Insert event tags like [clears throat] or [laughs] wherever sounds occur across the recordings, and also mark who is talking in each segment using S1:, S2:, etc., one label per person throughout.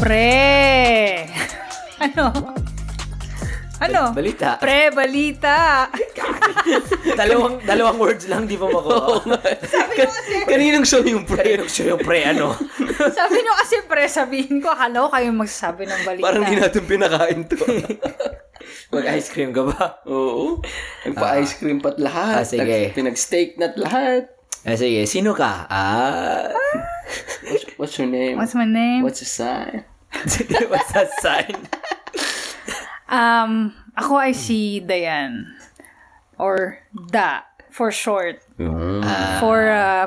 S1: Pre! [laughs] ano? Ano?
S2: Balita.
S1: Pre,
S3: [laughs]
S1: balita.
S2: [laughs] dalawang, dalawang words lang, di pa makuha.
S3: Kaninong show yung pre?
S2: Pero siya yung pre, ano?
S1: Sabi nyo kasi pre, sabihin ko, akala ko kayong magsasabi ng balita.
S3: Parang di natin pinakain to.
S2: Mag-ice cream ka ba?
S3: Oo. Nagpa-ice cream pat lahat.
S2: Ah, sige.
S3: Nag- Pinag-steak nat lahat.
S2: Eh, sige, sino ka? Ah, [laughs]
S3: What's, what's your name?
S1: What's my name?
S3: What's your sign?
S2: what's that sign?
S1: Um, ako ay si Dayan. Or Da, for short. Mm. For uh,
S3: Ah.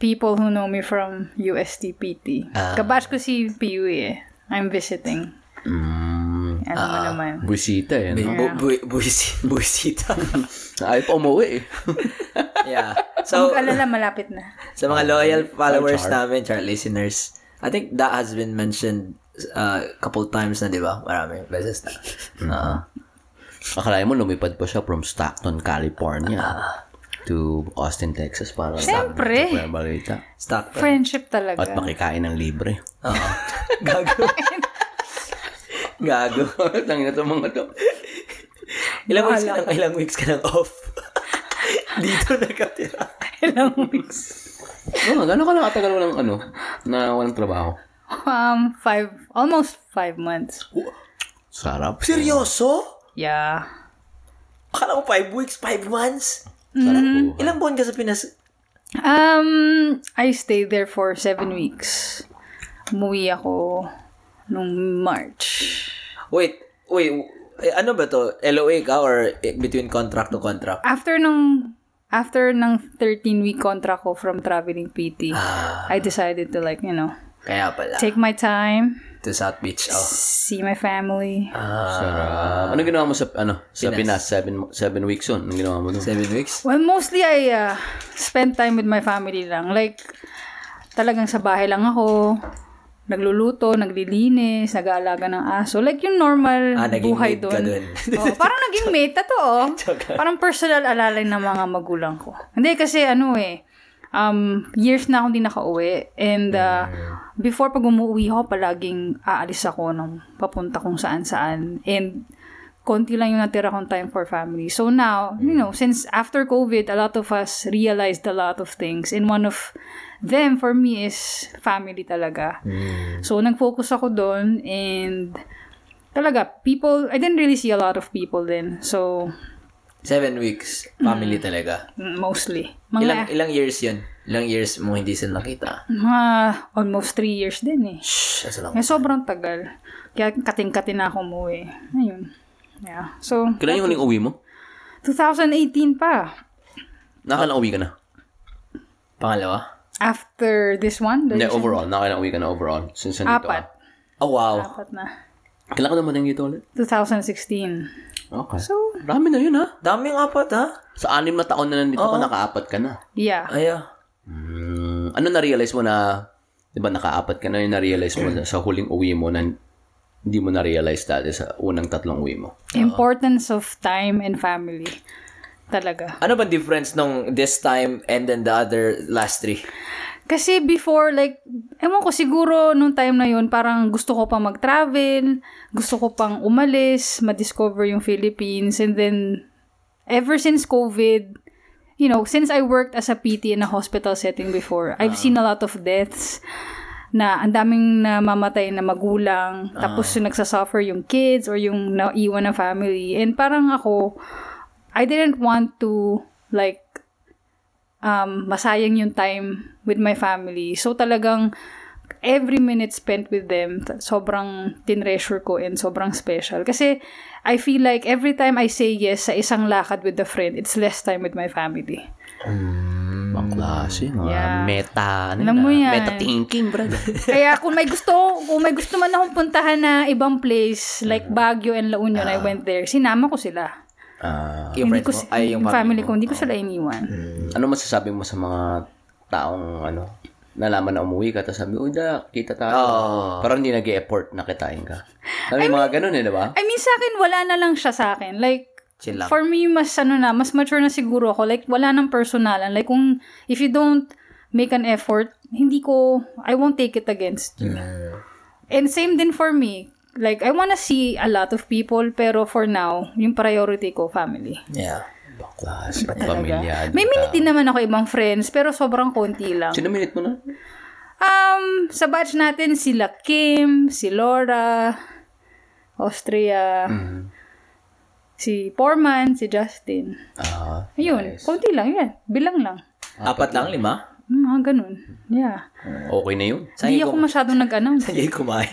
S1: people who know me from USDPT.
S3: Ah.
S1: Kabash ko si Piwi eh. I'm visiting.
S3: Mm.
S1: Alam
S3: Ah.
S1: mo naman.
S3: Busita yan.
S2: Bu- bu- buisi- buisita.
S3: Ayaw pa [laughs] umuwi eh.
S2: yeah.
S1: Huwag
S2: So,
S1: alala, malapit
S3: [laughs]
S1: na.
S2: sa mga loyal followers namin, chart listeners, I think that has been mentioned uh, a couple times na, di ba? Maraming beses na. Ah.
S3: Akala mo lumipad pa siya from Stockton, California to Austin, Texas para
S1: Siyempre.
S3: sa balita.
S2: stock.
S1: Friendship
S3: At
S1: talaga.
S3: makikain ng libre.
S2: Oo. Gago. [laughs] Gago.
S3: [laughs] Tangin na to mga to.
S2: Ilang weeks ka ng, ilang weeks ka ng off. [laughs] Dito nakatira.
S1: Ilang weeks.
S3: Oo, gano'n ka nakatagal walang ano, na walang trabaho?
S1: Um, five, almost five months.
S3: Sarap.
S2: Seryoso?
S1: Yeah.
S2: Akala ko five weeks, five months?
S3: Sarap
S1: Mhm.
S3: po.
S2: Ilang buwan ka sa Pinas?
S1: Um, I stayed there for seven weeks. Umuwi ako nung March.
S2: Wait, wait. eh, Ano ba to? LOA ka or eh, between contract to contract?
S1: After nung after ng 13 week contract ko from traveling PT, I decided to like, you know,
S2: Kaya pala.
S1: take my time,
S2: To South Beach. Oh. Ah,
S1: see my family.
S3: Sarap. Ano ginawa mo sa, ano, sa
S2: Pinas.
S3: Pinas? Seven, seven weeks yun. Ano ginawa mo doon?
S2: Seven weeks?
S1: Well, mostly I uh, spend time with my family lang. Like, talagang sa bahay lang ako. Nagluluto, naglilinis, nag-aalaga ng aso. Like, yung normal
S2: Ah, naging
S1: buhay
S2: maid ka
S1: doon.
S2: dun.
S1: [laughs] Oo, parang naging mate, totoo. parang personal alalay ng mga magulang ko. Hindi, kasi ano eh, um, years na akong di nakauwi. And uh, before pag umuwi ako, palaging aalis ako ng papunta kung saan-saan. And konti lang yung natira kong time for family. So now, you know, since after COVID, a lot of us realized a lot of things. And one of them for me is family talaga. So nag-focus ako doon and talaga, people, I didn't really see a lot of people then. So,
S2: Seven weeks. Family talaga.
S1: mm, mostly.
S2: Ilang,
S1: Mga,
S2: ilang years yun? Ilang years mo hindi sila nakita?
S1: mga almost three years din eh.
S2: Shhh, asa lang.
S1: Eh, sobrang tagal. Kaya kating-kating na ako umuwi. Ayun. Yeah. So,
S3: Kailan yung huling uwi mo?
S1: 2018 pa.
S3: Nakakailang uwi ka na?
S2: Pangalawa?
S1: After this one,
S3: Hindi,
S1: doon
S3: overall. Nakakailang uwi ka na overall. Since nandito
S1: apat.
S3: ka.
S2: Oh, wow.
S1: Apat na.
S3: Kailan ka dumating dito ulit?
S1: 2016.
S3: Okay.
S1: So,
S3: Marami na yun ha.
S2: Daming apat, ha?
S3: Sa anim na taon na nandito ka, nakaapat ka na.
S1: yeah.
S2: Ay,
S3: Mm, ano na-realize mo na, di ba nakaapat ka na yung na-realize mo na sa huling uwi mo na hindi mo na-realize dati sa unang tatlong uwi mo?
S1: Importance of time and family. Talaga.
S2: Ano ba difference nung this time and then the other last three?
S1: Kasi before, like, ewan ko siguro nung time na yun, parang gusto ko pang mag-travel, gusto ko pang umalis, ma-discover yung Philippines, and then, ever since COVID, you know, since I worked as a PT in a hospital setting before, I've seen a lot of deaths na ang daming namamatay na magulang, tapos yung nagsasuffer yung kids or yung naiwan na family. And parang ako, I didn't want to, like, um, masayang yung time with my family. So talagang every minute spent with them, t- sobrang tinreasure ko and sobrang special. Kasi I feel like every time I say yes sa isang lakad with a friend, it's less time with my
S2: [laughs]
S1: family.
S3: Ibang
S2: Hmm.
S3: klase. Mga
S1: Yeah.
S3: meta, ano
S1: Alam mo yan.
S3: meta-thinking,
S2: [laughs]
S3: brother.
S1: Kaya kung may gusto, kung may gusto man akong puntahan na ibang place, like
S2: Mm-hmm.
S1: Baguio and La Union, I went there, sinama ko sila.
S3: Ah,
S2: Ah. Yung
S1: Hindi
S2: friends
S1: ko,
S2: mo? Ah. Mm.
S1: si-
S2: Ay, yung family.
S1: ko, hindi ko sila iniwan.
S3: ano masasabi mo sa mga taong ano, nalaman na umuwi ka, tapos sabi, uy, da, kita tayo.
S2: Oo.
S3: Parang hindi nag effort na kitain ka. Alam mo, mga ganun eh, di ba?
S1: I mean, sa akin, wala na lang siya sa akin. Like,
S2: Chill lang.
S1: for me, mas ano na, mas mature na siguro ako. Like, wala nang personalan. Like, kung, if you don't make an effort, hindi ko, I won't take it against you. And same din for me. Like, I wanna see a lot of people, pero for now, yung priority ko, family.
S2: Yeah.
S3: Baklas,
S1: Talaga.
S3: pamilyado
S1: May
S3: ka.
S1: minute din naman ako ibang friends, pero sobrang konti lang.
S3: Sino minute mo na?
S1: Um, sa batch natin, sila Kim, si Laura, Austria, si Foreman, si Justin.
S3: Ah,
S1: Ayun, konti lang yan. Bilang lang.
S2: Apat lang, lima? [laughs]
S1: Hmm, Mga ganun. Yeah.
S3: okay na
S1: [laughs]
S3: yun.
S2: Saan
S1: Hindi
S2: kayo
S1: ako masyadong nag-announce.
S2: Hindi kumain.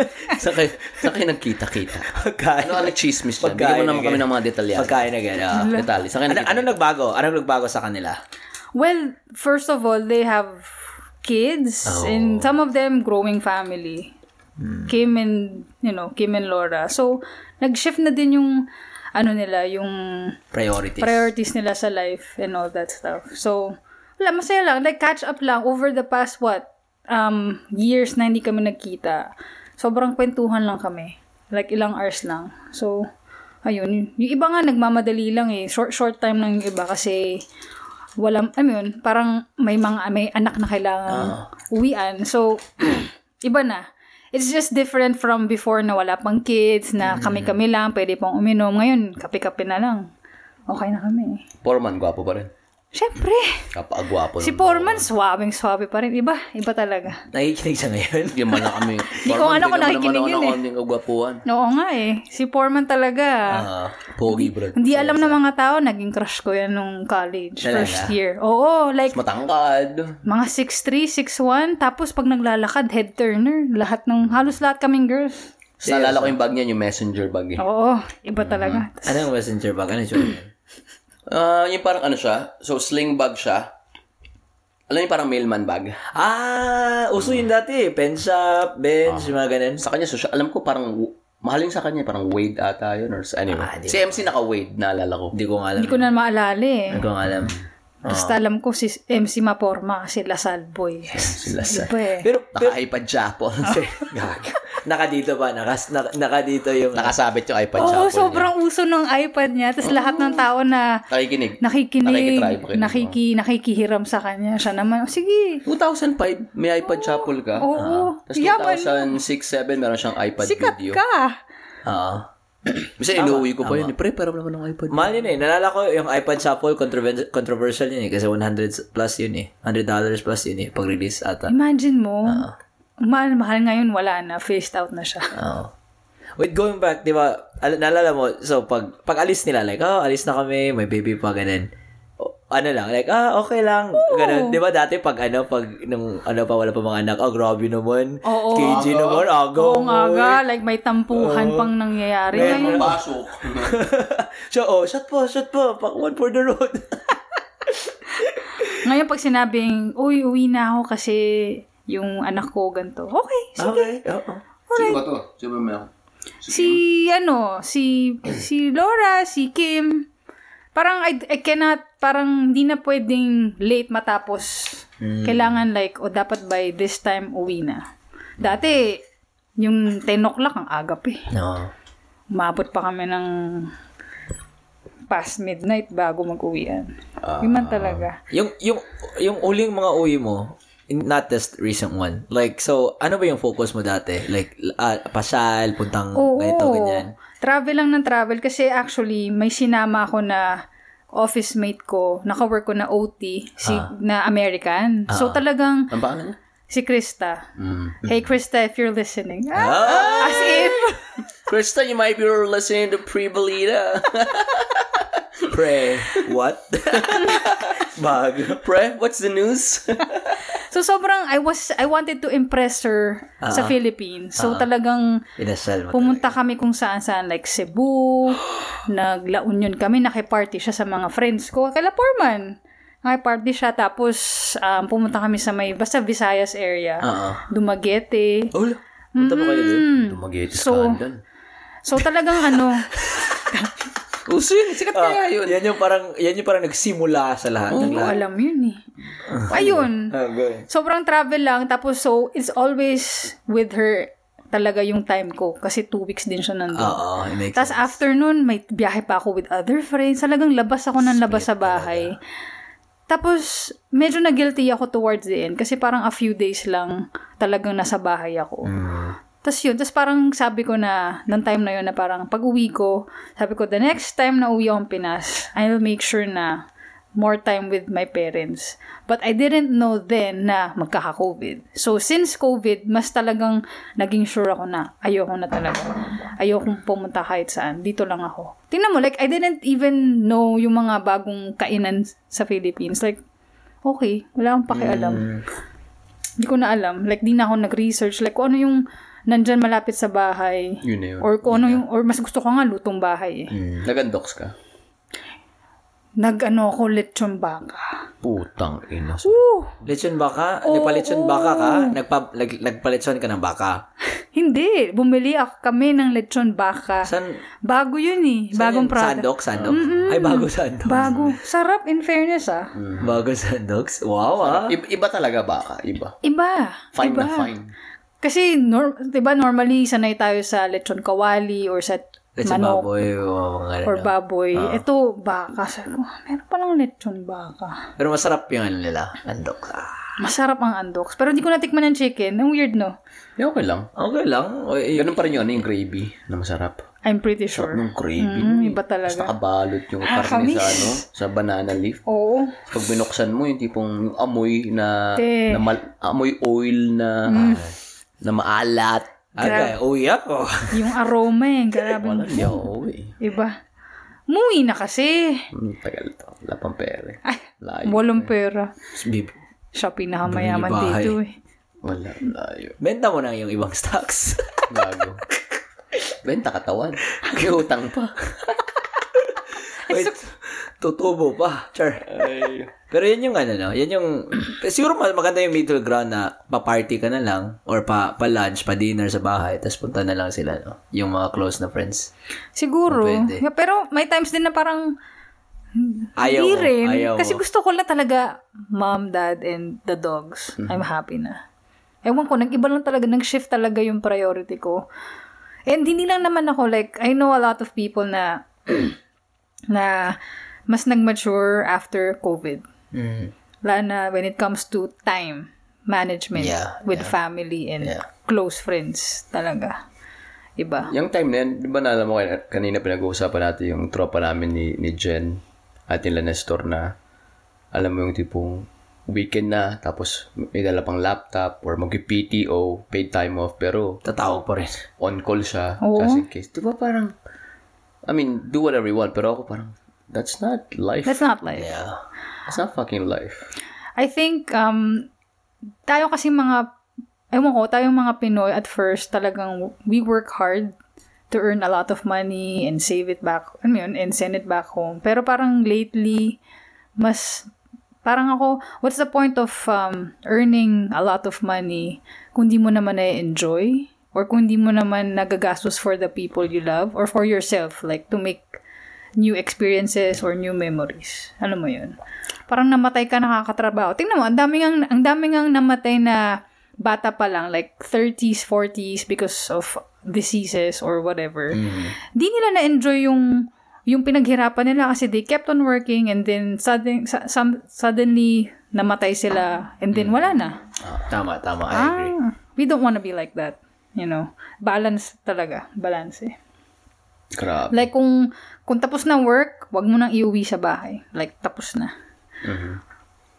S2: [laughs]
S3: Saan kayo, saan kayo nagkita-kita?
S2: Pagkain.
S3: Ano, ano chismis na?
S2: Pagkain
S3: Bigyan mo naman
S2: again.
S3: kami ng mga detalye.
S2: Pagkain again. ah.
S3: Detalye. Saan kayo
S2: Ano,
S3: nagkita?
S2: anong nagbago? Anong nagbago sa kanila?
S1: Well, first of all, they have kids and some of them growing family. Kim and, you know, Kim and Laura. So, nag-shift na din yung ano nila, yung
S2: Priorities.
S1: priorities nila sa life and all that stuff. So, wala, masaya lang. Like, catch up lang over the past, what, um, years na hindi kami nagkita. Sobrang kwentuhan lang kami. Like, ilang hours lang. So, ayun. Yung- Yung iba nga, nagmamadali lang eh. Short, short time lang yung iba kasi walang, I mean, parang may mga, may anak na kailangan uwian. So, [clears throat] iba na. It's just different from before na wala pang kids, na kami-kami lang, pwede pang uminom. Ngayon, kape-kape na lang. Okay na kami.
S3: Foreman, gwapo pa rin.
S1: Siyempre,
S3: Kapag-gwapo.
S1: si Foreman, swabing swabe pa rin. Iba, iba talaga.
S2: Nakikinig siya ngayon?
S3: Hindi man lang
S1: [laughs]
S3: kami. Hindi
S1: ko alam kung nakikinig yun eh.
S3: Hindi ko kagwapuan.
S1: Oo nga eh. Si Foreman talaga.
S2: Ah.
S3: Pogi, bro.
S1: Hindi alam ng mga tao, naging crush ko yan nung college.
S2: Talaga?
S1: First year. Oo, like,
S3: Matangkad.
S1: mga 6'3", 6'1". Tapos pag naglalakad, head turner. Lahat ng, halos lahat kaming girls.
S3: Tapos naalala ko yung bag niya, yung messenger bag eh. niya.
S1: Oo, iba talaga.
S2: Anong Ano messenger bag? Anong joke yun?
S3: Ah, yung parang ano siya, so sling bag siya. Alam niyo parang mailman bag.
S2: Ah, uso
S3: Hmm.
S2: yun dati. Pen shop, bench,
S3: Ah.
S2: mga ganun.
S3: Sa kanya, so siya, alam ko parang, mahal yung sa kanya, parang Wade ata yun. Or, sa- anyway,
S2: Ah, di
S3: si MC naka-Wade, naalala ko.
S2: Hindi ko nga alam.
S1: Hindi ko na maalala eh.
S2: Hindi ko nga alam.
S1: Basta alam ko si MC Maporma kasi Lasal Boy.
S3: Sila sa...
S1: Iba eh.
S2: Pero,
S3: Naka-iPad Japon.
S2: Gag. [laughs] naka dito pa. Naka, naka, naka dito yung...
S3: Nakasabit yung iPad Japon.
S1: Oo,
S3: niya.
S1: sobrang uso ng iPad niya. Tapos lahat ng tao na
S3: Nakikinig.
S1: nakikinig,
S3: Nakikitry, makinig,
S1: nakiki, nakikihiram sa kanya. Siya naman, "Oh, sige.
S3: 2005, may iPad Chapel ka. Ah.
S1: Oo.
S3: Tapos
S1: Yaman.
S3: 2006-7, meron siyang iPad
S1: Sikat
S3: video.
S1: ka.
S2: Oo.
S3: Kasi inuwi ko pa yun. eh. Pre, pero naman ng iPad.
S2: Mahal yun eh. Nalala ko yung iPad Shuffle, controver- controversial yun eh. Kasi 100 plus yun eh. $100 plus yun eh. Pag-release ata.
S1: Imagine mo.
S3: Ah.
S1: Mahal, mahal ngayon, wala na. Phased out na siya.
S2: Oo. Wait, going back, di ba, al- naalala mo, so pag, pag alis nila, like, oh, alis na kami, may baby pa, ganun. O, ano lang, like, ah, okay lang, ganun. Di ba dati pag ano, pag nung ano pa, wala pa mga anak, oh, grabe naman.
S1: Oo.
S2: KG naman, ago.
S1: Oo nga nga, like may tampuhan pang nangyayari ngayon.
S3: Pasok.
S2: Siya, oh, shot po, shot po, pack one for the road.
S1: Ngayon pag sinabing, uy, uwi na ako kasi yung anak ko ganto. Okay,
S2: okay, oo.
S3: Sino ba to? Sino ba may ako?
S1: Si ano, si si Laura, si Kim. Parang I, I cannot, parang hindi na pwedeng late matapos. Kailangan like, o dapat by this time uwi na. Dati, yung 10 o'clock ang agap eh.
S2: No.
S1: Umabot pa kami ng past midnight bago mag-uwian. Iman talaga.
S2: Yung, yung, yung uling mga uwi mo, in- not this recent one. Like, so, ano ba yung focus mo dati? Like, ah, pasyal, puntang
S1: Oo.
S2: ganito, ganyan.
S1: Travel lang ng travel kasi actually may sinama ako na office mate ko, naka-work ko na OT, si, na American. So talagang
S3: Ang pangalan niya?
S1: si Krista.
S3: Mm.
S1: Hey Krista, if you're listening. Ah, As if.
S3: Krista, you might be listening to Pre-Belita.
S2: [laughs] Pre, what?
S3: [laughs]
S2: Bago.
S3: Pre, what's the news?
S1: So sobrang I was I wanted to impress her sa Philippines. So talagang
S2: Inasal mo.
S1: pumunta kami kung saan-saan like
S2: [gasps]
S1: Cebu, nagla Union kami, nakiparty siya sa mga friends ko. Kala Porman. Nakiparty siya tapos um, pumunta kami sa may basta Visayas area.
S2: Oo.
S1: Dumaguete.
S2: Oh, wala. Punta ba kayo doon?
S1: Mm.
S3: Dumagetis
S1: So- So talagang
S2: [laughs]
S1: ano,
S3: Uso yun. Oh, Sikat kaya yun.
S2: Ah, Yan yung parang, yan yung parang nagsimula sa lahat. ng
S1: hindi ko
S2: lahat.
S1: alam yun eh. Ayun.
S2: Ah, good.
S1: sobrang travel lang. Tapos, so, it's always with her talaga yung time ko. Kasi two weeks din siya nandun.
S2: Oo, it makes
S1: Tapos, after nun, may biyahe pa ako with other friends. Talagang labas ako ng labas sa bahay. Tapos, medyo na guilty ako towards the end. Kasi parang a few days lang talagang nasa bahay ako. Tapos yun, tapos parang sabi ko na, ng time na yun na parang pag uwi ko, sabi ko, the next time na uwi akong Pinas, I'll make sure na more time with my parents. But I didn't know then na magkaka-COVID. So, since COVID, mas talagang naging sure ako na ayoko na talaga. Ayokong pumunta kahit saan. Dito lang ako. Tingnan mo, like, I didn't even know yung mga bagong kainan sa Philippines. Like, okay, wala akong pakialam.
S3: Mm.
S1: Hindi ko na alam. Like, di na ako nag-research. Like, kung ano yung nandyan malapit sa bahay.
S3: Yun na yun.
S1: Or kung ano yung, or mas gusto ko nga lutong bahay eh.
S2: Mm.
S3: Nagandox ka.
S1: Nag-ano ako, lechon baka.
S3: Putang ina.
S1: Woo!
S2: Lechon baka? Nagpalechon baka ka? Nagpa, nag, nagpalechon ka ng baka?
S1: Hindi. Bumili ako kami ng lechon baka.
S2: San?
S1: Bago yun eh. Bagong
S2: Yan,
S1: product.
S2: Sandok? Sandok? Ay, bago sandok.
S1: Bago. Sarap in fairness ah.
S2: bago sandoks? Wow, ah.
S3: I- iba talaga baka. Iba.
S1: Iba.
S3: Fine
S1: iba.
S3: na fine.
S1: Kasi, nor- diba normally sanay tayo sa lechon kawali or sa
S2: Lechon
S1: manok
S2: baboy. Wow, mga
S1: or
S2: ganun.
S1: baboy. Ito, baka. Sabi ko, "Ah, meron palang lechon baka.
S2: Pero masarap yung ano nila. Sandok. Ah.
S1: Masarap ang andoks. Pero hindi ko natikman ng chicken. Ang weird no?
S3: Eh, okay lang.
S2: Okay lang. O, y-
S3: Ganun pa rin yun, ano, yung gravy na masarap.
S1: I'm pretty sure.
S3: Yung gravy.
S1: Mm, iba
S3: Tapos
S1: talaga.
S3: nakabalot yung
S1: Ah,
S3: karne sa,
S1: kamis.
S3: ano, sa banana leaf.
S1: Oo.
S3: Pag binuksan mo, yung tipong yung amoy na,
S1: Te. Mm.
S3: na mal- amoy oil na, na maalat.
S2: Okay, uwi ako. [laughs]
S1: Yung aroma eh. Grabe.
S3: Hindi ako eh.
S1: Iba. Muwi na kasi.
S3: Hmm, tagal to. Wala pang pere. Layo.
S1: Walang pera.
S2: Bib-
S1: Siya pinakamayaman
S2: Bumili bahay.
S1: dito eh.
S3: Wala, layo. [laughs]
S2: Benta mo na yung ibang stocks. [laughs]
S3: Gago. Benta katawan. May utang pa.
S2: Wait, tutubo pa. Char. Pero yun yung ano, no? Yan yung, [clears throat] siguro ma- maganda yung middle ground na pa-party ka na lang or pa- pa-lunch, pa-dinner sa bahay tapos punta na lang sila, no? Yung mga close na friends.
S1: Siguro.
S2: Pwede.
S1: Nga- Pero may times din na parang
S2: Ayaw
S1: hindi
S2: mo,
S1: rin.
S2: ayaw
S1: kasi
S2: mo.
S1: gusto ko lang talaga mom, dad, and the dogs.
S2: Mm-hmm.
S1: I'm happy na. Ewan ko, nag-iba lang talaga, nag-shift talaga yung priority ko. And hindi lang naman ako, like, I know a lot of people na [clears throat] na mas nag-mature after COVID.
S2: Mm.
S1: Lalo na when it comes to time management
S2: Yeah,
S1: with family and
S2: Yeah.
S1: close friends talaga. Iba.
S3: Yung time na yan, di ba naalam mo kan- kanina pinag-uusapan natin yung tropa namin ni, ni Jen at nila Nestor na alam mo yung tipong weekend na tapos may dala pang laptop or mag-PTO, paid time off pero
S2: Tatawag pa rin.
S3: on call siya
S1: Oo.
S3: just in case. Di ba parang I mean, do whatever you want pero ako parang that's not life.
S1: That's not life.
S2: Yeah.
S3: That's not fucking life.
S1: I think um tayo kasi mga ewan ko, tayong mga Pinoy at first talagang we work hard to earn a lot of money and save it back, ano yun, and send it back home. Pero parang lately, mas, parang ako, what's the point of um, earning a lot of money kung di mo naman na-enjoy? Or kung di mo naman nagagastos for the people you love or for yourself, like to make new experiences or new memories. Alam mo yun? Parang namatay ka nakakatrabaho. Tingnan mo, ang daming ang, ang daming ang namatay na bata pa lang, like 30s, 40s because of diseases or whatever.
S2: Mm.
S1: Di nila na-enjoy yung yung pinaghirapan nila kasi they kept on working and then sudden, su- some, suddenly namatay sila and then wala na.
S2: Tama, tama. Mm. I agree.
S1: Ah, we don't want to be like that. You know, balance talaga. Balance eh.
S3: Grabe.
S1: Like kung kung tapos na work, wag mo nang iuwi sa bahay. Like tapos na.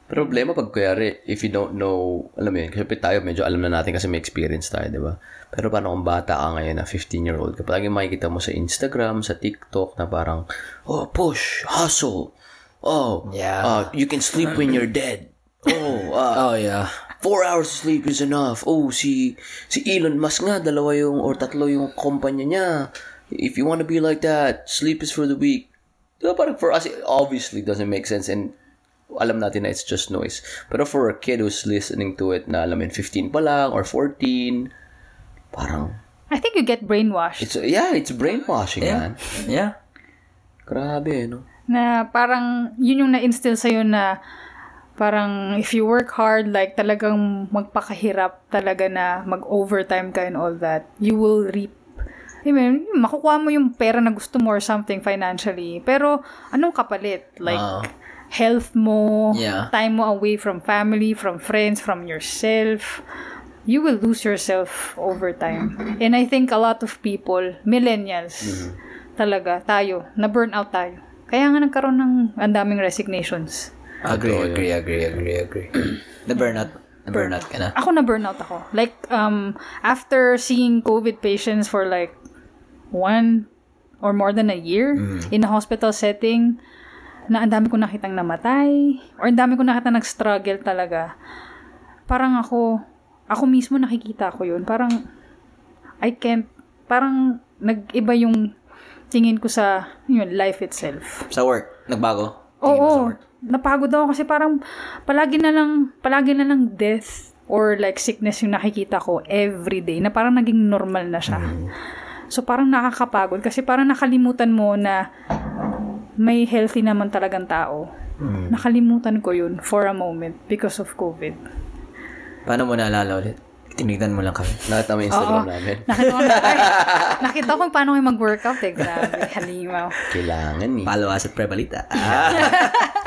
S3: Problema pag kuyari, if you don't know, alam mo yun, kasi tayo medyo alam na natin kasi may experience tayo, di ba? Pero paano kung bata ka ngayon na 15-year-old ka, palagi makikita mo sa Instagram, sa TikTok na parang, oh, push, hustle, oh,
S2: Yeah.
S3: uh, you can sleep when you're dead, oh, uh,
S2: Oh, yeah.
S3: four hours sleep is enough. Oh, si si Elon Musk nga, dalawa yung or tatlo yung kumpanya niya. If you want to be like that, sleep is for the weak. Diba, parang for us, it obviously doesn't make sense and alam natin na it's just noise. Pero for a kid who's listening to it na alam mo yun, 15 pa lang or 14, parang,
S1: I think you get brainwashed
S3: it's, yeah, it's brainwashing, man.
S2: Yeah.
S3: Grabe, no?
S1: na parang yun yung na-instill sa'yo na parang if you work hard, like talagang magpakahirap talaga na mag-overtime ka and all that, you will reap I mean, makukuha mo yung pera na gusto mo or something financially. Pero, anong kapalit? Like, health mo,
S2: Yeah.
S1: time mo away from family, from friends, from yourself. you will lose yourself over time. And I think a lot of people, millennials, talaga, tayo, na-burn out tayo. Kaya nga nagkaroon ng ang daming resignations.
S2: Agree, agree, agree, agree, [clears throat] agree. the burnout. The burnout ka na.
S1: Ako na-burnout ako. Like, um, after seeing COVID patients for like one or more than a year in a hospital setting, na ang dami ko nakitang namatay, or ang dami ko nakita nag-struggle talaga. Parang ako, ako mismo nakikita ko yun. Parang, I can't, parang nag-iba yung tingin ko sa, yun, life itself.
S2: Sa work, nagbago. Tingin mo sa
S1: Oo.
S2: work.
S1: Napagod ako kasi parang palagi na lang, palagi na lang death or like sickness yung nakikita ko every day na parang naging normal na siya.
S2: Mm-hmm.
S1: So parang nakakapagod kasi parang nakalimutan mo na may healthy naman talagang tao.
S2: Mm-hmm.
S1: Nakalimutan ko yun for a moment because of COVID.
S2: Paano mo naalala ulit? Tinignan mo lang kami.
S3: Nakita mo yung Instagram
S1: Oo.
S2: Eh.
S3: namin.
S1: Nakita ko,
S2: [laughs]
S1: na, ay, nakita ko kung paano kayo mag-workout eh. Grabe, halimaw.
S3: Kailangan eh.
S2: Palawas at prebalita. Ah.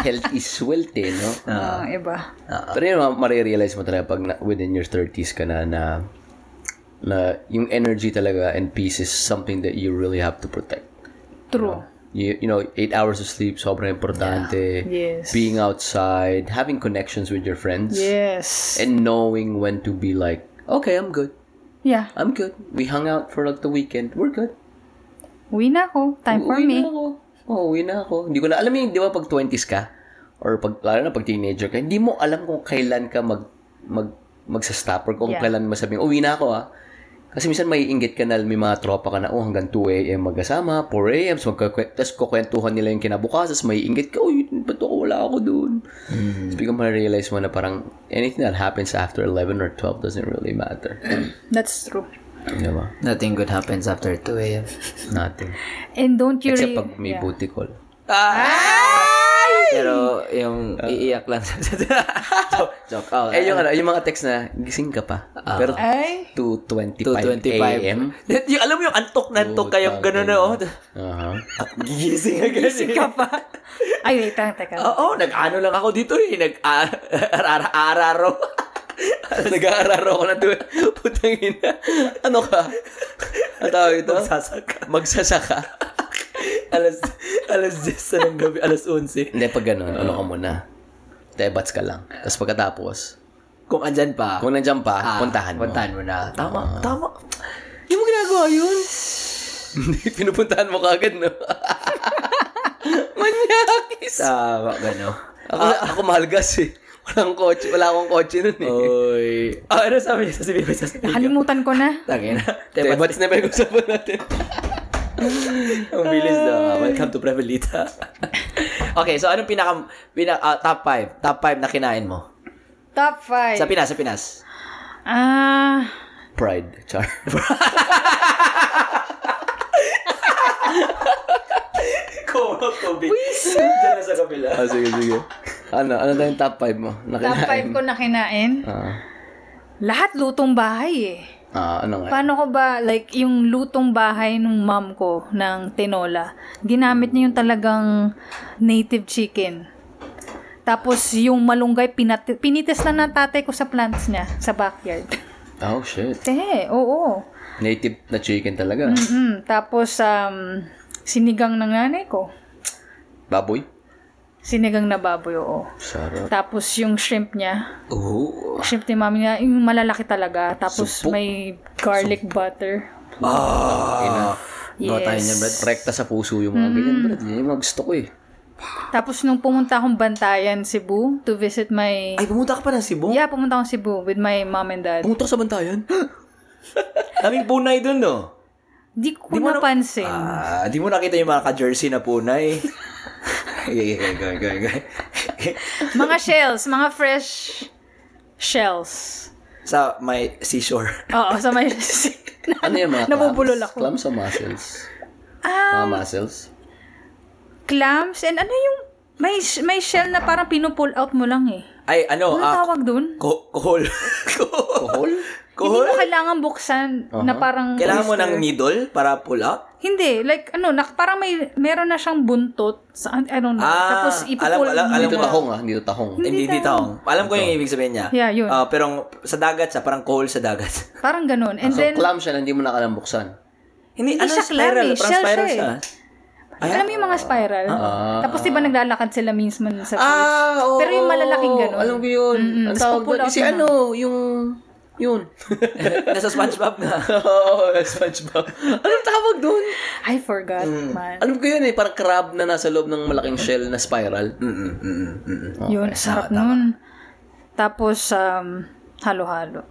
S3: Health is wealth eh, no?
S1: Oo, iba.
S3: Pero yun, ma- marirealize mo talaga pag na- within your 30s ka na na na yung energy talaga and peace is something that you really have to protect.
S1: True.
S3: You, you know, eight hours of sleep, sobrang importante.
S1: Yes.
S3: Being outside, having connections with your friends,
S1: Yes.
S3: and knowing when to be like, okay, I'm good.
S1: Yeah.
S3: I'm good. We hung out for like the weekend. We're good.
S1: Uwi na ako. Time for
S3: Uwi
S1: me.
S3: na ako. Oo, uwi na ako. Hindi ko na, alam mo yung, di ba, pag 20s ka, or pag, lalo na pag teenager ka, hindi mo alam kung kailan ka mag, mag, magsa-stop or kung
S1: Yeah.
S3: kailan mo sabihin, uwi na ako ah. Kasi minsan may inggit ka na may mga tropa ka na, oh, hanggang 2 a.m. magkasama, 4 a.m. So magkakwe- Tapos kukwentuhan nila yung kinabukasan, may inggit ka, uy, ba't ako wala ako dun? Mm. So, biglang ma-realize mo na parang anything that happens after 11 or 12 doesn't really matter.
S1: That's true.
S3: Di ba?
S2: Nothing good happens after 2 a.m.
S3: Nothing.
S1: And don't you
S3: Except
S1: re-
S3: pag may booty call.
S2: Pero yung
S3: Ah.
S2: iiyak
S3: [laughs]
S2: lang. joke, joke. Oh,
S3: Eh, yung, ano, yung mga text na, gising ka pa. Pero
S1: Ay!
S3: 2.25
S2: 2.25
S3: a.m.
S2: Yung, alam mo yung antok na antok kayo, gano'n na, oh.
S3: Aha.
S2: Gising agad. Gising ka pa.
S1: Ay, wait, teka, teka.
S2: Oo, nag-ano lang ako dito eh. Nag-araro.
S3: [laughs] Nag-aararo ako na doon. Putang ina. Ano ka? Ang tawag ito?
S2: Magsasaka.
S3: Magsasaka.
S2: alas, alas 10 na ng gabi, alas 11.
S3: Hindi, pag ganun, ano ka muna? Tebats ka lang. Tapos pagkatapos,
S2: Kung andyan pa.
S3: kung nandiyan pa,
S2: ah,
S3: puntahan mo. [laughs] Ah.
S2: Puntahan mo na. Tama, tama.
S3: Yung mo ginagawa yun? Pinupuntahan mo kagad, no? [laughs] Manyakis.
S2: Tama, gano.
S3: Ako, ako malgas eh. Walang kotse, wala akong kotse nun eh.
S2: Oy. Ah, ano sabi niya? Sasabihin ko sa
S1: Nakalimutan ko na.
S2: Tangin na.
S3: Diba,
S2: Tepat.
S3: na pinag-usapan natin?
S2: Ang bilis na. Welcome to Prevelita. [laughs] okay, so anong pinaka, pinaka ah, top 5? Top 5 na kinain mo?
S1: Top 5.
S2: Sa Pinas, sa Pinas.
S1: Ah,
S3: Pride, char.
S2: Kuma, Kobe. Diyan na sa kabila.
S3: ah, sige, sige. Ano, ano na yung top 5 mo?
S1: top
S3: Nakinain.
S1: 5 ko na kinain.
S3: Ah,
S1: Lahat lutong bahay eh.
S3: ah, ano nga?
S1: Paano ko ba, like, yung lutong bahay nung mom ko, ng tinola, ginamit niya yung talagang native chicken. Tapos yung malunggay, pinat- pinites lang ng tatay ko sa plants niya, sa backyard. [laughs]
S3: Oh, shit.
S1: Eh, oo.
S3: Native na chicken talaga.
S1: Mm, tapos, um, sinigang ng nanay ko.
S3: Baboy?
S1: Sinigang na baboy, oo.
S3: Sarap.
S1: Tapos yung shrimp niya,
S2: Oo.
S1: shrimp ni mami niya, yung malalaki talaga. Tapos may garlic butter.
S2: Ah.
S1: Yes.
S2: tayo niyan, Brad.
S3: Rekta sa puso yung mga
S1: Mm.
S3: ganyan, brad. Yan yung mga gusto ko eh.
S1: Tapos nung pumunta akong Bantayan, Cebu, to visit my...
S2: Ay, pumunta ka pa ng Cebu?
S1: Yeah, pumunta akong Cebu with my mom and dad.
S3: Pumunta ka sa bantayan?
S2: Daming punay dun, no?
S1: Di ko
S2: Di mo na-
S1: napansin.
S2: Ah, di mo nakita yung mga ka-jersey na [laughs] punay. Okay, okay, okay, okay, okay.
S1: mga shells, mga fresh shells.
S2: sa may seashore.
S1: Oo, sa
S2: [laughs]
S1: may...
S3: ano yung mga
S1: [laughs] Nabubulol
S3: clams?
S1: ako. Ah.
S3: Clams o mussels? mga mussels?
S1: Clams, and ano yung... May, may shell na parang pinupull out mo lang eh.
S2: Ay, ano,
S1: Anong
S2: ah,
S1: tawag dun?
S2: ko- kohol. kohol.
S3: Hole?
S1: Hindi
S2: [laughs] Kohol?
S1: mo kailangan buksan na parang...
S2: Uh-huh. Kailangan mo
S1: oyster.
S2: ng needle para pull out?
S1: Hindi, like ano, nak parang may meron na siyang buntot sa I don't know.
S2: Ah,
S1: Tapos ipupul
S2: alam- alam- alam
S3: Dito
S2: ko.
S3: tahong ah, dito tahong.
S2: Hindi,
S1: Hindi
S2: hindi taong. Alam ko yung ibig sabihin niya.
S1: Yeah, yun.
S2: Ah, pero sa dagat siya, parang coal sa dagat. [laughs]
S1: Parang ganun. And
S3: Ah, So,
S1: then
S3: clam siya na hindi mo nakalambuksan.
S2: Hindi,
S1: Hindi
S2: ano,
S1: siya
S2: spiral.
S1: clam eh,
S2: Parang
S1: shell
S2: spiral
S1: siya
S2: siya. [laughs]
S1: eh. alam mo yung mga spiral. Tapos di ba naglalakad sila minsan sa beach?
S3: Ah, oo.
S1: Pero yung malalaking ganun.
S3: Alam ko yun.
S1: Mm-mm.
S3: Ang
S1: Mm, Tapos
S3: tawag
S1: pull
S3: doon.
S1: out
S3: Kasi
S1: na.
S3: ano, yung...
S1: [laughs]
S3: Yun. [laughs]
S2: Nasa Spongebob nga.
S3: Oo, Spongebob. Anong tawag doon?
S1: I forgot, man.
S3: Alam ko yun eh, parang crab na nasa loob ng malaking shell na spiral.
S2: Mm-mm, mm-mm, mm-mm.
S1: Yun, sarap nun. Tapos, um, halo-halo.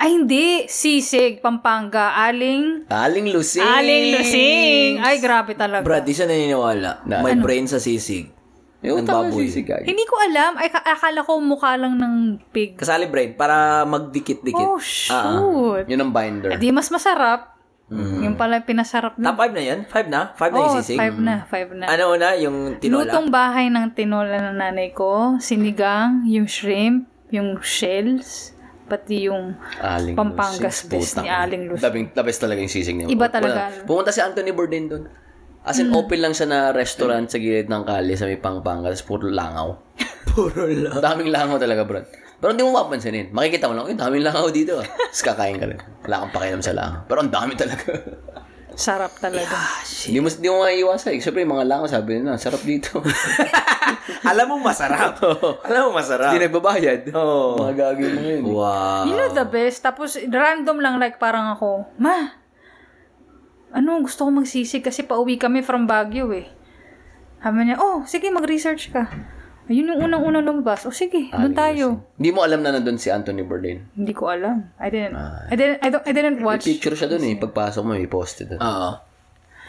S1: Ay, hindi. Sisig, Pampanga, Aling.
S3: Aling lusing.
S1: Aling Lusing. Ay, grabe talaga.
S2: Brad, di siya naniniwala.
S3: Na-
S1: ano?
S2: May brain sa sisig.
S3: Yung
S2: Ang
S3: tawag
S2: baboy.
S3: sisig ay.
S1: Hindi ko alam. Ay, ka- akala ko mukha lang ng pig.
S2: Kasali brain, para magdikit-dikit. Ah,
S1: Oh, shoot.
S3: Yun ang binder.
S1: Di mas masarap. Yung pala pinasarap
S2: Top
S1: na.
S2: 5 na yan? 5 na? 5 na yung
S1: Oh,
S2: Hmm. sisig?
S1: five na, five na.
S2: Ano una? Yung tinola?
S1: Lutong bahay ng tinola ng nanay ko, sinigang, yung shrimp, yung shells, pati yung
S3: Aling
S1: Pampangas
S3: lusing.
S1: best ni
S3: Putang.
S1: Aling Lusing.
S3: Labing, labis talaga yung sisig niya.
S1: Iba
S3: Wala.
S1: talaga.
S3: Pumunta si Anthony Bourdain doon. As in, open lang siya na restaurant sa gilid ng kali sa may Pampanga. Tapos puro
S1: [laughs]
S3: langaw.
S2: Puro lang.
S3: Ang daming langaw talaga, bro. Pero hindi mo mapapansinin. Makikita mo lang, yung daming langaw dito. ah." Tapos kakain ka rin. Wala kang pakialam sa langaw. Pero ang dami
S1: [laughs]
S3: talaga.
S1: sarap talaga.
S3: Hindi mo, hindi mo maiiwasan. Eh. Siyempre, yung mga langaw, sabi nila, sarap
S1: [laughs]
S3: dito.
S2: Alam mo masarap.
S3: [laughs]
S2: Alam mo masarap.
S3: Hindi nagbabayad.
S2: Oo.
S3: Mga gagi mo yun.
S2: eh. Wow.
S1: You know the best? Tapos random lang like parang ako, Ma, ano gusto ko magsisig kasi pauwi kami from Baguio eh. Sabi niya, oh, sige mag-research ka. Ayun yung unang-unang lumabas. O sige, doon tayo.
S3: Hindi mo alam na nandun si Anthony Bourdain.
S1: Hindi ko alam. I didn't,
S3: Ah.
S1: I didn't, I, don't, I didn't watch.
S3: Picture siya dun eh. Pagpasok mo, may post it.
S2: Oo.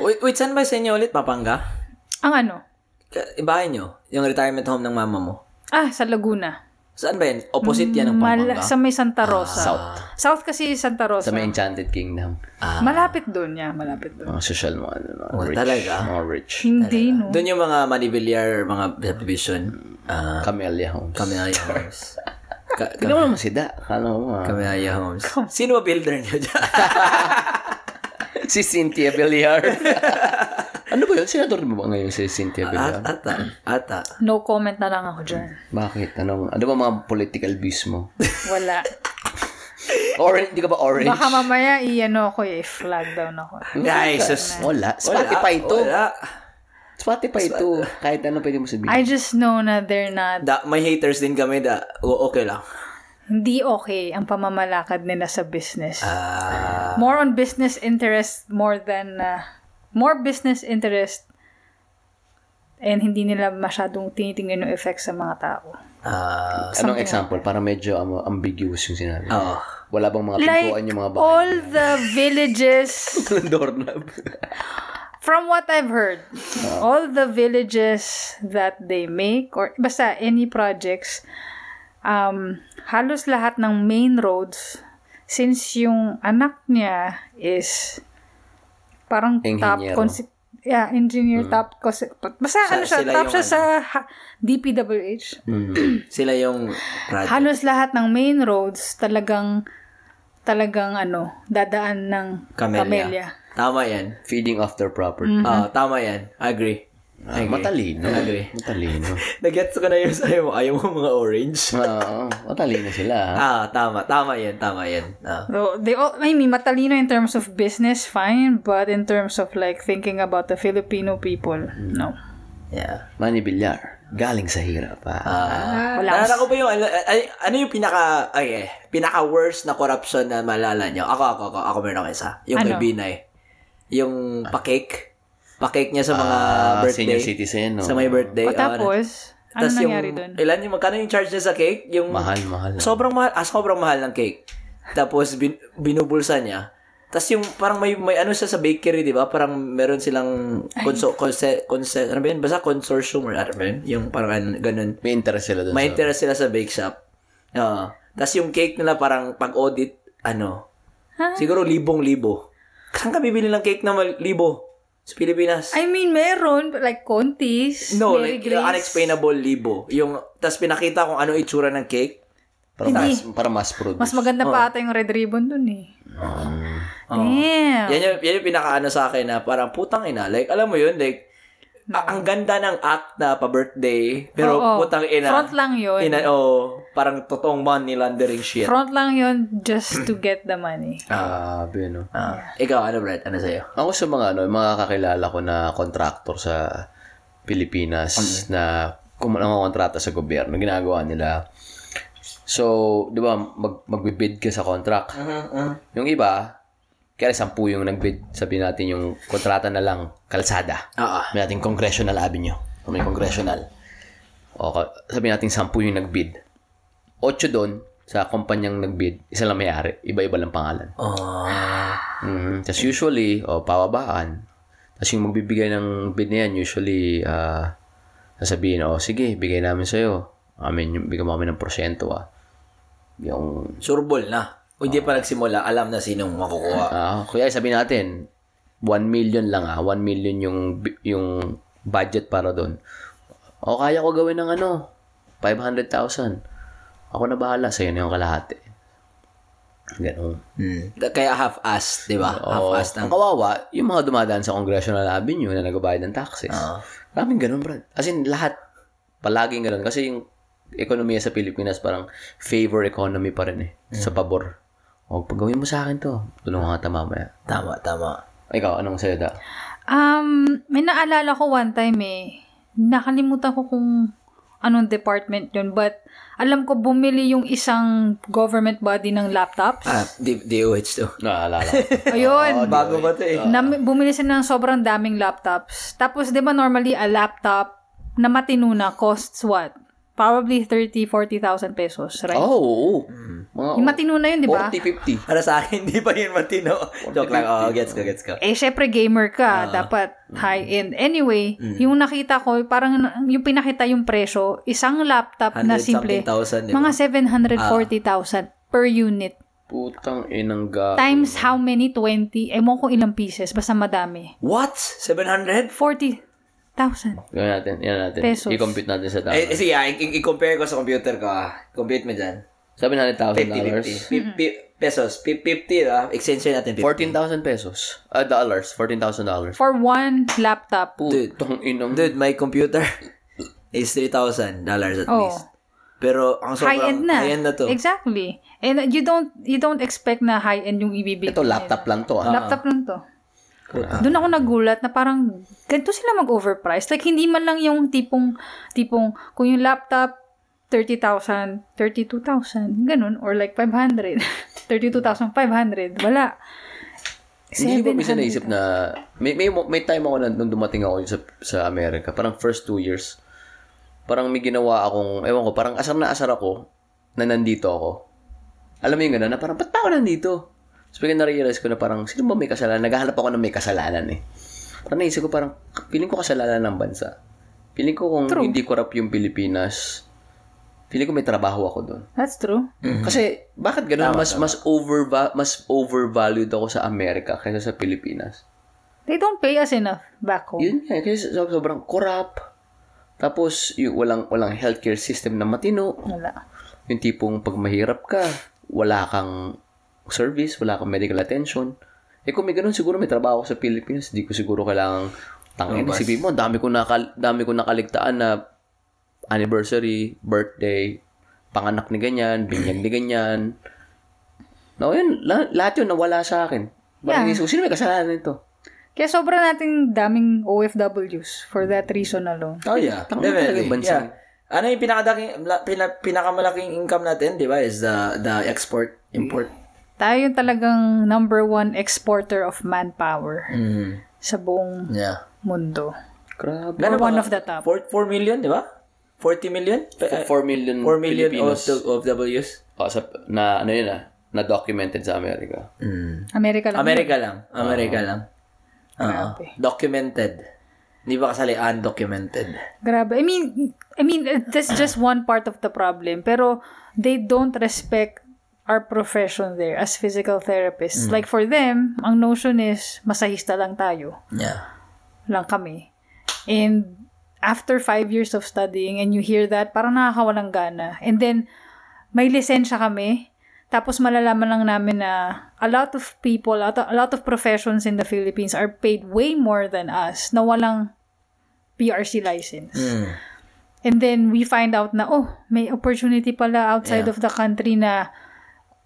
S2: Wait, wait, saan ba sa inyo ulit, Papanga?
S1: Ang ano?
S2: Ka- Bahay nyo? Yung retirement home ng mama mo?
S1: Ah, sa Laguna.
S2: Saan ba yan? Opposite yan ng Pampanga?
S1: Mal- sa may Santa Rosa.
S3: Ah, South.
S1: South kasi Santa Rosa.
S3: Sa may Ah. Enchanted Kingdom.
S1: Malapit doon, yeah, malapit doon.
S3: Mga social mo, ano, mga
S2: Oh,
S3: rich.
S2: talaga?
S3: Mga rich.
S1: Hindi, no.
S2: Doon yung mga manibilyar, mga subdivision. Ah,
S3: Camellia Homes.
S2: Camellia Homes. Ka-
S3: Hindi
S2: ka-
S3: mo naman si Da. Kala mo, ah.
S2: Camellia Homes. Sino ba builder nyo dyan?
S3: [laughs] si Cynthia
S2: [laughs]
S3: Villar. ano ba yun? Senador mo ba ngayon si Cynthia
S2: Ah,
S3: Villar?
S2: Ata. Ata.
S1: No comment na lang ako dyan.
S3: Bakit? Anong, ano ba mga political views mo? [laughs]
S1: Wala.
S3: Orange, di ka ba orange?
S1: Baka mamaya, i-ano ako, i-flag down ako.
S2: Guys, sus-
S3: Wala. Spotify ito.
S2: Wala.
S3: Spotify ito. Kahit ano pwede mo sabihin.
S1: I just know na they're not,
S2: Da, may haters din kami da. O, okay lang.
S1: hindi okay ang pamamalakad nila sa business.
S2: Ah.
S1: More on business interest more than, uh, more business interest and hindi nila masyadong tinitingnan yung effects sa mga tao.
S2: ah,
S3: Anong example? Para medyo um, ambiguous yung sinabi.
S2: Oo.
S3: Wala bang mga
S1: Like,
S3: pintuan yung mga [laughs] bahay?
S1: all the
S3: [laughs]
S1: villages
S3: Walang doorknob.
S1: From what I've heard, all the villages that they make or basta any projects, um, halos lahat ng main roads, since yung anak niya is parang
S3: Engineero.
S1: top consi- yeah, engineer top consi- basta
S2: Mm. Sa-
S1: ano siya,
S2: sila
S1: top
S2: yung
S1: siya
S2: ano.
S1: sa ha- DPWH.
S2: sila yung project.
S1: Halos lahat ng main roads talagang talagang ano, dadaan ng
S2: Camellia.
S1: camellia.
S2: Tama yan.
S3: Feeding off their property.
S2: Ah, tama yan. Agree.
S3: Ah, matalino.
S2: Agree.
S3: Matalino. Ah,
S2: Nag-gets ko na yung sayo mo. Ayaw mo mga orange.
S3: Oo, matalino sila. ha?
S2: Ah, tama. Tama yan. Tama yan. Ah.
S1: So, they all, I mean, matalino in terms of business, fine, but in terms of like thinking about the Filipino people, no.
S2: Yeah.
S3: Manny Villar, galing sa hirap. Ah.
S1: Wala.
S2: Naalala ko ba yung, ano, ay- ano yung pinaka, ay eh, pinaka worst na corruption na malala nyo? Ako, ako, ako, ako meron ako isa. Yung
S1: Ano?
S2: kay Binay. Yung pa-cake. Pa-cake niya sa mga
S3: Ah,
S2: birthday.
S3: senior citizen, oh. no?
S2: Sa may birthday.
S1: o tapos, ano
S2: Tas
S1: nangyari
S2: yung,
S1: doon?
S2: Ilan yung, magkano yung charge niya sa cake? Yung,
S3: mahal, mahal.
S2: sobrang mahal, ah, sobrang mahal ng cake. Tapos, bin, binubulsa niya. Tapos yung, parang may, may ano siya sa bakery, di ba? Parang meron silang, conso, conse, conse, ano ba yun? Basta consortium or ano ba yun? Yung parang ano- ganun.
S3: May interest sila doon.
S2: May interest sila sa bake shop. Oo. Tapos yung cake nila parang pag-audit, ano, siguro libong-libo. Saan ka bibili ng cake na mal- libo? Sa Pilipinas?
S1: I mean, meron, like, kontis,
S2: no,
S1: Mary
S2: like,
S1: Grace.
S2: unexplainable libo. Yung, tapos pinakita kung ano itsura ng cake.
S3: Para mas, para mas produce.
S1: Mas maganda
S2: oh.
S1: pa ata yung red ribbon dun eh. Damn.
S2: Yan yung, yan yung pinakaano sa akin na parang putang ina. Like, alam mo yun, like, a- ang ganda ng act na pa-birthday, pero
S1: Oo.
S2: putang ina.
S1: Oh, Front lang yun.
S2: Ina, oh, parang totoong money laundering shit.
S1: Front lang yun just to get the money.
S3: Grabe, no?
S2: Ah, ikaw, ano Brad? Ano sa'yo?
S3: Ako sa mga ano, mga kakilala ko na contractor sa Pilipinas
S2: Ano?
S3: na kung kontrata sa gobyerno, ginagawa nila. So, di ba, mag, magbibid ka sa contract.
S2: Mm-hmm,
S3: Yung iba, kaya sampu yung nagbid, sabihin natin yung kontrata na lang, kalsada.
S2: Ah, ah.
S3: Sabihin natin congressional avenue. Kung may congressional. O, ka- sabihin natin sampu yung nagbid. Ocho doon sa kumpanyang nagbid, isa lang may-ari, iba-iba lang pangalan.
S2: Oh.
S3: Mhm. Tapos usually, o, pawabaan. Tapos yung magbibigay ng bid na yan, usually, ah, sasabihin, o, sige, bigay namin sa'yo. Amin, yung- bigyan mo kami ng porsyento, ah. Yung,
S2: Surbol na. O hindi pa nagsimula, alam na sinong makukuha.
S3: ah, kuya, sabihin natin, 1 million lang, ah. 1 million yung, bi- yung budget para doon. O, kaya ko gawin ng ano, 500,000. Ako na bahala, sa'yo na yung kalahati. Ganun.
S2: Hmm. Kaya half-assed, di ba?
S3: Oo.
S2: Half-assed ang...
S3: Ang kawawa, yung mga dumadaan sa Congressional Avenue na nagbabayad ng taxes.
S2: Oo.
S3: Maraming ganun, bro. As in, lahat. Palaging ganun. Kasi yung ekonomiya sa Pilipinas parang favor economy pa rin eh. Sa pabor. O, pag gawin mo sa akin to, tulungan ka ta mamaya.
S2: Tama, tama.
S3: Ikaw, anong sa'yo da?
S1: Um, may naalala ko one time eh. Nakalimutan ko kung anong department yun. But alam ko bumili yung isang government body ng laptops.
S2: [laughs] Ah, D- DOH to.
S3: Naalala. [laughs]
S1: Ayun.
S2: Bago ba to eh?
S1: Nam- bumili siya ng sobrang daming laptops. Tapos, di ba normally, a laptop na matino na costs what? Probably 30, 40,000 pesos, right?
S3: Oh, Oo, oo. Mga
S1: Yung matino na yun, di ba?
S3: 40, 50.
S2: Para sa akin, [laughs] hindi pa yun matino. Joke lang. Oh, gets ko, gets ko.
S1: Eh, syempre, gamer ka. dapat high-end. Anyway, yung nakita ko, parang na- yung pinakita yung presyo, isang laptop na
S2: 100
S1: simple,
S2: something thousand, di ba?
S1: mga 740,000 per unit.
S3: Putang inang
S2: Ah.
S3: ga.
S1: Times how many? 20? Ewan ko ilang pieces. Basta madami.
S2: What? 700?
S1: 40,000.
S3: Gawin natin, yan natin.
S1: Pesos.
S3: I-compute natin sa tama.
S2: Eh, eh, sige, ah, i- i- i-compare ko sa computer ko. Ah. Compute mo dyan. 50, 50.
S3: 700,000
S2: Pi- pi- pesos. Pi- 50, ah. Exchange rate natin. 50.
S3: 14,000 pesos. Ah, dollars. 14,000 dollars.
S1: For one laptop.
S3: Putang inang.
S2: Dude, my computer [laughs] is $3,000 at
S1: Oh.
S2: least. Pero ang sobrang
S1: high end na.
S2: high-end na to.
S1: Exactly. And you don't you don't expect na high end yung ibibigay.
S3: Ito, laptop lang to. Ah.
S1: Laptop lang to. Doon ako nagulat na parang ganito sila mag-overprice. Like hindi man lang yung tipong tipong kung yung laptop 30,000, 32,000, ganun or like [laughs] 500, 32,500, wala.
S3: Hindi ko
S1: 700.
S3: minsan naisip na may may may time ako na nung dumating ako sa sa Amerika, parang first two years. Parang may ginawa akong, ewan ko, parang asar na asar ako na nandito ako. Alam mo yung gano'n, na parang, ba't pa ako nandito? So, bigyan na-realize ko na parang, sino ba may kasalanan? Naghahanap ako ng may kasalanan eh. Parang naisip ko parang, piling ko kasalanan ng bansa. Piling ko kung
S1: True.
S3: hindi corrupt yung Pilipinas, piling ko may trabaho ako doon.
S1: That's true.
S3: Kasi bakit gano'n mas mas over mas overvalued ako sa Amerika kaysa sa Pilipinas.
S1: They don't pay us enough back home.
S3: Yun nga, eh, kasi so- sobrang corrupt. Tapos yung walang walang healthcare system na matino.
S1: Wala.
S3: Yung tipong pag mahirap ka, wala kang service, wala kang medical attention. Eh kung may ganun, siguro may trabaho ako sa Pilipinas, hindi ko siguro kailangang tangin.
S2: Lumabas.
S3: Isipin mo, ang dami ko, nakal, dami ko nakaligtaan na anniversary, birthday, panganak ni ganyan, binyag ni ganyan. No, yun, la- lahat yun nawala sa akin. Parang
S1: Yeah.
S3: yeah. sino may kasalanan nito?
S1: Kaya sobra nating daming OFWs for that reason alone.
S2: Oh yeah,
S3: Tangin
S2: definitely.
S3: talaga yung bansa.
S2: Yeah. Ano yung pinakadaking, la- pina, pinakamalaking income natin, di ba, is the the export, import.
S1: tayo yung talagang number one exporter of manpower
S2: Mm.
S1: sa buong
S2: Yeah.
S1: mundo.
S3: Grabe.
S2: Gano'n
S1: one
S2: ba-
S1: of the top.
S2: 4, 4 million, di ba? 40 million?
S3: 4
S2: 4,
S3: Eh, million,
S2: 4 million
S3: Mm, Filipinos.
S2: of, of W's.
S3: Oh, sa, na ano yun ah, na documented sa Amerika.
S1: Mm. America lang.
S2: America lang. America lang. Oo.
S1: Grabe.
S2: Documented. Hindi ba kasali undocumented?
S1: Grabe. I mean, I mean, that's just one part of the problem. Pero they don't respect our profession there as physical therapists. Like for them, ang notion is masahista lang tayo.
S2: Yeah.
S1: lang kami. And after five years of studying and you hear that, parang nakakawalang gana. And then, may lisensya kami. Tapos malalaman lang namin na a lot of people, a lot a lot of professions in the Philippines are paid way more than us na walang PRC license.
S2: Mm.
S1: And then we find out na, oh, may opportunity pala outside
S2: Yeah.
S1: of the country na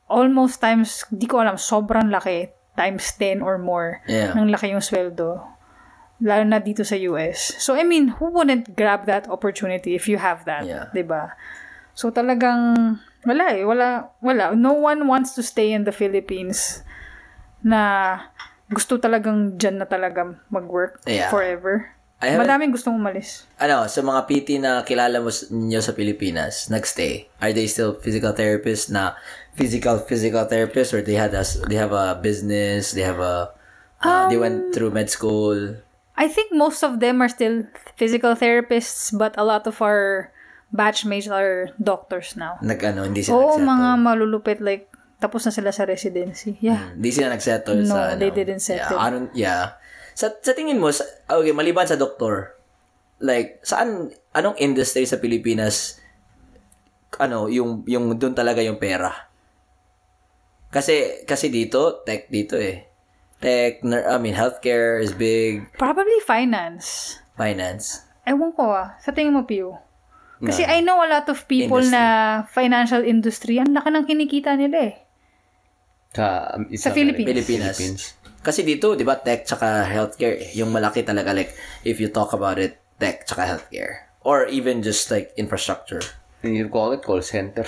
S1: almost times, di ko alam, sobrang laki, times 10 or more.
S2: Yeah.
S1: Nang laki yung sweldo. Lalo na dito sa US. So, I mean, who wouldn't grab that opportunity if you have that?
S2: Yeah.
S1: 'di ba? So, talagang, wala eh. Wala, wala. No one wants to stay in the Philippines na gusto talagang dyan na talaga mag-work
S2: Yeah.
S1: forever.
S2: I haven't-
S1: Madaming gustong umalis.
S2: Ano, sa mga PT na kilala mo s- nyo sa Pilipinas, nagstay. Are they still physical therapists na physical physical therapists or they had as they have a business, they have a uh, they
S1: Um,
S2: went through med school.
S1: I think most of them are still physical therapists, but a lot of our batchmates are doctors now.
S2: Nag ano, hindi sila
S1: Oo,
S2: nagsettle.
S1: mga malulupit, like, tapos na sila sa residency. Yeah.
S2: Hindi sila nagsettle
S1: No,
S2: sa ano.
S1: they didn't settle.
S2: Yeah, I don't- yeah. Sa, sa tingin mo, sa, okay, maliban sa doktor, like, saan, anong industry sa Pilipinas, ano, yung, yung doon talaga yung pera? Kasi, kasi dito, tech dito eh. Tech, ner- I mean, healthcare is big,
S1: Probably finance.
S2: finance.
S1: Ewan ko ah. Sa tingin mo, Pio? Kasi I know a lot of people na financial industry, ang laki ng kinikita nila eh.
S3: Ka, um,
S1: Sa Philippines.
S2: Pilipinas. Kasi dito, di ba, tech tsaka healthcare, eh, yung malaki talaga, like, if you talk about it, tech tsaka healthcare. Or even just, like, infrastructure.
S3: Hindi ko agad call center.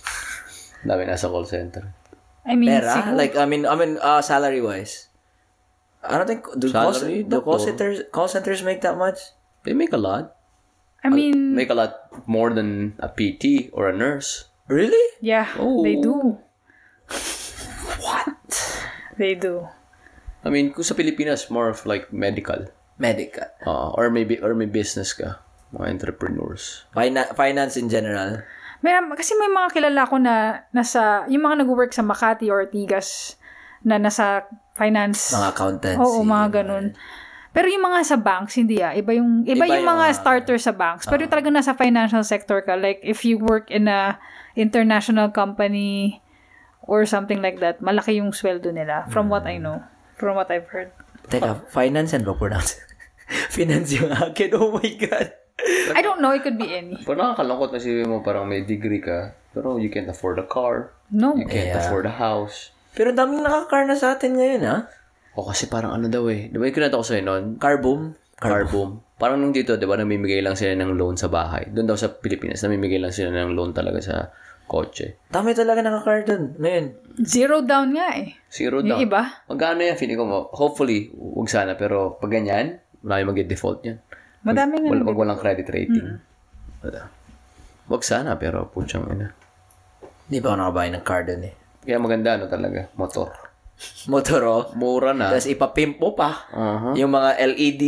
S3: [laughs] Dami nasa call center.
S1: I mean,
S2: Pera?
S1: siguro-
S2: Like, I mean, I mean, uh, salary-wise. I don't think, do, call,
S3: Salary,
S2: do call,
S3: doctor.
S2: centers, call centers make that much?
S3: They make a lot.
S1: I mean,
S3: Make a lot more than a PT or a nurse.
S2: Really?
S1: yeah, they do.
S2: Oh. What?
S1: They do.
S3: I mean, kung sa Pilipinas, more of like medical.
S2: Medical.
S3: Uh, or maybe or may business ka. Mga entrepreneurs.
S2: Fina- finance in general.
S1: Meron, kasi may mga kilala ko na nasa, yung mga nag-work sa Makati or Ortigas na nasa finance.
S2: Mga accountancy.
S1: Oo, mga ganun. Pero yung mga sa banks, hindi ah. Iba yung, iba,
S2: Iba
S1: yung,
S2: yung ah,
S1: mga
S2: mga-
S1: starter sa banks. Pero yung talaga nasa financial sector ka. Like, if you work in a international company or something like that, malaki yung sweldo nila. From what I
S2: Hmm.
S1: know. From what I've heard.
S2: Teka, finance and ba pronounce? [laughs] finance yung akin. Oh my God.
S1: I don't know. It could be any.
S3: Pero nakakalungkot na sabi mo parang may degree ka, pero you can't afford a car,
S1: No.
S3: you can't
S2: Yeah.
S3: afford a house.
S2: Pero daming nakakarna sa atin ngayon, ha?
S3: O kasi parang ano daw eh. Di ba yung kinata ko sa'yo noon?
S2: Car boom.
S3: Car boom. Parang nung dito, di ba, namimigay lang sila ng loan sa bahay. Doon daw sa Pilipinas, namimigay lang sila ng loan talaga sa kotse.
S2: Dami talaga nakakar dun. Ngayon.
S1: Zero down nga eh.
S3: Zero
S1: Yung
S3: down.
S1: iba?
S3: Magkano yan? Feeling ko, mo- hopefully, huwag sana. Pero pag ganyan, marami mag-default yan.
S1: Madami nga. Mm.
S3: Wal, wag walang credit rating. Wala. Huwag sana, pero putsang ina.
S2: Hindi pa ako nakabahay ng car dun eh.
S3: Kaya maganda, ano talaga, motor.
S2: Motoro.
S3: Mura na.
S2: oh. Tapos ipapimp mo pa.
S3: Aha. Mhm.
S2: Yung mga LED.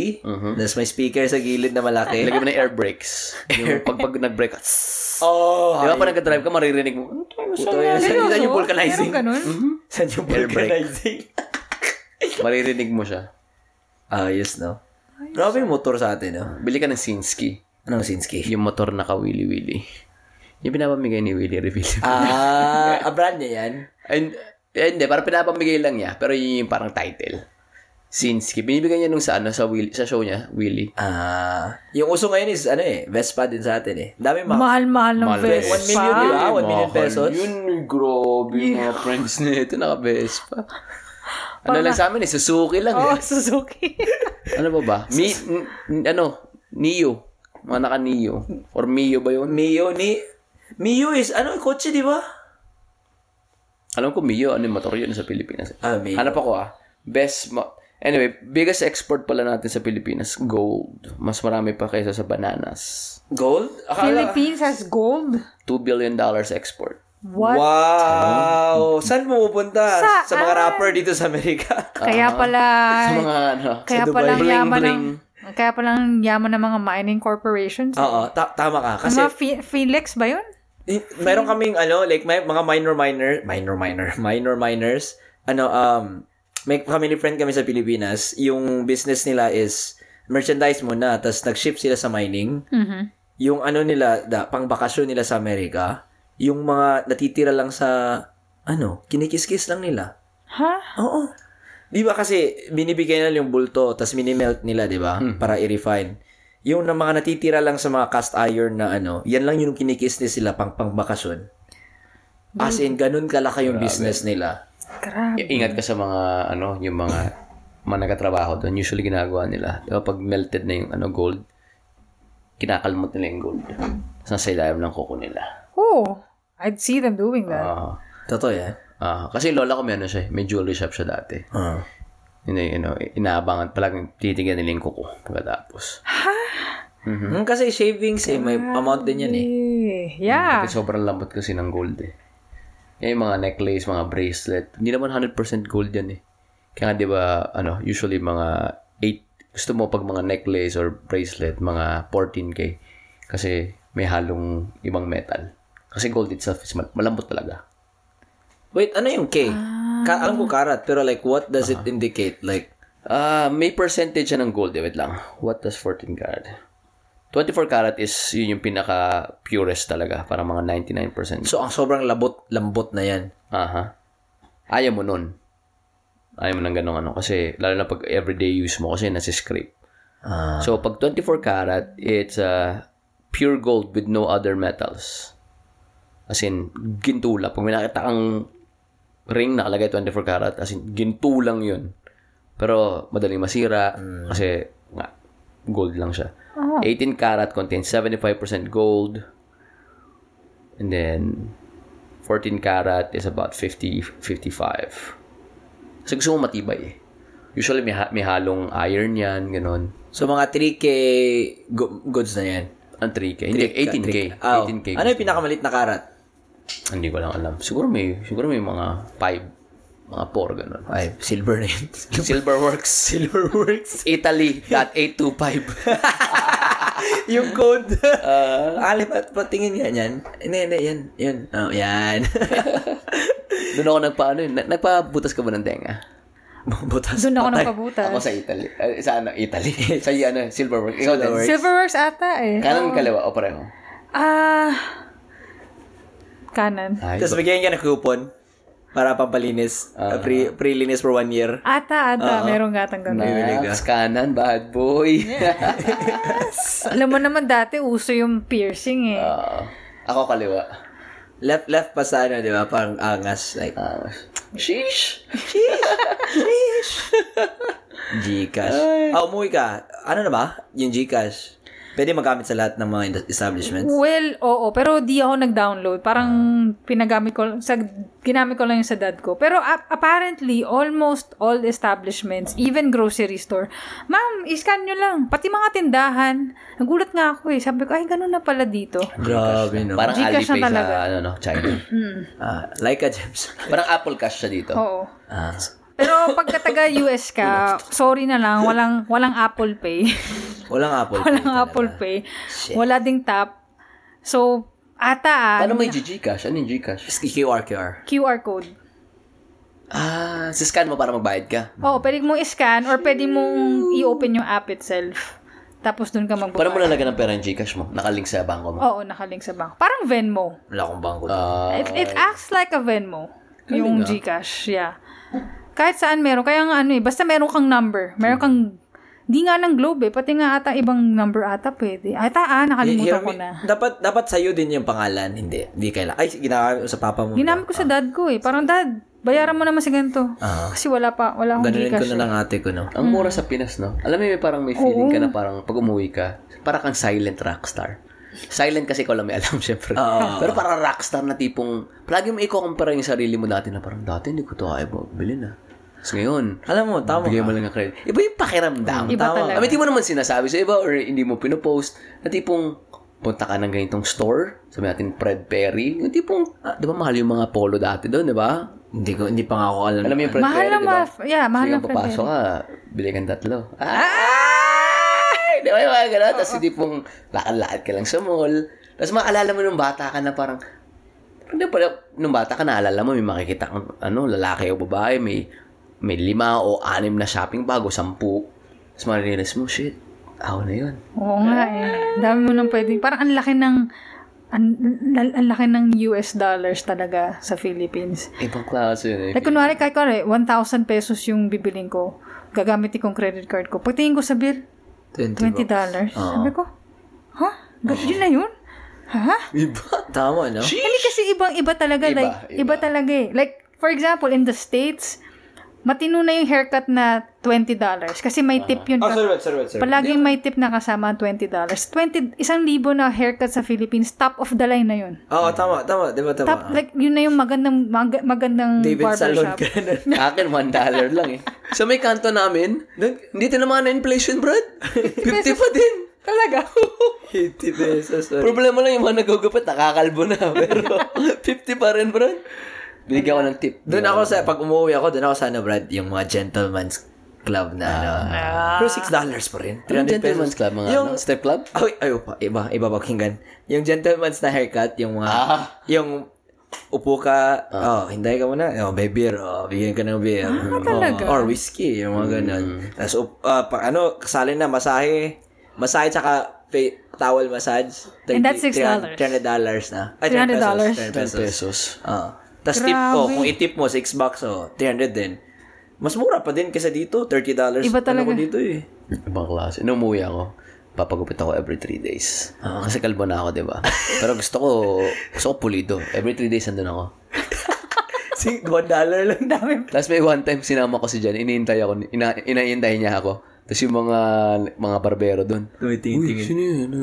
S2: Tapos may speaker sa gilid na malaki.
S3: Lagyan mo ng air brakes. Yung pag, pag nag-brake ka, tss.
S2: oh,
S3: Di ba pag nag-drive ka, maririnig mo, ano tayo
S2: Puto yan. Saan saan yung vulcanizing?
S1: Meron ganun?
S2: Saan yung
S3: Air brake.
S2: vulcanizing?
S3: Maririnig mo siya.
S2: Ah, yes, no? Grabe yung motor sa atin, no?
S3: Bili ka ng Sinski.
S2: Anong Sinski?
S3: Yung motor na ka-wili-wili. Yung pinapamigay ni Willy Revilla.
S2: [laughs] Ah, a brand niya yan?
S3: And, eh, hindi, parang pinapamigay lang niya. Pero yun yung parang title. Sinski. Binibigay niya nung sa, ano, sa, Willy, sa show niya, Willy.
S2: Ah, yung uso ngayon is, ano eh, Vespa din sa atin eh. Dami mga...
S1: Mahal-mahal ng
S3: Mahal.
S1: Vespa.
S2: One million, di ba? One million
S3: Mahal
S2: pesos?
S3: Ah, Yun, grabe yung mga friends nito. Naka-Vespa. Ano lang sa amin eh, Suzuki lang eh.
S1: Oh,
S3: [laughs]
S1: Suzuki.
S3: Ano ba ba? Mi, n- n- ano? Neo. Mga naka-Neo. Or Mio ba yun?
S2: Mio ni... Mio is, ano, kotse, di ba?
S3: Alam ko Mio, ano yung motor yun sa Pilipinas.
S2: Ah, Mio.
S3: Hanap ako ah. Best, mo- anyway, biggest export pala natin sa Pilipinas, gold. Mas marami pa kaysa sa bananas.
S2: Gold? Akala...
S1: Philippines has gold?
S3: 2 billion dollars export.
S1: What?
S2: Wow! Saan mo pupunta?
S1: Saan?
S2: Sa mga rapper dito sa Amerika. [laughs]
S1: Kaya pala,
S3: Uh-huh. Sa mga ano,
S1: kaya
S2: Dubai.
S1: pala
S3: Bling,
S1: yaman
S3: bling. Ah,
S1: ng kaya pala ang yaman ng mga mining corporations.
S2: Oo, ta- tama ka. Kasi
S1: mga Fe- Felix ba yun?
S2: Eh, Meron kaming ano, like may mga minor minor, minor minor, [laughs] minor minors. Ano um may family friend kami sa Pilipinas, yung business nila is merchandise muna tapos nag-ship sila sa mining. Yung ano nila, da, pang bakasyon nila sa Amerika, yung mga natitira lang sa, ano, kinikis-kis lang nila.
S1: Ha?
S2: Oo. Di ba kasi binibigay na yung bulto tapos minimelt nila, di ba? Para i-refine. Yung na mga natitira lang sa mga cast iron na ano, yan lang yung kinikis ni sila pang pangbakasyon. As in, ganun kalaki yung business nila.
S1: Grabe.
S3: I- Ingat ka sa mga, ano, yung mga mga nagkatrabaho doon. Usually ginagawa nila. Diba, pag melted na yung ano, gold, kinakalmot nila yung gold. Tapos nasa ilalim ng kuko nila.
S1: Oh, I'd see them doing that.
S3: Ah.
S2: Totoo yan?
S3: Ah, kasi lola ko may ano siya, eh, may jewelry shop siya dati.
S2: Oo.
S3: Yun, na, you know, inaabangan palaging titigyan nila yung kuko pagkatapos.
S2: Mm, Kasi shavings eh, may amount din yan eh.
S3: Ah.
S1: Eh, yeah.
S3: Kasi sobrang lambot kasi ng gold eh. Yan yung mga necklace, mga bracelet. Hindi naman 100% gold yan eh. Kaya nga di ba, ano, usually mga 8, gusto mo pag mga necklace or bracelet, mga 14K. Kasi may halong ibang metal. Kasi gold itself is mal- malambot talaga.
S2: Wait, ano yung K? Ka- alam ko karat, pero like what does it indicate? Like,
S3: Ah, may percentage siya ng gold. Eh. Wait lang. What does 14 karat? 24 karat is yun yung pinaka purest talaga. Parang mga 99%.
S2: so ang sobrang labot, lambot na yan.
S3: Aha. Ayaw mo nun. Ayaw mo ng ganong ano. Kasi lalo na pag everyday use mo kasi nasi-scrape.
S2: Ah.
S3: So pag 24 karat, it's uh, pure gold with no other metals. As in, gintula. Pag may nakita kang ring nakalagay 24 karat, as in, ginto lang yun. Pero madaling masira kasi nga, gold lang siya. 18 karat contains 75% gold. And then, 14 karat is about 50, 55. Kasi gusto mo matibay eh. Usually may, ha- may halong iron yan, ganun.
S2: So mga 3K go- goods na yan.
S3: Ang 3K. Hindi, 18K.
S2: 3K.
S3: 18K.
S2: Ano yung pinakamalit na karat?
S3: Hindi ko lang alam. Siguro may, siguro may mga 5, mga 4, ganun.
S2: Ay, silver na yun. [laughs]
S3: Silverworks. Silverworks. Italy.825.
S2: [laughs] yung
S3: [laughs]
S2: code.
S3: Uh,
S2: Ali, ba't patingin yan yan? Hindi, hindi, yan. Yun. Oh, yan. [laughs]
S3: Doon ako nagpaano yun. Na- Nagpabutas ka ba ng tenga?
S2: Butas.
S1: Doon ako
S2: patay.
S1: nagpabutas.
S3: Ako sa Italy. Eh, sa ano? Italy. [laughs] sa y- ano? Silverworks. Ikaw din.
S1: Silverworks ata eh.
S3: Kanan kaliwa o pareho?
S1: Ah, kanan.
S3: Ay,
S2: [laughs] Tapos bigyan ka ng coupon para pampalinis. Uh, free, free linis for one year.
S3: Ah.
S1: Ata, ata, meron gatang ganun.
S3: Max, kanan, bad boy. [laughs]
S1: Alam mo naman dati, uso yung piercing eh.
S3: Ah, ako kaliwa.
S2: Left, left pa sa ano, di ba? Parang angas. Like,
S3: Ah, sheesh.
S2: Gcash. Ah, umuwi ka. Ano na ba? Yung Gcash. Pwede magamit sa lahat ng mga ind- establishments.
S1: Well, oo, pero di ako nag-download. Parang pinagamit ko, sa, ginamit ko lang yung sa dad ko. Pero a- apparently, almost all establishments, even grocery store, ma'am, iskan nyo lang. Pati mga tindahan. Nagulat nga ako eh. Sabi ko, ay, ganun na pala dito.
S2: Grabe, no?
S3: Parang
S1: Gcash
S3: Alipay
S1: na talaga.
S3: sa ano, no, China.
S2: Ah, like a gems.
S3: Parang Apple Cash siya dito.
S1: Oo.
S2: Ah.
S1: Pero pagka taga US ka, sorry na lang, walang walang Apple Pay. [laughs]
S2: Walang Apple.
S1: walang
S2: Pay talaga.
S1: Apple Pay. Wala ding tap. So, ata, ah,
S3: Paano may Gcash? Ano yung Gcash?
S2: QR, QR.
S1: QR code.
S3: Ah, siscan mo para magbayad ka.
S1: Oo, pwede mong scan or pwede mong i-open yung app itself. Tapos doon ka
S3: Paano
S1: magbabayad.
S3: mo lalagyan ng pera yung Gcash mo? Nakalink sa bangko mo.
S1: Oo, nakalink sa bank. Parang Venmo.
S2: Wala akong bangko.
S3: Ah,
S1: It, it acts like a Venmo. Yung Gcash, yeah. Kahit saan meron. Kaya nga ano eh, basta meron kang number. Meron kang, di nga ng Globe eh, pati nga ata ibang number ata pwede. Ata ah, nakalimutan
S3: eh.
S1: ko na.
S2: Dapat, dapat sa'yo din yung pangalan. Hindi, hindi kailangan. Ay, ginagamit ko sa papa mo.
S1: Ginamit ko sa
S3: ah.
S1: dad ko eh. Parang dad, bayaran mo naman si ganito.
S2: Ah.
S1: Kasi wala pa, wala akong
S2: Ganunin ko
S1: Gcash. eh.
S2: na lang ate ko, no?
S3: ang mura sa Pinas, no? Alam mo, may parang may feeling ka na parang pag umuwi ka, para kang silent rockstar. Silent kasi ko lang may [laughs] alam, syempre.
S2: Oo.
S3: Pero parang rockstar na tipong, palagi mo i-compare yung sarili mo dati na parang, dati hindi ko to kaya bumili na. Tapos ngayon,
S2: Alam mo, tama
S3: bigyan mo
S2: ka.
S3: lang ng credit. Iba yung pakiramdam.
S1: Iba
S3: Tama.
S1: talaga.
S3: I mean, hindi mo naman sinasabi sa iba or hindi mo pinopost na tipong punta ka ng ganitong store, sabi natin Fred Perry, yung tipong, ah, di ba mahal yung mga polo dati doon, di ba?
S2: Hindi ko, hindi pa nga ako alam.
S3: Alam mo yung Fred
S1: Mahal
S3: Perry,
S1: na
S3: di ba?
S1: mahal. Yeah, mahal
S3: Sige,
S1: na eh. Fred
S3: papasok
S1: Perry.
S3: ka, bili kang tatlo. Ay! Di ba yung mga gano'n? Tapos hindi pong lakad-lakad ka lang sa mall. Tapos maalala mo nung bata ka na parang, hindi pala, nung bata ka naalala mo, may makikita kang ano, lalaki o babae, may, may lima o anim na shopping bag o sampu. Tapos marirealize mo, shit, ako na yun.
S1: Oo nga eh. Dami mo nang pwede. Parang ang laki ng ang, ang ang laki ng US dollars talaga sa Philippines.
S3: Ibang klase yun eh.
S1: Like, kunwari, kahit kunwari, 1,000 pesos yung bibiling ko. Gagamit kong credit card ko. Pagtingin ko sa bill,
S2: 20
S1: 20
S2: bucks.
S1: dollars. Sabi ko, ha? Huh? Yun na yun? Ha?
S3: Iba.
S2: Tama, no?
S1: Hindi kasi ibang-iba talaga.
S3: Iba,
S1: like,
S3: iba.
S1: iba. talaga eh. Like, for example, in the States, matino na yung haircut na $20. Kasi may tip yun.
S2: Ah,
S1: ka-
S2: sorry, wait, sorry, wait, sorry.
S1: Palaging may tip na kasama ang $20. 20, isang libo na haircut sa Philippines, top of the line na yun.
S2: Oo, tama, tama. Diba, tama?
S1: Top, like, yun na yung magandang, mag- magandang
S2: David Salon
S1: barbershop.
S2: ka na.
S3: [laughs] Akin, one dollar lang eh. Sa may kanto namin, hindi tinamaan na inflation,
S1: [laughs]
S3: Brad. 50 pa din.
S1: [laughs] Talaga?
S2: [laughs] 80 pesos. sorry.
S3: Problema lang yung mga nagugupit, nakakalbo na. [laughs] Pero 50 pa rin, Brad. Binigyan ko ng tip.
S2: Doon ako sa, pag umuwi ako, doon ako sa ano, Brad, yung mga gentleman's club na ano. Pero 6 dollars pa rin.
S3: Yung
S2: 300
S3: Ah. gentleman's
S2: pesos.
S3: club, mga
S2: Yung,
S3: ano, step club?
S2: ay, ayo pa, iba, iba pakinggan. Yung gentleman's na haircut, yung mga,
S3: Ah.
S2: yung upo ka, oh, hinday ka muna, oh, may beer, oh, bigyan ka ng beer. Oh,
S1: talaga?
S2: or whiskey, yung mga ganun. Tapos, up- ah, pa, ano, kasali na, masahe, masahe tsaka fa- towel massage.
S1: And that's $6.
S2: 300 dollars na. Ay,
S1: 300 dollars.
S2: 10
S3: 10
S2: pesos.
S3: pesos.
S2: Ah. Tapos tip ko,
S1: Grabe.
S2: kung itip mo, 6 bucks, oh, 300 din. Mas mura pa din kaysa dito, 30 dollars.
S1: Iba talaga.
S2: Ano ko dito eh.
S3: Ibang klase. Nung umuwi ako, papagupit ako every 3 days. Ah, kasi kalbo na ako, di ba? Pero gusto ko, gusto ko pulido. Every 3 days nandun ako.
S2: Sing, 1 dollar lang na.
S1: Dami.
S3: Tapos may one time sinama ko si Jan, iniintay ako, ina, inaintay niya ako. Tapos yung mga, mga barbero doon. Uy,
S2: Tumitingin.
S3: sino yun? Ano,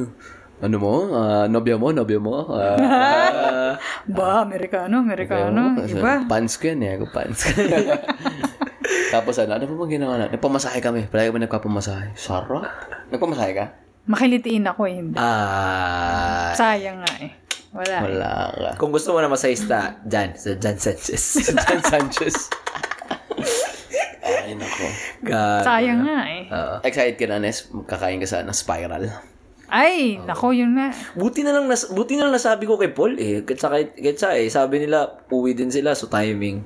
S3: ano mo? Ah, nobya mo? Nobya mo? Ah,
S1: Ba, Amerikano, Amerikano. Ano?
S3: Kasi
S1: Iba.
S3: Pants ko yan eh. Ako pants [laughs] ko. Tapos ano, ano pa bang ginawa na? Nagpamasahe kami. Palagi kami nagpapamasahe. Sarap. Nagpamasahe ka?
S1: Makilitiin ako eh. Hindi.
S2: Ah.
S1: Sayang nga eh. Wala.
S3: Wala ka. [laughs]
S2: Kung gusto mo na masayista, Jan, sa Jan Sanchez.
S3: Jan Sanchez. Ay, nako.
S2: Ka-
S1: Sayang nga eh.
S3: Ah, Excited ka na, Nes. Kakain ka sana spiral.
S2: Oh.
S1: Ay, nako yun na.
S2: buti na lang nas- buti na lang nasabi ko kay Paul eh. Ketsa kahit ketsa eh. Sabi nila uwi din sila so timing.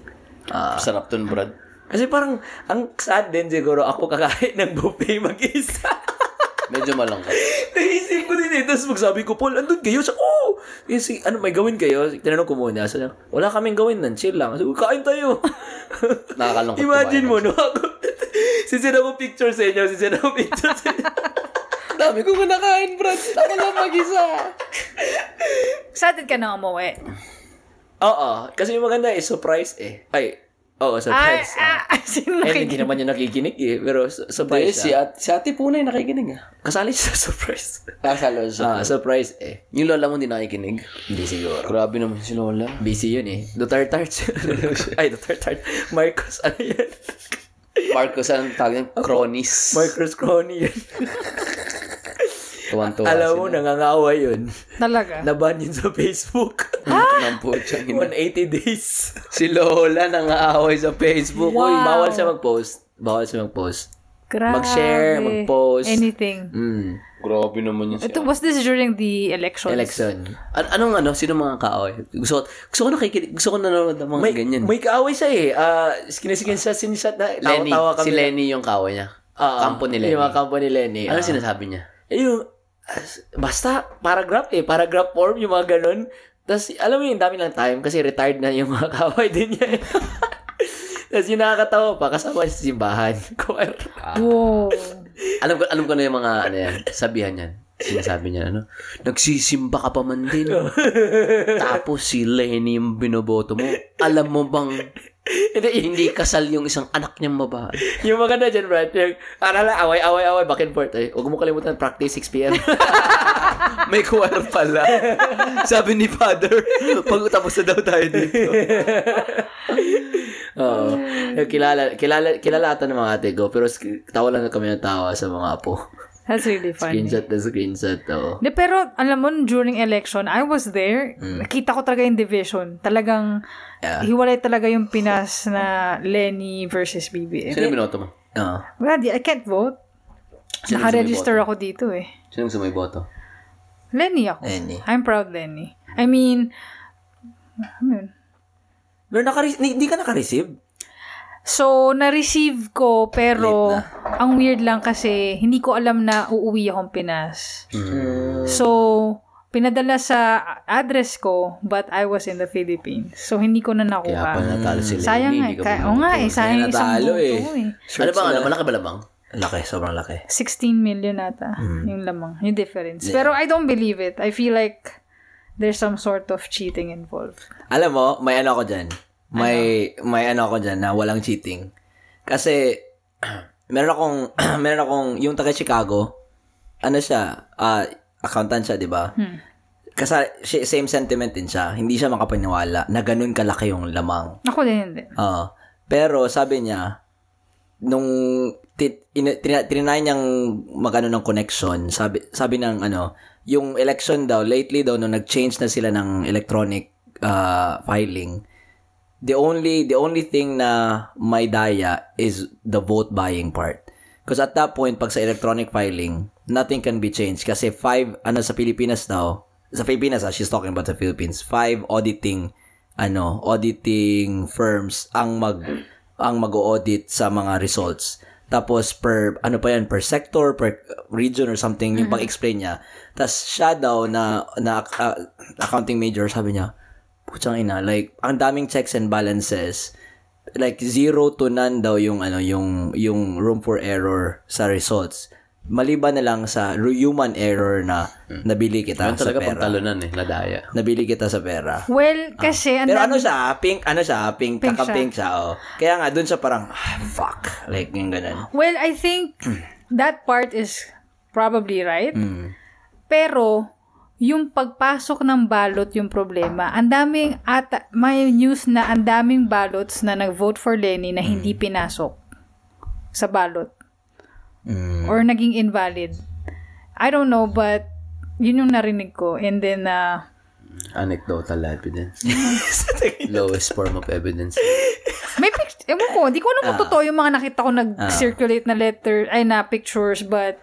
S2: Ah.
S3: Sarap dun, Brad.
S2: kasi parang ang sad din siguro ako kakain ng buffet mag-isa. [laughs]
S3: Medyo malangkat.
S2: Naisip ko din eh. Tapos magsabi ko, Paul, andun kayo? Sa, oh! Yung si, ano, may gawin kayo? Tinanong ko muna. So, wala kaming gawin nun. Chill lang. So, kain tayo.
S3: Nakakalungkot
S2: Imagine
S3: kumain.
S2: mo, no? [laughs] Ako, sisira ko picture sa inyo. Sisira ko picture sa inyo.
S3: Dami kong nakain, Brad. Ako lang mag-isa.
S1: Excited ka na umuwi.
S2: Oo. Kasi yung maganda is surprise eh. Ay, oo,
S1: Ay,
S2: surprise.
S1: ah, [laughs] as in,
S2: Ay,
S1: like,
S2: hindi naman yung nakikinig eh. Pero su-
S3: Dahil
S2: surprise
S3: si,
S2: siya.
S3: at, si ate punay nakikinig ah.
S2: Kasali siya sa [laughs] surprise.
S3: Nakasalo
S2: Ah,
S3: siya.
S2: surprise eh.
S3: Yung lola mo hindi nakikinig.
S2: Hindi siguro.
S3: Grabe naman si lola.
S2: Busy yun eh. Duterte. [laughs] Ay, Duterte. Marcos, ano yan?
S3: Marcos, ang tawag niya? Cronis.
S2: Marcos Crony yun.
S3: Tuwan-tuwa
S2: Alam mo, nangangawa yun.
S1: talaga.
S2: Naban yun sa Facebook.
S3: Ang
S2: [laughs]
S3: putya.
S2: 180 days.
S3: Si Lola nangaaway sa Facebook.
S2: Uy,
S1: Wow.
S2: bawal siya mag-post. Bawal siya mag-post.
S1: Grabe.
S2: mag-share, mag-post.
S1: Anything.
S2: Mm.
S3: Grabe naman yun
S1: Ito, was this during the elections?
S2: Election.
S3: An- anong ano? Sino mga kaaway? Gusto ko, gusto ko nakikinig. Gusto ko nanonood ng mga
S2: May,
S3: ganyan.
S2: may kaaway siya eh. Uh, kinisikin siya, sinisat na.
S3: Lenny.
S2: Tawa-tawa kami.
S3: Si Lenny yung kaaway niya.
S2: Oo.
S3: Kampo ni Lenny.
S2: Yung mga kampo ni Lenny.
S3: Ano
S2: oo.
S3: sinasabi niya?
S2: Eh, yung, as- basta, paragraph eh. Paragraph form, yung mga ganun. Tapos, alam mo yung dami lang time kasi retired na yung mga [laughs] kaaway din niya. eh. Tapos yung nakakatawa pa, kasama sa simbahan. [laughs] ano.
S1: Wow.
S3: Alam ko, alam ko na yung mga ano yan, sabihan yan. Sinasabi niya, ano? Nagsisimba ka pa man [laughs] din. Tapos si Lenny yung binoboto mo. Alam mo bang hindi kasal yung isang anak niyang babae?
S2: yung mga na dyan, Brad, yung, arala, away, away, away, back and forth. Eh, huwag mo kalimutan, practice 6pm.
S3: May kuwar pala. Sabi ni
S2: [laughs]
S3: Father, pag tapos na daw tayo dito.
S2: Oo. Yung kilala, kilala, kilala ata ng mga ate ko, pero sk- tawa lang kami ng tawa sa mga apo.
S1: That's really funny.
S2: Screenshot na screenshot, oo.
S1: De, pero alam mo, during election, I was there.
S2: Mm.
S1: Nakita ko talaga yung division. Talagang hiwalay talaga yung Pinas na Lenny versus BBM.
S3: Sino binoto mo?
S2: Oo.
S1: Brad, I can't vote.
S3: Sino
S1: Nakaregister ako dito eh.
S3: Sino gusto mo iboto?
S1: Lenny ako.
S2: Lenny.
S1: I'm proud Lenny. I mean, ano yun?
S2: Pero nakare- ni- hindi ka nakareceive?
S1: So, na-receive ko, pero
S2: Late
S1: ang
S2: Mm.
S1: weird lang kasi hindi ko alam na uuwi akong Pinas. So, pinadala sa address ko, but I was in the Philippines. So, hindi ko na nakuha.
S3: Kaya pala natalo sila.
S1: sayang nga.
S3: Hindi ka
S1: Kaya,
S3: bumili.
S1: o nga eh, sayang
S2: Kaya
S1: isang
S2: natalo
S1: buto
S2: eh.
S1: eh.
S3: Ano ba? Ano? Malaki ba lamang?
S2: Laki, sobrang laki.
S1: 16 million ata
S2: Mm.
S1: yung lamang, yung difference. Pero I don't believe it. I feel like there's some sort of cheating involved.
S2: Alam mo, may ano ako dyan. May, may ano ako dyan na walang cheating. Kasi, [clears throat] meron akong, [clears throat] meron akong, yung taga Chicago, ano siya, ah, accountant siya, di ba?
S1: Hmm.
S2: Kasi same sentiment din siya. Hindi siya makapaniwala na ganun kalaki yung lamang.
S1: Ako din hindi.
S2: Oo. pero sabi niya, nung ti- in- tina- trinay niyang magano ng connection, sabi sabi ng ano, yung election daw lately daw nung nag-change na sila ng electronic uh, filing, the only the only thing na may daya is the vote buying part. Because at that point, pag sa electronic filing, nothing can be changed. Kasi five, ano, sa Pilipinas daw, sa Pilipinas, ah, she's talking about the Philippines, five auditing, ano, auditing firms ang mag, ang mag-audit sa mga results. Tapos per, ano pa yan, per sector, per region or something, yung pag-explain niya. Tapos siya daw na, na ah, accounting major, sabi niya, putang ina, like, ang daming checks and balances, like, zero to none daw yung, ano, yung, yung room for error sa results. Maliban na lang sa ru- human error na nabili kita
S3: Ano
S2: sa
S3: talaga
S2: pera.
S3: pagtalunan eh, nadaya.
S2: Nabili kita sa pera.
S1: Well, kasi ang
S2: Pero ano
S1: dami-
S2: siya, pink, ano siya, pink,
S1: Pink
S2: kaka-pink siya, oh. Kaya nga, dun siya parang, ah, fuck. Like, yung ganun.
S1: Well, I think [clears throat] that part is probably right.
S2: Hmm.
S1: Pero, yung pagpasok ng balot yung problema. Ang daming, at may news na ang daming ballots na nag-vote for Lenny na hindi pinasok sa balot.
S2: Hmm.
S1: [laughs] Or naging invalid. I don't know, but yun yung narinig ko. And then, uh,
S3: Anecdotal [laughs] evidence. Lowest form of evidence.
S1: May picture. Ewan ko. Hindi ko alam kung totoo yung mga nakita ko nag-circulate na letter, ay na pictures, but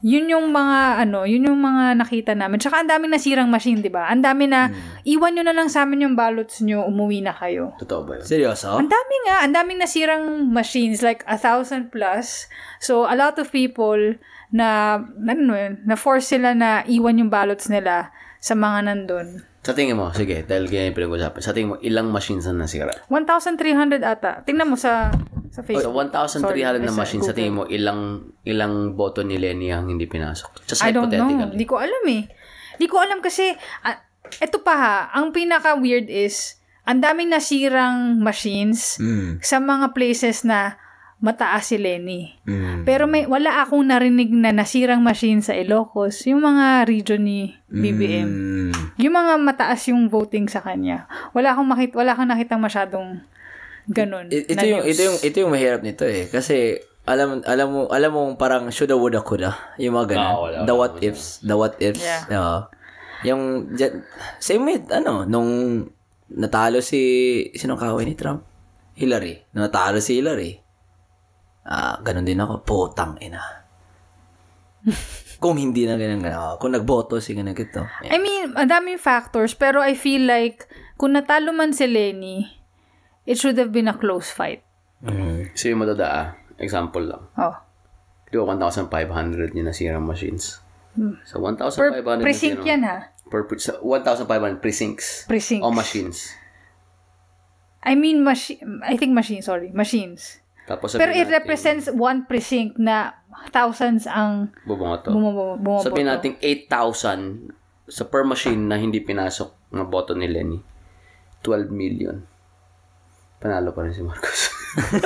S1: yun yung mga ano, yun yung mga nakita namin. Tsaka ang daming nasirang machine, 'di ba? Ang dami na iwan nyo na lang sa amin yung ballots nyo, umuwi na kayo.
S3: Totoo ba yun?
S2: Seryoso?
S1: Ang dami nga, ang daming nasirang machines, like a thousand plus. So, a lot of people na, ano yun, na force sila na iwan yung ballots nila sa mga nandun.
S3: Sa tingin mo, sige, dahil ganyan yung pinag-usapan, sa tingin mo, ilang machines na nasira?
S1: 1,300 ata. Tingnan mo sa, sa
S3: Sa
S1: Facebook.
S3: 1,300 na
S1: Sorry,
S3: machines,
S1: Google.
S3: sa tingin mo, ilang ilang boto ni Lenny ang hindi pinasok? Just
S1: I don't know.
S3: hypothetically.
S1: Hindi ko alam eh. Hindi ko alam kasi, ah, eto pa ha, ang pinaka-weird is, ang daming nasirang machines
S2: Mm.
S1: sa mga places na mataas si Lenny.
S2: Mm.
S1: Pero may wala akong narinig na nasirang machine sa Ilocos, yung mga region ni BBM.
S2: Mm.
S1: Yung mga mataas yung voting sa kanya. Wala akong makita, wala akong nakitang masyadong ganun.
S2: I- ito
S1: na
S2: yung
S1: news.
S2: ito yung ito yung mahirap nito eh kasi alam alam mo alam mo parang shoulda woulda coulda yung mga ganun
S3: Ah, wala,
S2: the
S3: wala,
S2: what ifs the what ifs
S1: Yeah.
S2: Oo. yung jet- same with ano nung natalo si sinong kaway ni Trump Hillary nung natalo si Hillary ah ganun din ako putang [laughs] ina kung hindi na ganun ganun ako, kung nagboto si ganun kito
S1: I mean, ang daming factors, pero I feel like, kung natalo man si Lenny, it should have been a close fight.
S3: So yung madadaa, example lang,
S1: Oh.
S3: di ba 1,500 yung nasirang machines? So
S1: Hmm.
S3: 1,500
S1: Per
S3: na
S1: precinct
S3: sira-
S1: yan ha.
S3: Per, pre- sa 1,500 precincts.
S1: Precinct.
S3: O machines.
S1: I mean, machi- I think machine, sorry. Machines.
S3: Tapos
S1: Pero
S3: sabihin
S1: it
S3: natin,
S1: represents one precinct na thousands ang
S3: Bumoto.
S1: bumubo- bumoboto.
S3: Sabihin natin 8,000 sa per machine na hindi pinasok na boto ni Lenny. 12 million. Panalo pa rin si Marcos. [laughs]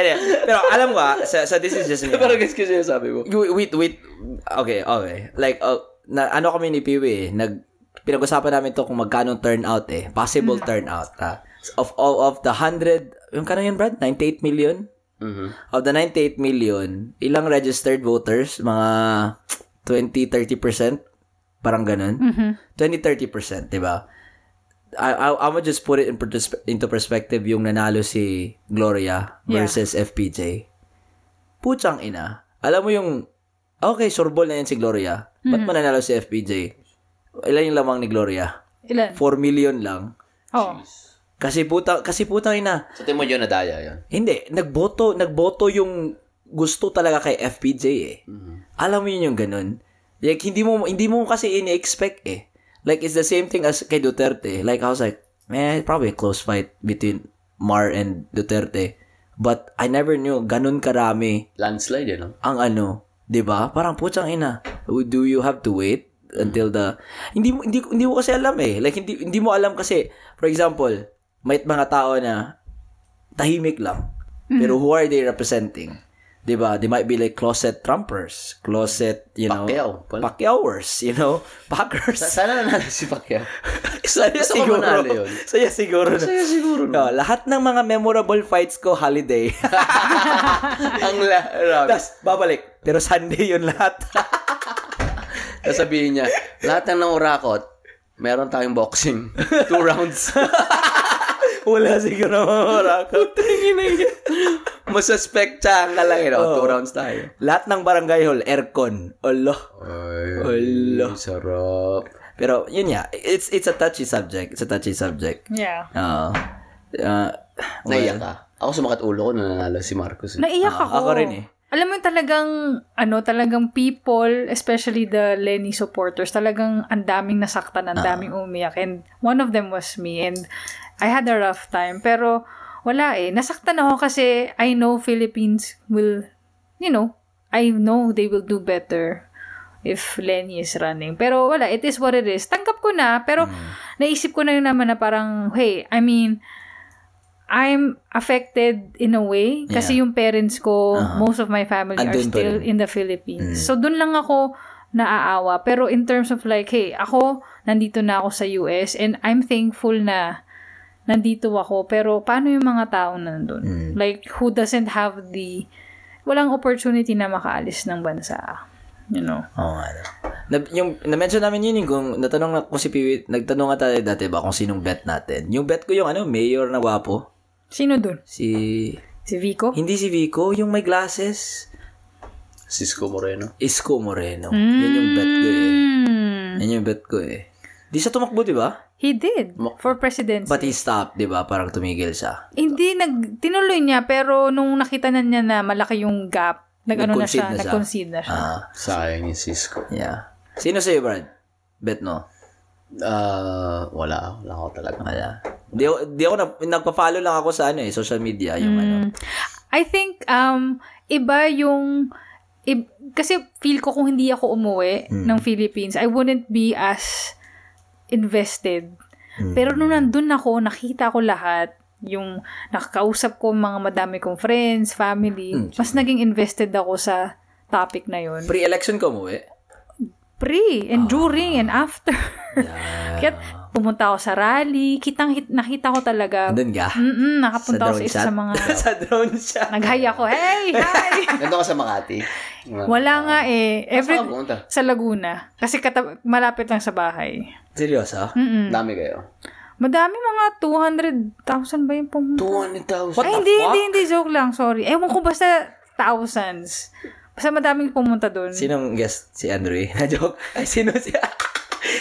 S2: Anyway, pero alam ko ah, sa, sa this is just [laughs] me ah.
S3: Parang guess ko siya sabi mo.
S2: You- wait, wait. Okay, okay. Like, uh, na, ano kami ni Piwi eh. Nag, pinag-usapan namin to kung magkano turnout eh. Possible turnout. Ha? Of, of, of the 100, yung kano yun, Brad? 98 million?
S3: Mhm.
S1: Mm-hmm.
S2: Of the 98 million, ilang registered voters? Mga 20-30%? Parang ganun. 20-30%, di ba? I, I, I would just put it in pertis- into perspective yung nanalo si Gloria
S1: Yeah.
S2: versus FPJ. Putsang ina. Alam mo yung, okay, surbol na yan si Gloria. Ba't mananalo si FPJ? Ilan yung lamang ni Gloria?
S1: Ilan?
S2: 4 million lang.
S1: Oh.
S2: Kasi puta, kasi putang ina,
S3: Sa tingin mo yun, nadaya yun.
S2: hindi,
S3: Mm-hmm.
S2: nagboto, nagboto yung gusto talaga kay FPJ eh. Alam mo yun yung ganun. Like, hindi mo, hindi mo kasi ini-expect eh. Like, it's the same thing as kay Duterte. Like, I was like, man, probably a close fight between Mar and Duterte. But I never knew ganun karami
S3: Landslide, yun. No?
S2: ang ano, 'di ba? Parang putang ina. Do you have to wait until the hindi mo hindi, hindi mo kasi alam eh. Like hindi hindi mo alam kasi for example, may mga tao na tahimik lang. Pero who are they representing? 'Di ba? They might be like closet trumpers, closet, you know,
S3: Pacquiao pala.
S2: Pacquiaoers, you
S3: [laughs]
S2: know,
S3: Sa-
S2: Packers.
S3: Sana nanalo si Pacquiao.
S2: Saya
S3: Gusto ko
S2: siguro.
S3: manalo yun.
S2: Saya siguro. na-
S3: Saya siguro. No?
S2: No, lahat ng mga memorable fights ko,
S3: [laughs]
S2: holiday.
S3: [laughs] Ang la- grabe.
S2: Tapos, babalik. Pero Sunday yun
S3: [laughs]
S2: lahat.
S3: Sasabihin niya, lahat ng nangurakot, meron tayong [laughs] boxing. Two rounds. [laughs]
S2: Wala siguro mga marakot.
S3: Masuspect siya ang kalang, you know? Two rounds tayo.
S2: Lahat ng barangay hall, aircon. Olo. Ala.
S3: sarap.
S2: Pero, yun nga. It's, it's a touchy subject. It's a touchy subject.
S1: Yeah.
S2: Oo. Uh,
S3: Naiyak ka. Ako sumakat ulo ko na nanalo si Marcos. eh.
S1: Naiyak
S2: Ah,
S1: ako.
S2: ako rin eh.
S1: Alam mo yung talagang, ano, talagang people, especially the Lenny supporters, talagang ang daming nasaktan, ang
S2: Ah.
S1: daming umiyak. And one of them was me. And I had a rough time. Pero wala eh. Nasaktan ako kasi I know Philippines will, you know, I know they will do better if Lenny is running. Pero wala, it is what it is. Tanggap ko na, pero
S2: Mm.
S1: naisip ko na rin naman na parang, hey, I mean, I'm affected in a way kasi
S2: Yeah.
S1: yung parents ko,
S2: Uh-huh.
S1: most of my family are
S2: Andun pa
S1: still
S2: rin. Mm.
S1: in the Philippines. So, dun lang ako naaawa. Pero in terms of like, hey, ako, nandito na ako sa US and I'm thankful na nandito ako. Pero paano yung mga tao na nandun?
S2: Mm.
S1: Like, who doesn't have the, walang opportunity na makaalis ng bansa. You know?
S2: Oo nga. no. Na, yung, na-mention namin yun, yung kung natanong na, kung si Piwi, nagtanong nga tayo dati ba kung sinong bet natin. Yung bet ko yung ano, mayor na wapo.
S1: Sino dun?
S2: Si,
S1: Si Vico?
S2: hindi si Vico, yung may glasses.
S3: Cisco Moreno.
S2: Isko Moreno. Yun yung bet ko eh.
S1: Hmm.
S2: Yan yung bet ko eh. Di siya tumakbo, di ba?
S1: He did. For presidency.
S2: But he stopped, di ba? Parang tumigil siya.
S1: Hindi, nag, tinuloy niya, pero nung nakita na niya na malaki yung gap, nag-ano na
S2: Nag-concede
S1: siya,
S2: na siya.
S1: nag-concede na siya.
S2: Ah,
S3: Sayang ni Cisco.
S2: yeah. Sino sa'yo, Brad? Bet no?
S3: Ah, wala. Wala ako talaga.
S2: Wala. Di, di ako, na, nagpa-follow lang ako sa ano eh, social media, yung
S1: Hmm.
S2: ano.
S1: I think, um, iba yung, ib- kasi feel ko kung hindi ako umuwi
S2: Hmm.
S1: ng Philippines, I wouldn't be as invested.
S2: Hmm.
S1: Pero nung nandun ako, nakita ko lahat, yung nakakausap ko mga madami kong friends, family,
S2: Hmm,
S1: mas naging invested ako sa topic na yun.
S2: Pre-election ko mo eh.
S1: pre
S2: Ah.
S1: and during and after. [laughs] Kaya pumunta ako sa rally, kitang hit, nakita ko talaga.
S2: Andun
S1: [laughs]
S2: ka?
S1: Mm-mm, nakapunta ako sa
S2: Sa drone
S1: isa
S2: shot?
S1: sa mga
S2: sa drone siya.
S1: naghay ako. Hey,
S2: [laughs]
S1: hi.
S3: Nandun ka sa Makati.
S1: Wala nga eh. Every
S3: Saan ka pumunta?
S1: sa Laguna kasi katab- malapit lang sa bahay.
S2: Seryoso?
S3: Dami kayo.
S1: Madami mga 200,000 ba yung pumunta?
S3: 200,000.
S1: Ay, Hmm. hindi, hindi, hindi. Joke lang. Sorry. Ewan ko basta thousands. Basta madaming pumunta doon.
S2: Sinong guest? Si Andrew [laughs] eh. Na-joke. Ay, sino si... [laughs]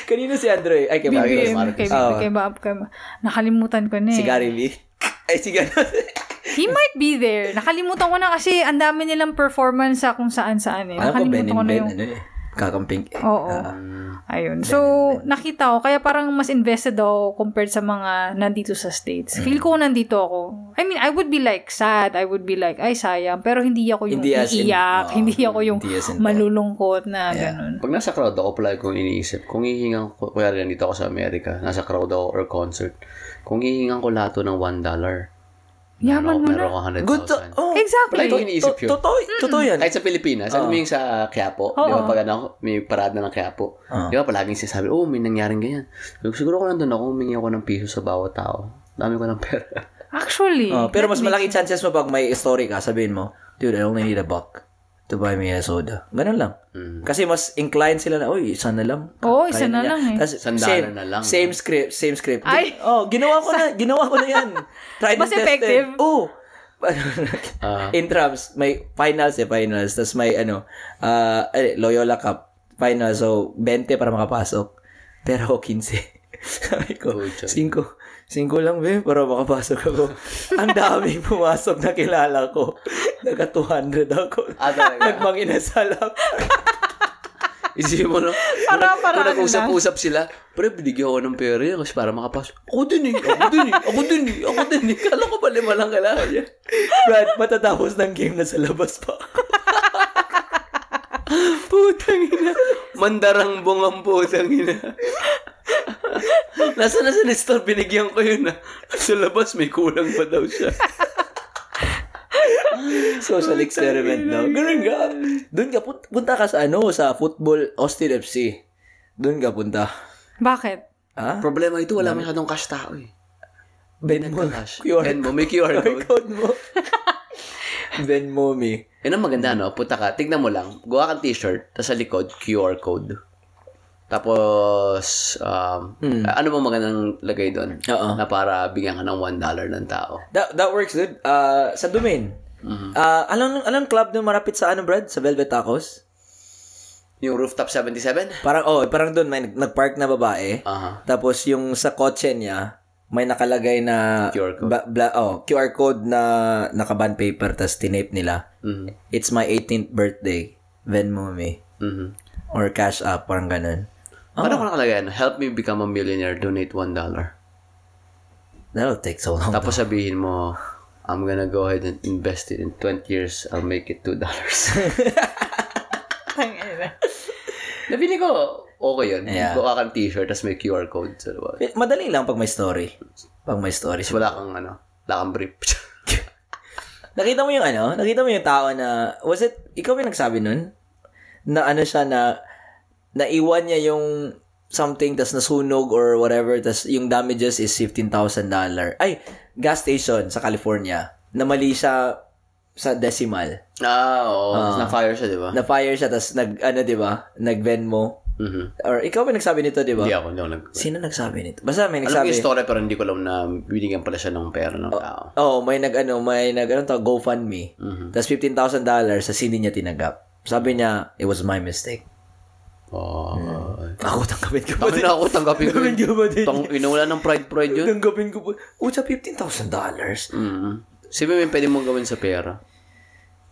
S2: Kanino si Andrew eh? Ay, kay Marcos.
S1: BBM.
S3: Marcos.
S1: Kay,
S2: Oo.
S1: kay, Bob- kay- nakalimutan ko na eh.
S2: Si Gary Lee. [laughs] Ay, si Gary
S1: He might be there. Nakalimutan ko na kasi ang dami nilang performance sa kung saan-saan eh.
S2: Alam ko, Ben
S1: Nakalimutan ko
S2: and
S1: na
S2: Ben,
S1: yung... Oh.
S2: ano eh. Kakamping. eh.
S1: Oo. Ayun. So, nakita ko. Kaya parang mas invested ako compared sa mga nandito sa States. Feel ko
S2: Mm.
S1: nandito ako. I mean, I would be like sad. I would be like, ay, sayang. Pero hindi ako yung
S2: Hindi as in-
S1: iiyak.
S2: oo.
S1: hindi ako yung
S2: Hindi as in-
S1: malulungkot na
S2: Yeah.
S1: ganun.
S3: Pag nasa crowd ako, palagi kong iniisip, kung hihingan ko, kaya nandito ako sa Amerika, nasa crowd ako or concert, kung hihingan ko lahat to ng $1, dollar,
S1: Yaman mo
S3: meron ako-
S1: na.
S3: meron ako
S2: Good to...
S3: 100,000.
S2: Oh,
S1: Exactly.
S3: Palagi ko iniisip yun.
S2: Totoo, totoo yan.
S3: Kahit sa Pilipinas, alam mo yung sa Quiapo, di ba pag ano, may parada na ng Quiapo, di ba palaging sinasabi, oh, may nangyaring ganyan. Siguro ko nandun ako, humingi ako ng piso sa bawat tao. Dami ko ng pera. [laughs]
S1: Actually.
S2: Oh, pero
S1: that
S2: mas
S1: makes
S2: malaki chances mo pag may story ka, sabihin mo, dude, I only need a buck to buy me a soda. Ganun lang.
S3: Mm.
S2: Kasi mas inclined sila na, uy, isa na lang.
S1: Oo, isa na lang eh.
S2: Tas
S3: Isang
S2: same,
S3: dollar na lang.
S2: Same script, same script.
S1: Ay!
S2: Oh, ginawa ko
S1: [laughs]
S2: na, ginawa ko na yan. Tried and
S1: Mas
S2: tested.
S1: effective.
S2: Oo.
S3: [laughs] Ah.
S2: Oh. In traps, may finals eh, finals. Tapos may ano, uh, Loyola Cup final. So, 20 para makapasok. Pero [laughs] 15. Sabi ko,
S3: Uy, tiyan.
S2: Cinco. Cinco lang, be, para makapasok
S3: [laughs]
S2: ako. Ang daming pumasok na kilala ko. Nagka 200 ako.
S3: Ah, talaga?
S2: Nagmang inasal ako.
S3: Isipin
S1: [laughs]
S3: mo, no?
S1: Para- paraan
S3: Kung nag-usap-usap sila, pre, binigyan ako ng pera yan kasi para makapasok. Ako din eh, ako din eh, ako din eh, ako din eh. [laughs] Kala ko ba lima lang kailangan niya?
S2: Brad, matatapos ng game na sa labas pa.
S3: Putang ina. Mandarang bungang putang ina. Nasaan na sa Nestor? Binigyan ko yun ah. Sa labas, may kulang pa daw siya.
S2: Social experiment, no? Ganun ka. Doon ka, put- punta ka sa ano, sa football Austin FC. Doon ka punta.
S1: Bakit?
S2: Ha?
S3: Problema ito, wala masyadong cash tao eh.
S2: Ben mo. [laughs]
S3: Cash.
S2: QR
S3: And mo, may QR
S2: May
S3: code.
S2: code mo. [laughs] ben mo, me.
S3: Yan ang maganda, no? Punta ka, tignan mo lang. Gawa kang t-shirt, tapos sa likod, QR code. Tapos, um, ano bang magandang lagay doon?
S2: Oo.
S3: Na para bigyan ka ng $1 ng tao. Mm-hmm.
S2: That, that works, dude. Ah, sa domain. Ah, alam, alam club na marapit sa ano, Brad? Sa Velvet Tacos?
S3: Yung rooftop 77?
S2: Parang, oh, parang doon, may nag- nag-park na babae.
S3: Aha.
S2: Tapos yung sa kotse niya, may nakalagay na
S3: QR code.
S2: ba- bla- oh, QR code na naka-bond paper tas tinape nila.
S3: Mhm.
S2: It's my 18th birthday. Venmo me.
S3: Mhm.
S2: Or cash up, parang ganun.
S3: Paano
S2: Ah.
S3: ko nakalagay ano? Help me become a millionaire. Donate $1.
S2: That'll take so long. [laughs]
S3: Tapos sabihin mo, I'm gonna go ahead and invest it in 20 years. I'll make it $2.
S2: [laughs]
S3: Nabili ko, okay yun.
S2: Yeah.
S3: Gawa kang t-shirt, tapos may QR code sa labas.
S2: Madali lang pag may story. Pag may story.
S3: Tapos wala kang ano, wala kang brief. [laughs]
S2: Nakita mo yung ano? Nakita mo yung tao na, was it, ikaw yung nagsabi nun? Na ano siya na, naiwan niya yung something tas nasunog or whatever tas yung damages is $15,000. Ay, gas station sa California. Na mali siya sa decimal.
S3: ah, oo. Tapos na-fire siya, di ba?
S2: Na-fire siya tas nag, ano, di ba? Nag-Venmo.
S3: Mhm.
S2: Or ikaw yung nagsabi nito, di ba?
S3: Hindi ako, hindi ako nag...
S2: Sino nagsabi nito? Basta may
S3: Alam ko
S2: nagsabi.
S3: yung story, pero hindi ko alam na binigyan pala siya ng pera ng tao.
S2: Oh, may nag ano, may nag ano to, GoFundMe.
S3: Mhm.
S2: Tapos $15,000 sa hindi niya tinanggap. Sabi niya, it was my mistake.
S3: Oh.
S2: Ako tanggapin ko ba
S3: Tangin na ako, tanggapin
S2: [laughs]
S3: ko.
S2: Tanggapin ko Mm. ba din?
S3: yun. Tang, inawala ng pride-pride yun.
S2: Tanggapin ko ba? Ucha, $15,000?
S3: Mm-hmm. Sabi mo, pwede mong gawin sa pera.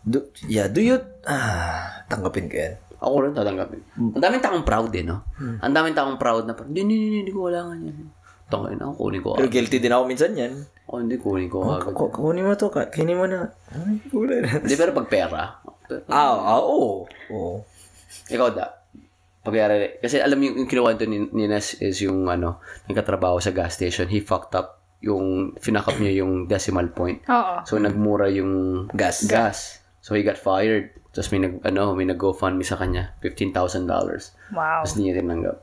S2: Do, yeah, do you... Ah, tanggapin ko yan.
S3: Ako rin tatanggapin. Ang daming takong proud eh, no? Ang daming takong proud na parang, hindi, hindi, hindi, hindi ko kailangan yan. Tangin na, kunin ko.
S2: Pero guilty din ako minsan yan.
S3: Ako hindi, kunin ko. agad.
S2: Ku- Kunin mo to, ka- kinin mo na. Ay, wala na.
S3: Hindi, pero pag pera,
S2: Ah, ah, oo. Oo.
S3: Ikaw da. Pagyari. Kasi alam mo yung, yung kinuwento ni, ni Nes is yung ano, nagkatrabaho sa gas station. He fucked up yung finakap niya yung decimal point.
S1: Oo.
S3: So nagmura yung
S2: Gas.
S3: gas. So he got fired. Tapos may nag ano, may nag GoFundMe sa kanya, $15,000. Tapos
S1: Wow.
S3: hindi niya tinanggap.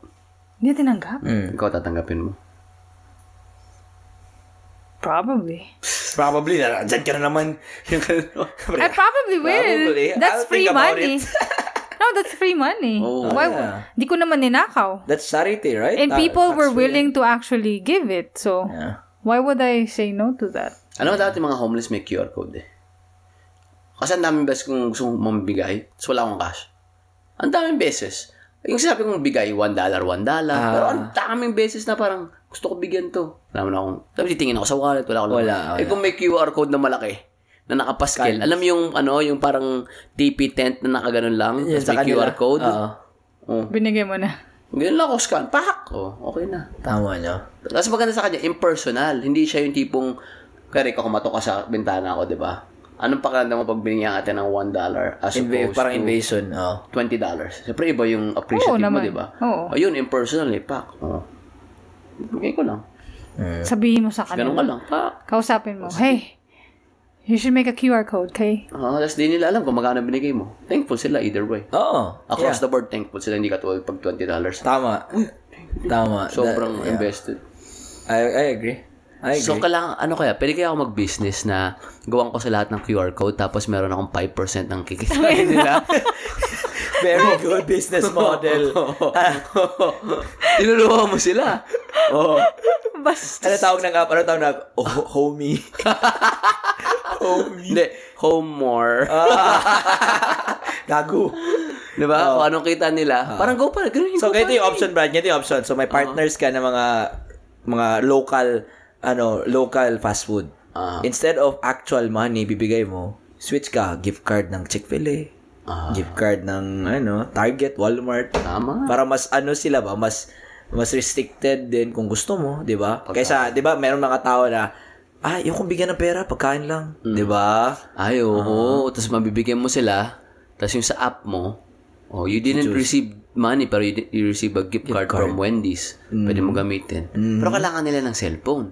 S1: Hindi niya tinanggap?
S2: Mm.
S3: Ikaw tatanggapin mo.
S1: Probably.
S2: Probably, na, dyan ka na naman. [laughs] Pre,
S1: I probably will.
S2: Probably.
S1: That's
S2: I'll
S1: free
S2: think about
S1: money. [laughs] no, that's free money.
S3: Oh,
S1: Why?
S2: yeah.
S1: Di ko naman ninakaw.
S2: That's charity, right?
S1: And
S2: Ah,
S1: people were
S2: tax free.
S1: willing to actually give it. So,
S2: Yeah.
S1: why would I say no to that?
S3: Ano ba dati mga homeless may QR code eh? Kasi ang daming beses kung gusto kong mamibigay, tapos wala akong cash. Ang daming beses. Yung sinabi kong bigay, $1, $1.
S2: Ah.
S3: Pero ang daming beses na parang, gusto ko bigyan to. Alam mo na akong, sabi titingin ako sa wallet, wala akong
S2: Wala,
S3: laman. Eh kung may QR code na malaki, na nakapaskil. Alam mo yung, ano, yung parang TP tent na nakaganon lang,
S2: Yes,
S3: tapos may
S2: sa kanila.
S3: QR code.
S2: Oo.
S3: Oh.
S1: Binigay mo na.
S3: Ganun lang ako, scan, pak! Oh, okay na.
S2: Tama, no?
S3: Tapos maganda sa kanya, impersonal. Hindi siya yung tipong, kaya Rico, kumatok ka sa bintana ko, di ba? Anong pakiramdam mo pag binigyan ka ng $1 as
S2: Inva-
S3: opposed
S2: parang
S3: to
S2: invasion, oh.
S3: $20? Siyempre, iba yung
S1: Oo
S3: appreciative mo,
S1: naman.
S3: di ba?
S1: Oo.
S3: Ayun, impersonal eh, pak. Oo. Bigay ko lang.
S1: Sabihin mo sa kanila.
S3: Ganun ka lang, pak.
S1: Kausapin mo. Hey, you should make a QR code,
S3: [laughs]
S1: okay?
S3: Ah, tapos di nila alam kung magkano binigay mo. Thankful sila either way.
S2: Oo.
S3: Across the board, thankful sila. Hindi ka tuwag pag $20.
S2: Tama. Tama.
S3: Sobrang
S2: That-
S3: invested.
S2: I, I agree. I agree. [laughs]
S3: So, kailangan, ano kaya, pwede kaya ako mag-business na gawang ko sa lahat ng QR code tapos meron akong 5% ng kikitain [laughs] nila.
S2: Very good
S3: [laughs]
S2: business model.
S3: Tinulungan mo sila.
S2: oh.
S1: Basta.
S2: Ano tawag ng app? Ano tawag ng app? Oh, ho-
S3: [laughs]
S2: homie. homie.
S3: Hindi, home more.
S2: Gago.
S3: Di ba? Kung anong kita nila. parang go pa. Ganun yung
S2: So,
S3: go
S2: ganito
S3: pa.
S2: yung option, Brad. Ganito yung option. So, may partners ka ng mga mga local ano local fast food.
S3: Ah.
S2: Instead of actual money bibigay mo, switch ka gift card ng Chick-fil-A, gift card ng ano, Target, Walmart.
S3: Tama.
S2: Para mas ano sila ba, mas mas restricted din kung gusto mo, 'di ba? Kaysa 'di ba, meron mga tao na ah, yung kung bigyan ng pera, pagkain lang, 'di ba?
S3: Ay, oo. Tapos mabibigyan mo sila. Tapos yung sa app mo, oh, you didn't receive money, pero you, di- you receive a gift card, Mm. from Wendy's. Pwede mo gamitin. Pero kailangan nila ng cellphone.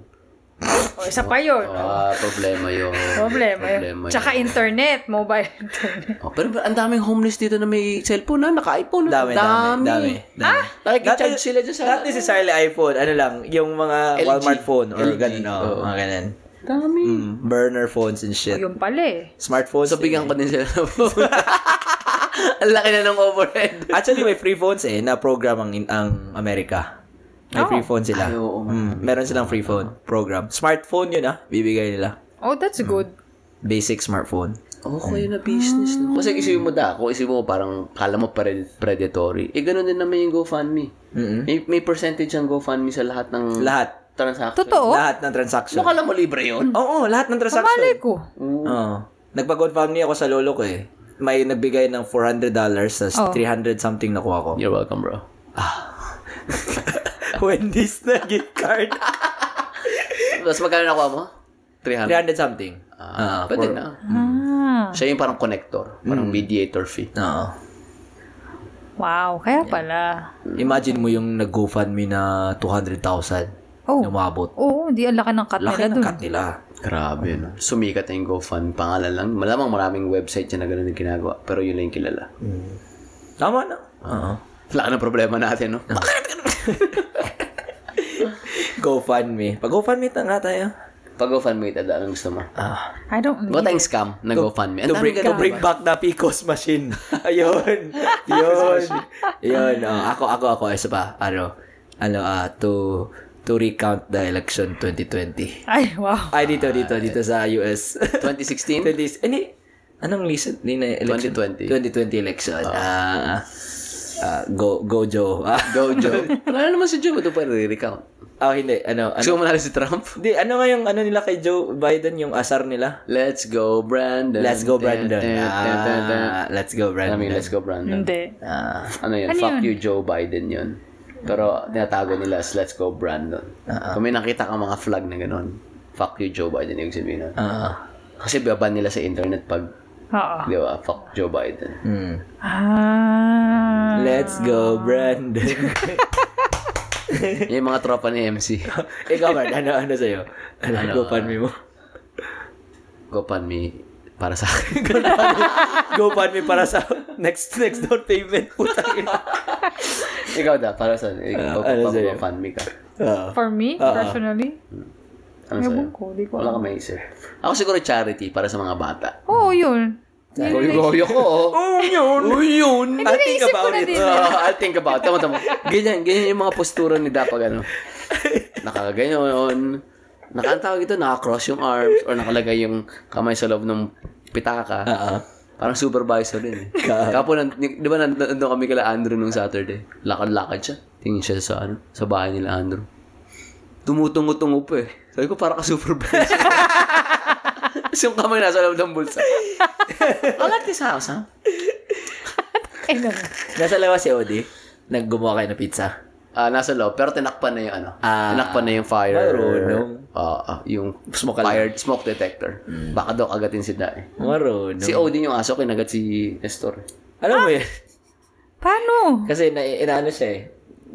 S1: O, Oh, isa pa yun.
S3: Ah, problema yun. [laughs]
S1: Problema yun.
S3: Problema yun.
S1: Tsaka internet, mobile [laughs] internet.
S3: Oh, pero ang daming homeless dito na may cellphone na, naka-iPhone. na.
S2: Dami, dami, dami. dami.
S3: Nakikicharge sila dyan sa...
S2: Not necessarily iPhone, ano lang, yung mga
S3: LG.
S2: Walmart phone or
S3: LG,
S2: ganun, no,
S3: oo.
S2: mga ganun.
S3: Dami.
S2: Mm, burner phones and shit.
S1: Yun pala eh.
S2: Smartphones.
S3: So, bigyan ko din sila ng [laughs] phone. ang laki na ng overhead.
S2: [laughs] Actually, may free phones eh, na program ang, ang Amerika. May free phone sila.
S3: Oh. Ay, oo,
S2: Mm, meron silang free phone program. Smartphone yun ah, bibigay nila.
S1: Oh, that's good.
S2: Basic smartphone.
S3: Okay na business. No? Kasi isipin mo da, kung isipin mo parang kala mo pre- predatory. Eh, ganun din naman yung GoFundMe. May, may percentage ang GoFundMe sa lahat ng
S2: Lahat.
S3: transaction.
S1: Totoo?
S2: Lahat ng transaction.
S3: Ano kala mo libre yun?
S2: Oo, lahat ng transaction.
S1: Malay ko.
S2: Oo. Nagpa-GoFundMe ako sa lolo ko eh. May nagbigay ng $400 tas
S1: Oo.
S3: Oh.
S2: 300 something nakuha ko.
S3: You're welcome, bro.
S2: [laughs] Wendy's na gift card.
S3: Tapos magkano nakuha mo? 300.
S2: 300 something.
S3: Ah, Hmm. pwede na.
S1: Ah,
S3: Siya yung parang connector. Parang mediator fee.
S2: Oo.
S1: wow. Kaya pala.
S2: Imagine mo yung nag-GoFundMe na 200,000.
S1: Oh,
S2: Umabot.
S1: oo, hindi ang laki ng cut
S2: Laki
S1: nila
S2: ng
S1: dun.
S2: cut nila.
S3: Grabe, no? Sumikat na yung GoFundMe. Pangalan lang. Malamang maraming website yan na ganun yung ginagawa. Pero yun lang yung kilala.
S2: Tama na. Oo.
S3: Wala ka ng problema natin, no?
S2: GoFundMe. Pag GoFundMe ta nga tayo.
S3: Pag GoFundMe, tada, anong gusto mo?
S2: Ah.
S1: I don't know.
S3: What tayong scam na GoFundMe?
S2: To
S3: Ang dami
S2: bring, to
S3: ganun,
S2: bring
S3: diba?
S2: back the Picos [laughs] machine. Ayun. [laughs] Yun. Yun. oh. Ako, ako, ako. Isa pa. Ano? Ano, ah, to, to recount the election 2020.
S1: Ay, wow.
S2: Ay, dito, dito, dito sa US. [laughs]
S3: 2016?
S2: 20, ano, anong recently na election?
S3: 2020.
S2: 2020 election.
S3: Oh.
S2: Ah, ah, go, go Joe. Ah,
S3: Go, Joe. Wala naman si Joe. Ito pa re-recount.
S2: [laughs] oh, hindi. Ano, ano?
S3: Gusto mo manalo si Trump?
S2: Di, ano nga yung ano nila kay Joe Biden, yung asar nila?
S3: Let's go, Brandon.
S2: Let's go, Brandon.
S3: Dun, dun, dun, dun, dun.
S2: Ah, let's go,
S3: Alam mo
S2: Brandon.
S3: yun, let's go, Brandon.
S1: Hindi.
S2: Ah,
S3: Ano yun? Fuck you, Joe Biden yun. Pero tinatago nila as let's go, Brandon. Kung may nakita ka mga flag na ganun, fuck you, Joe Biden yung sabihin nun.
S2: ah,
S3: Kasi baban nila sa internet pag,
S1: Oo.
S3: di ba, fuck Joe Biden.
S2: hmm.
S1: Ah.
S2: Let's go, Brandon. [laughs]
S3: Yung mga tropa ni MC.
S2: Ikaw, Brad, ano, ano sa'yo? Ano, ano GoFundMe mo? [laughs]
S3: GoFundMe para sa akin.
S2: GoFundMe para sa next next door payment. Puta
S3: [laughs]
S2: ina.
S3: [laughs] Ikaw da, para sa
S2: Ah, ano sa'yo?
S3: GoFundMe ka.
S2: Ah.
S1: For me, personally,
S3: Ano
S1: ewan
S3: sa'yo?
S1: ko, di ko.
S3: Wala ka may isip. Ako siguro charity para sa mga bata.
S1: Oo,
S2: Uh-uh.
S1: yun.
S3: Goyo-goyo ko, oh.
S2: Oh, yun. Oh, yun. I think
S1: Ano naisip ko
S2: about
S1: na
S2: it. Uh-uh.
S1: din.
S3: Ah, I'll think about it. Tama, tama. Ganyan, ganyan yung mga postura ni Da pag ano. Nakaganyan. Nakantawag ito, nakakrosss yung arms or nakalagay yung kamay sa loob ng pitaka.
S2: Ah, ah.
S3: Parang supervisor din eh. Kapo, nan- di ba nand- nandun kami kala Andrew nung Saturday? Lakad-lakad siya. Tingin siya sa ano, sa bahay nila Andrew. Tumutungo-tungo pa eh. Sabi ko, parang [laughs] ka-supervisor. Tapos yung kamay nasa loob ng bulsa. Alat ni sa house, ha?
S1: Ay, naman.
S2: Nasa labas si Odi. Naggumawa kayo ng pizza.
S3: Ah, nasa loob. Pero tinakpan na yung ano.
S2: Ah.
S3: tinakpan na yung fire.
S2: Marunong.
S3: Ah, ah, yung
S2: Smoke
S3: fire, smoke detector. Baka daw kagatin si Dae.
S2: Marunong.
S3: Si Odin yung aso, kinagat si Nestor.
S2: Alam mo yun?
S1: Paano?
S2: Kasi na, inaano siya eh.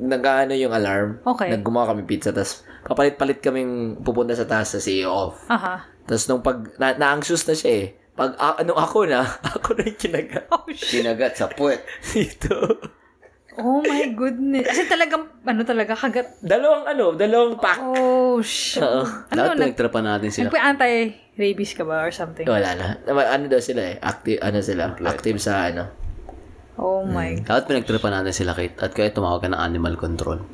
S2: Nagkaano yung alarm.
S1: Okay.
S2: Naggumawa kami pizza. Tapos papalit-palit kaming pupunta sa taas sa CEO off.
S1: Aha.
S2: Tapos nung pag na, na-anxious na siya eh. Pag a- ano ako na, [laughs] ako na yung kinaga [laughs]
S1: Oh, shit.
S3: Kinagat sa puwet.
S2: dito.
S1: Oh my goodness. Kasi talagang, ano talaga, kagat.
S2: Dalawang ano, dalawang pack.
S1: Oh, shit.
S2: Uh-uh.
S3: Lahat
S1: Ano, nag,
S3: pinagtrapan natin sila.
S1: nagpa-anti-rabies ka ba or something?
S2: Wala na. Nama- Ano daw sila eh? Active, ano sila? Active sa ano?
S1: Oh
S2: Mm.
S1: my
S3: Lahat pinagtrapan natin sila, Kate. At kaya tumawag ka ng animal control.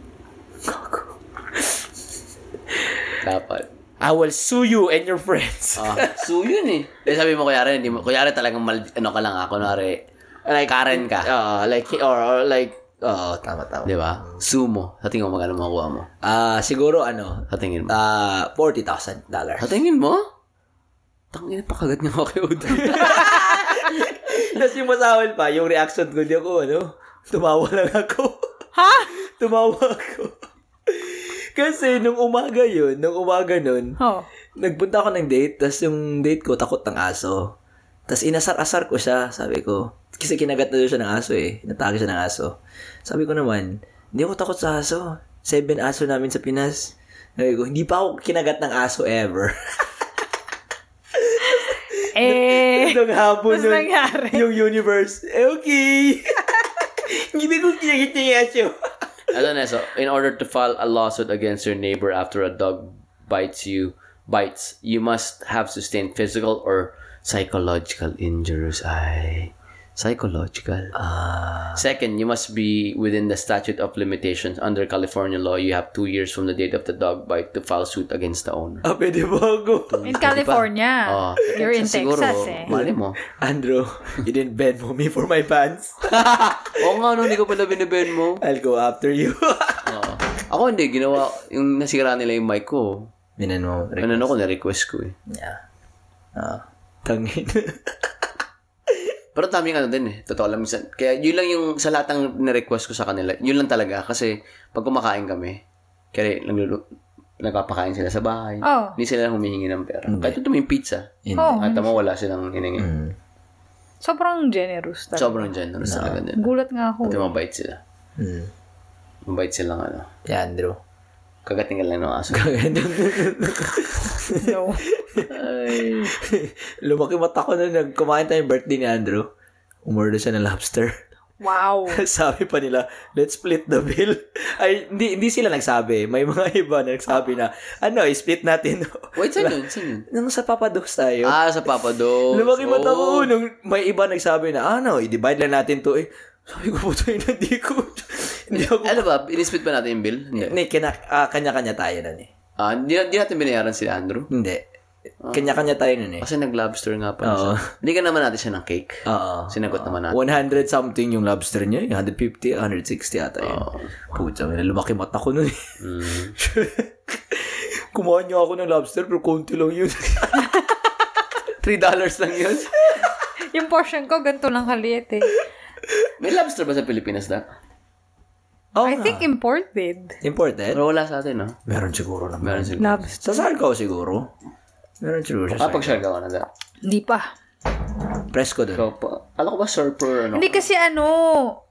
S3: Dapat.
S2: I will sue you and your friends.
S3: Ah, so yun eh. Eh, sabi mo, kuya hindi mo, kuya talagang mal, ano ka lang ako, kunwari,
S2: like,
S3: Karen ka.
S2: ah like, or, or like, oo, tama, tama.
S3: Di ba? Sumo. Sa tingin mo magkano makuha mo?
S2: Ah, siguro ano,
S3: Sa tingin mo?
S2: ah $40,000. [laughs]
S3: Sa tingin mo? Tangin na pakagat niya ako kay Uday.
S2: Tapos yung masahol pa, yung reaction ko, di ako, ano, tumawa lang ako.
S1: Ha?
S2: [laughs] tumawa ako. Kasi nung umaga yun, nung umaga nun,
S1: Oh.
S2: nagpunta ako ng date, tapos yung date ko, takot ng aso. Tapos inasar-asar ko siya, sabi ko. Kasi kinagat na daw siya ng aso eh. Natake siya ng aso. Sabi ko naman, hindi ako takot sa aso. Seven aso namin sa Pinas. Sabi ko, hindi pa ako kinagat ng aso ever. [laughs]
S1: Eh,
S2: Nung hapon
S1: Tapos
S2: nun,
S1: nangyari.
S2: yung universe,
S1: [laughs]
S2: eh, okay. hindi ko kinagat niya yung aso.
S3: Alam na, so, in order to file a lawsuit against your neighbor after a dog bites you, bites, you must have sustained physical or psychological injuries. Ay, psychological.
S2: Ah.
S3: Second, you must be within the statute of limitations. Under California law, you have two years from the date of the dog bite to file suit against the owner.
S2: Ah, pwede ba ako?
S1: in California.
S3: Oh,
S1: You're in
S3: siguro,
S1: Texas eh.
S3: Mali mo.
S2: Andrew, you didn't bend me for my pants.
S3: Oo nga, no, hindi ko pala binibend mo.
S2: I'll go after [laughs] you.
S3: Oo. Ako hindi, ginawa, yung nasira nila yung mic ko.
S2: Binan mo. Rick.
S3: Ano na ko, na-request ko eh.
S2: Yeah. Ah. Tangin.
S3: Pero daming ano din eh. Totoo lang minsan. Kaya yun lang yung sa lahat ng na-request ko sa kanila. Yun lang talaga. Kasi pag kumakain kami, kaya naglulu- nagpapakain sila sa bahay.
S1: Oh.
S3: Hindi sila humihingi ng pera. Kahit ito may pizza.
S1: Oh,
S3: At tama wala silang hiningi.
S2: Mm.
S1: sobrang generous talaga.
S3: Sobrang ano, generous talaga din.
S1: Gulat nga
S3: Pati
S1: ako.
S3: mabait sila.
S2: Mm.
S3: Mabait sila ng ano.
S2: Yeah, Andrew.
S3: Kagatingan lang ng aso.
S1: No.
S3: Ay.
S2: [laughs] Lumaki mata ko na nagkumain tayong birthday ni Andrew. Umorder siya ng lobster.
S1: Wow.
S2: [laughs] sabi pa nila, let's split the bill. [laughs] Ay, hindi, hindi sila nagsabi. May mga [laughs] iba na nagsabi na, ano, split natin. [laughs]
S3: Wait, saan yun? Saan yun?
S2: Nung sa papados tayo.
S3: Ah, sa Papa Oh. Do's.
S2: Lumaki mata
S3: Oo.
S2: ko oh, nung may iba nagsabi na, ano, i-divide lang natin to eh. Sabi ko, puto yun, hindi ko, [laughs] hindi ako. [laughs]
S3: Ano ba? Inispit ba natin yung bill? Hindi.
S2: Hindi, kina, ah, kanya-kanya tayo nun eh.
S3: Ah, di, di natin binayaran si Andrew.
S2: Hindi. Kanya-kanya tayo nun eh.
S3: Kasi nag-lobster nga pala siya.
S2: Oo.
S3: Bigyan naman natin siya ng cake.
S2: Oo.
S3: Sinagot naman natin.
S2: 100 something yung lobster niya, yung 150, 160 ata yun. Puta, may lumaki mata ko nun eh. [laughs] Kumuha niyo ako ng lobster, pero konti lang yun. [laughs]
S3: Three dollars lang yun.
S1: Yung portion ko, ganito lang kaliit eh.
S3: May lobster ba sa Pilipinas na?
S2: Oo
S1: I
S2: nga.
S1: think imported.
S2: Important?
S3: Pero wala sa atin, no?
S2: Meron Ah, siguro naman.
S3: Meron siguro.
S1: Love.
S2: Sa Sarco siguro. Meron siguro sa
S3: Kapag
S2: Sarco.
S3: Ah, siya gawa na da.
S1: Hindi pa.
S2: Presko dun.
S3: Ikaw pa. Alam ko ba surfer, ano? [laughs]
S1: Hindi kasi ano,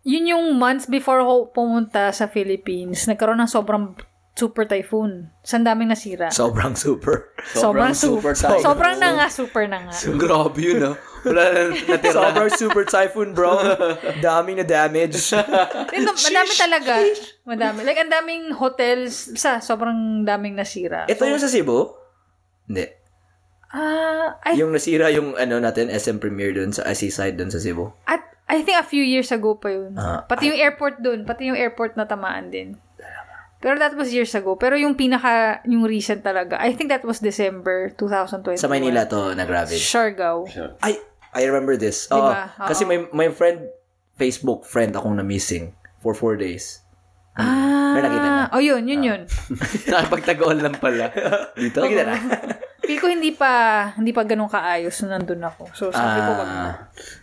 S1: yun yung months before ho pumunta sa Philippines, nagkaroon ng sobrang super typhoon. Saan daming nasira.
S2: Sobrang super. [laughs]
S3: Sobrang
S1: su-
S3: super typhoon.
S1: Sobrang na nga, super na nga.
S3: Grabe yun,
S2: ah.
S3: no? Wala na natira.
S2: Sobrang super typhoon, bro. [laughs] Dami na [laughs] damage.
S1: Ito, madami talaga. Madami. Like, ang daming hotels. Sa, sobrang daming nasira.
S2: Ito yung sa Cebu? Hindi.
S1: Ah, I,
S2: Yung nasira yung ano natin, SM Premier dun sa IC side dun sa Cebu.
S1: at, I think a few years ago pa yun.
S2: Ah.
S1: pati yung airport dun. Pati yung airport na tamaan din. Pero that was years ago. Pero yung pinaka, yung recent talaga, I think that was December 2020.
S2: Sa Maynila to nag-ravage.
S1: Siargao.
S2: Ay, I remember this.
S1: Di
S2: Oo.
S1: ba? Oo.
S2: Kasi may my friend, Facebook friend akong na-missing for four days.
S1: Ah.
S2: Pero nakita na. Ah.
S1: Oh, yun, yun, yun.
S3: Nakapagtagoan Ah, lang pala. Dito?
S2: Nakita na.
S1: Feel ko hindi pa, hindi pa ganun kaayos nung nandun ako. So, sabi ko,
S2: Ah.
S1: wag na.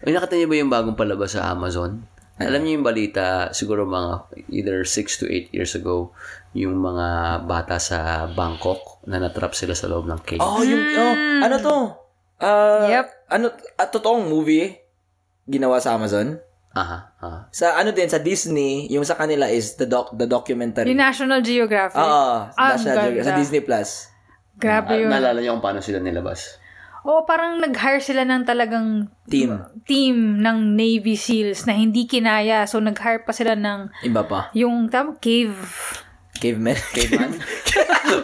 S3: Ay, nakita niyo ba yung bagong palabas sa Amazon? Alam niyo yung balita, siguro mga either 6 to 8 years ago, yung mga bata sa Bangkok na natrap sila sa loob ng cave.
S2: oh, yung, oh, ano to? Ah,
S1: Hmm. Yep.
S2: Ano, at totoong movie ginawa sa Amazon.
S3: Aha, aha.
S2: Sa ano din, sa Disney, yung sa kanila is the doc, the documentary.
S1: Yung National Geographic.
S2: Oo,
S1: Ah,
S2: National
S1: ang
S2: Geographic, sa
S1: ganda.
S2: Disney Plus.
S1: Grabe
S3: Ah,
S1: yun.
S3: Naalala niyo kung paano sila nilabas?
S1: Oo, parang nag-hire sila ng talagang
S2: Team.
S1: team ng Navy SEALs na hindi kinaya. So, nag-hire pa sila ng
S2: Iba pa.
S1: yung tam, cave.
S2: Caveman. Caveman?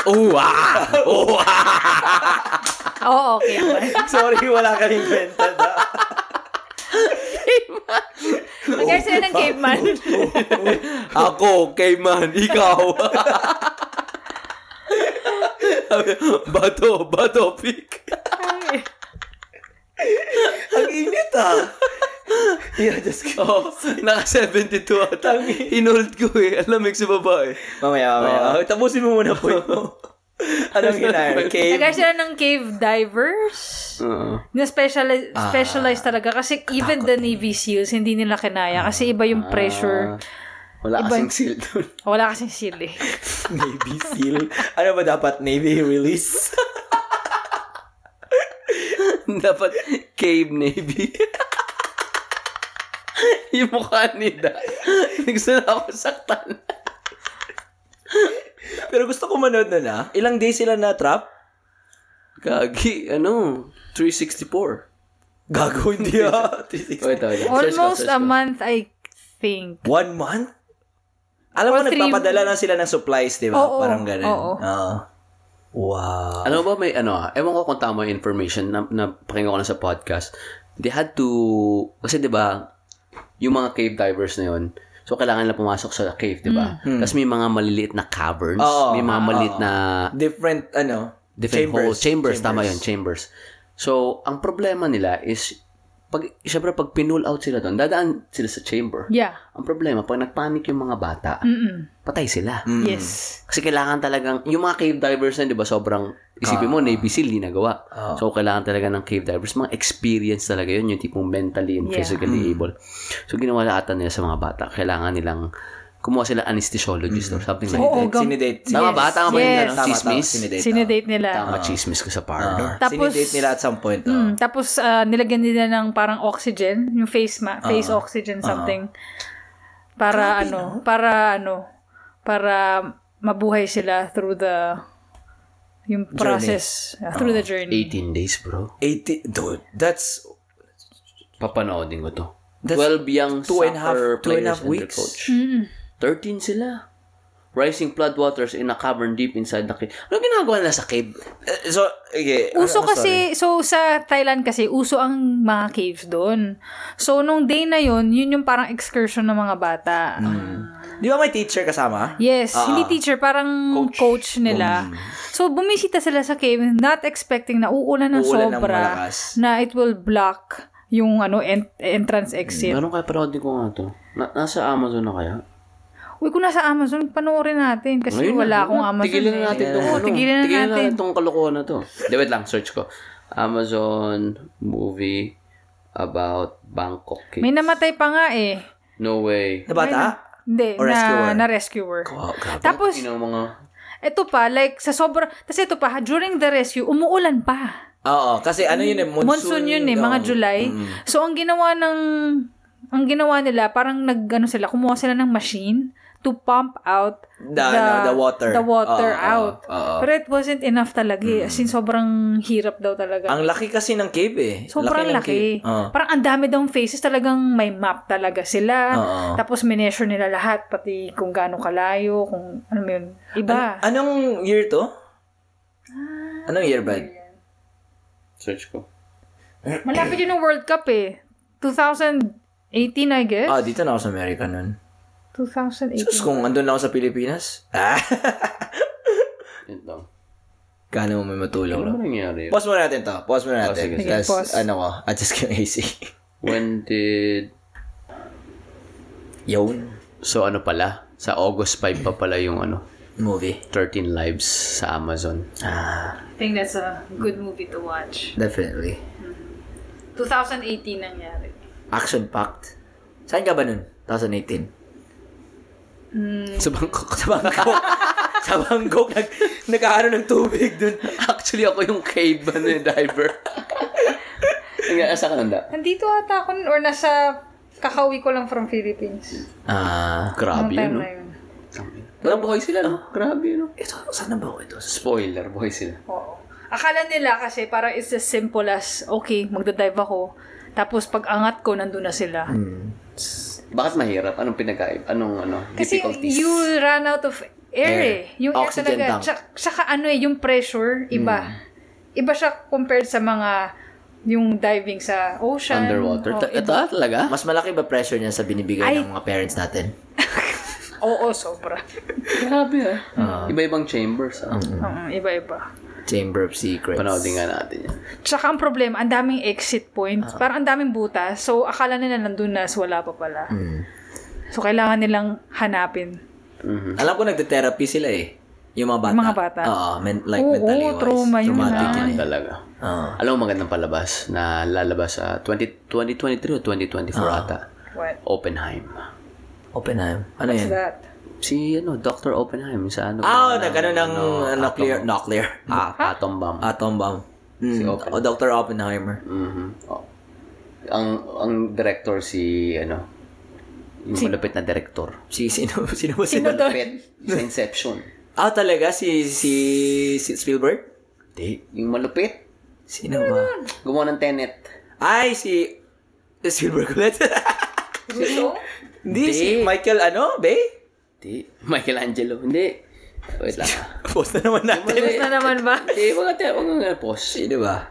S3: Oh, wow!
S1: Oo, okay.
S2: Sorry, [laughs] wala kaming kwenta na.
S1: Nag-hire sila ng caveman.
S3: Ako, Cayman, ikaw. bato, bato, pick.
S1: [laughs]
S2: Ang init ah. [laughs] Yeah, just kidding.
S3: Oh, naka-72 ata. Inold ko eh. Alam, sa babae.
S2: Mamaya, mamaya.
S3: Oo. [laughs]
S2: Oh, tapusin mo muna po. Anong hinire? Cave?
S1: Nag-hire sila ng cave divers.
S3: Oo.
S1: na specialized specialized talaga kasi even the Navy SEALs hindi nila kinaya kasi iba yung pressure.
S3: Wala
S1: Iba-
S3: kasing seal [laughs] doon.
S1: Wala kasing SEAL eh.
S2: Navy SEAL. Ano ba dapat? Navy release?
S3: [laughs] Dapat cave navy. [laughs] yung mukha ni Da. Gusto na ako saktan.
S2: Pero gusto ko manood nun ah. Ilang days sila na trap?
S3: Gagi, ano? 364.
S2: Gago, hindi
S3: [laughs]
S2: ah. 360.
S3: Wait, wait.
S1: Almost a month I think.
S2: One month? Alam mo,
S1: Or three-
S2: nagpapadala lang sila ng supplies, di ba?
S1: Oo,
S2: Parang ganun.
S1: oo.
S2: Oo. Wow.
S3: Ano ba may ano ah, ewan ko kung tama yung information na, na pakinggan ko na sa podcast. They had to, kasi di ba, yung mga cave divers na yun, so kailangan na pumasok sa cave, di ba? Tapos may mga maliliit na caverns,
S2: Oo.
S3: may mga maliliit na
S2: Different, ano?
S3: different holes. Chambers, tama yun, chambers. So, ang problema nila is, pag, syempre pag pinull out sila doon, dadaan sila sa chamber.
S1: Yeah. Hmm.
S3: Ang problema, pag nagpanik yung mga bata,
S1: Mm-mm.
S3: patay sila.
S1: Yes.
S3: Kasi kailangan talagang, yung mga cave divers na, di ba, sobrang,
S2: Ah.
S3: isipin mo, Navy SEAL, di nagawa. So, kailangan talaga ng cave divers. Mga experience talaga yun, yung tipong mentally and
S1: Yeah.
S2: Hmm.
S3: physically able. So, ginawa lahat nila sa mga bata. Kailangan nilang, kumuha sila anesthesiologist
S2: Hmm.
S3: or something like
S1: Oo,
S3: that.
S1: gam-
S2: Sinidate.
S3: Tama ba? Tama ba yung
S1: Yes.
S3: ano,
S2: Tama, tama.
S3: chismis?
S2: Sinidate.
S1: Sinidate nila.
S3: Tama, chismis ko sa parlor.
S2: Ah.
S1: Tapos-
S2: Sinidate nila at some point. ah.
S1: Mm, tapos ah, nilagyan nila ng parang oxygen, yung face ma- face oxygen something para ano, para ano, para mabuhay sila through the yung process, ah, through the journey.
S3: 18 days, bro.
S2: 80, dude, that's
S3: Papanoodin ko to.
S2: That's
S3: 12 young
S2: two and a half-
S3: soccer
S2: two and a
S3: players
S2: half
S3: and their
S2: weeks.
S3: coach.
S1: Mm.
S3: 13 sila. Rising floodwaters in a cavern deep inside the cave. Ano ginagawa nila sa cave?
S2: Eh, So, okay.
S1: Uso
S2: I'm sorry.
S1: kasi, so sa Thailand kasi, uso ang mga caves doon. So, nung day na yon yun yung parang excursion ng mga bata.
S2: Di ba may teacher kasama?
S1: Yes, hindi teacher, parang coach, nila. So, bumisita sila sa cave, not expecting na uulan ng
S2: Uulan ng
S1: sobra,
S2: malakas.
S1: na it will block yung ano en- entrance exit.
S3: Meron kaya paroodin ko nga to. Na- nasa Amazon na kaya?
S1: Uy, kung nasa Amazon, panoorin natin kasi
S3: Ngayon na,
S1: wala
S3: ngayon
S1: akong
S3: na.
S1: Amazon.
S3: Tigilan
S1: eh.
S3: na natin itong
S1: Oo,
S3: ano.
S1: tigilan na
S3: Tigilan na
S1: natin.
S3: natin itong kalokohan na to. Di, wait lang, search ko. Amazon movie about Bangkok cave.
S1: May namatay pa nga eh.
S3: No way.
S2: Na bata?
S1: Hindi,
S2: Or rescuer.
S1: na, na rescuer. Tapos,
S3: Ino mga...
S1: Ito pa, like, sa sobra, tapos ito pa, during the rescue, umuulan pa.
S2: Oo, kasi ano yun eh, monsoon.
S1: Monsoon yun eh, mga
S2: oh.
S1: July. So, ang ginawa ng, ang ginawa nila, parang nag, ano sila, kumuha sila ng machine to pump out
S2: The, ano, the water. Ah,
S1: the water
S2: Oo,
S1: out.
S2: oo, oo.
S1: Pero it wasn't enough talaga eh. As in, sobrang hirap daw talaga.
S2: Mm. Ang laki kasi ng cave eh.
S1: sobrang
S2: ng ah.
S1: laki.
S2: cave. Oo.
S1: Parang ang dami daw faces, talagang may map talaga sila.
S2: Oo.
S1: Tapos, mineasure nila lahat, pati kung gaano kalayo, kung, ano yun, iba.
S2: ah, Anong year to?
S1: Ah.
S2: Anong year ba?
S3: Search ko.
S1: Malapit yun ng World Cup eh. 2018, I guess.
S2: Ah, dito na ako sa America nun.
S1: 2018.
S2: Sus, kung andun na ako sa Pilipinas, ah,
S3: Wait lang.
S2: kala mo may matulog
S3: Ano
S2: lang.
S3: ba nangyari?
S2: Pause muna natin to. Pause muna natin.
S3: Oh, sige, sige.
S2: Tas,
S1: Pause.
S2: ano ko, adjust ko yung AC.
S3: When did...
S2: [laughs] Yun.
S3: So ano pala, sa August 5 pa pala yung ano,
S2: Movie.
S3: 13 Lives sa Amazon. [laughs]
S2: Ah,
S1: I think that's a good movie to watch.
S2: definitely.
S1: 2018 nangyari.
S2: Action-packed. Saan ka ba nun? 2018.
S3: Sa Bangkok.
S2: Sa Bangkok. [laughs] sa Bangkok, nag, nag-aano ng tubig dun.
S3: Actually, ako yung cave ano yung diver.
S1: [laughs]
S3: Nga, asa ka nanda?
S1: Nandito ata ako nun, or nasa kakauwi ko lang from Philippines.
S2: Ah.
S3: Grabe
S1: Noong
S3: yun,
S1: time
S3: no?
S1: na yun.
S3: Walang buhay sila, no? Ah, Grabe, no?
S2: Ito, saan na ba ako ito?
S3: Spoiler, buhay sila.
S1: Oo. Akala nila kasi parang it's as simple as, okay, magdadive ako. Tapos pag angat ko, nandun na sila.
S3: Hmm, Bakit mahirap? Anong pinagkaib? Anong, ano,
S1: Kasi
S3: difficulties?
S1: you ran out of air,
S2: Air.
S1: eh. Yung
S2: Oxygen
S1: air talaga.
S2: tank.
S1: Tsaka, tsaka ano eh, yung pressure,
S3: Hmm.
S1: iba. Iba siya compared sa mga yung diving sa ocean.
S3: Underwater?
S1: O,
S3: Ta-
S1: iba.
S3: Ito ah, talaga?
S2: Mas malaki ba pressure niya sa binibigay
S1: Ay.
S2: ng mga parents natin?
S1: Oo, sobra.
S3: Grabe, ah. Iba-ibang chambers, ah.
S1: Oo, iba-iba.
S2: Chamber of Secrets.
S3: Panoodin nga natin yan.
S1: Tsaka ang problema, ang daming exit points.
S2: Ah.
S1: Parang ang daming butas. So, akala nila nandun na, so wala pa pala.
S2: Hmm.
S1: So, kailangan nilang hanapin.
S3: Mm-hmm.
S2: Alam ko nagte-therapy sila eh. Yung mga bata.
S1: Yung mga bata.
S2: Oo, men- like
S1: Oo,
S2: mentally wise.
S1: trauma yun,
S2: Traumatic
S1: ah.
S2: yun. eh.
S3: Talaga.
S2: Oo.
S3: Alam mo magandang palabas na lalabas ah, sa 20, 2023 o 2024 ata.
S1: What?
S3: Oppenheim.
S2: Oppenheim. Ano yun?
S1: that?
S3: Si ano, Dr. Oppenheim sa ano.
S2: Ah,
S3: ano,
S2: nagkano ng uh, nuclear, nuclear.
S3: Ah, atom bomb.
S2: Atom bomb. Mm. O, Dr. Oppenheimer.
S3: Mhm. Oh. Ang ang director si ano, yung malapit na director.
S2: Si, sino, [laughs] sino ba
S1: Sino
S2: sino?
S1: to?
S3: Malapit sa Inception.
S2: Ah, talaga? Si, si, si Spielberg?
S3: Hindi. Yung malupit.
S2: Sino ba?
S3: Gumawa ng Tenet.
S2: Ay, si Spielberg ulit. [laughs]
S1: Russo?
S2: Hindi, si Michael, ano, Bay?
S3: Hindi. Michelangelo. Hindi. Wait lang.
S2: Post na naman natin.
S1: Tapos na naman ba?
S3: Hindi, wag ka wag ka nga pause.
S2: Sino ba?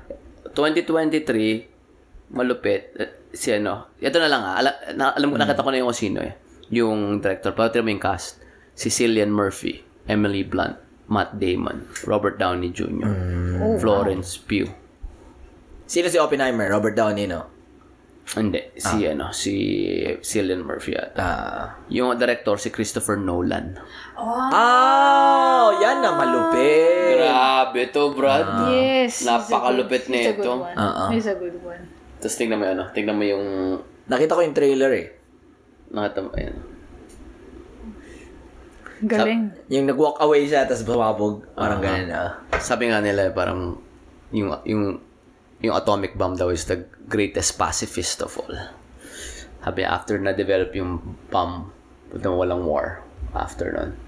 S3: 2023, malupit. Eh, Si ano, ito na lang ah. Ala, na, alam ko, nakita ko na yung kung sino eh. Yung director, pati mo yung cast. Si Cillian Murphy, Emily Blunt, Matt Damon, Robert Downey Jr., Florence Pugh.
S2: Sino si Oppenheimer? Robert Downey, no?
S3: Hindi, si ano, si Cillian Murphy ata.
S2: Ah.
S3: Yung director, si Christopher Nolan.
S2: Oh,
S3: Ah!
S2: yan na malupit.
S3: Grabe to, Brad.
S1: Yes.
S2: Ah.
S1: it's a
S3: Napakalupit
S1: good-
S3: na
S1: It's a good
S3: ito.
S1: one.
S2: Oo.
S1: It's a good one.
S3: Tapos tingnan mo yung ano, tingnan mo yung
S2: Nakita ko yung trailer eh.
S3: nakatama, ayan.
S1: Galing.
S2: Yung nag-walk away siya, tapos bumabog. Parang ganun, ah.
S3: Sabi nga nila eh, parang yung yung yung atomic bomb daw is the greatest pacifist of all. Sabi after na develop yung bomb, puta walang war after nun.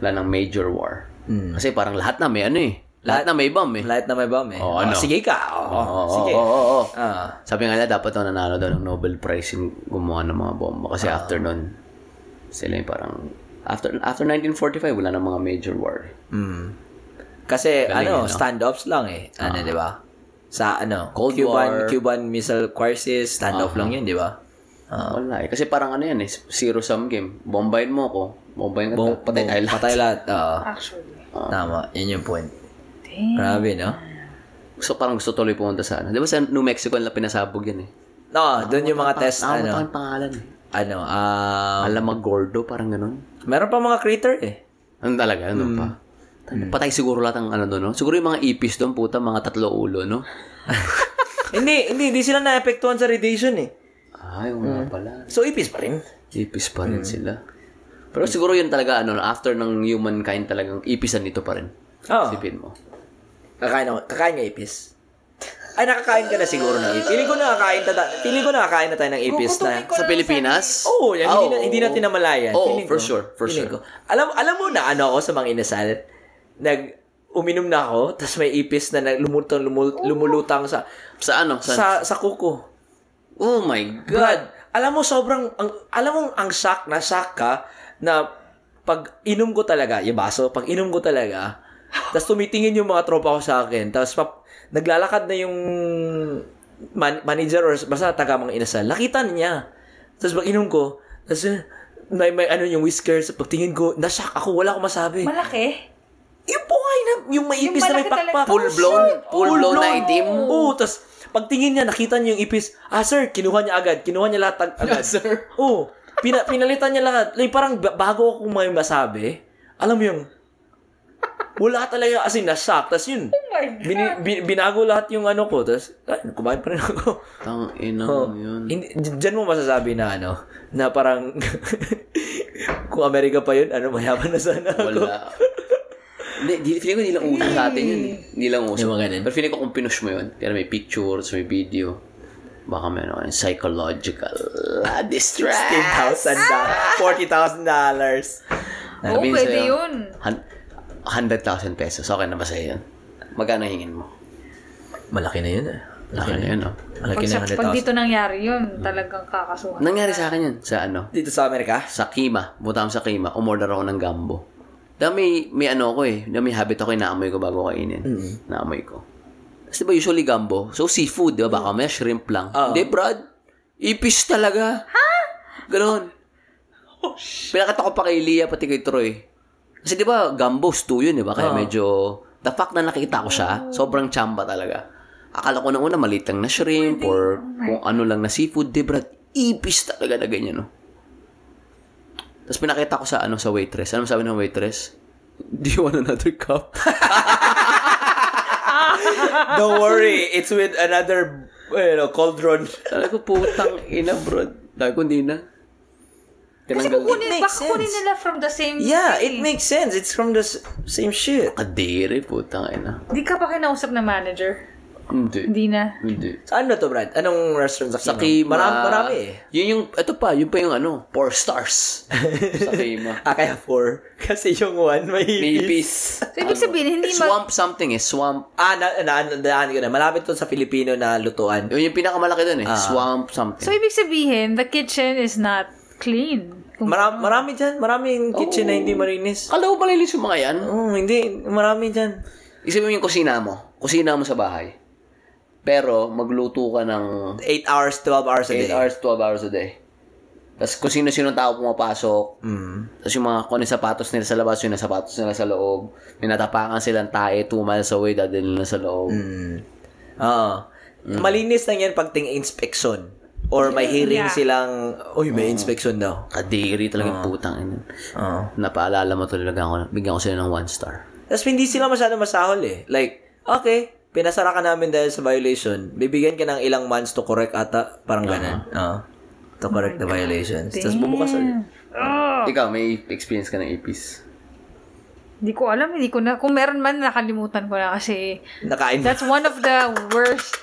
S3: Wala nang major war. Kasi parang lahat na may ano eh. Lahat na may bomb eh.
S2: Hmm. Light na may bomb eh.
S3: Oo, ano?
S2: sige ka. Oo,
S3: Oo, oo,
S2: sige.
S3: oo, oo, oo.
S2: Ah.
S3: Sabi nga nila dapat daw nanalo daw ng Nobel Prize yung gumawa ng mga bomba kasi after nun sila yung parang after after 1945 wala nang mga major war.
S2: Mm. Kasi ano,
S3: Galing, ano?
S2: stand-ups lang eh. Ano, di ba? Sa ano,
S3: Cold
S2: Cuban,
S3: War.
S2: Cuban Missile Crisis, stand-off lang yun, di ba? Ah.
S3: Wala eh. Kasi parang ano yan eh, zero-sum game. Bombayin mo ako, bombayin ka,
S2: Bom-
S3: Oh, patay
S2: bom-
S3: tayo lahat.
S2: Patay lahat. Oo.
S1: Actually.
S2: Tama, yun yung point.
S1: Damn.
S2: Grabe, no?
S3: So parang gusto tuloy pumunta sa ano. Di ba sa New Mexico nila pinasabog yan eh.
S2: No, doon yung mga test,
S3: Ah,
S2: ano,
S3: ano? ang pangalan eh.
S2: ano, ah,
S3: Alamagordo, parang ganun.
S2: meron pa mga crater eh.
S3: Ano talaga, ano pa? Patay siguro lahat ang ano doon, no? Siguro yung mga ipis doon, puta, mga tatlo ulo, no?
S2: hindi, hindi, hindi sila naapektuhan sa radiation eh.
S3: Ay, wala pala.
S2: So, ipis pa rin.
S3: Ipis pa
S2: Hmm.
S3: rin sila. Pero siguro yun talaga, ano, after ng humankind talagang ipisan nito pa rin.
S2: Oo.
S3: Isipin mo.
S2: Kakain ako. Kakain ka ipis. Ay, nakakain ka na siguro ng ipis. Piling ko nakakain na, piling ko nakakain na tayo ng ipis na.
S3: Sa Pilipinas?
S2: Oo, oh, yan. Hindi, na, hindi natin namalayan.
S3: Oo,
S2: Feeling
S3: for
S2: ko.
S3: sure, for
S2: Feeling
S3: sure.
S2: ko. Alam, alam mo na ano ako sa mga inasal? Nag, uminom na ako, tapos may ipis na nag- lumutang, lumul- lumulutang sa,
S3: Sa ano? Sa,
S2: sa, sa kuko.
S3: oh my God.
S2: God, alam mo sobrang, ang, alam mo ang shock na shock ka na pag inom ko talaga, yung baso, pag inom ko
S1: [laughs]
S2: talaga, tapos tumitingin yung mga tropa ko sa akin, tapos pap, naglalakad na yung man- manager or basta taga mga inasal, nakita niya. Tapos pag inom ko, tapos eh, may, may ano yung whiskers, pagtingin ko, na-shock ako, wala akong masabi.
S1: Malaki?
S2: yung buhay na, yung
S1: Yung
S2: maipis na may
S1: malaki talaga.
S2: pakpak.
S1: Full
S3: blown? Full blown na
S2: [laughs]
S3: itim?
S2: Oo, tapos pagtingin niya, nakita niya yung ipis. Ah, sir, kinuha niya agad. Kinuha niya lahat ag-
S3: [laughs]
S2: agad.
S3: sir.
S2: Oo. Pina- pinalitan niya lahat. Like, parang ba- bago ako may masabi, alam mo yung, wala talaga as in, na-shock. Tapos yun,
S3: Oh
S2: bini- bin- binago lahat yung ano ko. Tapos, ay, kumain pa rin ako.
S3: Tang ina
S2: Oh,
S3: mo Ano yun.
S2: hindi- d- Diyan mo masasabi na ano, na parang, [laughs] kung Amerika pa yun, ano, mayaman na sana ako.
S3: Wala. Hindi, di, feeling ko nilang uso sa atin yun. eh. Nilang uso.
S2: Yung mga ganun.
S3: Pero feeling ko kung pinush mo yun, kaya may pictures, may video, baka may ano, psychological ah, distress.
S2: $40,000. dollars
S1: Oo,
S3: Sabihin
S1: pwede
S2: eh,
S3: sa'yo,
S1: yun.
S3: hun- 100,000 pesos. Okay na ba sa'yo yun? Magkano hingin mo?
S2: Malaki na yun eh.
S3: Laki na yun, no?
S1: Pag,
S2: Malaki na Hmm.
S1: sa,
S2: yung
S1: pag
S2: 100,000.
S1: dito nangyari yun, talagang kakasuhan.
S3: Nangyari sa akin yun. Sa ano?
S2: Dito sa
S1: [laughs]
S2: Amerika?
S3: Sa Kima. Buta ako sa Kima. Umorder ako ng gambo. Dami, may ano ko eh. Dami habit ako eh. Naamoy ko bago kainin. Naamoy ko. Kasi diba usually gambo? So seafood, diba? Baka may shrimp lang.
S2: Oo.
S3: Hindi, Brad. Ipis talaga. Ha? Ganon. Pinakita ko pa kay Lia, pati kay Troy. Kasi di ba, gambo, stew yun, di ba? Kaya medyo, the fact na nakita ko siya, sobrang chamba talaga. Akala ko na una, maliit lang na shrimp or kung ano lang na seafood, di ba? Ipis talaga na ganyan, no? Tapos pinakita ko sa ano sa waitress. Ano sabi ng waitress? do you want another cup? [laughs]
S2: Don't worry, it's with another you know, cauldron.
S3: Sabi ko, putang ina, bro. Sabi ko, hindi na.
S1: Kasi
S3: Tinanggal na.
S1: kukunin, eh.
S2: It makes
S1: baka kunin
S2: sense.
S1: nila from the same
S2: Yeah,
S1: thing.
S2: it makes sense. It's from the s- same shit.
S3: Kadiri, putang ina.
S1: Di ka pa kinausap na manager.
S3: Hindi.
S1: Hindi na.
S3: Hindi.
S2: Sa ano to, Brad? Anong restaurant sa
S3: Sa
S2: Kima?
S3: Kima.
S2: Marami, marami eh.
S3: Yun yung, ito pa, yun pa yung ano, four
S2: [laughs]
S3: stars. sa Kima.
S2: Ah, kaya four. [laughs] Kasi yung one, may ipis.
S3: Nipis.
S1: So,
S2: Ano?
S1: ibig sabihin, hindi ma-
S3: Swamp something eh, swamp.
S2: Ah, na, na, nandaan ko na. Malapit to sa Filipino na lutuan.
S3: Yun yung pinakamalaki dun
S2: Ah.
S3: eh, swamp something.
S1: So, ibig sabihin, the kitchen is not clean. Kung-
S2: Maram, marami dyan. Maraming kitchen
S1: Oh.
S2: na hindi marinis.
S3: Kala ko malinis yung mga yan.
S2: Oo, hindi. Marami dyan.
S3: Isipin mo yung kusina mo. Kusina mo sa bahay. Pero, magluto ka ng
S2: 8 hours, 12 hours a day.
S3: 8 hours, 12 hours a day. Tapos kung sino-sino tao pumapasok.
S2: Mm.
S3: Tapos yung mga kung ano yung sapatos nila sa labas, yun ang sapatos nila sa loob. May natapakan silang tae, two miles away, dadalhin nila sa loob.
S2: Mm. Oo. Ah. Malinis lang yan pag ting inspection. Or may hearing
S1: Yeah.
S2: silang, uy, may inspection daw.
S3: Kadiri talaga yung putang. ina.
S2: Oo.
S3: Napaalala mo talaga ako. na- Bigyan ko sila ng one star.
S2: Tapos hindi sila masyado masahol eh. Like, okay, pinasara ka namin dahil sa violation. Bibigyan ka ng ilang months to correct ata. Parang ganun. Oo. To
S1: Oh
S2: correct the violations. Tapos bubukas ulit.
S3: Ikaw, may experience ka ng APs.
S1: Hindi ko alam. Hindi ko na. Kung meron man, nakalimutan ko na kasi
S2: Nakain.
S1: [laughs] that's one of the worst.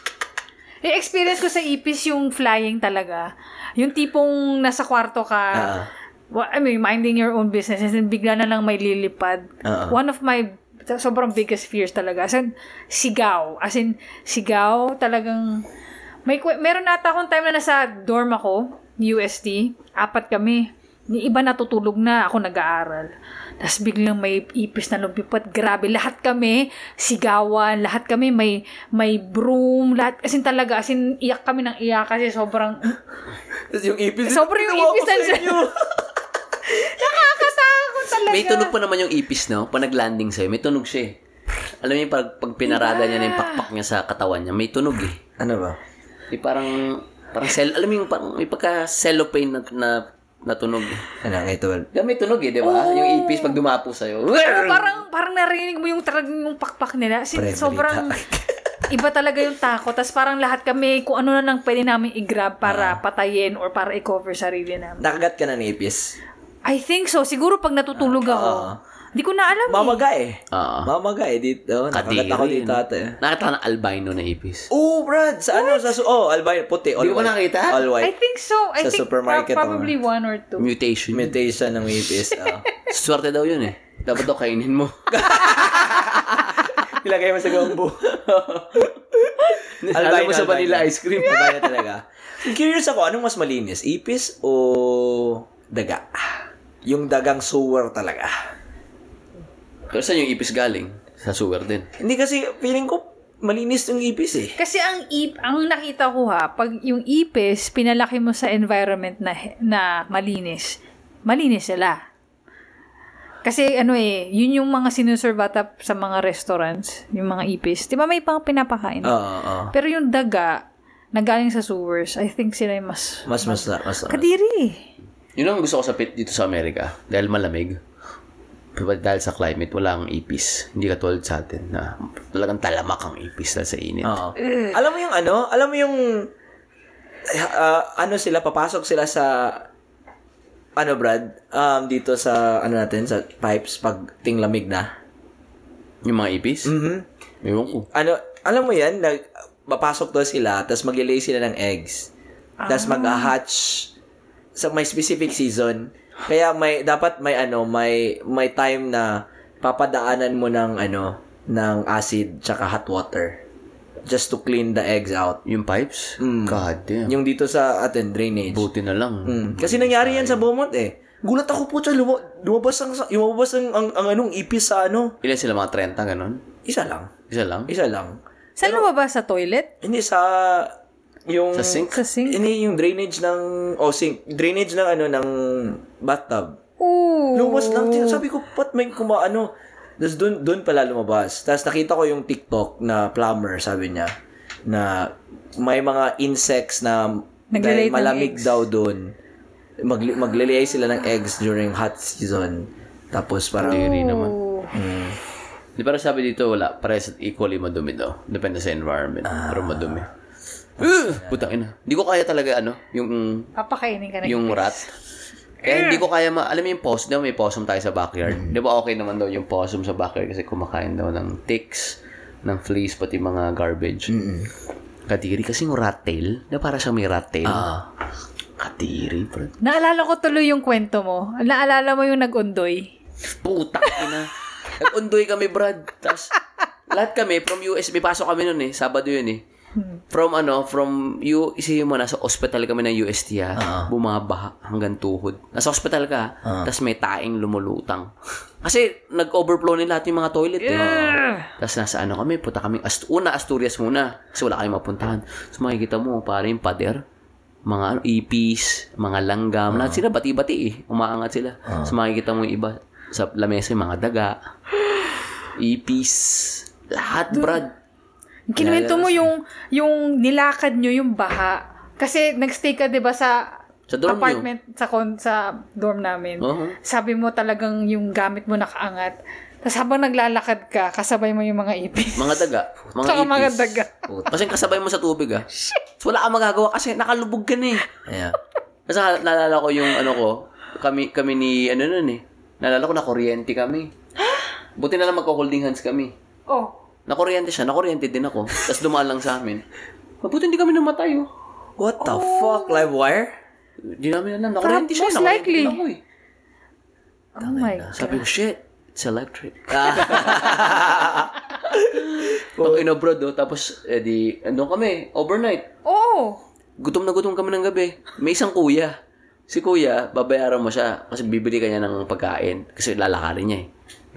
S1: Yung experience ko sa ipis yung flying talaga. Yung tipong nasa kwarto ka,
S2: Ah.
S1: wa- I mean, minding your own business, and then bigla na lang may lilipad.
S2: Ah.
S1: One of my sobrang biggest fears talaga. As in, sigaw. As in, sigaw talagang... May, kwe- meron ata akong time na nasa dorm ako, USD. Apat kami. Yung iba natutulog na, ako nag-aaral. Tapos biglang may ipis na lumpipat. Grabe, lahat kami, sigawan, lahat kami may may broom, lahat. As in talaga, as in iyak kami ng iyak kasi sobrang
S2: Tapos yung ipis.
S1: Sobrang yung
S2: "Ginawa ko
S1: ipis
S2: sa
S1: nandiyan."
S2: inyo.
S1: [laughs] nakakatakot talaga.
S3: May tunog pa naman yung ipis, no? Pag nag-landing sa'yo, may tunog siya eh. Alam mo yung pag, pag pinarada niya na yung pakpak niya sa katawan niya, may tunog eh.
S2: [laughs] ano ba?
S3: Di parang, parang cell, alam mo yung parang may pagka cellophane na, na, na tunog. eh.
S2: Ano, ito.
S3: Di ba may tunog eh, di ba? Yung
S2: Oh.
S3: ipis pag dumapo sa'yo.
S1: Pero parang parang narinig mo yung talagang yung pakpak nila. Sin,
S2: Pre,
S1: sobrang iba talaga yung takot. Tapos parang lahat kami, kung ano na lang pwede namin i-grab
S2: Ah.
S1: para patayin or para i-cover sarili namin.
S2: Nakagat ka na ng ipis.
S1: I think so. Siguro pag natutulog
S2: Ah,
S1: ako, di ko na alam eh.
S2: Mamaga eh.
S3: Oo.
S2: Mamaga eh. Dito, nakagat ako dito ata eh.
S3: Nakita ka ng albino na ipis.
S2: Oh, Brad! Sa ano? Sa, su- oh, albino, puti. All
S3: Di ko
S2: white.
S3: nakita.
S2: All
S1: I
S2: white.
S1: think so. I
S2: Sa
S1: think
S2: supermarket,
S1: prob- probably one or two.
S3: Mutation.
S2: Imitation ng
S3: [laughs]
S2: ipis. Oh.
S3: Swerte daw yun eh. Dapat daw kainin
S2: [laughs]
S3: mo.
S2: Ilagay mo sa gumbo.
S3: Alam mo sa vanilla ice
S2: cream. Albino talaga. Curious ako, anong mas malinis? Ipis o daga? Yung dagang sewer talaga.
S3: Pero saan yung ipis galing? Sa sewer din.
S2: Hindi kasi feeling ko malinis yung ipis eh.
S1: Kasi ang ip, ang nakita ko ha, pag yung ipis, pinalaki mo sa environment na na malinis, malinis sila. Kasi ano eh, yun yung mga sinuserve ata sa mga restaurants, yung mga ipis. Di ba may pang pinapakain?
S2: Oo, oo.
S1: Pero yung daga, na galing sa sewers, I think sila yung mas...
S2: Mas, mas, mas, mas.
S1: Kadiri!
S3: Yun ang gusto ko sa pit dito sa Amerika. Dahil malamig. Pero dahil sa climate, wala ang ipis. Hindi katulad sa atin na talagang talamak ang ipis dahil sa init.
S2: Oo. Alam mo yung ano? Alam mo yung ah, ano sila papasok sila sa ano Brad? Um dito sa ano natin sa pipes pag tinglamig na.
S3: Yung mga ipis?
S2: Mhm.
S3: Ewan ko.
S2: Ano alam mo yan nag papasok daw sila tapos maglilay sila ng eggs. Tapos mag-hatch sa may specific season. Kaya may dapat may ano, may may time na papadaanan mo ng ano ng acid tsaka hot water just to clean the eggs out.
S3: Yung pipes?
S2: Mm.
S3: God damn.
S2: Yung dito sa atin, drainage.
S3: Buti na lang.
S2: Mm. Kasi nangyari yan sa Beaumont eh. Gulat ako po siya, lum- lumabas ang, lumabas ang, ang, ang anong ipis sa ano.
S3: Ilan sila? Mga 30, ganun?
S2: Isa lang.
S3: Isa lang?
S2: Isa lang.
S1: Saan lumabas? Sa toilet?
S2: Hindi sa, yung,
S3: Sa sink?
S1: Sa sink?
S2: hindi yung drainage ng, oh sink, drainage ng ano, ng bathtub.
S1: Ooh!
S2: Lumabas
S1: Oh.
S2: lang. Tin- Sabi ko, pat may ano? kumaano. Tapos doon, doon pala lumabas. Tapos nakita ko yung TikTok na plumber, sabi niya, na may mga insects na
S1: Naglalay
S2: dahil
S1: ng
S2: malamig
S1: eggs.
S2: daw doon. Mag, maglalay sila ng eggs during hot season. Tapos parang
S3: Kadiri naman.
S1: Ooh.
S3: Mm. Di parang sabi dito, wala. Parehas at equally madumi daw. Depende sa environment. Pero madumi. Uh, [sighs] putang ina. Hindi ko kaya talaga ano, yung
S1: Papakainin ka na.
S3: yung rat. Kaya hindi ko kaya ma... Alam mo yung possum, di ba may possum tayo sa backyard? Di ba okay naman daw yung possum sa backyard kasi kumakain daw ng ticks, ng fleas, pati mga garbage. Katiri kasi yung rat tail, na para sa may rat tail.
S2: Ah.
S3: Katiri, bro.
S1: Naalala ko tuloy yung kwento mo. Naalala mo yung nag-undoy.
S3: Puta ina. Nag-undoy kami, Brad. Tapos, lahat kami, from US, may pasok kami nun eh. Sabado yun eh. From ano, from U, isipin mo, nasa hospital kami ng UST ha. ah. Bumabaha hanggang tuhod. Nasa hospital ka, tapos may taing lumulutang. Kasi nag-overflow na lahat yung mga toilet eh.
S2: Ah.
S3: Tapos nasa ano kami, puta kami, Ast- una Asturias muna. Kasi wala kami mapuntahan. So makikita mo, para yung pader mga ano, ipis, mga langgam, lahat sila bati-bati eh. Umaangat sila. So makikita mo yung iba sa lamesa yung mga daga, ipis, lahat brad.
S1: Kinuwento mo yung, yung nilakad nyo, yung baha. Kasi nagstay ka, di ba, sa
S3: Sa dorm nyo. Oh.
S1: apartment, sa, con- sa dorm namin.
S3: Oo.
S1: Sabi mo talagang yung gamit mo nakaangat. Tapos habang naglalakad ka, kasabay mo yung mga ipis.
S3: Mga daga, mga
S1: Tsaka
S3: ipis.
S1: mga daga.
S3: Puta. Kasi kasabay mo sa tubig ah. So, wala kang magagawa kasi nakalubog ka na eh.
S2: Yeah.
S3: Kasi na- naalala ko yung ano ko, kami, kami ni ano nun eh. Naalala ko na
S1: [gasps]
S3: kuryente kami. Buti na lang magko-holding hands kami.
S1: Oh,
S3: Nakuryente siya, nakuryente din ako. Tapos dumaan lang sa amin. Mabuti hindi kami namatay oh.
S2: What the fuck? Live wire?
S3: Di namin alam.
S1: Parang
S3: Nakuryente siya.
S1: most
S3: nakuryente
S1: likely.
S3: din ako eh.
S1: oh my God.
S3: Sabi ko, shit,
S1: [laughs]
S3: it's electric. Ah. Pag inabroad, oh, tapos, edi, andun kami, overnight.
S1: Oh!
S3: Gutom na gutom kami ng gabi. May isang kuya. Si kuya, babayaran mo siya kasi bibili ka niya ng pagkain kasi lalakarin niya eh.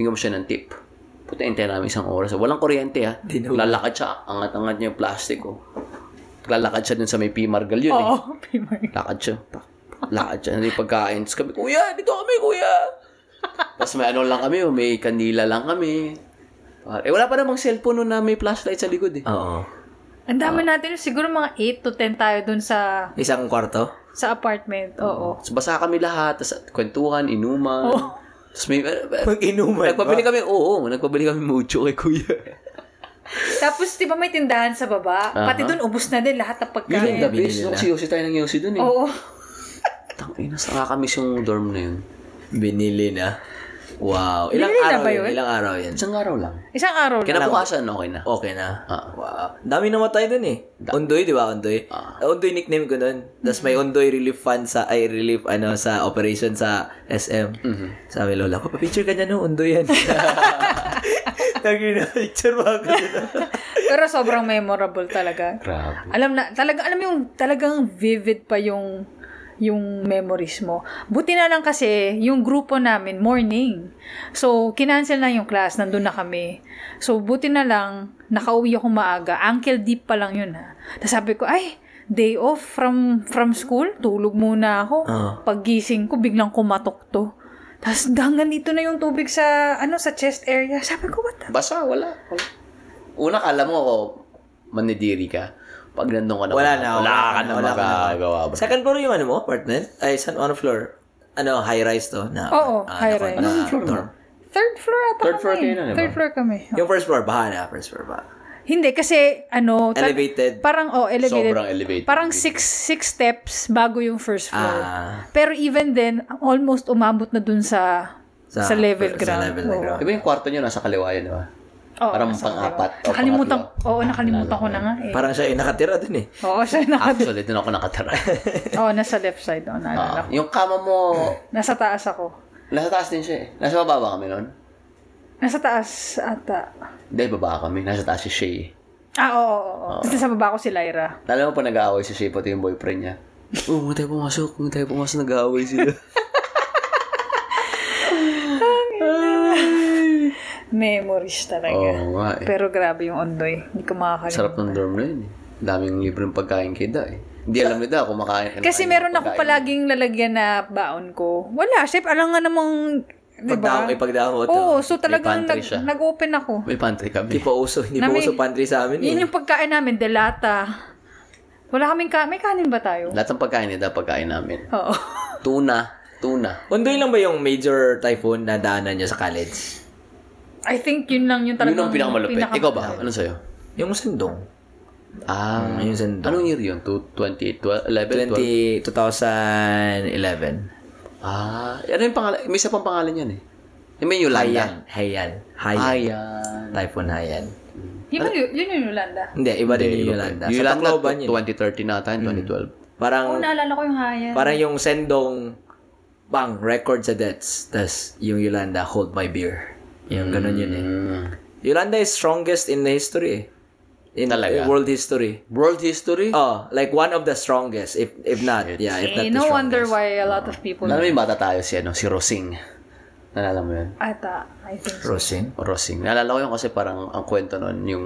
S3: Bigyan mo siya ng tip. Puta, hintayin namin isang oras. Walang kuryente ha. Lalakad siya. Angat-angat niya yung plastic oh. Lalakad siya dun sa may P. Margal yun eh.
S1: Oh, [laughs] Pimar.
S3: Lakad siya. Pa- Lakad siya. Hindi pagkain. Tapos kami, kuya, dito kami, kuya. Tapos may ano lang kami, oh, may kandila lang kami. Par- Eh, wala pa namang cellphone nun na may flashlight sa likod eh.
S2: Oo.
S1: Ang dami
S3: Ah.
S1: natin, siguro mga 8 to 10 tayo dun sa
S2: Isang kwarto?
S1: sa apartment. Oo.
S3: So, basa kami lahat. Tapos kwentuhan, inuman. Tapos may... eh,
S2: Pag-inuman
S3: Nagpabili kami, oo, nagpabili kami mucho kay kuya.
S1: Tapos, di ba may tindahan sa baba? Pati dun, ubus na din lahat ng
S3: Yun ang
S1: pagkain.
S3: the best. no? Kasi yosi tayo ng yosi dun eh.
S1: Oo.
S3: Tangina, sa nakakamiss yung dorm na yun.
S2: Binili na. Wow. Ilang
S1: Binili na
S2: araw
S1: ba
S2: yun?
S1: yun?
S2: Ilang araw yun?
S3: Isang araw lang.
S1: Isang araw lang.
S3: Kinabukasan, okay na.
S2: Okay na.
S3: Ah.
S2: Wow. Dami namatay dun eh. Undoy, di ba? Undoy. Undoy nickname ko nun. Tapos may Undoy Relief Fund sa, ay relief ano, sa operation sa SM.
S3: Mm. Mhm.
S2: Sabi lola ko, picture ka niya no, Undoy yan. Lagi na picture mo ako.
S1: Pero sobrang memorable talaga.
S3: Grabe.
S1: Alam na, talaga, alam yung talagang vivid pa yung yung memories mo. Buti na lang kasi yung grupo namin morning. So kinancel na yung class, nandun na kami. So buti na lang nakauwi ako maaga. Uncle Deep pa lang yun ha. Tapos sabi ko, ay, day off from from school, tulog muna ako. Paggising ko biglang kumatok to. Tapos hanggang dito na yung tubig sa ano sa chest area. Sabi ko, what the
S3: Basa, wala. Wala. Una, kala mo ako, manidiri ka. Pag nandun ka na,
S2: Wala na.
S3: wala ka na
S2: wala ka na.
S3: magagawa. bro.
S2: Second floor yung ano mo, apartment? Ay, san, ano floor? Ano, high-rise to? Na,
S1: Oo,
S2: ah,
S1: high-rise.
S2: na-
S1: Anong
S3: floor mo?
S2: dorm.
S1: Third floor ata
S3: Third
S1: kami.
S3: floor kayo na, di ba?
S1: Third floor kami.
S2: Yung first floor, baha na. First floor, baha.
S1: Hindi, kasi ano... tal-
S2: Elevated.
S1: Parang, oh, elevated.
S3: Sobrang elevated.
S1: Parang six, six steps bago yung first floor.
S2: Ah.
S1: Pero even then, almost umabot na dun sa... Sa, level
S2: sa
S1: ground.
S2: level na
S1: Oo.
S2: ground.
S3: Di ba yung kwarto nyo nasa kaliwa yun, di ba?
S1: Oo,
S3: Parang
S1: nasa
S3: pang-apat
S1: kaliwa.
S3: o
S1: Nakalimutan,
S3: pangatlo.
S1: oo, nakalimutan ko na nga eh.
S2: Parang siya yung nakatira dun eh.
S1: oo, siya nakalimutan.
S3: Actually, doon ako nakatira.
S1: [laughs] oo, nasa left side. Oo, naalala
S3: Ah,
S1: ko.
S3: yung kama mo,
S1: Nasa taas ako.
S3: nasa taas din siya eh. Nasa baba ba kami nun?
S1: Nasa taas ata.
S3: Hindi, baba kami. Nasa taas si Shay. eh.
S1: Ah, oo, oo. oo. Tapos nasa baba ko si Lyra.
S3: Alam mo pa nag-aaway si Shay, pati yung boyfriend niya. [laughs] Oo, oh, tayo pumasok. Huwag tayo pumasok. Nag-aaway sila.
S1: Memories talaga.
S3: [laughs] Oo nga eh.
S1: Pero grabe yung ondoy. Hindi ko makakalimutan.
S3: Sarap ng dorm na yun eh. Daming libreng pagkain kida eh. Hindi alam nila kung makain.
S1: Kasi
S3: kakain-
S1: meron ako palaging lalagyan na baon ko. Wala, chef, alam nga namang, di ba?
S2: Pagdamo, ipagdamo eh, to.
S1: Diba? Oo, so talagang
S3: oh.
S1: nag,
S3: pantry siya. Ano
S1: nag-open ako.
S3: May pantry kami.
S2: Hindi pa uso, hindi
S1: Na
S2: pa
S1: may-
S2: uso pantry sa amin eh.
S1: Yun yung pagkain namin, delata. Wala kaming ka may kanin ba tayo?
S3: Lahat ng pagkain nila, pagkain namin.
S1: Oo.
S3: Tuna. Tuna.
S2: Undoy lang ba yung major typhoon na daanan nyo sa college?
S1: I think yun lang yung talagang
S3: Yun ang pinakamalupit.
S1: pinaka-
S3: Ikaw ba? Ano sa'yo?
S2: Yung sandong.
S1: Ano?
S3: Ah,
S2: Yung sandong.
S3: anong year yun? Two- 20, 12, 11, 12?
S2: 20, 2011.
S3: Ah, ano yung pangalan? May isa pang pangalan yan eh. Yung may
S2: Hayan.
S3: Yolanda.
S2: Hayan. Hayan.
S3: Ayan.
S2: Typhoon Hayan.
S1: Yun, yun, yun yung Yolanda.
S2: Hindi, iba din yung Yolanda.
S3: Yolanda.
S2: Sa
S3: Yolanda,
S2: Tacloban yun.
S3: 2013 na ata, yun, 2012.
S2: Parang,
S3: Oh.
S1: Oo, Oh, naalala ko yung Hayan.
S2: parang yung sendong bang, record sa deaths. Tapos yung Yolanda, hold my beer. Yung ganun yun eh.
S3: Hmm.
S2: Yolanda is strongest in the history eh. In
S3: Talaga?
S2: world history.
S3: World history?
S2: Oh, like one of the strongest, if if not, yeah, if not
S1: eh,
S2: the
S1: no
S2: strongest.
S1: wonder why a lot of people...
S3: Alam mo yung bata tayo si, ano, si Rosing. Nalala mo yun?
S1: Ata, I think so.
S2: Rosing?
S3: O Rosing. Nalala ko yun kasi parang ang kwento nun, yung,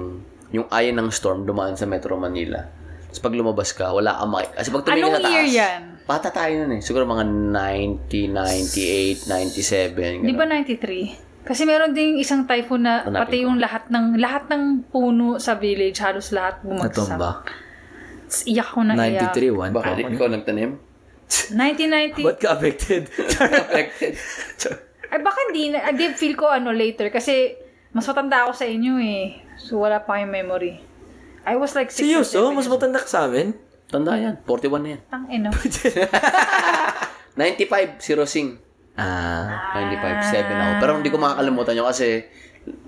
S3: yung ayon ng storm dumaan sa Metro Manila. Tapos pag lumabas ka, wala kang maki... Kasi pag tumingin
S1: Anong
S3: ka taas,
S1: year yan?
S3: bata tayo nun eh. Siguro mga 90, 98, 97.
S1: Di
S3: Ganun.
S1: ba 93? Kasi meron ding isang typhoon na
S3: ano? Hanapin
S1: pati yung lahat ng lahat ng puno sa village, halos lahat
S2: Ano
S1: bumagsak.
S2: Natumba.
S1: Tapos Iyak ko na iyak.
S2: 93, one.
S3: Bakit ikaw nagtanim?
S1: 1990.
S2: Ba't ka
S3: [laughs]
S2: affected? [laughs]
S3: Affected.
S1: Ay, baka hindi na. Ay, di, feel ko ano later. Kasi, mas matanda ako sa inyo eh. So, wala pa yung memory. I was like 6
S2: Serious, oh? Mas matanda ka sa amin?
S3: Tanda yan. 41 na yan.
S1: Tang ino.
S2: [laughs]
S3: 95, si Rosing.
S2: Ah.
S3: 95, 7 ako. Pero hindi ko makakalimutan yun kasi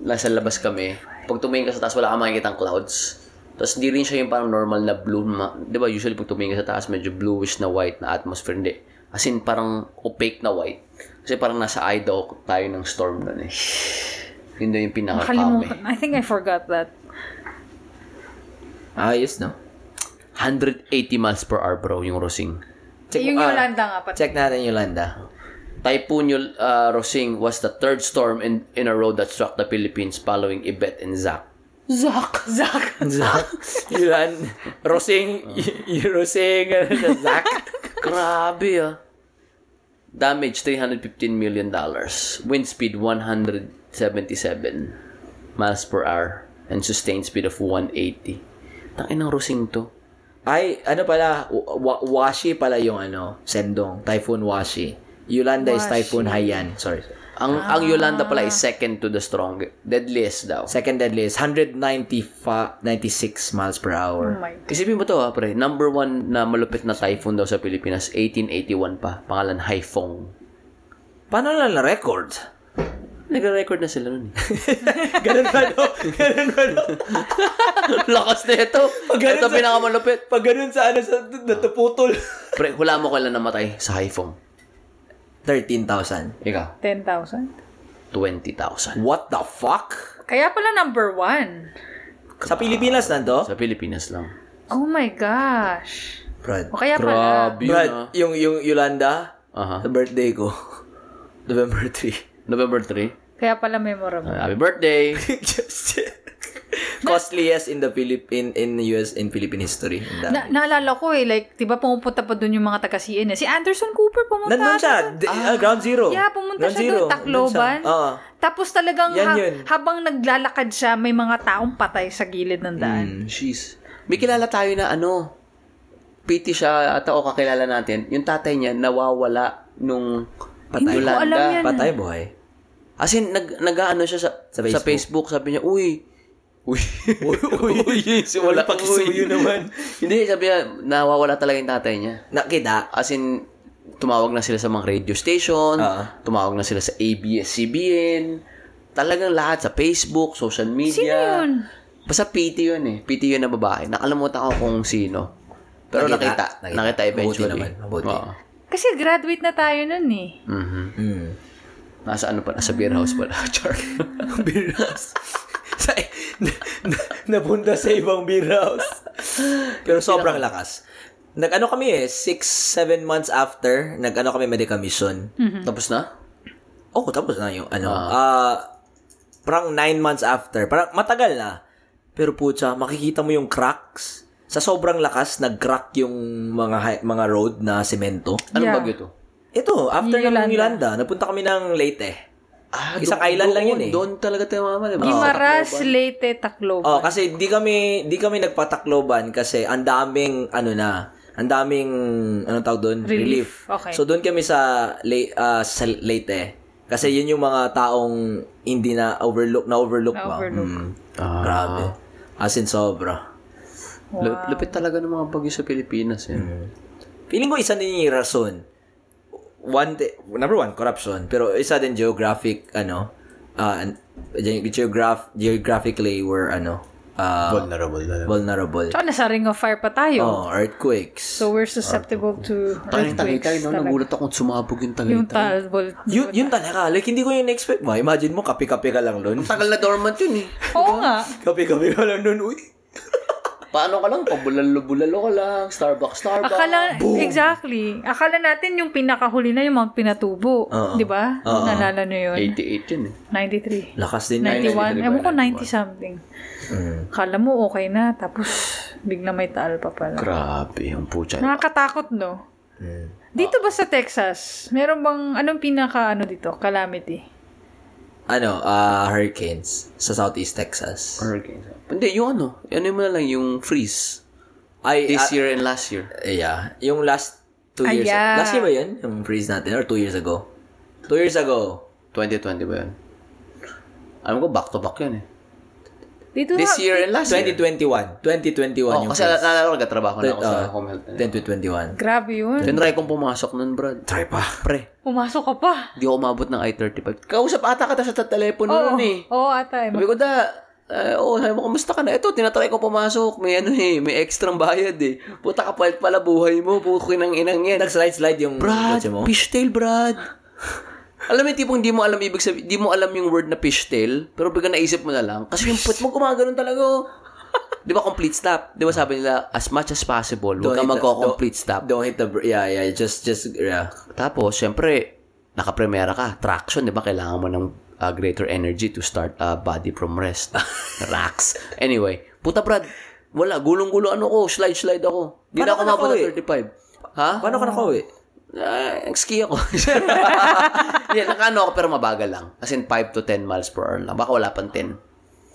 S3: nasa labas kami. Pag tumingin ka sa taas, wala kang makikita ang clouds. Tapos hindi rin siya yung parang normal na blue. Ma- di ba usually pag tumingin ka sa taas, medyo bluish na white na atmosphere. Hindi. As in, parang opaque na white. Kasi parang nasa eye daw tayo ng storm nun eh. Yun daw yung eh. pinaka-kame.
S1: Nakalimutan. I think I forgot that.
S2: Ayos, no?
S3: 180 miles per hour bro yung Rosing.
S1: Eh, yung
S2: ah,
S1: Yolanda nga pati.
S2: Check natin Yolanda.
S3: Typhoon Yol- uh, Rosing was the third storm in, in a row that struck the Philippines following Ibet and Zach.
S1: Zak. Zak.
S3: [laughs]
S2: Zach. Yolan. Rosing. Y- Rosing.
S1: [laughs]
S2: ano, Zach.
S3: [laughs] Grabe ah. Damage 315 million dollars. Wind speed 177 miles per hour and sustained speed of 180. Tangin ng rusing to.
S2: Ay, ano pala? Wa- wa- washi pala yung ano, sendong. Typhoon Washi. Yolanda is Typhoon Haiyan. Sorry.
S3: Ang ang Yolanda pala is second to the strong deadliest daw.
S2: Second deadliest, 195, 96 miles per hour.
S1: Oh my God.
S3: Isipin mo to ha, pre. Number one na malupit na typhoon daw sa Pilipinas, 1881 pa. Pangalan Haiphong.
S2: Paano na na-record?
S3: Nag-record na sila nun eh. [laughs]
S2: Ganun ba, no? Ganun ba, no?
S3: Lakas na ito.
S2: ganun
S3: Ito
S2: sa-
S3: pinakamalupit.
S2: Pag ganun sa ano, sa natuputol.
S3: Pre, hula mo kailan namatay sa Haiphong.
S2: 13,000.
S3: Ikaw,
S1: 10,000.
S3: 20,000.
S2: What the fuck?
S1: Kaya pala number one.
S2: Sa Pilipinas nando?
S3: Sa Pilipinas lang.
S1: Oh my gosh.
S2: Brad.
S1: O kaya pala.
S3: Grabe yun ah.
S2: Brad, yung, yung Yolanda,
S3: Aha.
S2: sa birthday ko. November 3.
S3: November 3.
S1: Kaya pala memorable.
S3: Uh, Happy birthday.
S2: [laughs] Just costliest in the Philippine in US in Philippine history. Ang dami.
S1: Na, naalala ko eh, like, di ba pumupunta pa doon yung mga taga CN eh. Si Anderson Cooper pumunta.
S2: Nandun siya.
S1: ata doon.
S2: D- ah, ground zero.
S1: Yeah, pumunta
S2: Ground
S1: siya
S2: zero.
S1: doon, Tacloban.
S2: Nandun siya. Ah. Oo.
S1: Tapos talagang
S2: Yan
S1: ha-
S2: yun.
S1: habang naglalakad siya, may mga taong patay sa gilid ng daan.
S2: Mm.
S3: Jeez. May kilala tayo na ano, PT siya at ako kakilala natin. Yung tatay niya nawawala nung
S2: Patay.
S1: Hindi ko alam
S3: Yolanda.
S1: yan.
S2: Patay buhay.
S3: As in, nag, nag-ano siya sa, sa,
S2: Sa
S3: Facebook.
S2: Facebook.
S3: Sabi niya, uy, [laughs] uy, [laughs] uy, uy,
S2: Uy, pakisuyo naman.
S3: Hindi, sabi niya, nawawala talaga yung tatay niya.
S2: Nakita.
S3: As in, tumawag na sila sa mga radio station,
S2: Ah.
S3: tumawag na sila sa ABS-CBN, talagang lahat sa Facebook, social media.
S1: Sino yun?
S3: Basta PT yun eh. PT yun na babae. Nakalimutan ko kung sino. Pero nakita.
S2: Nakita.
S3: Nakita,
S2: Nakita.
S3: eventually.
S2: Mabuti naman, mabuti.
S3: Oo.
S1: Kasi graduate na tayo nun eh.
S3: Mhm.
S2: Mm.
S3: Nasa ano pala? Sa beer
S1: Ah.
S3: house pala. [laughs] Char.
S1: [laughs]
S2: beer house. [laughs] sa, na, na, napunta sa ibang beer house. Pero sobrang lakas. Nag-ano kami eh, six, seven months after, nag-ano kami medical mission.
S3: Tapos na?
S2: Oh, tapos na yung ano. Ah, parang nine months after. Parang matagal na. Pero putya, makikita mo yung cracks. Sa sobrang lakas, nag-crack yung mga hi- mga road na semento.
S3: Anong
S1: Yeah.
S3: bagyo to?
S2: Ito, after
S1: Yung
S2: ng
S1: Yolanda.
S2: Yolanda, napunta kami ng Leyte.
S3: Ah,
S2: Isang island lang yun eh.
S3: Doon talaga tayo mama. Diba?
S1: Guimaras, Leyte, Tacloban.
S2: Oh, kasi di kami di kami nagpatakloban kasi ang daming ano na, ang daming anong tawag doon?
S1: Relief. Okay.
S2: So doon kami sa Le- ah, sa Leyte. Kasi yun yung mga taong hindi na overlook, na overlook ba?
S1: Na-overlook.
S2: Mm.
S3: Ah.
S2: Grabe.
S4: Ah.
S2: As in, sobra.
S3: Lu- Lupit talaga ng mga bagyo sa Pilipinas. Eh.
S2: Mm. Feeling ko isa din yung rason. One, thi- number one, corruption. Pero isa din geographic, ano, uh, and- ge- geograph, geographically we're, ano, uh,
S4: Vulnerable na lang.
S2: vulnerable.
S1: Tsaka nasa ring of fire pa tayo.
S2: Oh, earthquakes.
S1: So, we're susceptible to
S3: Tanging Tagaytay,
S1: earthquakes
S3: no?
S1: talaga.
S3: Nagulat akong sumabog yung
S1: Yung
S3: Tagaytay.
S1: tal, vol-
S2: yun, yun talaga. Like, hindi ko yung expect mo. Imagine mo, kape-kape ka lang nun.
S3: Tagal na dormant yun eh.
S1: Oo nga.
S2: [laughs] Kape-kape ka lang nun. Uy,
S3: Paano ka lang? Pabulalo-bulalo ka lang. Starbucks, Starbucks.
S1: Akala, exactly. Akala natin yung pinakahuli na yung Mount Pinatubo.
S2: Oo.
S1: Di ba? Naalala nyo yun.
S3: 88 yun eh.
S1: 93.
S2: lakas din. yun.
S1: 91.
S3: 93 ba?
S1: Ewan ko 90 something.
S2: Mm.
S1: Akala mo okay na. Tapos, bigla may taal pa pala.
S4: Grabe, ang pucha.
S1: Nakakatakot, no?
S2: Mm.
S1: Dito ba sa Texas, meron bang, anong pinaka, ano dito, calamity?
S2: Ano, ah, hurricanes sa Southeast Texas.
S3: Hurricane. Hindi, yung ano. Ano yun na lang, yung freeze.
S2: Ay, ah,
S3: This year and last year.
S2: Yeah. Yung last two
S1: Ah,
S2: years.
S1: yeah.
S2: Last year ba yun? Yung freeze natin? Or two years ago? Two years ago.
S3: 2020 ba yun? Alam ko, back-to-back yun eh.
S1: Dito
S3: This
S1: na,
S3: year and last year.
S2: 2021. 2021 yung
S3: Oh, kasi
S2: freeze.
S3: naalala ko, nagkatrabaho na ako sa
S2: Ah,
S3: home health.
S2: 2021.
S1: Grabe yun.
S3: Tinry kong pumasok nun, bro.
S2: Try pa.
S3: Pre,
S1: Pumasok ka pa.
S3: di ako umabot ng I-35. Kausap ata kita sa telepono
S1: Oo,
S3: nun eh.
S1: oo ata. eh.
S3: Sabi ko, da, eh, oh, sabi mo, kamusta ka na? Ito, tinatry ko pumasok. May ano eh, may extra bayad eh. Puta kapalit pala buhay mo. Pukin ng inang yan.
S2: Nag-slide-slide yung
S3: Brad,
S2: kotse mo.
S3: fishtail, Brad. alam mo yung tipong di mo alam ibig sabi, di mo alam yung word na fishtail, pero bigla naisip mo na lang. Kasi yung put mo, gumagano'n talaga. oh. [laughs] di ba complete stop? Di ba sabi nila, as much as possible, huwag
S2: Don't
S3: kang
S2: hit the-
S3: magko-complete stop.
S2: Don't hit the... br- Yeah, yeah. Just, just, yeah.
S3: Tapos, syempre, nakapremera ka. Traction, di ba? Kailangan mo ng uh, greater energy to start a body from rest. [laughs] Racks. Anyway, puta Brad, wala, gulong-gulo ano ko, slide-slide ako. Hindi
S2: Paano
S3: na ako
S2: ka
S3: mabot ng
S2: nakauwi?
S3: 35. Ha?
S2: Paano ka nakauwi?
S3: Ah, ski ako. [laughs] Hindi, nakaano ako pero mabagal lang. As in 5 to 10 miles per hour lang. Baka wala pang 10.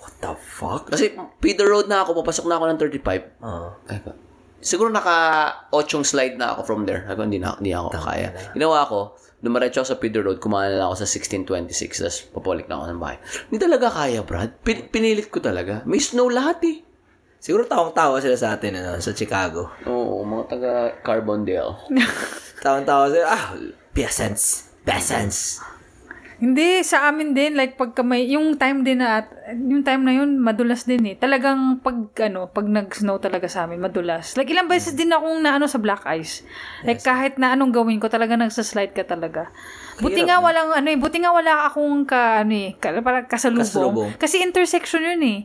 S2: What the fuck?
S3: Kasi Peter Road na ako, papasok na ako ng 35.
S2: Ah.
S3: Ay, pa- Siguro naka 8 slide na ako from there. Ako, hindi, na, hindi ako kaya. Ginawa ko, dumiretso ako sa Peter Road, kumana na ako sa 1626, tapos papulik na ako ng bahay. Hindi talaga kaya, Brad. Pin- pinilit ko talaga. May snow lahat eh.
S2: Siguro tawang-tawa sila sa atin, ano, sa Chicago.
S3: Oo, mga taga Carbondale.
S2: Tawang-tawa sila, ah, peasants. Peasants.
S1: Hindi, sa amin din, like pagka may, yung time din na, at- yung time na yun, madulas din eh. Talagang pag, ano, pag nag-snow talaga sa amin, madulas. Like ilang beses
S2: Hmm.
S1: din akong naano sa black ice. Like kahit na anong gawin ko, talaga nagsaslide ka talaga. Buti nga walang, ano eh, buti nga wala akong ka, ano eh, ka, parang kasalubong.
S2: Kasalubong.
S1: Kasi intersection yun eh.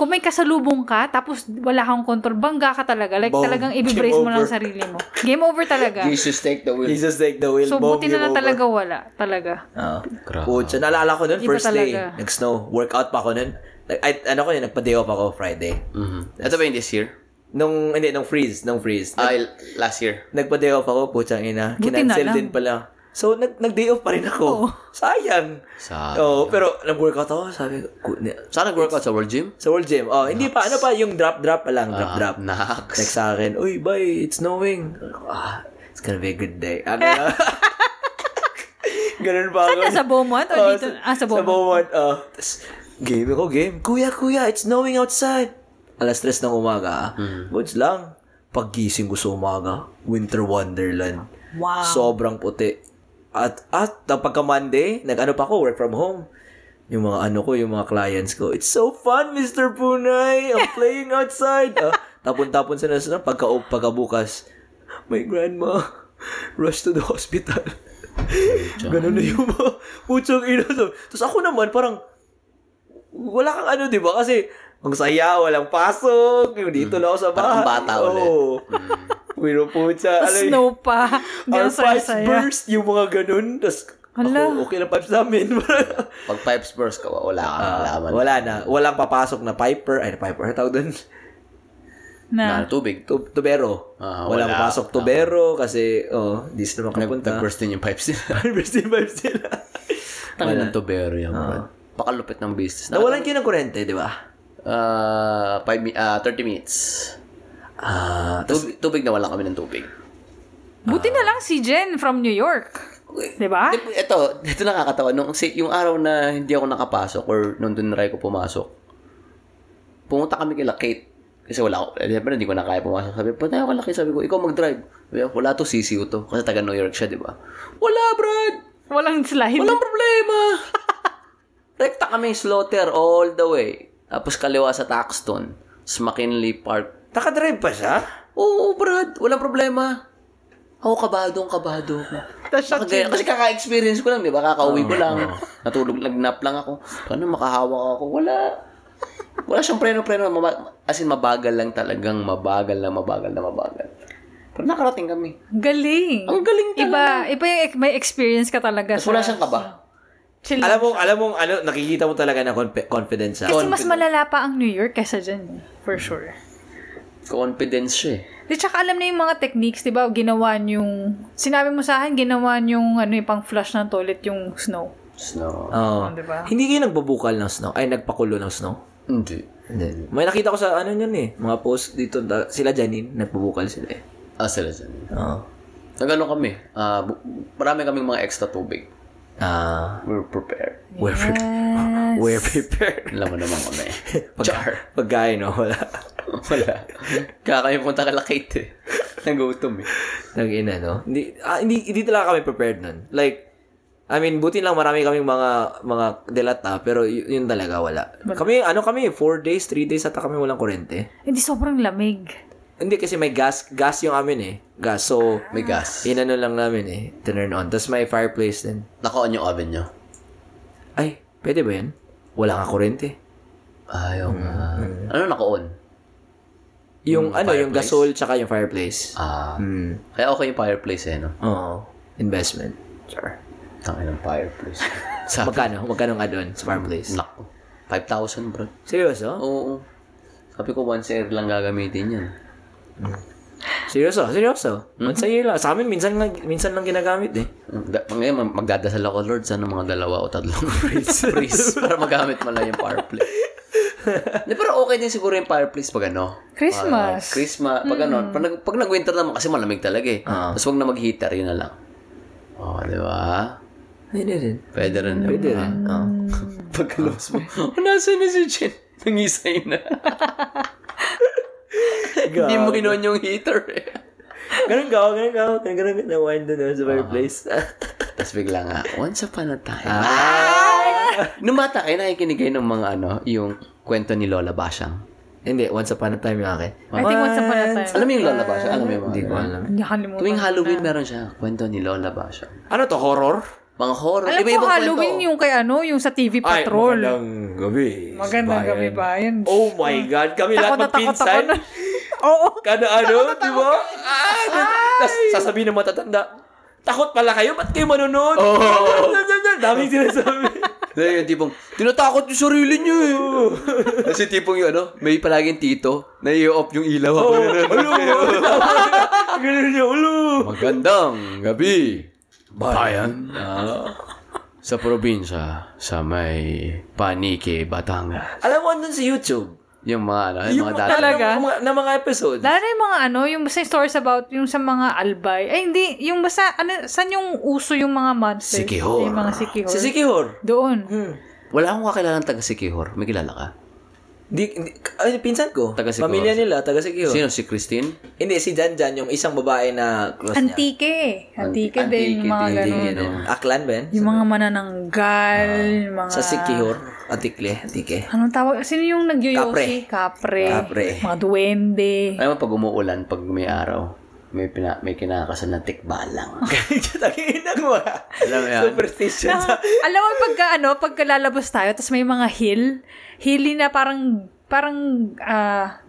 S1: Kung may kasalubong ka, tapos wala kang control, bangga ka talaga. Like
S2: Boom.
S1: talagang
S2: Game
S1: ibibrace mo lang
S2: over.
S1: sarili mo. Game over talaga.
S3: Jesus, take the wheel.
S2: Jesus take the wheel.
S1: So,
S2: Boom,
S1: buti na
S2: game
S1: lang
S2: over.
S1: talaga wala. Talaga.
S2: Oo. Pucha, naalala ko nun,
S1: Iba
S2: first day,
S1: talaga.
S2: nag-snow. Workout pa ako nun. Like, ay, ano ko yun, nagpa-day off ako Friday.
S3: Mm-hmm. Ito ba yung this year?
S2: Nung, hindi, nung freeze, nung freeze. Nag,
S3: Ay, last year.
S2: nagpa-day off ako, pucha, ina.
S1: Ah. Buti na
S2: Kinancel
S1: lang.
S2: din pala. So, nag, nag-day off pa rin ako. Sayang.
S3: Sayang.
S2: Oo, pero nag-workout ako, sabi ko, "Ku- ni-
S3: Saan nag-workout sa World Gym?
S2: sa World Gym. Oh, hindi pa, ano pa, yung drop-drop pa lang,
S3: Ah,
S2: drop-drop.
S3: Nax.
S2: Text sa akin, Uy, bye, it's snowing. Ah, it's gonna be a good day.
S1: [laughs]
S2: Ano na? Ganun pa ako.
S1: Saan na, sa Beaumont o
S2: Oh,
S1: dito? Ah, sa Beaumont.
S2: Sa Beaumont. oh. Tas, game ako, game. Kuya, kuya, it's snowing outside. Alas tres ng umaga. ah.
S1: Hmm.
S2: Goods lang. Paggising ko sa umaga, winter wonderland.
S1: Wow.
S3: Ah.
S2: Sobrang puti. At, at, pagka Monday, nag-ano pa ako, work from home. Yung mga ano ko, yung mga clients ko, it's so fun, Mr. Punay!
S3: [laughs]
S2: I'm playing outside! Ah, tapon-tapon sila sa pagka, pagkabukas. My grandma, rush to the hospital. Ganun na yung mga putsong ina. So, Tapos ako naman, parang, wala kang ano, di ba? Kasi, ang saya, walang pasok, yung dito lang ako sa bahay.
S3: Mm. Parang bata ulit. Mm.
S2: Oo. ano Wiro po siya. Alam-
S1: Snow
S3: [laughs]
S1: pa.
S2: Our
S1: Ganun
S2: pipes
S1: saya-saya.
S2: burst, yung mga ganun. Tapos,
S1: Hala.
S2: ako, okay na pipes namin.
S3: [laughs]
S2: [laughs]
S3: Pag pipes burst ka, Ah, wala kang alaman.
S2: wala na. Walang papasok na piper. Ay, piper. Ano tawag doon?
S1: Na.
S3: Na tubig.
S2: Tu- tubero.
S3: Ah,
S2: walang
S3: wala.
S2: papasok tubero kasi, oh, di sila
S3: Nag-
S2: makapunta. [laughs]
S3: Nag-burst din yung pipes [laughs] nila.
S2: Burst yung pipes
S3: [laughs]
S2: nila.
S3: Tangin ng tubero yan, bro. Pakalupit ng business. Na,
S2: Nawalan kayo ng kurente, di ba?
S3: uh, five, mi- ah, 30 minutes.
S2: Ah,
S3: Ah. Tubig, tubig na wala kami ng tubig.
S1: Buti na lang si Jen from New York. Diba?
S3: Di- Ito, ito nakakatawa. Nung, si- yung araw na hindi ako nakapasok or nung tinry ko pumasok, pumunta kami kay Kate. Kasi wala ako, eh, siyempre hindi ko na kaya pumasok. Sabi, punta ako kay Kate. Sabi ko, ikaw mag-drive. Sabi, ko, wala to, CCU to. Kasi taga New York siya, di ba? Wala, Brad!
S1: Walang slide.
S3: Walang problema! [laughs] Rekta kami, Slaughter, all the way. Tapos kaliwa sa Taxton. Tapos McKinley Park.
S2: Nakadrive pa siya?
S3: Oo, Brad, walang problema. Ako kabadong kabado ako. Nakagaya- Kasi kaka-experience ko lang, di ba? Kakauwi ko lang. Natulog, nagnap lang ako. Ano, makahawak ako. Wala. Wala siyang preno-preno. Maba- As in, mabagal lang talagang. Mabagal na mabagal na mabagal. Pero nakarating kami.
S1: Galing.
S3: Ang galing talaga.
S1: Iba, iba yung ex- may experience ka talaga.
S3: Tapos
S1: sa-
S3: wala siyang kaba.
S1: Chill.
S2: Alam mo, alam mo, ano, nakikita mo talaga na conf- confidence siya.
S1: Kasi mas malala pa ang New York kaysa dyan. eh, For sure.
S3: Confidence siya eh.
S1: Di tsaka alam na yung mga techniques, di ba? Ginawa yung... Sinabi mo sa akin, ginawa yung ano, yung pang flush ng toilet yung snow.
S3: Snow.
S1: Oh,
S2: Oo.
S1: di ba?
S2: Hindi kayo nagbabukal ng snow. Ay, nagpakulo ng snow.
S3: Hindi.
S2: Hindi. May nakita ko sa ano yun eh. Mga post dito. da- Sila Janine, nagbabukal sila eh.
S3: Ah, sila dyan.
S2: Oo.
S3: Nagano kami. Ah, bu- marami kaming mga extra tubig.
S2: Ah.
S3: We're prepared.
S2: we're, pre-
S3: Ah.
S2: we're [laughs] prepared.
S3: Alam mo naman kami.
S2: Pag-
S3: Char.
S2: Pagkain, no? Wala.
S3: Wala. Kaya kami punta kay Lakate eh. Nagutom eh.
S2: Nag-ina, no? Hindi, ah, hindi, hindi talaga kami prepared nun. Like, I mean, buti lang marami kaming mga mga delata, pero y- yun talaga wala. Kami, ano kami, four days, three days ata kami walang kurente.
S1: Hindi sobrang lamig.
S2: Hindi kasi may gas, gas yung amin eh. Gas, so,
S3: May gas.
S2: inano lang namin eh, turn on. Tapos may fireplace din.
S3: Naka-on yung oven nyo.
S2: Ay, pwede ba yan? Wala nga kurente.
S3: Ayaw nga. Ano naka-on?
S2: Yung ano, yung gasol tsaka yung fireplace.
S3: Ah.
S2: Hmm.
S3: Kaya okay yung fireplace eh, no?
S2: Oo. Investment. Sure.
S3: Tangin ng [laughs] fireplace. Sabi,
S2: Magkano? Magkano nga doon sa fireplace?
S3: naku. 5,000 bro.
S2: Seryoso?
S3: Oo. Sabi ko, once a year lang gagamitin yan.
S2: Seryoso? Seryoso? Once a year lang. Sa amin, minsan lang, minsan lang ginagamit eh.
S3: Da- Ngayon, mag- magdadasal ako, Lord, sana mga dalawa o tatlong [laughs] priest, priest para magamit mo lang yung fireplace. Hindi, pero okay din siguro yung fireplace pag ano.
S1: Christmas.
S3: Pag Christmas, pag ano. Pag, nag- pag nag-winter naman, kasi malamig talaga eh. Tapos wag na mag-heater, yun na lang. Oo, oh, di ba?
S2: Pwede rin. Mm-hmm.
S3: Pwede rin. Pwede rin.
S2: [laughs] Oo.
S3: [laughs] Pag close [laughs] mo, nasa na si Jen? Nangisay na. Hindi mo kinuha yung heater eh. [laughs]
S2: Ganun ka, ganun ka. Ganun ka, ganun ka. Wind doon sa [laughs] fireplace.
S3: Tapos bigla nga, once upon a time. Ah! Nung bata kayo, nakikinig kayo ng mga ano, yung kwento ni Lola Basyang.
S2: Hindi, once upon a time yung akin.
S1: I think once upon a time.
S3: Alam mo yung Lola Basyang? Alam mo yung mga
S2: Hindi ko alam.
S1: Hindi nakalimutan.
S3: Tuwing Halloween, meron siya. Kwento ni Lola Basyang.
S2: Ano to, horror?
S3: Mga horror.
S1: Alam ko
S3: Iba-ibang
S1: Halloween
S3: kwento.
S1: yung kay ano, yung sa TV Patrol.
S2: gabi.
S1: Magandang gabi ba yan?
S2: Oh my God. Kami
S1: Takot
S2: lahat
S1: na takot ako
S2: magpinsan.
S1: nun. [laughs] Oo.
S2: Kada ano, di ba? Ah, Tapos sasabihin ng matatanda, takot pala kayo, ba't kayo manonood? Oo. [laughs] Daming
S1: [laughs]
S2: sinasabi.
S3: Kaya yung tipong, tinatakot yung sarili niyo [laughs] eh. Kasi tipong yung ano, may palaging tito na i-off yung ilaw. ako.
S2: Ganun niya, ulo.
S3: Magandang gabi, bayan. Ah. sa probinsya, sa may Panike, Batangas.
S2: Alam mo, andun sa YouTube.
S3: Yung mga ano, yung, mga dati.
S1: Talaga?
S2: Na, mga, na mga episode.
S1: Lalo na yung mga ano, yung basta yung stories about yung sa mga albay. Ay, hindi. Yung basta, ano, saan yung uso yung mga monsters?
S3: Sikihor.
S1: Yung mga sikihor.
S2: Sa Sikihor.
S1: Doon.
S2: Hmm.
S3: Wala akong kakilala ng taga Sikihor. May kilala ka?
S2: Di, di, ay, pinsan ko.
S3: Taga Sikihor.
S2: Pamilya nila, taga Sikihor.
S3: Sino? Si Christine?
S2: Hindi, si Janjan, yung isang babae na close niya.
S1: Antike. Antike eh. din, yung mga ganun.
S2: Yan. Aklan ba yan?
S1: Yung mga manananggal, yung mga...
S2: Ah, Sa Sikihor. Antikle, antike.
S1: Anong tawag? Sino yung nagyoyosi? Kapre.
S2: Kapre.
S1: Mga duwende.
S3: Alam mo, pag umuulan, pag may araw, may, pina, may kinakasal na [laughs] tikbalang.
S2: [laughs] Tangina mo ah.
S3: Alam mo yan?
S2: Superstition.
S1: Ah, Alam mo, pagka, ano, pagka lalabas tayo, tapos may mga hill, hilly na parang, parang, ah,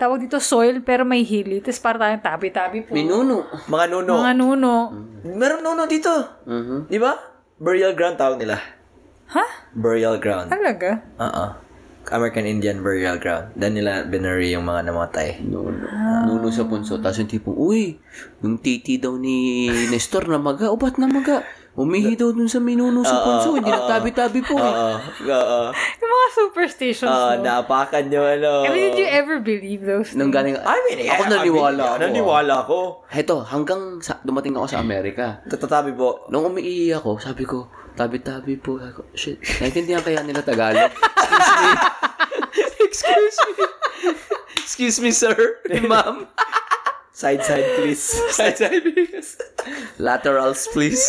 S1: tawag dito soil, pero may hilly. Tapos parang tayong tabi-tabi po.
S3: Minuno.
S2: Mga nuno.
S1: Mga nuno.
S3: Hmm.
S2: Meron nuno dito.
S3: Mhm.
S2: Di ba? Diba? Burial ground tawag nila.
S1: Ha?
S2: Burial ground.
S1: Talaga?
S2: Oo. American Indian burial ground. Doon nila binary yung mga namatay.
S3: Nuno. Nuno sa punso. Tapos yung tipong, uy, yung titi daw ni Nestor na maga. O, ba't na maga? Umihi daw dun sa minuno sa punso. Hindi na tabi-tabi po. eh.
S2: Oo. Oo.
S1: Yung mga superstitions, no?
S2: Oo, Uh-uh. Uh, napakan nyo, ano.
S1: I mean, did you ever believe those?
S3: Ah, Nung galing,
S2: I mean, eh,
S3: ako
S2: I
S3: naniwala
S2: mean,
S3: ako.
S2: Naniwala ako.
S3: Heto, hanggang sa, dumating ako sa Amerika.
S2: Tatatabi po.
S3: Nung umiihi ako, sabi ko, tabi-tabi po. Sabi ko, shit, naiintindihan kaya nila Tagalog? [laughs] Excuse me. Excuse me, [laughs] sir. Ma'am.
S2: Side, side, please.
S3: Side, side, please. Laterals, please.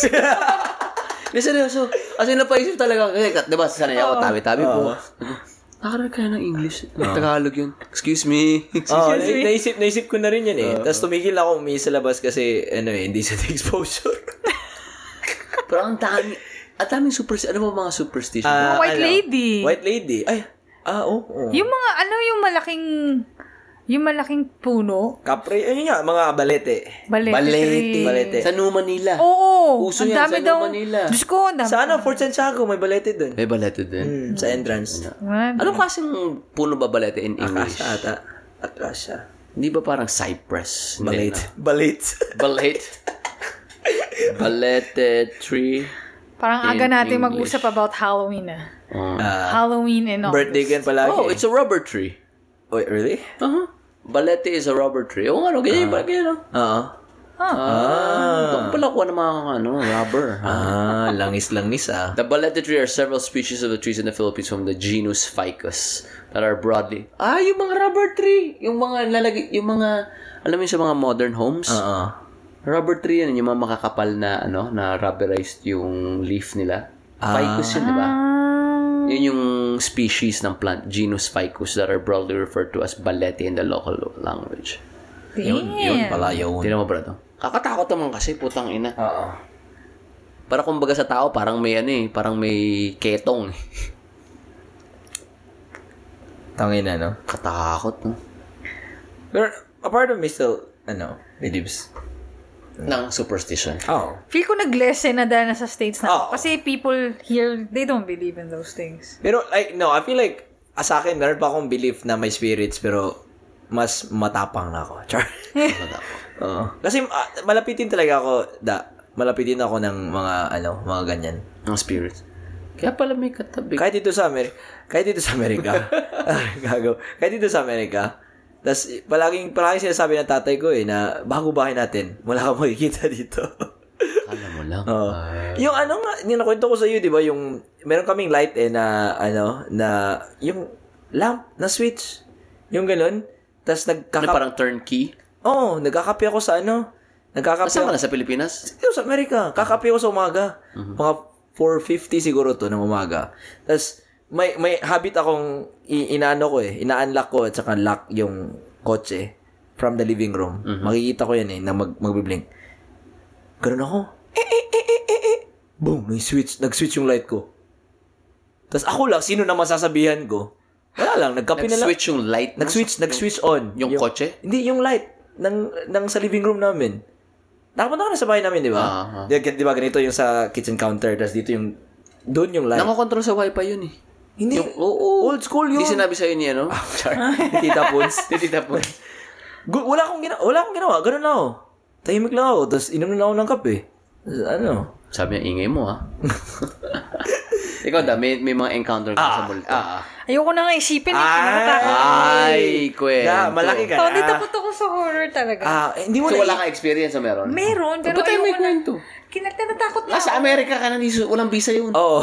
S3: [laughs] Hindi, seryoso. As in, napaisip talaga. Kasi, di ba, sanay ako, tabi-tabi po. Nakaral kaya ng English. Tagalog yun. [laughs] Excuse me. Uh-huh.
S2: Oo, nai- Oh, naisip, naisip ko na rin yan eh. Tapos tumigil ako umihi sa labas kasi, ano eh, hindi [laughs] sa
S3: [laughs]
S2: exposure.
S3: Pero ang dami, ang daming super, ano ba mga superstition?
S2: Ah,
S1: White lady.
S2: White lady. Ay, ah, oo. Oh,
S1: Yung mga, ano yung malaking, yung malaking puno?
S2: Kapre, ayun nga, mga balete.
S1: Balete.
S3: Balete.
S1: tree.
S2: Balete.
S3: Sa New Manila.
S1: Oo.
S3: Uso
S1: ang
S3: yan
S1: dami
S3: Ah, sa
S1: daw.
S3: Manila.
S1: Diyos ko, ang dami.
S2: Sa ano, Fort Santiago, may balete dun.
S3: May balete din.
S2: Mm, sa entrance.
S1: Ano?
S3: Anong klaseng puno ba balete in English?
S2: Akasha ata. Akasha.
S3: Hindi ba parang cypress? Hindi
S2: Balete.
S3: na.
S2: Balete.
S3: Balete. balete tree.
S1: Parang
S3: In
S1: aga natin
S3: English.
S1: mag-usap about Halloween ah.
S3: Oh.
S1: Halloween and all.
S2: [laughs] Birthday gan palagi.
S3: oh, it's a rubber tree.
S2: Wait, really?
S3: Uh-huh. Balete is a rubber tree. Oo nga, no, ganyan ba? Ganyan, no?
S2: Oo.
S3: Ah. Ito pala kuha ng mga ano, rubber. ha?
S2: Ah, langis-langis ah.
S3: The balete tree are several species of the trees in the Philippines from the genus Ficus that are broadly... Ah, yung mga rubber tree! Yung mga lalagay... Yung mga... Alam mo yun sa mga modern homes?
S2: Oo.
S3: Rubber tree yan, yung mga makakapal na, ano, na rubberized yung leaf nila. Ficus yun, di ba?
S1: Ah.
S3: Yun yung species ng plant, genus Ficus, that are broadly referred to as balete in the local language.
S1: Yun,
S2: Pala yun.
S3: Tignan mo oh. ba ito? Kakatakot naman kasi, putang ina.
S2: Oo.
S3: Para kumbaga sa tao, parang may ano eh, parang may ketong. eh.
S2: Tangin na, no?
S3: Katakot, no?
S2: Pero, apart from me still, ano, believes.
S3: Ng superstition.
S2: Oo.
S1: Feel ko nag-lesson na dahil nasa States na. ako.
S2: Oo.
S1: Kasi people here, they don't believe in those things.
S2: Pero, like, no, I feel like, ah, sa akin, meron pa akong belief na may spirits, pero, mas matapang na ako. [laughs] Char. Oo. Kasi, ah, malapitin talaga ako, da, malapitin ako ng mga, ano, mga ganyan.
S3: Ng spirit. Kaya pala may katabi.
S2: Kahit dito sa Amerika, kahit dito sa Amerika, Ah, gago, kahit dito sa Amerika, tas eh, palaging, palaging sinasabi ng tatay ko eh, na bago bahay natin, wala kang makikita dito. [laughs]
S3: Kala mo lang.
S2: Oo. yung ano nga, yung nakwento ko sa iyo, di ba, yung, meron kaming light eh, na, ano, na, yung lamp, na switch, yung ganun, tas
S3: Ano,
S2: nagkaka...
S3: parang turnkey?
S2: Oo, oh, nagkakape ako sa ano, nagkakape
S3: Kasama ka na sa Pilipinas?
S2: dito sa Amerika, kakape ko sa umaga.
S3: Mhm.
S2: Mga 4.50 siguro to ng umaga. Tapos, may, may habit akong i- inaano ko eh, ina-unlock ko at saka lock yung kotse from the living room.
S3: Mhm.
S2: Makikita ko yan eh, na mag, magbiblink. Ganun ako. Eh, eh, eh, eh, eh, eh. Boom, nag-switch, nag-switch yung light ko. Tapos ako lang, sino na masasabihan ko? Wala lang, nagkape na lang.
S3: Nag-switch yung light. mo?
S2: Nag-switch, nag-switch on.
S3: Yung kotse?
S2: Hindi, yung light ng, ng sa living room namin. Nakapunta ka na sa bahay namin, di ba?
S3: Ah, ah.
S2: Di, di ba ganito yung sa kitchen counter, tapos dito yung, doon yung light.
S3: Nakakontrol sa wifi yun eh.
S2: hindi,
S3: Yung, oo.
S2: old school yun.
S3: Hindi sinabi sa'yo niya, no? [laughs] Ah, sorry.
S2: [laughs] Tita Puns.
S3: Tita po.
S2: Gu- wala akong ginawa, wala akong ginawa, ganun lang ako. Tahimik lang ako, tapos inom na ako ng kape. Tapos ano,
S3: Sabi niya, ingay mo
S2: [laughs]
S3: ah. Ikaw da, may, may mga encounter ka sa multo.
S1: Ayoko na nga isipin.
S2: Ah,
S1: Eh. Kinakata.
S3: Ay, kwento.
S2: na, malaki ka
S1: Tawag
S2: na.
S1: dito po ako sa horror talaga.
S2: Ah, eh, hindi mo
S3: So,
S2: na,
S3: wala kang experience sa meron?
S1: Meron, pero
S3: Ba't tayo may
S1: ayoko na.
S3: kwento?
S1: Kinakatatakot na.
S3: Nasa Amerika ka na, di- walang visa yun.
S2: oo.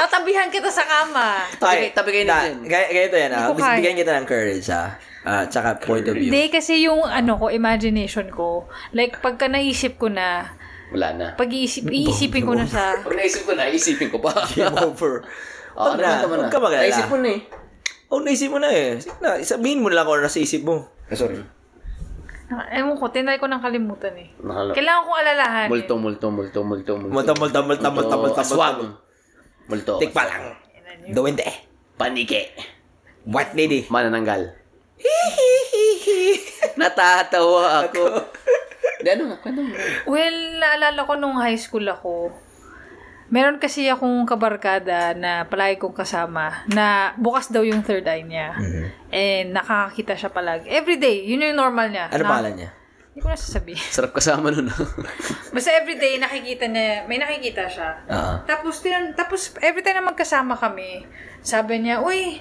S1: Tatabihan kita sa kama.
S3: Tabi, tabi
S2: [laughs]
S3: kayo
S2: na,
S3: natin.
S2: gaya, gaya to yan ah.
S1: Hindi ko kaya.
S2: Bigyan kita ng courage ah. Ah, tsaka point of view.
S1: Hindi, kasi yung ano ko, imagination ko, like pagka naisip ko na,
S3: Wala na.
S1: pag-iisip, iisipin ko na sa,
S3: Pag naisip ko na, isipin ko [laughs] pa.
S2: Game over.
S3: Oo,
S2: Huwag na,
S3: tama
S2: huwag ka mag-alala.
S3: Naisip ko na eh.
S2: Oh, naisip mo na eh. Sige Na, sabihin mo na lang kung ano nasa isip mo.
S3: Eh,
S2: sorry.
S1: ewan ko, tinry ko ng kalimutan eh.
S3: Nakala-
S1: Kailangan kong alalahan.
S3: Multo, multo, multo, multo, multo.
S2: Multo, multo, multo, multo, multo, multo.
S3: Aswang. Multo.
S2: Tikpa lang. Duwende eh.
S3: Panike.
S2: What
S3: [laughs]
S2: lady?
S3: Manananggal. Natatawa [laughs] ako. Hindi, ano nga, kwento mo.
S1: Well, naalala ko nung high school ako, meron kasi akong kabarkada na palagi kong kasama na bukas daw yung third
S2: Mm-hmm.
S1: eye niya. And nakakakita siya palagi. Every day, yun yung normal niya. Na-
S2: Ano pangalan niya?
S1: Hindi ko na sasabihin. [laughs]
S3: Sarap kasama nun.
S1: Basta everyday, nakikita niya, may nakikita siya. Tapos, tinan, tapos every time na magkasama kami, sabi niya, uy,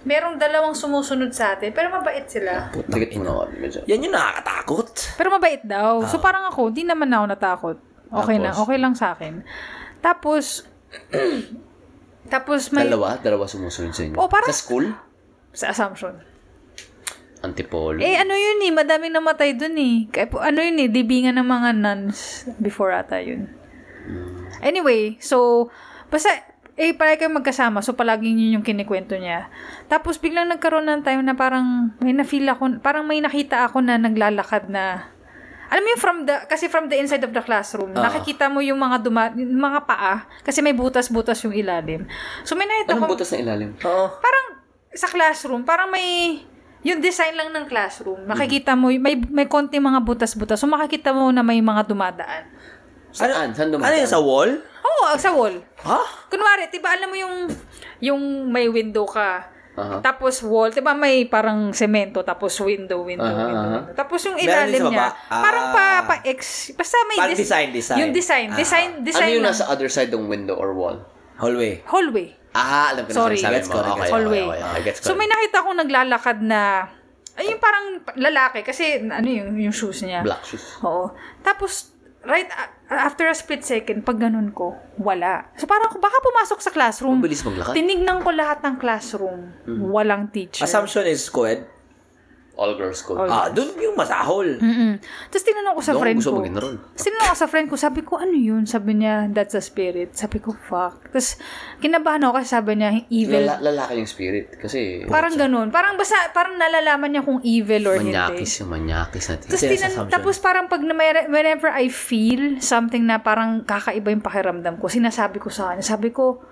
S1: merong dalawang sumusunod sa atin, pero mabait sila.
S3: Tigat mo na medyo.
S2: Yan yung nakakatakot.
S1: Pero mabait daw. So parang ako, di naman ako natakot. Okay na, okay lang sa akin. Tapos, [clears throat] tapos may...
S3: Dalawa? Dalawa sumusunod sa inyo.
S1: Oh, parang-
S3: Sa school?
S1: Sa assumption.
S3: Antipolo.
S1: Eh, ano yun eh, madaming namatay dun eh. Kaya po, ano yun eh, dibingan ng mga nuns before ata yun. Anyway, so, basta, eh, palagi kayong magkasama, so palaging yun yung kinikwento niya. Tapos, biglang nagkaroon ng time na parang, may na-feel ako, parang may nakita ako na naglalakad na, alam mo yung from the, kasi from the inside of the classroom, nakikita mo yung mga duma, yung mga paa, kasi may butas-butas yung ilalim. So, may nakita
S3: Anong
S1: ko-
S3: butas na ilalim?
S1: parang sa classroom, parang may yung design lang ng classroom. Makikita mo, may may konti mga butas-butas. So makikita mo na may mga dumadaan.
S3: Saan? Saan dumadaan?
S2: Ano yun, sa wall?
S1: Oo, oh, sa wall.
S2: Ha?
S1: Kunwari, 'di ba alam mo yung yung may window ka.
S3: Aha.
S1: Tapos wall, 'di ba may parang semento tapos window, window,
S3: Aha,
S1: window,
S3: aha.
S1: window. Tapos yung
S2: Meron din
S1: ilalim
S2: sa baba?
S1: niya,
S2: Ah.
S1: parang pa pa X, basta may
S2: Parang
S1: des-
S2: design, design.
S1: Yung design,
S2: Ah.
S1: design,
S3: Ano
S1: design.
S3: yung
S1: ng
S3: nasa other side ng window or wall?
S2: Hallway.
S1: hallway.
S3: Ah, alam ko na
S1: Sorry.
S3: sinasabi
S2: Gets
S3: mo.
S2: ko,
S3: Okay,
S2: gets ko.
S3: okay,
S1: Hallway.
S3: okay, okay, gets ko.
S1: So may nakita akong naglalakad na ay yung parang lalaki kasi ano yung yung shoes niya.
S3: Black shoes.
S1: Oo. Tapos right a- after a split second pag ganun ko, wala. So parang ako, baka pumasok sa classroom.
S3: Mabilis Mm. maglakad.
S1: Tinignan ko lahat ng classroom. Walang teacher.
S2: Assumption is co-ed.
S3: All girls school.
S1: All-
S2: Ah, dun yung masahol.
S1: Mm-mm. Tapos tinanong ko sa
S3: Doon
S1: friend
S3: gusto
S1: ko.
S3: mag-enroll.
S1: Tapos tinanong ko sa friend ko, sabi ko, ano yun? Sabi niya, that's a spirit. Sabi ko, fuck. Tapos kinabahan ako kasi sabi niya, evil
S3: Lala- lalaki yung spirit. Kasi...
S1: Parang ganun. Parang basta, parang nalalaman niya kung evil or hindi.
S3: Manyakis yung manyakis natin.
S1: Tapos, tinan- tapos parang pag na may- whenever I feel something na parang kakaiba yung pakiramdam ko, sinasabi ko sa kanya. Sabi ko,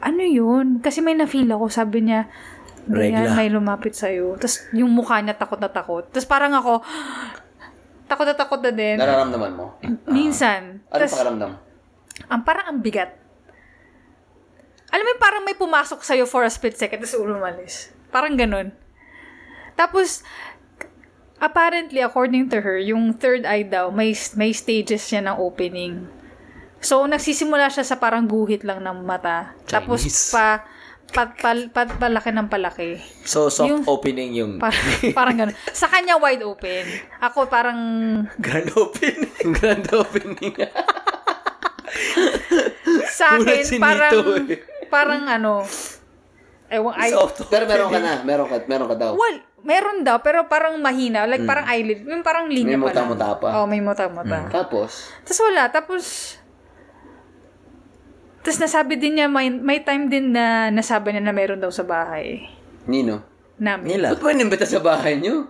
S1: ano yun? Kasi may na-feel ako. Sabi niya, Brian,
S2: Regla.
S1: may lumapit sa'yo. Tapos yung mukha niya takot na takot. Tapos parang ako, [gasps] takot na takot na din.
S3: Nararamdaman mo?
S1: Minsan.
S3: Ano
S1: Tapos
S3: pakaramdam?
S1: ang parang ang bigat. Alam mo, yung parang may pumasok sa'yo for a split second, tapos umalis. Parang ganun. Tapos, apparently, according to her, yung third eye daw, may, may stages siya ng opening. So, nagsisimula siya sa parang guhit lang ng mata. Tapos,
S3: Chinese.
S1: pa, pat, pal- pat- palaki ng palaki.
S2: So, soft
S1: Yung-
S2: opening yung
S1: Parang, parang ganun. Sa kanya, wide open. Ako, parang...
S2: grand opening.
S3: [laughs] Grand opening.
S1: Sa
S2: Kulang
S1: akin,
S2: si
S1: parang...
S2: Nito eh.
S1: Parang ano... Ewan, ay,
S2: [laughs] soft
S3: Pero meron ka na. Meron ka, meron ka daw.
S2: Oh.
S1: Well, meron daw, pero parang mahina.
S2: Mm.
S1: Like, parang eyelid. Yung parang linya
S3: May
S1: pa lang.
S3: muta-muta pa.
S1: Oo, may muta-muta.
S2: Mm.
S3: Tapos,
S1: Tapos wala. Tapos, tapos nasabi din niya, may, may time din na nasabi niya na meron daw sa bahay
S3: Nino,
S1: namin.
S2: Nila.
S3: ba't mo inimbita sa bahay niyo?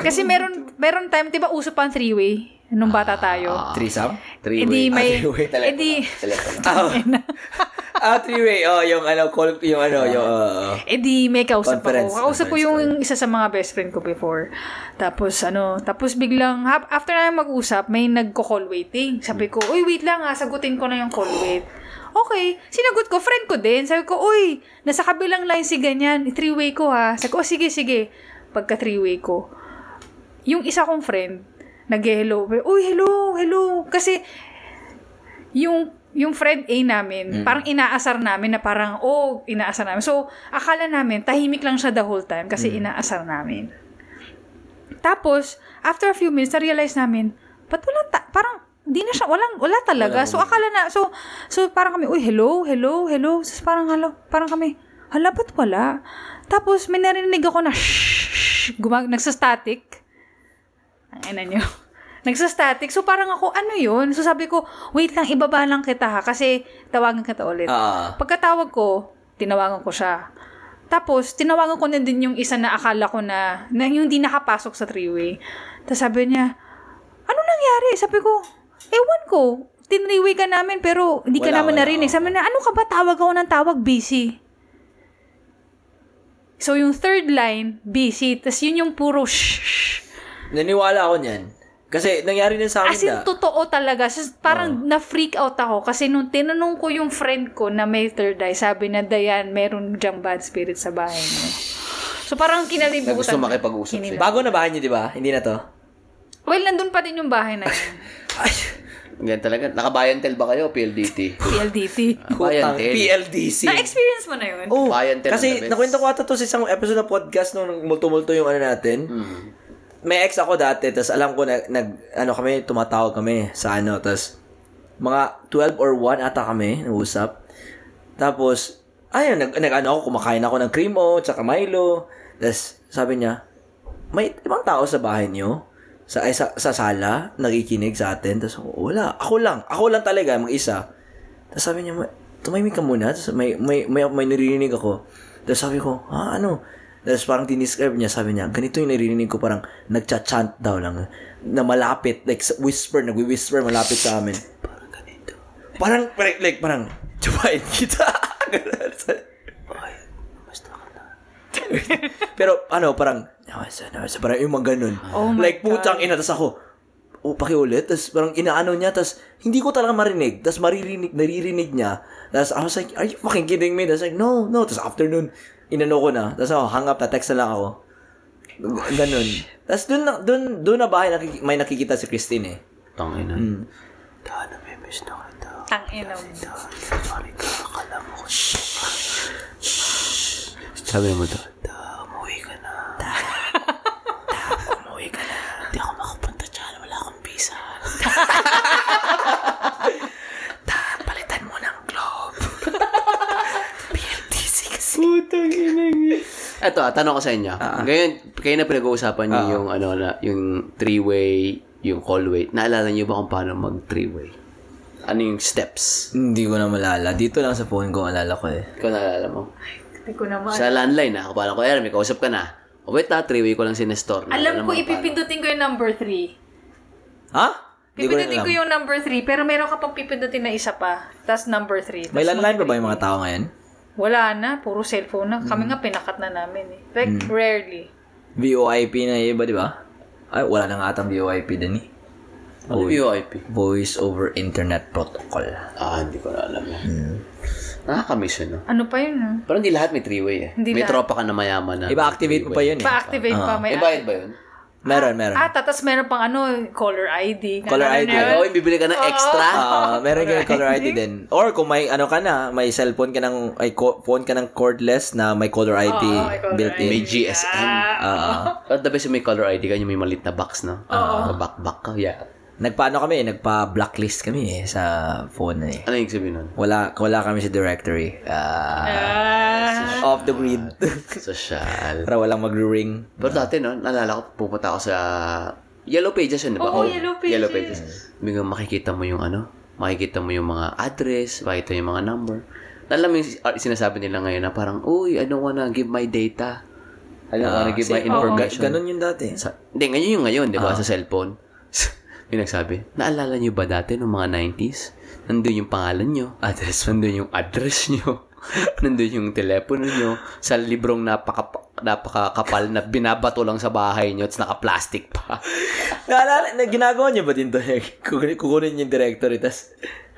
S1: Kasi meron, meron time, di ba uso pa ang three-way nung bata tayo?
S2: Threesome?
S1: Eh di may,
S2: Ah, three-way.
S1: eh di,
S3: Telepono.
S2: Ah, three-way. Oh, yung ano, call, yung ano, yung, uh,
S1: eh di may kausap
S2: Conference,
S1: ako. Kausap ko
S2: conference
S1: yung isa sa mga best friend ko before. Tapos ano, tapos biglang, hap- after na mag-usap, may nagko-call waiting. Sabi ko, uy, wait lang ha, sagutin ko na yung call wait. Okay, sinagot ko, friend ko din. Sabi ko, uy, nasa kabilang line si ganyan, three-way ko ha. Sabi ko, oh, sige, sige. Pagka three-way ko, yung isa kong friend, nag-hello. Uy, hello, hello. Kasi, yung yung friend A namin, parang inaasar namin na parang, oh, inaasar namin. So, akala namin, tahimik lang siya the whole time kasi inaasar namin. Tapos, after a few minutes, na-realize namin, ba't walang, ta- parang, di na siya, walang, wala talaga. so, akala na, so, so, parang kami, uy, hello, hello, hello. So, parang, hello, parang kami, hala, ba't wala? Tapos, may narinig ako na, shh, shh, gumag, nagsastatic. Ang ina nyo. [laughs] Nagsastatic. So, parang ako, ano yun? So, sabi ko, wait lang, ibaba lang kita ha, kasi tawagan kita ulit.
S2: ah,
S1: Pagkatawag ko, tinawagan ko siya. Tapos, tinawagan ko na din yung isa na akala ko na, na yung di nakapasok sa three-way. Tapos sabi niya, ano nangyari? Sabi ko, ewan ko. Tinriway ka namin pero hindi ka
S2: Wala,
S1: naman
S2: wala,
S1: narinig.
S2: oo.
S1: Sabi niya, ano ka ba? Tawag ako ng tawag, busy. So, yung third line, busy. Tapos yun yung puro shh, shh.
S2: naniwala ako niyan. Kasi, nangyari din sa amin
S1: As in,
S2: na.
S1: totoo talaga. So, parang na-freak out ako kasi nung tinanong ko yung friend ko na may third eye, sabi na, Dayan, meron dyang bad spirit sa bahay mo. So, parang kinalimutan.
S3: Na gusto makipag-usap
S1: Kinil-
S3: siya.
S2: Bago na bahay niyo, di ba? Hindi na to.
S1: Well, nandun pa din yung bahay na yun.
S3: Ganyan talaga. Nakabayantel ba kayo, PLDT?
S1: PLDT.
S2: Putang
S3: Bayantel.
S2: PLDC.
S1: Na-experience mo na yun?
S2: Oh,
S3: Bayantel ang the
S2: kasi
S3: best.
S2: nakwento ko ata to sa isang episode ng podcast nung multo-multo yung ano natin. May ex ako dati, tapos alam ko na, nag, ano kami, tumatawag kami sa ano, tapos mga 12 or 1 ata kami, nag-usap. Tapos, ayun, nag, nag ano ako, kumakain ako ng cream o, tsaka Milo. Tapos, sabi niya, may ibang tao sa bahay niyo? Sa, ay, sa, sa sala, nakikinig sa atin. Tapos, ako, wala. Ako lang. Ako lang talaga, mag-isa. Tapos sabi niya, "Ma- tumahimik ka muna. Tapos may, may, may, may naririnig ako. Tapos sabi ko, ha, ano? Tapos parang diniscribe niya, sabi niya, ganito yung naririnig ko, parang nagcha-chant daw lang, na malapit, like sa- whisper, nagwi-whisper, malapit sa amin. Parang ganito. Parang, like, like parang, chupain kita. [laughs] Ganun. [laughs] Pero ano, parang, nawasa, nawasa, parang yung mga ganun.
S1: Oh my
S2: like, putang ina, tas ako, oh, pakiulit, tas parang inaano niya, tas hindi ko talaga marinig, tas maririnig, naririnig niya. Tas I was like, are you fucking kidding me? Tas like, no, no, tas afternoon, inano ko na, tas ako, hang up, na text na lang ako. Ganun. Tas dun, na, dun, dun na bahay, nakiki- may nakikita si Christine eh.
S4: Tangin na.
S3: Hmm.
S2: Mm.
S4: Daan na may miss na kita.
S1: Tang ina mo.
S4: Daan, sorry ka. Akala mo ko. Sabi mo doon. Da, umuwi ka na. Da, da, umuwi ka na. Hindi ako makapunta dyan. Wala akong visa. Da, da palitan mo ng globe. PLTC kasi.
S3: Eto, ah, tanong ko sa inyo. Ngayon, kayo na pinag-uusapan niyo yung, ano, na, yung three-way, yung call-way. Naalala niyo ba kung paano mag-three-way? Ano yung steps?
S2: Hindi ko na malala. Dito lang sa phone ko, alala ko eh.
S3: Ikaw naalala mo?
S1: Hindi ko naman.
S3: Sa landline, ah. Kung paano ko, Aaron, may kausap ka na. O wait na, three-way ko lang sinestor.
S1: Alam ko, ipipindutin ko yung number 3.
S2: Ha? Hindi ko na
S1: Pipindutin ko,
S2: alam.
S1: yung number 3, pero meron ka pang pipindutin na isa pa. Tapos number 3.
S2: May landline pa ba yung mga tao ngayon?
S1: Wala na, puro cellphone na. Kami nga pinakat na namin eh. Like, rarely.
S2: VOIP na yung iba, di ba? Ay, wala na nga atang VOIP din eh.
S3: Ano VoIP?
S2: Voice over Internet Protocol.
S3: Ah, hindi ko na alam yan. Nakakamiss yun, no?
S1: Ano pa yun ah?
S3: Pero hindi lahat may three-way, eh.
S1: Hindi
S3: may
S1: lahat.
S3: tropa ka na mayaman na.
S2: Iba activate mo pa yun eh.
S1: Pa-activate pa. May
S3: May bayad ba yun?
S2: Meron, meron.
S1: Ah, tapos meron pang ano, caller ID.
S2: Caller Oh,
S1: Ano
S2: ID.
S1: na yun?
S3: Oo, yung bibili ka ng extra.
S2: Ah, meron kang caller ID din. Or kung may ano ka na, may cellphone ka ng, ay co- phone ka ng cordless na may caller ID
S1: Oo, may caller
S2: built-in.
S3: May GSM.
S2: Ah,
S3: At the best yung may color ID ka, yung may malit na box, no? Oo. Back-back ka, yeah.
S2: nagpaano kami, nagpa-blacklist kami eh sa phone na eh.
S3: Ano yung sabihin nun?
S2: Wala, wala kami sa directory. Ah, off the grid. [laughs]
S3: Social.
S2: Para walang mag-ring.
S3: Pero dati, no, naalala ko, pupunta ako sa Yellow Pages yun, di ba?
S1: Oo, Yellow Pages.
S3: Yellow Pages. Biglang makikita mo yung ano, makikita mo yung mga address, makikita yung mga number. Alam mo yung si- ah, sinasabi nila ngayon na parang, uy, I don't wanna give my data. I don't wanna give my information.
S2: Ah, Ganun yun dati.
S3: Sa, hindi, ngayon yung ngayon, di ba? Sa cellphone. [laughs] may nagsabi, naalala nyo ba dati noong mga 90s? Nandun yung pangalan nyo. Address. [laughs] Nandun yung address nyo. [laughs] nandun yung telepono nyo. Sa librong napaka, napakakapal na binabato lang sa bahay nyo. It's naka-plastic pa. [laughs]
S2: Naalala, na, ginagawa niyo ba din to? [laughs] Kukunin, kukunin yung directory, tas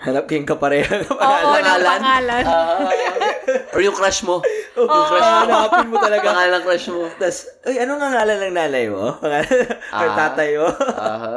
S2: hanap kayong kapareha. [laughs]
S1: Oo, ng Oh, pangalan.
S2: Ah.
S3: Or yung crush mo. yung
S2: yung
S3: crush mo.
S2: hanapin mo talaga.
S3: Pangalan ng crush mo.
S2: tas, uy, ano nga ngalan ng nanay mo? [laughs] Pangalan- Or tatay mo? [laughs]
S3: Aha.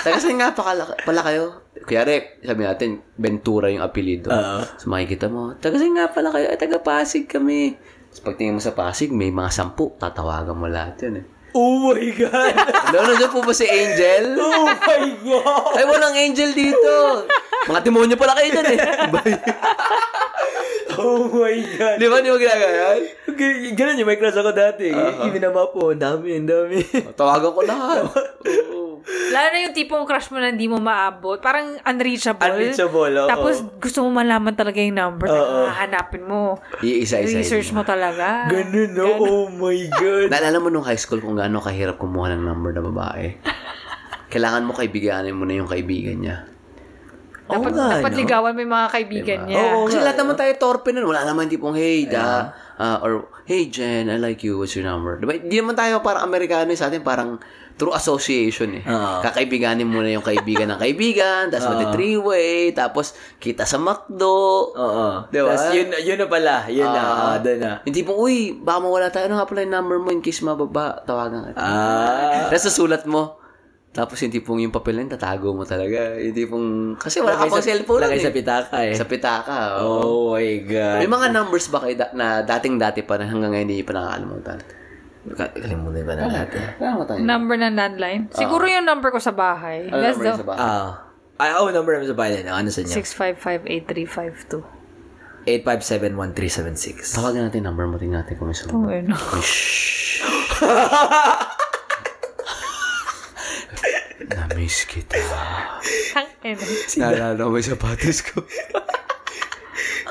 S3: Taga saan nga pala, pala kayo? Kuyari, sabi natin, Ventura yung apelido.
S2: Oo.
S3: So makikita mo, taga saan nga pala kayo? Ay, taga Pasig kami. Tapos pagtingin mo sa Pasig, may mga sampu. Tatawagan mo lahat yun eh.
S2: oh my God!
S3: Ano, nandun po ba si Angel?
S2: oh my God! [laughs]
S3: Ay, walang Angel dito. Mga demonyo pala kayo dyan eh. [laughs]
S2: Oh my God!
S3: Di ba? Di ba ginagawa yan?
S2: Okay, ganun yung may crush ako dati. Uh-huh. po, ang dami, ang dami.
S3: Tawagan ko lahat. Oo.
S1: Lalo na yung tipong crush mo na hindi mo maabot. Parang unreachable.
S2: Unreachable, oo.
S1: Tapos gusto mo malaman talaga yung number.
S2: Oo.
S1: Oh, Hahanapin mo.
S3: Iisa-isa.
S1: Research mo talaga.
S2: Ganun, no? Oh my God!
S3: Naalala mo nung high school kung gaano kahirap kumuha ng number na babae? Kailangan mo kaibiganin mo na yung kaibigan niya.
S1: Dapat,
S2: Oo nga,
S1: dapat
S2: no? Diba?
S1: ligawan mo yung mga kaibigan niya.
S2: Oo.
S3: Kasi lahat naman tayo torpe nun. Wala naman tipong, hey, da, ah, or, hey, Jen, I like you, what's your number? Diba? Di naman tayo parang Amerikano eh. sa atin, parang through association eh.
S2: Oo.
S3: Kakaibiganin mo na yung kaibigan ng kaibigan,
S2: [laughs] Ah.
S3: tapos mati three-way, tapos kita sa McDo.
S2: Oo.
S3: Di ba?
S2: Tas yun, yun na pala. Yun na. Diba? ah, doon na.
S3: Yung tipong, uy, baka mawala tayo. Ano nga pala yung number mo in case mababa? Tawagan ka.
S2: Ah.
S3: Tapos sa sulat mo, Tapos yung tipong yung papel na yun, tatago mo talaga. Yung tipong, kasi wala ka
S2: Lagay
S3: pang
S2: sa-
S3: cellphone.
S2: Lagay
S3: eh.
S2: sa pitaka eh.
S3: Sa pitaka. oo.
S2: Oh my God.
S3: May mga numbers ba kayo da- na dating-dati pa na hanggang ngayon hindi pa nakakalimutan?
S2: Ka- Kalimutan ba na natin?
S3: Wala mo tayo.
S1: Number ng landline. Siguro yung number ko sa bahay.
S3: Ano
S1: That's
S3: number yun
S1: the
S3: sa bahay?
S2: Ah. Ay, oh, number namin sa bayan. Ano sa inyo?
S1: 6558352.
S2: 8571376.
S3: Tawagan natin number mo, tingnan natin kung may
S1: Oh,
S3: sumagot.
S1: ano.
S3: Namiss kita.
S1: Ang ina.
S3: Naalala mo yung sapatos
S2: [laughs]
S3: ko.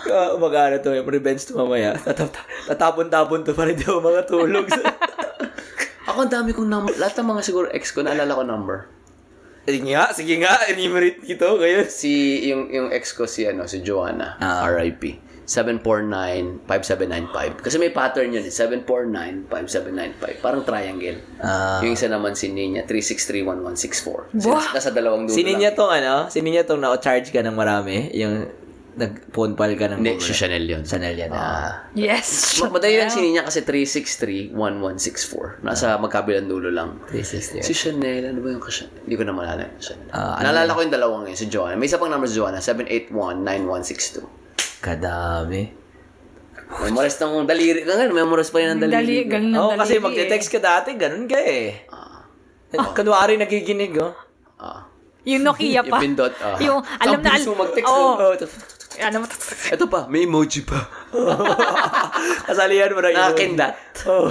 S2: Uh, Mag-ano to, yung revenge to mamaya. Tatap- Tatapon-tapon to para hindi ako makatulog.
S3: Ako ang dami kong number. Lahat ng mga siguro ex ko, naalala ko number.
S2: [laughs] Sige nga, sige nga, enumerate ito ngayon.
S3: Si, yung, yung ex ko, si ano, si Joanna.
S2: Ah.
S3: RIP. 749-5795. Kasi may pattern yun. eh. 749-5795. Parang triangle.
S2: Ah.
S3: Yung isa naman si Ninya, 363-1164.
S1: Buah!
S3: Nasa, nasa dalawang dulo
S2: Sinin niya
S3: lang.
S2: tong ano? Sinin niya tong na-charge ka ng marami? Yung nag-phone pal ka ng
S3: Hindi,
S2: Uber?
S3: si Chanel yun.
S2: Chanel yan. Ah.
S1: Yes.
S3: Ma- Madayo lang si Ninya kasi 363-1164. Nasa magkabilang dulo lang.
S2: 360.
S3: Si Chanel, ano ba yung kasya? Hindi ko na malala yung Chanel.
S2: Ah, ano
S3: Naalala ko yung dalawang yun, si Joanna. May isa pang number si Joanna, 781-9162.
S2: Kadami.
S3: Memorize ng kong daliri. Kaya memorize pa yun ng daliri.
S1: Dali, galing ng
S2: Oo, oh,
S1: dali.
S2: kasi magte-text ka dati, ganun ka eh.
S3: Ah,
S2: Kunwari nakikinig, oh.
S3: ah.
S1: Yung Nokia pa.
S3: Yung pindot. ah.
S1: Yung, alam na,
S3: Ang bilis
S1: alam.
S3: mo mag-text.
S1: Oo.
S3: oh.
S1: Ano mo?
S3: Ito pa, may emoji pa.
S2: Kasalihan mo na
S3: Nakakindat.
S2: Oh.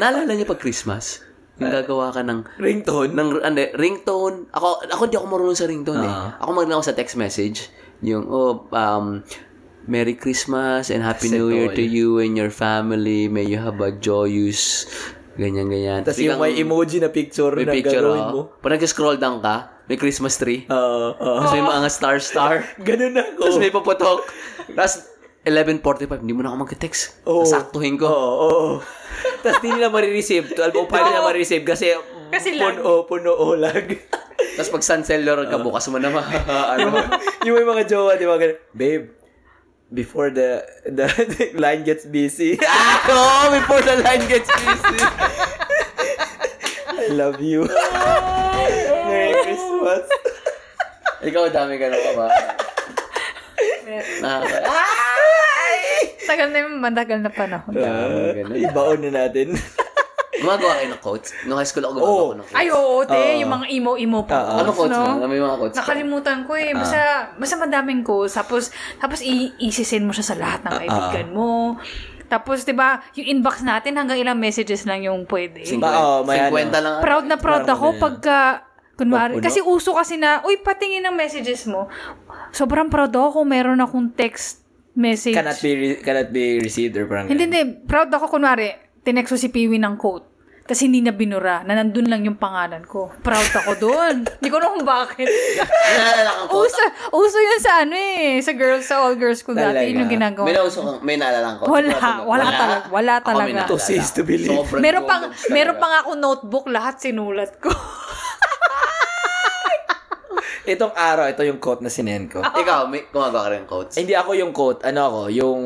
S3: Naalala niyo pag Christmas? Yung gagawa ka ng
S2: Ringtone.
S3: ng ano, eh, ringtone. Ako ako hindi ako marunong sa ringtone eh.
S2: Ah.
S3: Ako magaling ako sa text message yung oh um Merry Christmas and Happy New Year
S2: all.
S3: to you and your family. May you have a joyous ganyan ganyan.
S2: Tapos yung may emoji na picture
S3: may
S2: na
S3: picture
S2: gagawin mo. Ah.
S3: oh. Pag nag-scroll down ka, may Christmas tree.
S2: Oo, oo.
S3: Tapos may mga star
S2: [laughs]
S3: star.
S2: Ganun ako.
S3: Tapos may paputok. Tapos 11.45, hindi mo na ako mag-text.
S2: Oo.
S3: Saktuhin ko.
S2: Oo, oo. Tapos Oh. di nila marireceive. 12.05
S3: [laughs]
S2: nila marireceive kasi,
S1: Kasi lag.
S2: puno, puno, oh, lag. [laughs]
S3: Tapos pag sun seller ka, bukas mo [laughs] na
S2: Ah.
S3: ano.
S2: yung,
S3: mahahaan.
S2: yung may mga jowa, di ba? ganun, Babe, before the, the, line gets busy, [laughs]
S3: ah, [laughs] oo, before the line gets busy.
S2: I love you. Merry Christmas.
S3: Ikaw, dami ka na ba?
S1: [laughs]
S3: Nakaka-
S1: Tagal na yung matagal na panahon.
S2: Ah, ibaon na natin.
S3: Gumagawa kayo ng quotes? No high school ako gumagawa
S2: Oo.
S3: ko ng quotes.
S1: Oh. Ay, oo, te. yung mga emo-emo pa.
S2: Oo.
S3: Ano quotes
S1: no?
S3: mo? Ah. May mga quotes ka?
S1: Nakalimutan ko eh. Basta, basta madaming quotes. Tapos, tapos i- isisend mo siya sa lahat
S3: Ah,
S1: ng kaibigan mo. Tapos, di ba, yung inbox natin hanggang ilang messages lang yung pwede.
S2: Ba- oo, may ano.
S3: 50 lang.
S1: proud na proud
S2: Parang
S1: ako
S3: ano
S2: ganun.
S1: pagka, kunwari,
S2: Pagpuno?
S1: kasi uso kasi na, uy, patingin ng messages mo. Sobrang proud ako kung meron akong text message.
S2: cannot be re- cannot be received or parang
S1: Hindi, hindi. Proud ako, kunwari, tinext ko si Piwi ng quote. Tapos hindi niya binura na nandun lang yung pangalan ko. Proud ako doon. hindi ko alam kung bakit.
S3: Naalala kang
S1: [laughs]
S3: quotes.
S1: uso, uso yun sa ano eh. Sa girls, sa all girls school dati. Yun yung
S2: Talaga.
S1: ginagawa.
S3: May nauso kang, may naalala kang
S1: Oh.
S3: quotes.
S1: Wala, wala talaga, wala
S3: Ako may
S1: talaga.
S3: naalala.
S2: To cease to believe.
S3: Sobrang
S1: meron pang,
S3: quotes talaga.
S1: meron pang ako notebook, lahat sinulat ko.
S2: Itong araw, ito yung quote na sinend ko.
S3: Ikaw, may gumagawa ka rin ng quotes.
S2: Hindi ako yung quote, ano ako, yung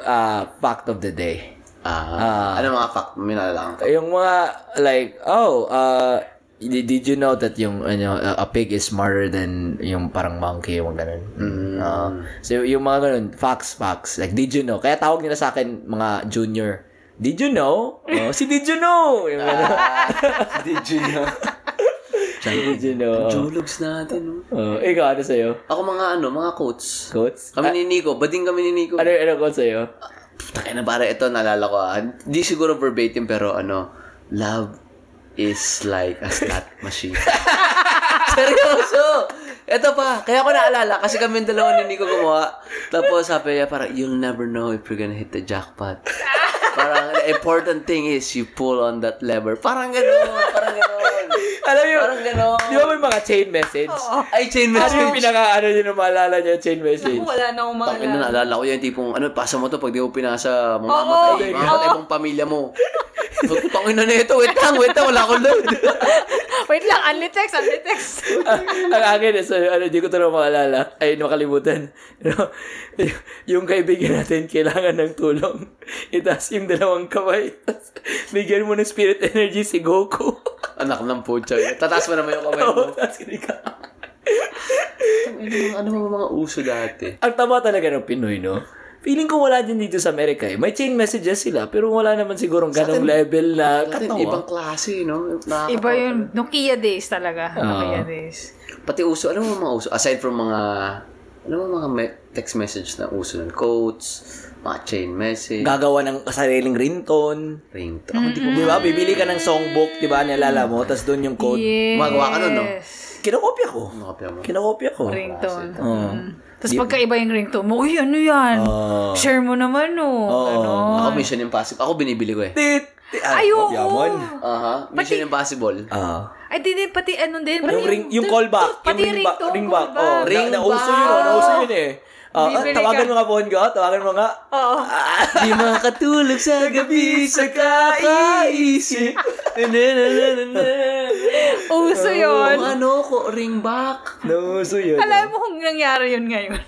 S2: ah, fact of the day.
S3: Ah, ano mga fact? May naalala kang quotes.
S2: Yung mga, like, oh, uh, did, did you know that yung, ano, a pig is smarter than yung parang monkey, yung mga ganun.
S3: Mm.
S2: Ah, so, yung mga ganun, facts, facts. Like, did you know? Kaya tawag nila sa akin, mga junior, did you know? Oh, si did you know? Yung ganun.
S3: Did you know?
S2: did you know?
S3: [laughs] Jologs natin. no?
S2: Oh, ikaw, ano sa'yo?
S3: Ako mga ano, mga quotes.
S2: Quotes?
S3: Kami ni Nico, bading kami ni Nico.
S2: Ano, ano quote sa'yo?
S3: Taka na pare, ito naalala ko. ah. Hindi siguro verbatim pero ano, love is like a slot machine. [laughs] Seryoso! Ito pa, kaya ko naalala kasi kami yung dalawa ni Nico gumawa. Tapos sabi niya parang, you'll never know if you're gonna hit the jackpot. [laughs] parang the important thing is you pull on that lever. Parang gano'n, parang gano'n.
S2: Alam mo,
S3: Parang gano'n.
S2: di ba may mga chain message?
S3: Ay, chain
S2: Ano yung
S3: message.
S2: pinaka, ano yun, yung maalala niya, chain message?
S1: [laughs] Wala na akong
S3: Bakit na
S1: maalala.
S3: naalala ko yan, tipong, ano, pasa mo to pag di mo pinasa, mamamatay.
S1: Oo.
S3: mamamatay pang pamilya mo. Pagputangin na nito, wait lang, wait lang, wala akong load.
S1: [laughs]
S3: [laughs]
S1: Wait lang, unli text, unli text.
S2: Ah, [laughs] ang akin, so, ano, di ko talaga maalala. Ay, nakalimutan. Ano, y- [laughs] yung kaibigan natin, kailangan ng [laughs] tulong. Itaas yung dalawang kamay. Tapos, Bigyan mo ng spirit energy si Goku. [laughs]
S3: Anak ng putya. Tataas mo naman yung kamay mo.
S2: Tapos kinika.
S3: Ano mga- ano mga mga uso dati?
S2: Ang tama talaga ng Pinoy, no? Feeling ko wala din dito sa Amerika eh. May chain messages sila, pero wala naman sigurong ganong level na
S3: Dati,
S2: katawa.
S3: ibang klase, no? Nakakatawa.
S1: ah. Iba yun. Nokia days talaga. Nokia
S2: Oo.
S1: days.
S3: Pati uso, ano mga uso? Aside from mga, ano mga me- text message na uso ng quotes, mga chain message,
S2: Gagawa ng sariling ringtone.
S3: ringtone. Ako di ko
S2: Di ba? Bibili ka ng songbook, di ba? Nalala mo, tapos doon yung code.
S1: Yes.
S3: Gumagawa ka nun, no?
S2: Kinokopya ko.
S1: Mm.
S3: makapya mo.
S2: Kinokopya ko.
S1: Ringtone.
S3: Ah.
S2: Oo.
S1: Tapos Mm. pagkaiba yung ringtone mo, uy, ano yan?
S2: Oo.
S1: Share mo naman, no? Ganon.
S3: Ako Mission Impossible. Ako binibili ko eh.
S2: Tit! tit- ah,
S1: Ay, oo.
S2: yamon.
S3: Aha. Mission Impossible.
S2: Ah.
S1: Ay, di, di, pati ano din. Pati
S2: Yung ring, yung callback.
S1: Pati yung
S2: ringback,
S1: ringtone,
S2: ringback.
S1: callback.
S2: Oh, ring,
S3: Ringback.
S2: nauso yun, oh, nauso yun eh. Ah, ah,
S1: Bibili ka.
S2: tawagan mo nga phone ko, tawagan mo nga.
S1: Oo.
S2: Di makatulog sa gabi sa kakaisip. na na na na na.
S1: [laughs] Uso yun.
S3: Kung ano, ko, ring back.
S2: Nauso yun. eh.
S1: Alam mo kung nangyari yun ngayon.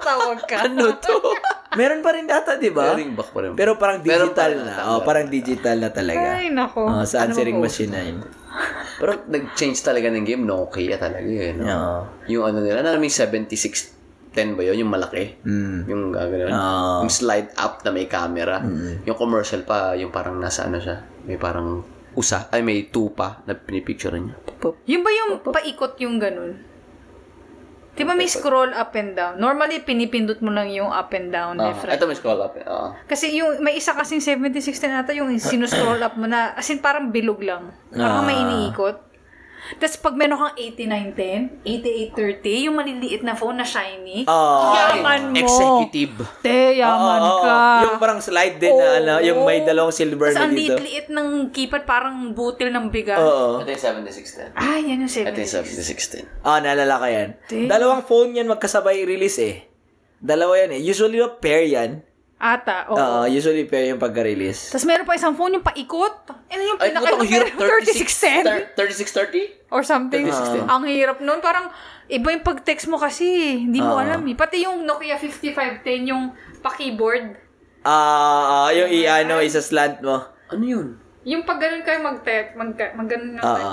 S1: Tawag ka. ano to?
S2: Meron pa rin data, di ba?
S3: Ring back pa rin.
S2: Pero parang
S3: Meron pa
S2: digital
S3: rin.
S2: na. Oh, parang digital na talaga.
S1: Ay, nako.
S2: Oh, sa
S1: Ano
S2: answering
S1: ba
S2: machine na yun.
S3: Pero nag-change talaga ng game. Nokia talaga yun. No?
S2: Oo.
S3: Yung ano nila, namin 7610 ba yun? Yung malaki.
S2: Mm. Ah.
S3: Yung gagawin.
S2: Oo.
S3: Yung slide up na may camera. Yung commercial pa, yung parang nasa ano siya. May parang usa. Ay, may tupa na pinipicture niya.
S1: Yun ba yung paikot yung ganun? Di ba may scroll up and down? Normally, pinipindot mo lang yung up and down,
S3: Ah,
S1: left, right.
S3: ito may scroll up. eh. Oo.
S1: Kasi yung may isa kasing 7016 ata yung sinuscroll up mo na as in parang bilog lang. Parang
S2: Ah.
S1: may iniikot. Tapos pag meron kang 8910, 8830, yung maliliit na phone na shiny,
S2: Oh.
S1: yaman mo.
S3: Executive.
S1: Te, yaman
S2: Oo, oo,
S1: ka.
S2: oo. Yung parang slide din na
S1: Oo.
S2: ano, yung may dalawang silver
S1: Tapos ang
S2: na dito.
S1: liit-liit ng keypad, parang butil ng bigas.
S2: Oo.
S3: Ito yung 7610.
S1: Ah, yan yung
S3: Ito yung
S1: 76.
S3: 7610.
S2: Ah, naalala ko yan.
S1: Damn.
S2: Dalawang phone yan magkasabay release eh. Dalawa yan eh. Usually no, pair yan.
S1: Ata, oo.
S2: Oo, usually pair yung pagka-release.
S1: Tapos meron pa isang phone yung paikot. Ano yung
S3: Ay,
S1: pinaka
S3: puto
S1: [laughs]
S3: ko hirap.
S1: 36 cent
S3: 3630?
S1: or something.
S3: 36 cent.
S1: Ang hirap nun. Parang iba yung pag-text mo kasi. eh. Hindi
S2: Ah.
S1: mo alam eh. Pati yung Nokia 5510, yung pa-keyboard.
S2: Ah, ah, yung i-ano, isa slant mo.
S3: Ano yun?
S1: Yung pag ganun kayo mag-text, mag, mag ganun na
S2: Oo.
S1: tayo.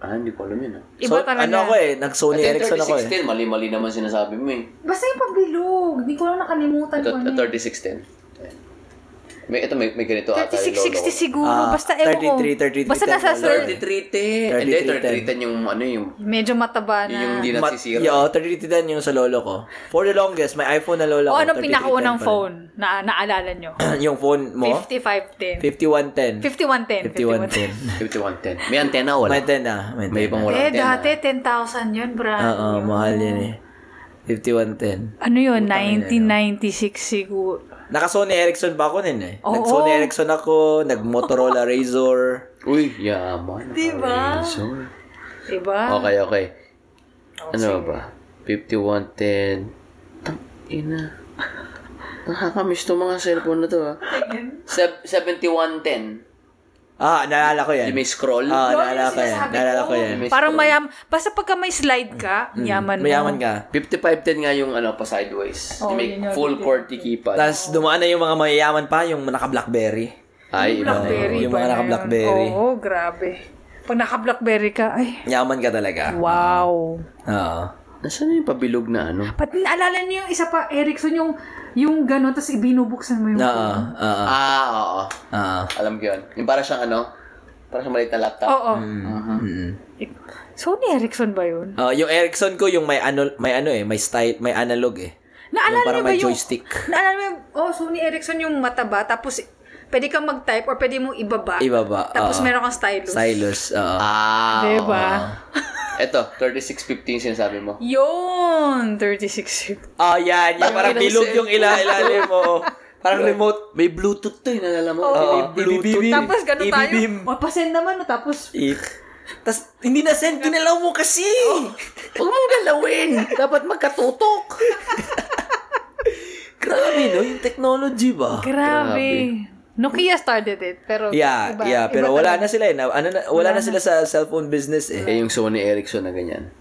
S3: Ah, hindi ko alam yun. Ah.
S1: Iba
S2: So,
S1: talaga.
S2: Ano ako eh, nag-Sony
S3: Ito yung
S2: Ericsson ako eh.
S3: 3610. Mali-mali naman sinasabi mo eh.
S1: Basta yung pabilog. Hindi ko lang nakalimutan
S3: Ito,
S1: ko
S3: ito,
S1: ano.
S3: 3610. May, ito, may, may ganito ata. yung lolo
S1: 3660
S3: ko.
S1: siguro.
S2: Ah,
S1: basta ewan ko.
S2: 33, 33,
S1: Basta nasa 30.
S3: 3310. Hindi,
S2: 3310.
S3: 3310 yung ano yung...
S1: Medyo mataba na.
S3: Yung hindi
S2: Mat-
S3: nagsisira.
S2: Yo, 33 din oh, yung sa lolo ko. For the longest, may iPhone na
S1: o
S2: lolo ko.
S1: ano
S2: 3310
S1: pinakaunang
S2: pa rin.
S1: phone na naalala nyo?
S2: [clears throat] yung phone mo?
S1: 5510.
S2: 5110.
S1: 5110. 5110.
S2: 5110.
S3: 5110. May antena wala.
S2: May 10 ah. May 10.
S3: May ibang wala
S1: Eh,
S3: antena.
S1: dati 10,000 yun, bro.
S2: Oo, mahal yun eh. 5110.
S1: Ano yun? 1996 siguro.
S2: Naka Sony Ericsson pa ako nun eh.
S1: Oo.
S2: Nag Sony Ericsson ako, nag
S1: [laughs]
S2: Motorola Razor.
S3: Uy, yaman.
S1: Diba?
S3: Sure.
S1: Diba?
S3: Okay, okay. Ano ba? 5110. Tang ina. [laughs] Nakakamiss tong mga cellphone na to ah. Sep- 7110.
S2: Ah, naalala ko yan.
S3: Yung may scroll.
S2: Ah, naalala ko yan. Naalala ko yan.
S1: Parang mayam, basta pagka may slide ka, yaman mo.
S2: Mayaman Mm. ka.
S3: 5510 nga yung ano pa sideways.
S1: Oh,
S3: Yung may
S1: yun yun, yun.
S3: full QWERTY keypad.
S2: Tapos dumaan na yung mga mayayaman pa, yung naka-blackberry.
S3: Ay, iba.
S1: Blackberry
S2: Oo, yung
S1: ba
S2: mga
S1: na
S2: naka-Blackberry.
S1: yun? Oo, grabe. Pag naka-blackberry ka, ay,
S2: Yaman ka talaga.
S1: wow.
S2: Oo.
S3: Nasaan na yung pabilog na ano?
S1: Pati naalala niyo yung isa pa, Erickson, yung, yung gano'n, tapos ibinubuksan mo yung...
S2: Oo. Oo.
S3: Ah, oo.
S2: Oo.
S3: Alam ko yun. Yung para siyang ano? Para siyang maliit na laptop.
S1: Oo.
S2: Mm.
S1: Sony Ericsson ba yun?
S2: Ah, yung Ericsson ko yung may ano may ano eh, may style, may analog eh.
S1: Naalala
S2: Yung parang
S1: niyo ba
S2: may
S1: yung...
S2: joystick.
S1: Naalala mo yung, oh, Sony Ericsson yung mataba, tapos pwede kang mag-type or pwede mo ibaba.
S2: Ibaba, ah.
S1: Tapos
S2: oo.
S1: meron kang stylus.
S2: Stylus. Oo.
S3: Ah, oo.
S1: Diba?
S3: Ito, 3615 sinasabi mo.
S1: Yun! 36
S2: Ah, yan. Yung parang
S3: Tangin ang
S2: bilog
S3: cellphone.
S2: yung ila ilalim mo. Parang remote.
S3: May Bluetooth to, inalala mo.
S2: Oo.
S3: Ah, May Bluetooth.
S2: Ibibim.
S1: Tapos gano'n tayo.
S2: Ibibim.
S1: Mapasend naman, no? tapos...
S2: It. Oh. Tapos, hindi na send. Ginalaw mo kasi.
S3: Huwag mong galawin. Dapat magkatutok.
S2: Grabe, no? Yung technology ba?
S1: Grabe. Nokia started it, pero...
S2: Yeah,
S1: iba-
S2: yeah.
S1: iba
S2: Pero wala
S1: talaga.
S2: na sila eh. Na, ano na, wala na sila sa cellphone business eh.
S3: Eh, yung Sony Ericsson na ganyan.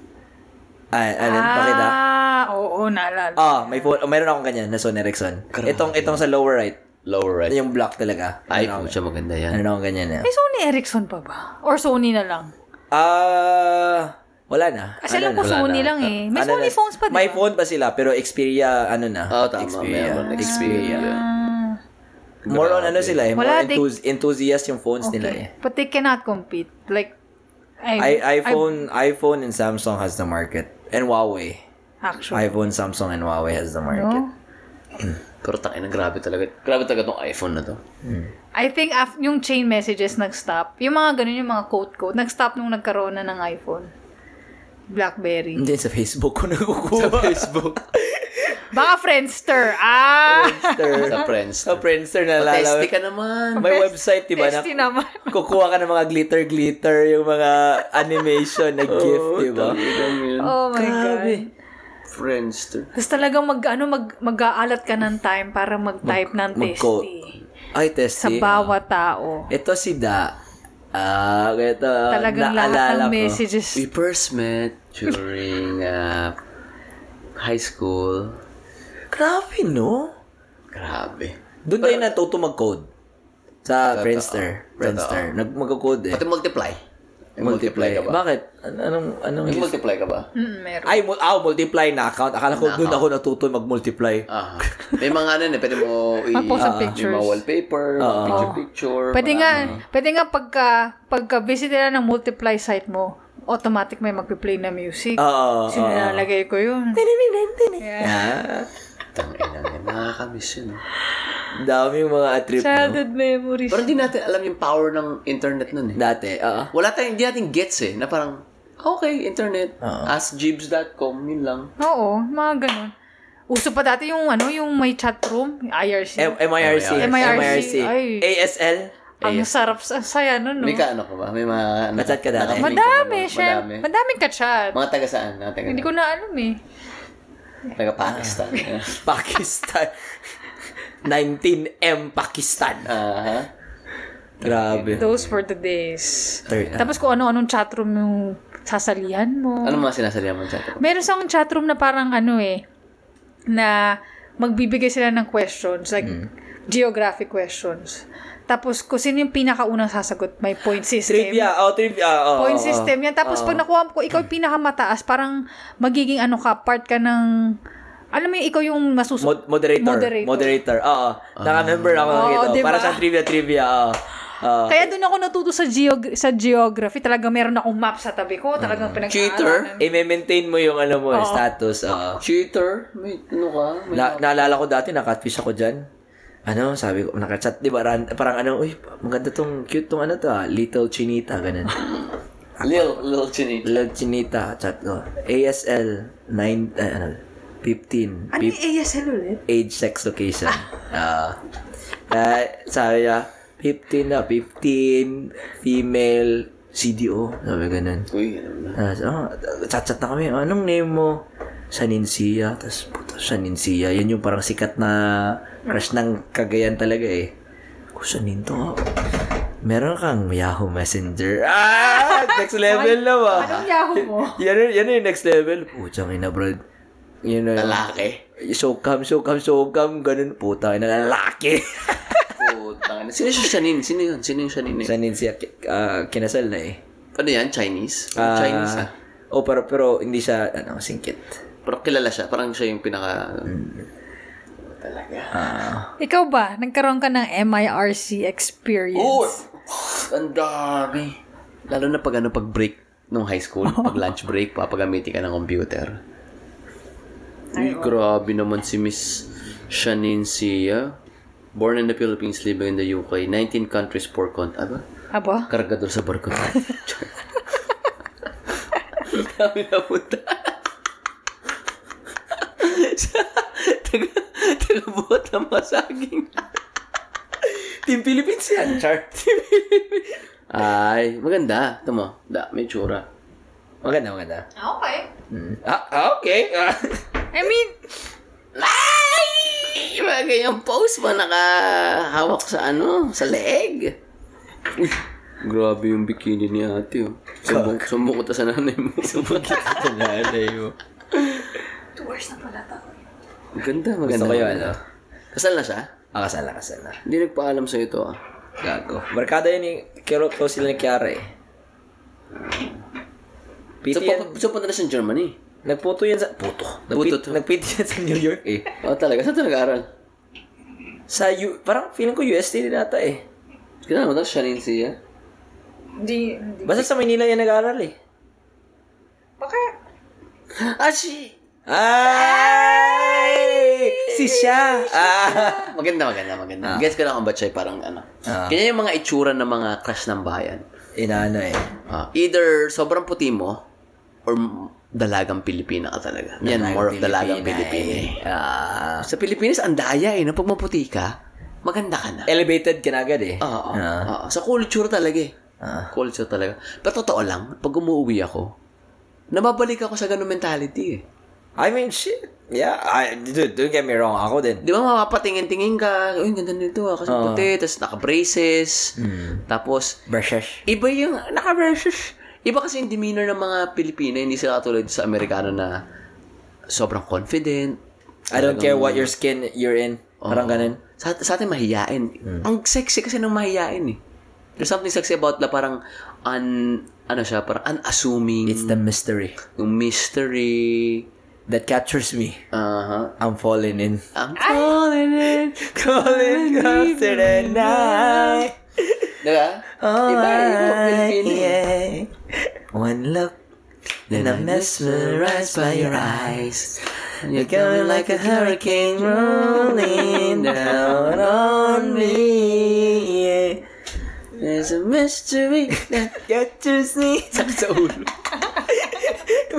S2: Ay, ano, pakita.
S1: Ah, oo, naalala.
S2: Ah, may phone, oh, mayroon akong ganyan na Sony Ericsson. Itong, itong sa lower right.
S3: Lower right.
S2: Yung block talaga.
S3: Ay,
S2: Ano,
S3: kung siya maganda yan.
S2: Ano na ako ganyan na.
S1: May Sony Ericsson pa ba? Or Sony na lang?
S2: Ah, wala na.
S1: Kasi
S2: Ano
S1: alam ko
S2: na.
S1: Sony lang eh. May
S2: Ano
S1: Sony
S2: na.
S1: phones pa, di ba?
S2: May phone pa sila, pero Xperia, ano na.
S3: Oh, tama.
S2: Xperia.
S3: Meron.
S2: Xperia.
S1: Ah,
S2: More on ano sila eh. More
S1: Wala, they-
S2: enthus- enthusiast yung phones
S1: okay.
S2: nila eh.
S1: But they cannot compete. Like, I,
S2: I, iPhone, iPhone and Samsung has the market. And Huawei.
S1: actually.
S2: iPhone, Samsung, and Huawei has the market.
S1: no?
S3: Pero tangin na, grabe talaga. Grabe talaga tong iPhone na to.
S1: I think af- yung chain messages nag-stop. Yung mga ganun, yung mga quote-quote, nag-stop nung nagkaroon na ng iPhone. Blackberry.
S2: Hindi, sa Facebook ko [laughs] nakukuha. Sa [laughs] Facebook.
S1: Baka Friendster. Ah!
S3: Sa friends.
S2: sa Friendster na lalaman.
S3: Testy ka naman.
S2: May website, di ba? Na,
S1: Testy naman.
S2: kukuha ka ng mga glitter-glitter, yung mga animation
S1: [laughs]
S2: na GIF,
S3: Oh,
S2: di ba?
S1: Oh my
S2: Grabe.
S1: God.
S3: Friends to.
S1: Tapos talagang mag, ano, mag, mag-aalat ka ng time para mag-type ng
S2: Magko.
S1: testy.
S2: Ay,
S1: Sa
S2: testy.
S1: bawat tao.
S2: Ito si Da. Ah, ito.
S1: Talagang lahat
S2: naalala
S1: ng
S2: ko.
S1: messages.
S3: We first met during uh, high school.
S2: Grabe, no?
S3: Grabe.
S2: Doon tayo natuto mag-code. Sa Friendster. Friendster. Nag- Mag-code eh.
S3: Pati multiply.
S2: Multiply.
S3: ka ba?
S2: Bakit? An- Anong, anong,
S3: Yung multiply ka ba?
S1: Mm, meron.
S2: Ay, mul- ah, multiply na account. Akala ko doon ako natuto mag-multiply.
S3: Aha. May mga ano na, pwede mo i-
S1: Mag-post ng
S3: ah,
S1: pictures.
S3: May mga wallpaper, mga picture-picture.
S1: Pwede
S3: mga-
S1: nga, pwede nga pagka, pagka-visit nila ng multiply site mo, automatic may magpi-play na music.
S2: Oo.
S1: So,
S2: [laughs]
S1: nilalagay ko yun.
S2: Ah,
S3: Tangina nga, nakakamiss yun. ah.
S2: daming mga trip, no?
S1: Childhood memories.
S3: Pero hindi natin alam yung power ng internet nun eh.
S2: Dati, oo.
S3: Wala tayong, hindi natin gets eh, na parang, okay, internet, askjibs.com, yun lang.
S1: Oo, mga ganun. Uso pa dati yung ano, yung may chat room, yung IRC.
S2: M- MIRC.
S1: MIRC. Ay.
S2: ASL.
S1: ang sarap, ang saya nun, no?
S3: May ka ano ka ba? May mga... Ano,
S2: Nachat ka dati?
S3: nakapiling ka ba
S1: Madami,
S3: nun?
S1: siya.
S3: Madami.
S1: Madaming ka-chat.
S3: Mga taga saan? Mga taga,
S1: Hindi ko na alam eh.
S3: taga Pakistan.
S2: [laughs] Pakistan. [laughs] 19M Pakistan.
S3: [laughs] Aha.
S2: Grabe.
S1: Those were the days.
S2: Third.
S1: Tapos kung ano-anong chatroom yung sasalihan mo.
S3: Ano mga sinasabihan mo sa atin?
S1: Meron sa akong chatroom na parang ano eh, na magbibigay sila ng questions, like
S2: Mm.
S1: geographic questions. Tapos kung sino yung pinakaunang sasagot, may point system.
S2: Trivia. Oh, trivia. Oh,
S1: Point system yan. Tapos pag nakuha mo, ikaw yung pinakamataas, parang magiging ano ka, part ka ng, alam mo yung ikaw yung masusunod.
S2: Mod- moderator.
S1: Moderator.
S2: Moderator. Oo.
S3: Ah.
S2: Naka-member ako
S1: Oo,
S2: ng ito.
S1: diba?
S2: Para sa trivia, trivia. Oo. Oo.
S1: Kaya doon ako natuto sa, geog- sa geography. Talaga meron akong map sa tabi ko.
S2: Mm.
S1: Talagang pinag
S3: Cheater?
S2: I-maintain mo yung ano mo, status. Oo.
S3: Cheater? May ano ka? May
S2: Na, naalala ko dati, nakatfish ako dyan. Ano, sabi ko, nakachat, di ba? Ran, parang ano, uy, maganda tong, cute tong ano to, ah, little chinita,
S3: [laughs]
S2: ganun.
S3: Lil, Lil Chini.
S2: little chinita, chat ko. ASL, 9, eh, ano, 15.
S1: Ano yung ASL ulit?
S2: age, sex,
S1: [laughs]
S2: location. Ah. uh, sabi niya, 15 na, 15, female, CDO. Sabi ganun.
S3: Uy, alam na.
S2: Tapos, oh, chat-chat na kami. "Ah, Anong name mo? Saninsia. Tapos, puto, Saninsia. Yan yung parang sikat na crush ng kagayan talaga eh. Ko, Sanin to? ah. Meron kang Yahoo Messenger. Ah! Next level na ba?
S1: Anong Yahoo mo?
S2: Yan, yan yung next level. Putsang ina, bro. Yun na yun.
S3: Lalaki.
S2: Sokam, sokam, sokam. Ganun, puta. Ina, [laughs] lalaki.
S3: Putang. Sino si Shanin? Sino yun? Sino yung Shanin? na yun?
S2: Saninsia, ki- ah, kinasal na eh.
S3: Ano yan? Chinese?
S2: Ah,
S3: Chinese ah.
S2: Oh, pero, pero hindi siya, ano, singkit.
S3: Pero kilala siya. Parang siya yung pinaka...
S1: [laughs] Ikaw ba? Nagkaroon ka ng MIRC experience?
S3: Oo! Ang dami. Lalo na pag ano, pag break nung high school, pag lunch break, papagamitin ka ng computer. Ay, grabe naman si Miss Shanin Sia. Born in the Philippines, living in the UK. 19 countries, 4 countries. Aba,
S1: Aba?
S3: kargador sa barko. Dami na punta. taga, taga buhat ng masaging.
S2: Team Philippines yan, Char.
S3: Ay, maganda. Ito mo. Da, may tsura.
S2: [laughs] maganda, maganda.
S1: Okay.
S2: Ah, ah, okay.
S3: [laughs]
S2: Ah.
S1: I mean,
S3: Ay! Mga ganyang pose mo, nakahawak sa ano, sa leeg. Uy, grabe yung bikini ni ate, oh. Sumbong, sumbong ko ta sa nanay
S2: [laughs]
S3: mo. sumbong ko sa nanay mo.
S1: two hours na pala tayo.
S3: Maganda, maganda.
S2: Gusto ko yun, ano?
S3: Kasal na siya?
S2: Ah, kasal na, kasal na.
S3: Hindi nagpaalam sa ito ah.
S2: Gago. Barkada yun ni Kero ko sila ni Kiara eh.
S3: So,
S2: Piti yan.
S3: pa, so punta na sa Germany.
S2: Nagputo yan sa... Puto. Nagpit,
S3: Puto to.
S2: Nagpiti yan sa New York eh.
S3: Oh, talaga? Saan ito nag-aaral?
S2: Sa U... Parang feeling ko UST din ata eh.
S3: Kailangan mo tapos siya rin siya.
S1: Hindi, hindi.
S2: Basta sa Manila yan nag-aaral eh.
S1: Baka,
S3: Ah, si...
S2: Ay! Si siya! Ah!
S3: Maganda, maganda, maganda. Guess ko lang kung ba't siya parang ano.
S2: Ah.
S3: Kanya yung mga itsura ng mga crush ng bayan.
S2: Inaano eh.
S3: Ah, either sobrang puti mo or m- dalagang Pilipina ka talaga. Yan,
S2: Dalagang
S3: more of dalagang
S2: Pilipina
S3: Pilipina.
S2: eh. Ah.
S3: Sa Pilipinas, ang daya eh. No? Pag maputi ka, maganda ka na.
S2: Elevated ka na agad eh.
S3: Oo.
S2: Ah.
S3: oo. Sa culture talaga eh.
S2: Ah.
S3: Culture talaga. Pero totoo lang, pag umuwi ako, nababalik ako sa ganung mentality eh.
S2: I mean, shit. Yeah, I, dude, don't get me wrong. Ako din.
S3: Di ba mapapatingin-tingin ka, uy, ganda nito ah, kasi puti, tapos naka-braces,
S2: Hmm.
S3: tapos
S2: Brushes.
S3: Iba yung naka-versus. Iba kasi yung demeanor ng mga Pilipina. Hindi sila katulad sa Amerikano na sobrang confident. Ano.
S2: I don't care what your skin you're in. Parang ganun.
S3: Sa, sa atin, mahiyain.
S2: Hmm.
S3: Ang sexy kasi ng mahiyain eh. There's something sexy about la parang un, ano siya, parang unassuming.
S2: It's the mystery
S3: yung mystery.
S2: that captures me.
S3: Aha.
S2: I'm falling in.
S3: Ang falling in.
S2: Calling after the night.
S3: Diba? iba, iba. Pilipino. eh.
S2: yeah. One look. Then I'm mesmerized by your eyes. You're going like a hurricane rolling down on me. Yeah.
S3: There's a mystery that
S2: Captures [laughs] me.
S3: [laughs] sa ulo.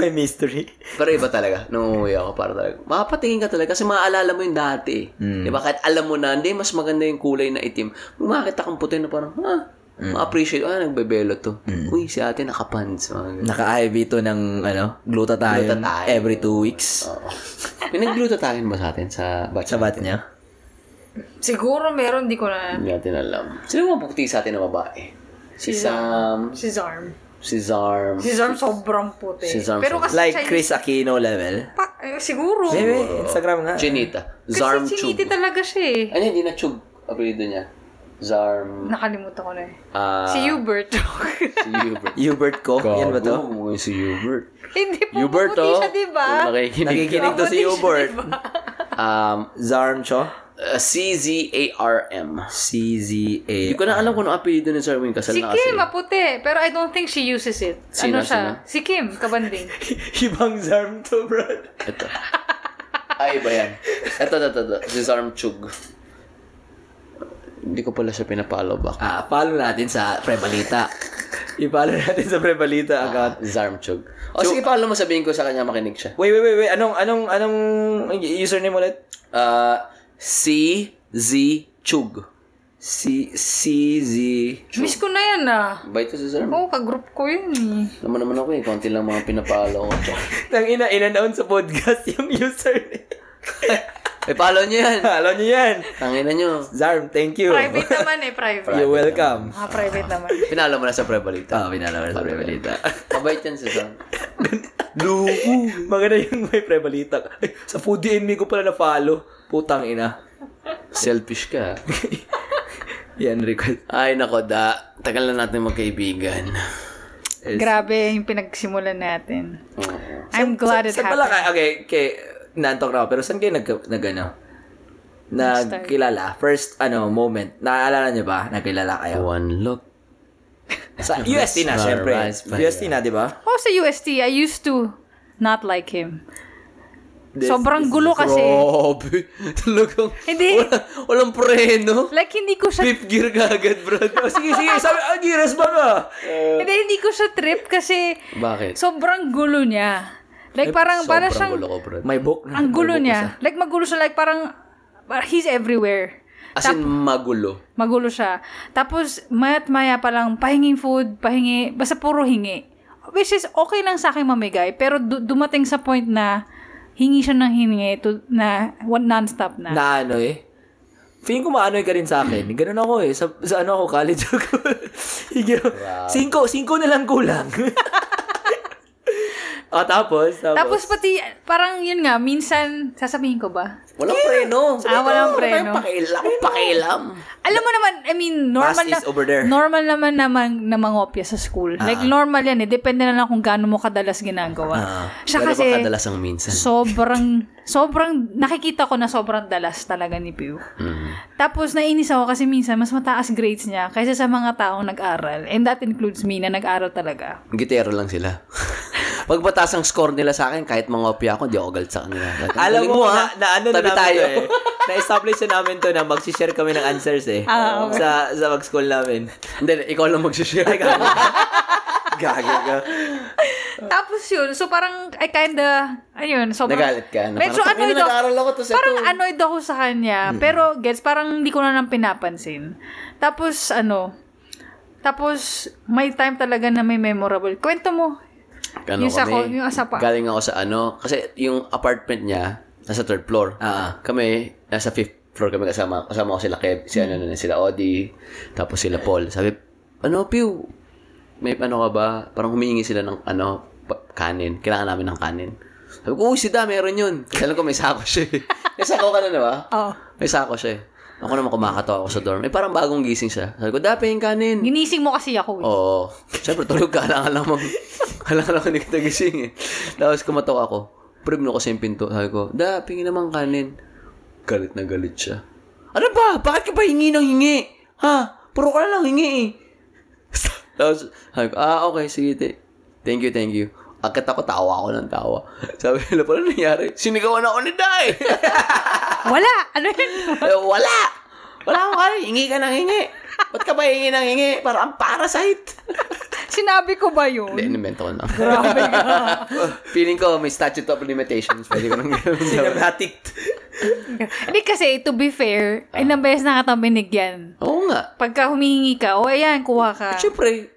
S2: May mystery.
S3: Pero iba talaga. Nung umuwi ako, para talaga. Mapatingin ka talaga kasi maaalala mo yung dati. eh.
S2: Hmm.
S3: Di ba? Kahit alam mo na, hindi, mas maganda yung kulay na itim. Makakita kang puti na parang, ha?
S2: Hmm.
S3: Ma-appreciate, ah, nagbebelo to. Uy, si ate nakapants. Mga
S2: [laughs]
S3: ganun.
S2: Naka-IV to ng ano, glutathione,
S3: Glutathione.
S2: every two weeks.
S3: Oo. May nagluto tayo ba sa atin sa batch?
S2: Sa bat niya.
S1: siguro meron, di ko na.
S3: Hindi natin alam. Sino mga puti sa atin na babae? Si Sam,
S1: Si Zarm.
S3: si Zarm.
S1: Si Zarm sobrang puti.
S3: Si Zarm
S1: Pero kasi
S2: Like
S1: Chinese-
S2: Chris Aquino level.
S1: Pa, eh, siguro.
S2: Maybe, Instagram nga.
S3: Chinita.
S1: Kasi
S3: Zarm Chug.
S1: chiniti talaga siya eh.
S3: Ano, hindi na Chug. Apelido niya. Zarm.
S1: Nakalimutan ko na eh.
S3: ah,
S1: si Hubert. [laughs]
S3: Si Hubert.
S2: Hubert ko. [laughs] Yan ba to?
S3: Gago, si Hubert.
S1: Hindi po,
S3: Hubert,
S1: puti
S3: oh.
S1: siya, di ba?
S3: Kung Nakikinig.
S2: Nakikinig to si
S1: Maputi siya,
S2: Hubert.
S1: diba?
S3: Um,
S2: Zarm Cho.
S3: uh, C-Z-A-R-M. Hindi
S2: CZA.
S3: ko na alam kung ano apelido ni Sir Wing. Kasal
S1: Si
S3: na kasi.
S1: Kim, maputi. Pero I don't think she uses it.
S3: Sino,
S1: ano siya? Si Kim, kabanding.
S2: [laughs] Ibang Zarm to, bro.
S3: Ito. Ay, iba yan. Ito, ito, ito, ito. Si Zarm Chug. Hindi ko pala siya pinapalo back.
S2: Ah, follow natin sa Prebalita. [laughs] Ah. I-follow natin sa Prebalita account.
S3: Zarm Chug. O sige, paano mo sabihin ko sa kanya makinig siya?
S2: Wait, wait, wait, wait. Anong, anong, anong username ulit?
S3: Uh, C-Z Chug.
S2: C, [laughs] CZ.
S1: Miss ko na yan ah.
S3: Ba ito si Zarm?
S1: Oo, kagroup ko yun eh.
S3: Naman naman ako eh. Konti lang mga pinapalo ko.
S2: Nang ina, inanown sa podcast yung [laughs] username.
S3: eh, follow niyo yan.
S2: Alam niyo yan.
S3: Tanginan niyo.
S2: Zarm, thank you.
S1: Private naman eh, private.
S2: You're welcome.
S1: Ah, private naman.
S3: Pinalo mo na sa prebalita.
S2: Ah, pinalaman sa
S3: [laughs]
S2: Prebalita.
S3: Mabait yan si Sam.
S2: [laughs] Luko. Maganda yung may Prebalita. Ay, sa food DNB ko pala na-follow. Putang ina. [laughs]
S3: Selfish ka.
S2: Yan, request.
S3: Ay, nako, da. Tagal na natin magkaibigan.
S1: Grabe yung pinagsimulan natin.
S3: Oh.
S1: I'm glad it
S2: Saan pala
S1: happened.
S2: kayo? Okay, okay. Nantok na ako. Pero saan kayo nag, nag ano? Nagkilala? First, ano, moment. Naaalala niyo ba? Nagkilala kayo?
S3: One look.
S2: Sa UST na, syempre.
S3: Mesmerized by
S2: UST na, di ba?
S1: Oh, sa UST, I used to not like him. Sobrang gulo kasi.
S3: Grabe. Talagang
S1: Hindi.
S3: wala- [laughs] walang preno.
S1: Like, hindi ko siya,
S3: Fifth gear ka agad, bro.
S2: Sige, sige. Sabi, ah, giras ba ka?
S1: hindi, hindi ko siya trip kasi
S3: Bakit?
S1: sobrang gulo niya. Like, parang, parang siyang,
S3: gulo ko, bro.
S2: May book na.
S1: ang gulo niya. Like, magulo siya. Like, parang, parang he's everywhere.
S3: As in, magulo.
S1: Magulo siya. Tapos, mayat maya pa lang, pahinging food, pahingi, basta puro hingi. Which is, okay lang sa akin mamigay, pero du- dumating sa point na, hingi siya ng hingi to, na one non-stop na.
S2: na ano eh. Feeling ko maanoy ka rin sa
S1: [clears throat]
S2: akin. Ganun ako eh. Sa, sa ano ako, college ako. [laughs]
S1: [laughs]
S2: Sige, Cinco, cinco na lang kulang. O, Ah, tapos, tapos.
S1: Tapos pati, parang yun nga, minsan, sasabihin ko ba?
S3: Walang preno.
S1: Ah, walang preno.
S3: Pakialam, pakialam.
S1: Alam mo naman, I mean, normal
S2: Past is over there. Ah.
S1: normal naman na, man, na mangopya sa school. Like, normal yan eh. Depende na lang kung gaano mo kadalas ginagawa. Siya
S3: Pero
S1: kasi,
S3: baka kadalas ang minsan.
S1: sobrang, sobrang, nakikita ko na sobrang dalas talaga ni Pew.
S3: Mm.
S1: Tapos, nainis ako kasi minsan, mas mataas grades niya kaysa sa mga taong nag-aral. And that includes me na nag-aral talaga.
S3: Gitero
S2: [laughs]
S3: lang sila. Pag mataas ang score nila sa akin, kahit mangopya ako, di ako galit sa kanila. Kahit ang
S2: Alam
S3: galing
S2: mo, na, na ano na
S3: Tabi
S2: namin
S3: tayo.
S2: tayo. eh. Na-establish na namin to na mag-share kami ng answers eh.
S1: Ah,
S2: Sa, sa mag-school namin.
S3: Hindi, ikaw lang magsishare.
S2: Gaga ka.
S1: Tapos yun, so parang, I kinda, ayun, sobrang...
S3: Nagalit ka. Na,
S1: Medyo
S3: parang,
S1: annoyed
S3: "Tangina,
S1: ako.
S3: nag-aaral ako, tas
S1: parang
S3: ito."
S1: annoyed ako sa kanya. Pero, gets, parang hindi ko na lang pinapansin. Tapos, ano, tapos, may time talaga na may memorable. Kwento mo.
S3: ano
S1: Yung sa
S3: kami,
S1: ko- yung asapa.
S3: Galing ako sa ano, kasi yung apartment niya, nasa third floor. Kami, nasa fifth floor kami kasama. Kasama ko sila Kev, si
S1: Hmm.
S3: ano na sila Odi, tapos sila Paul. Sabi, ano, Pew, may ano ka ba? Parang humingi sila ng ano, pa- kanin. Kailangan namin ng kanin. Sabi ko, uy, si Da, meron yun. Kasi Alam ko, may sako siya. eh. [laughs] may sako ka na, di ba?
S1: Oo.
S3: May sako siya. eh. Ako naman kumakatawa ako sa dorm. Eh, parang bagong gising siya. Sabi ko, Da, pahing kanin.
S1: Ginising mo kasi ako. eh.
S3: Oo. Siyempre, tulog ka. Alangan lang mag... [laughs] Alangan lang hindi kita gising eh. Tapos kumatok ako. Prib na kasi yung pinto. Sabi ko, da, pingin naman kanin. Galit na galit siya. Ano ba? Bakit ka ba hingi ng hingi? Ha? Puro ka na lang hingi eh. [laughs] Tapos, sabi ko, ah, okay, sige, te. Thank you, thank you. Akit ako, tawa ako ng tawa. Sabi nila, paano nangyari? Sinigawan ako ni Dai. [laughs]
S1: Wala! Ano yun?
S3: Eh, wala! Wala akong kaya. Hingi ka ng hingi. Ba't ka ba hingi ng hingi? Parang ang parasite.
S1: Sinabi ko ba yun?
S3: Hindi, inimento ko lang. Grabe Feeling ko may statute of limitations. Pwede ko nang gawin.
S2: Cinematic.
S1: [laughs] Hindi kasi, to be fair, ilang beses na kita binigyan.
S3: Oo nga.
S1: Pagka humihingi ka, o ayan, kuha ka.
S3: Siyempre,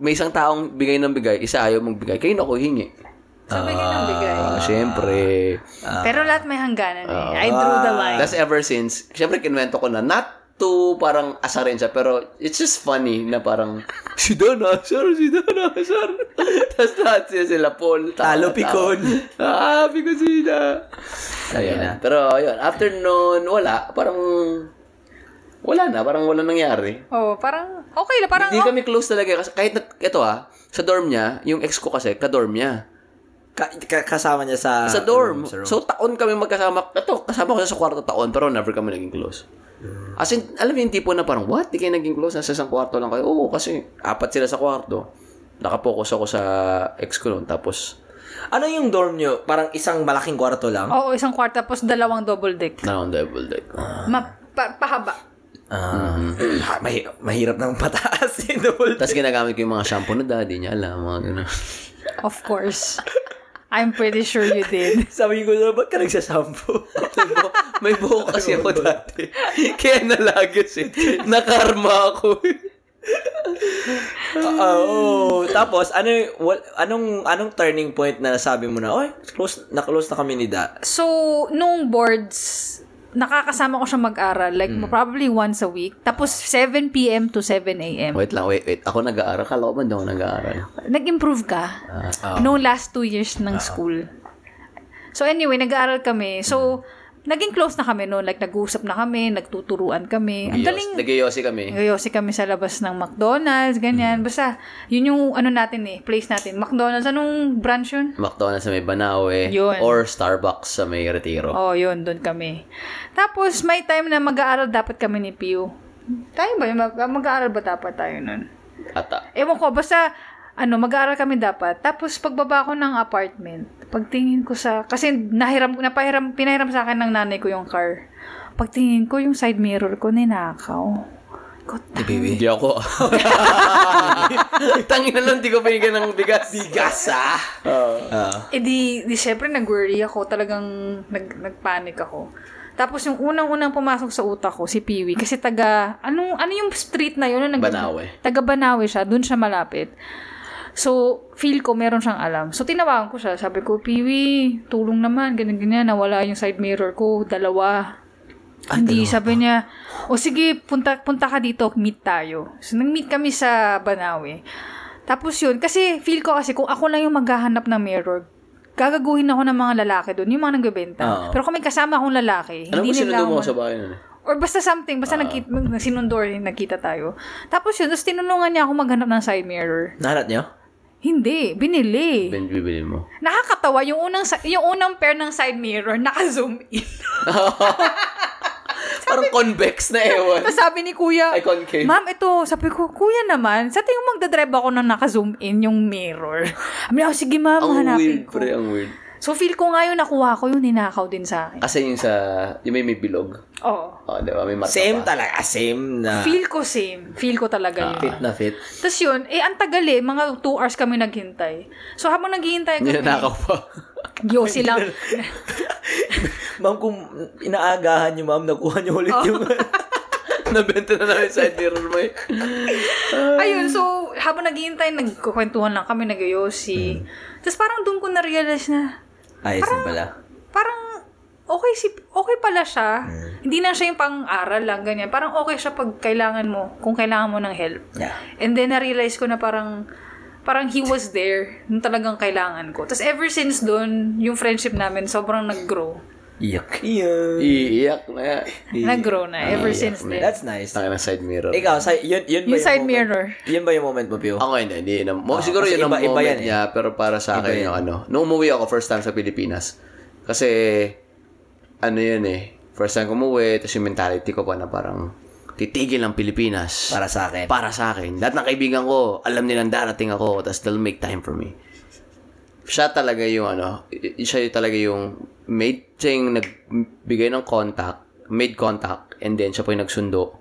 S3: may isang taong bigay ng bigay, isa ayaw magbigay. Kayo na ko hingi.
S1: Sabi ka ng bigay.
S3: Ah, siyempre.
S1: ah. Pero lahat may hangganan eh. I drew the line.
S3: Ah, That's ever since. Siyempre, kinwento ko na. Not to parang asarin siya, pero it's just funny na parang, [laughs] si Don Asar, si Don Asar. [laughs] Tapos lahat siya sila, Paul. tawa-
S2: Talo,
S3: tawa.
S2: pikon.
S1: [laughs]
S3: Ah, pikon sila. Ayun na. Pero, yun, after noon, wala. Parang, wala na. Parang wala nangyari.
S1: Oh, parang, okay lang. Parang,
S3: Hindi kami close talaga. eh, Kasi kahit, na, ito ah, sa dorm niya, yung ex ko kasi, ka-dorm niya.
S2: Ka- ka- kasama niya sa...
S3: Sa dorm.
S2: Ah, sa room.
S3: So, taon kami magkasama. Ito, kasama ko siya sa kwarto taon, pero never kami naging close. As in, alam niyo yung tipo na parang, what? Di kayo naging close? Nasa isang kwarto lang kayo? Oo, kasi apat sila sa kwarto. Nakapokus ako sa ex ko noon. Tapos,
S2: ano yung dorm niyo? Parang isang malaking kwarto lang?
S1: oo, isang kwarto, tapos dalawang double deck.
S3: naroon double deck.
S1: Ma- pa- pahaba.
S2: Ah, [clears throat] mahi- mahirap nang pataas [laughs] yung double
S3: Tapos ginagamit ko yung mga shampoo na daddy niya. Alam, mga ganun. [laughs]
S1: Of course. I'm pretty sure you did.
S2: Sabi ko na,
S3: "Ano,
S2: ba't ka
S3: [laughs]
S2: nagsasampo?
S3: May buhok kasi
S2: Ano
S3: ako dati. [laughs] Kaya nalagis eh. Nakarma ako eh.
S2: [laughs] Ah, Oo. Tapos, ano, y- wal- anong, anong turning point na nasabi mo na, oy, close, na-close na kami ni Da.
S1: So, nung boards, nakakasama ko siya mag-aral. Like,
S3: Mm.
S1: probably once a week. Tapos, 7 p.m. to 7 a.m.
S3: Wait lang, wait, wait. Ako nag-aaral. Kala ko ba hindi ako nag-aaral?
S1: Nag-improve ka. no last two years ng school. So, anyway, nag-aaral kami. So, naging close na kami noon. Like, nag-uusap na kami, nagtuturuan kami. Ang galing,
S3: Nag-yosi kami.
S1: Yoyosi kami sa labas ng McDonald's, ganyan. Basta, yun yung ano natin eh, place natin. McDonald's, anong branch yun?
S3: McDonald's sa may Banawe.
S1: Yun.
S3: Or Starbucks sa may Retiro.
S1: Oh, yun, doon kami. Tapos, may time na mag-aaral dapat kami ni Pew. Tayo ba? yun? Mag- Mag-aaral ba dapat tayo nun?
S3: Ata.
S1: Ewan ko, basta, ano, mag-aaral kami dapat. Tapos, pagbaba ko ng apartment, pagtingin ko sa, kasi nahiram, napahiram, pinahiram sa akin ng nanay ko yung car. Pagtingin ko yung side mirror ko, ninakaw. Kota.
S3: Hindi
S2: [laughs]
S3: ako. Tangin na lang, di ko pinigyan ng bigas. Bigas [laughs] ah!
S1: Eh di, di syempre nag-worry ako. Talagang nag, nag-panic ako. Tapos yung unang-unang pumasok sa utak ko, si Peewee. Kasi taga, anong, ano yung street na yun? Ano nag-
S3: Banawe.
S1: Taga Banawe siya. Doon siya malapit. So, feel ko meron siyang alam. So, tinawagan ko siya. Sabi ko, Peewee, tulong naman. Ganyan-ganyan. Nawala yung side mirror ko. Dalawa. Hindi, sabi niya, o sige, punta, punta ka dito, meet tayo. So, nag-meet kami sa Banawe. Tapos yun, kasi feel ko kasi kung ako lang yung maghahanap ng mirror, gagaguhin ako ng mga lalaki doon, yung mga nagbebenta.
S2: Oo.
S1: Pero kung may kasama akong lalaki,
S3: Alam
S1: hindi
S3: ko
S1: nila
S3: sinundo
S1: ako
S3: mo ako sa Ah. bahay nun. eh.
S1: Or basta something, basta nagkita, sinundor, nagkita tayo. Tapos yun, tapos tinulungan niya ako maghanap ng side mirror.
S2: Nahanap niyo?
S1: Hindi, binili.
S3: Ben, bibili mo.
S1: Nakakatawa, yung unang, si- yung unang pair ng side mirror, naka-zoom
S3: [laughs]
S1: in.
S3: Parang convex na eh. ewan.
S1: tapos sabi ni kuya,
S3: Ay, concave.
S1: Ma'am, ito, sabi ko, kuya naman, sa tingin mo magdadrive ako na naka-zoom in yung mirror. [laughs] Sabi niya, "Oh, sige ma'am,
S3: ang
S1: hanapin
S3: weird,
S1: ko.
S3: pre. Ang weird.
S1: So feel ko nga yung nakuha ko, yung ninakaw din sa akin.
S3: Kasi yung sa, yung may, may bilog.
S1: Oo.
S3: Oh, di ba? May marka
S2: Same
S3: pa.
S2: talaga. Same na.
S1: Feel ko same. Feel ko
S3: Ah.
S1: talaga yun.
S2: Fit na fit.
S1: Tapos yun, eh, ang tagal eh. Mga 2 hours kami naghintay. So, habang naghihintay eh, kami,
S2: Ninanakaw pa.
S1: [laughs] yo sila.
S3: [laughs]
S2: ma'am, kung inaagahan niyo, ma'am, nakuha niyo ulit yung...
S3: Oh. [laughs] Nabenta na namin sa mirror mo eh.
S1: Ayun, so, habang naghihintay, nagkukwentuhan lang kami, nag-yosi. Tapos parang doon ko na-realize na,
S2: Ayos na pala.
S1: parang okay si okay pala siya. Hindi na siya yung pang-aral lang ganyan. Parang okay siya pag kailangan mo, kung kailangan mo ng help.
S2: Yeah.
S1: And then na-realize ko na parang parang he was there nung talagang kailangan ko. Tapos ever since doon, yung friendship namin sobrang nag-grow.
S2: Yuck. Yuck.
S3: Iiyak na yan.
S1: Nag-grow na ever since then.
S2: That's nice.
S3: Tangin ng side mirror.
S2: Ikaw, si- yun, yun ba
S1: Yung side
S2: moment-
S1: mirror.
S2: Yun ba yung moment mo, Pio?
S3: Ako hindi, hindi. Yun ang, mo,
S2: Ah,
S3: siguro
S2: kasi
S3: yun
S2: iba-
S3: ang
S2: iba
S3: moment
S2: yan eh.
S3: niya, pero para sa akin yung ano. Nung umuwi ako, first time sa Pilipinas. Kasi, ano yun eh, first time ko umuwi, tapos yung mentality ko pa na parang, titigil ang Pilipinas.
S2: Para sa akin.
S3: Eh, Para sa akin. Lahat ng kaibigan ko, alam nilang darating ako, tapos they'll make time for me. Siya talaga yung ano, i- i- siya yung talaga yung made, siya yung nagbigay ng contact, made contact, and then siya pa yung nagsundo.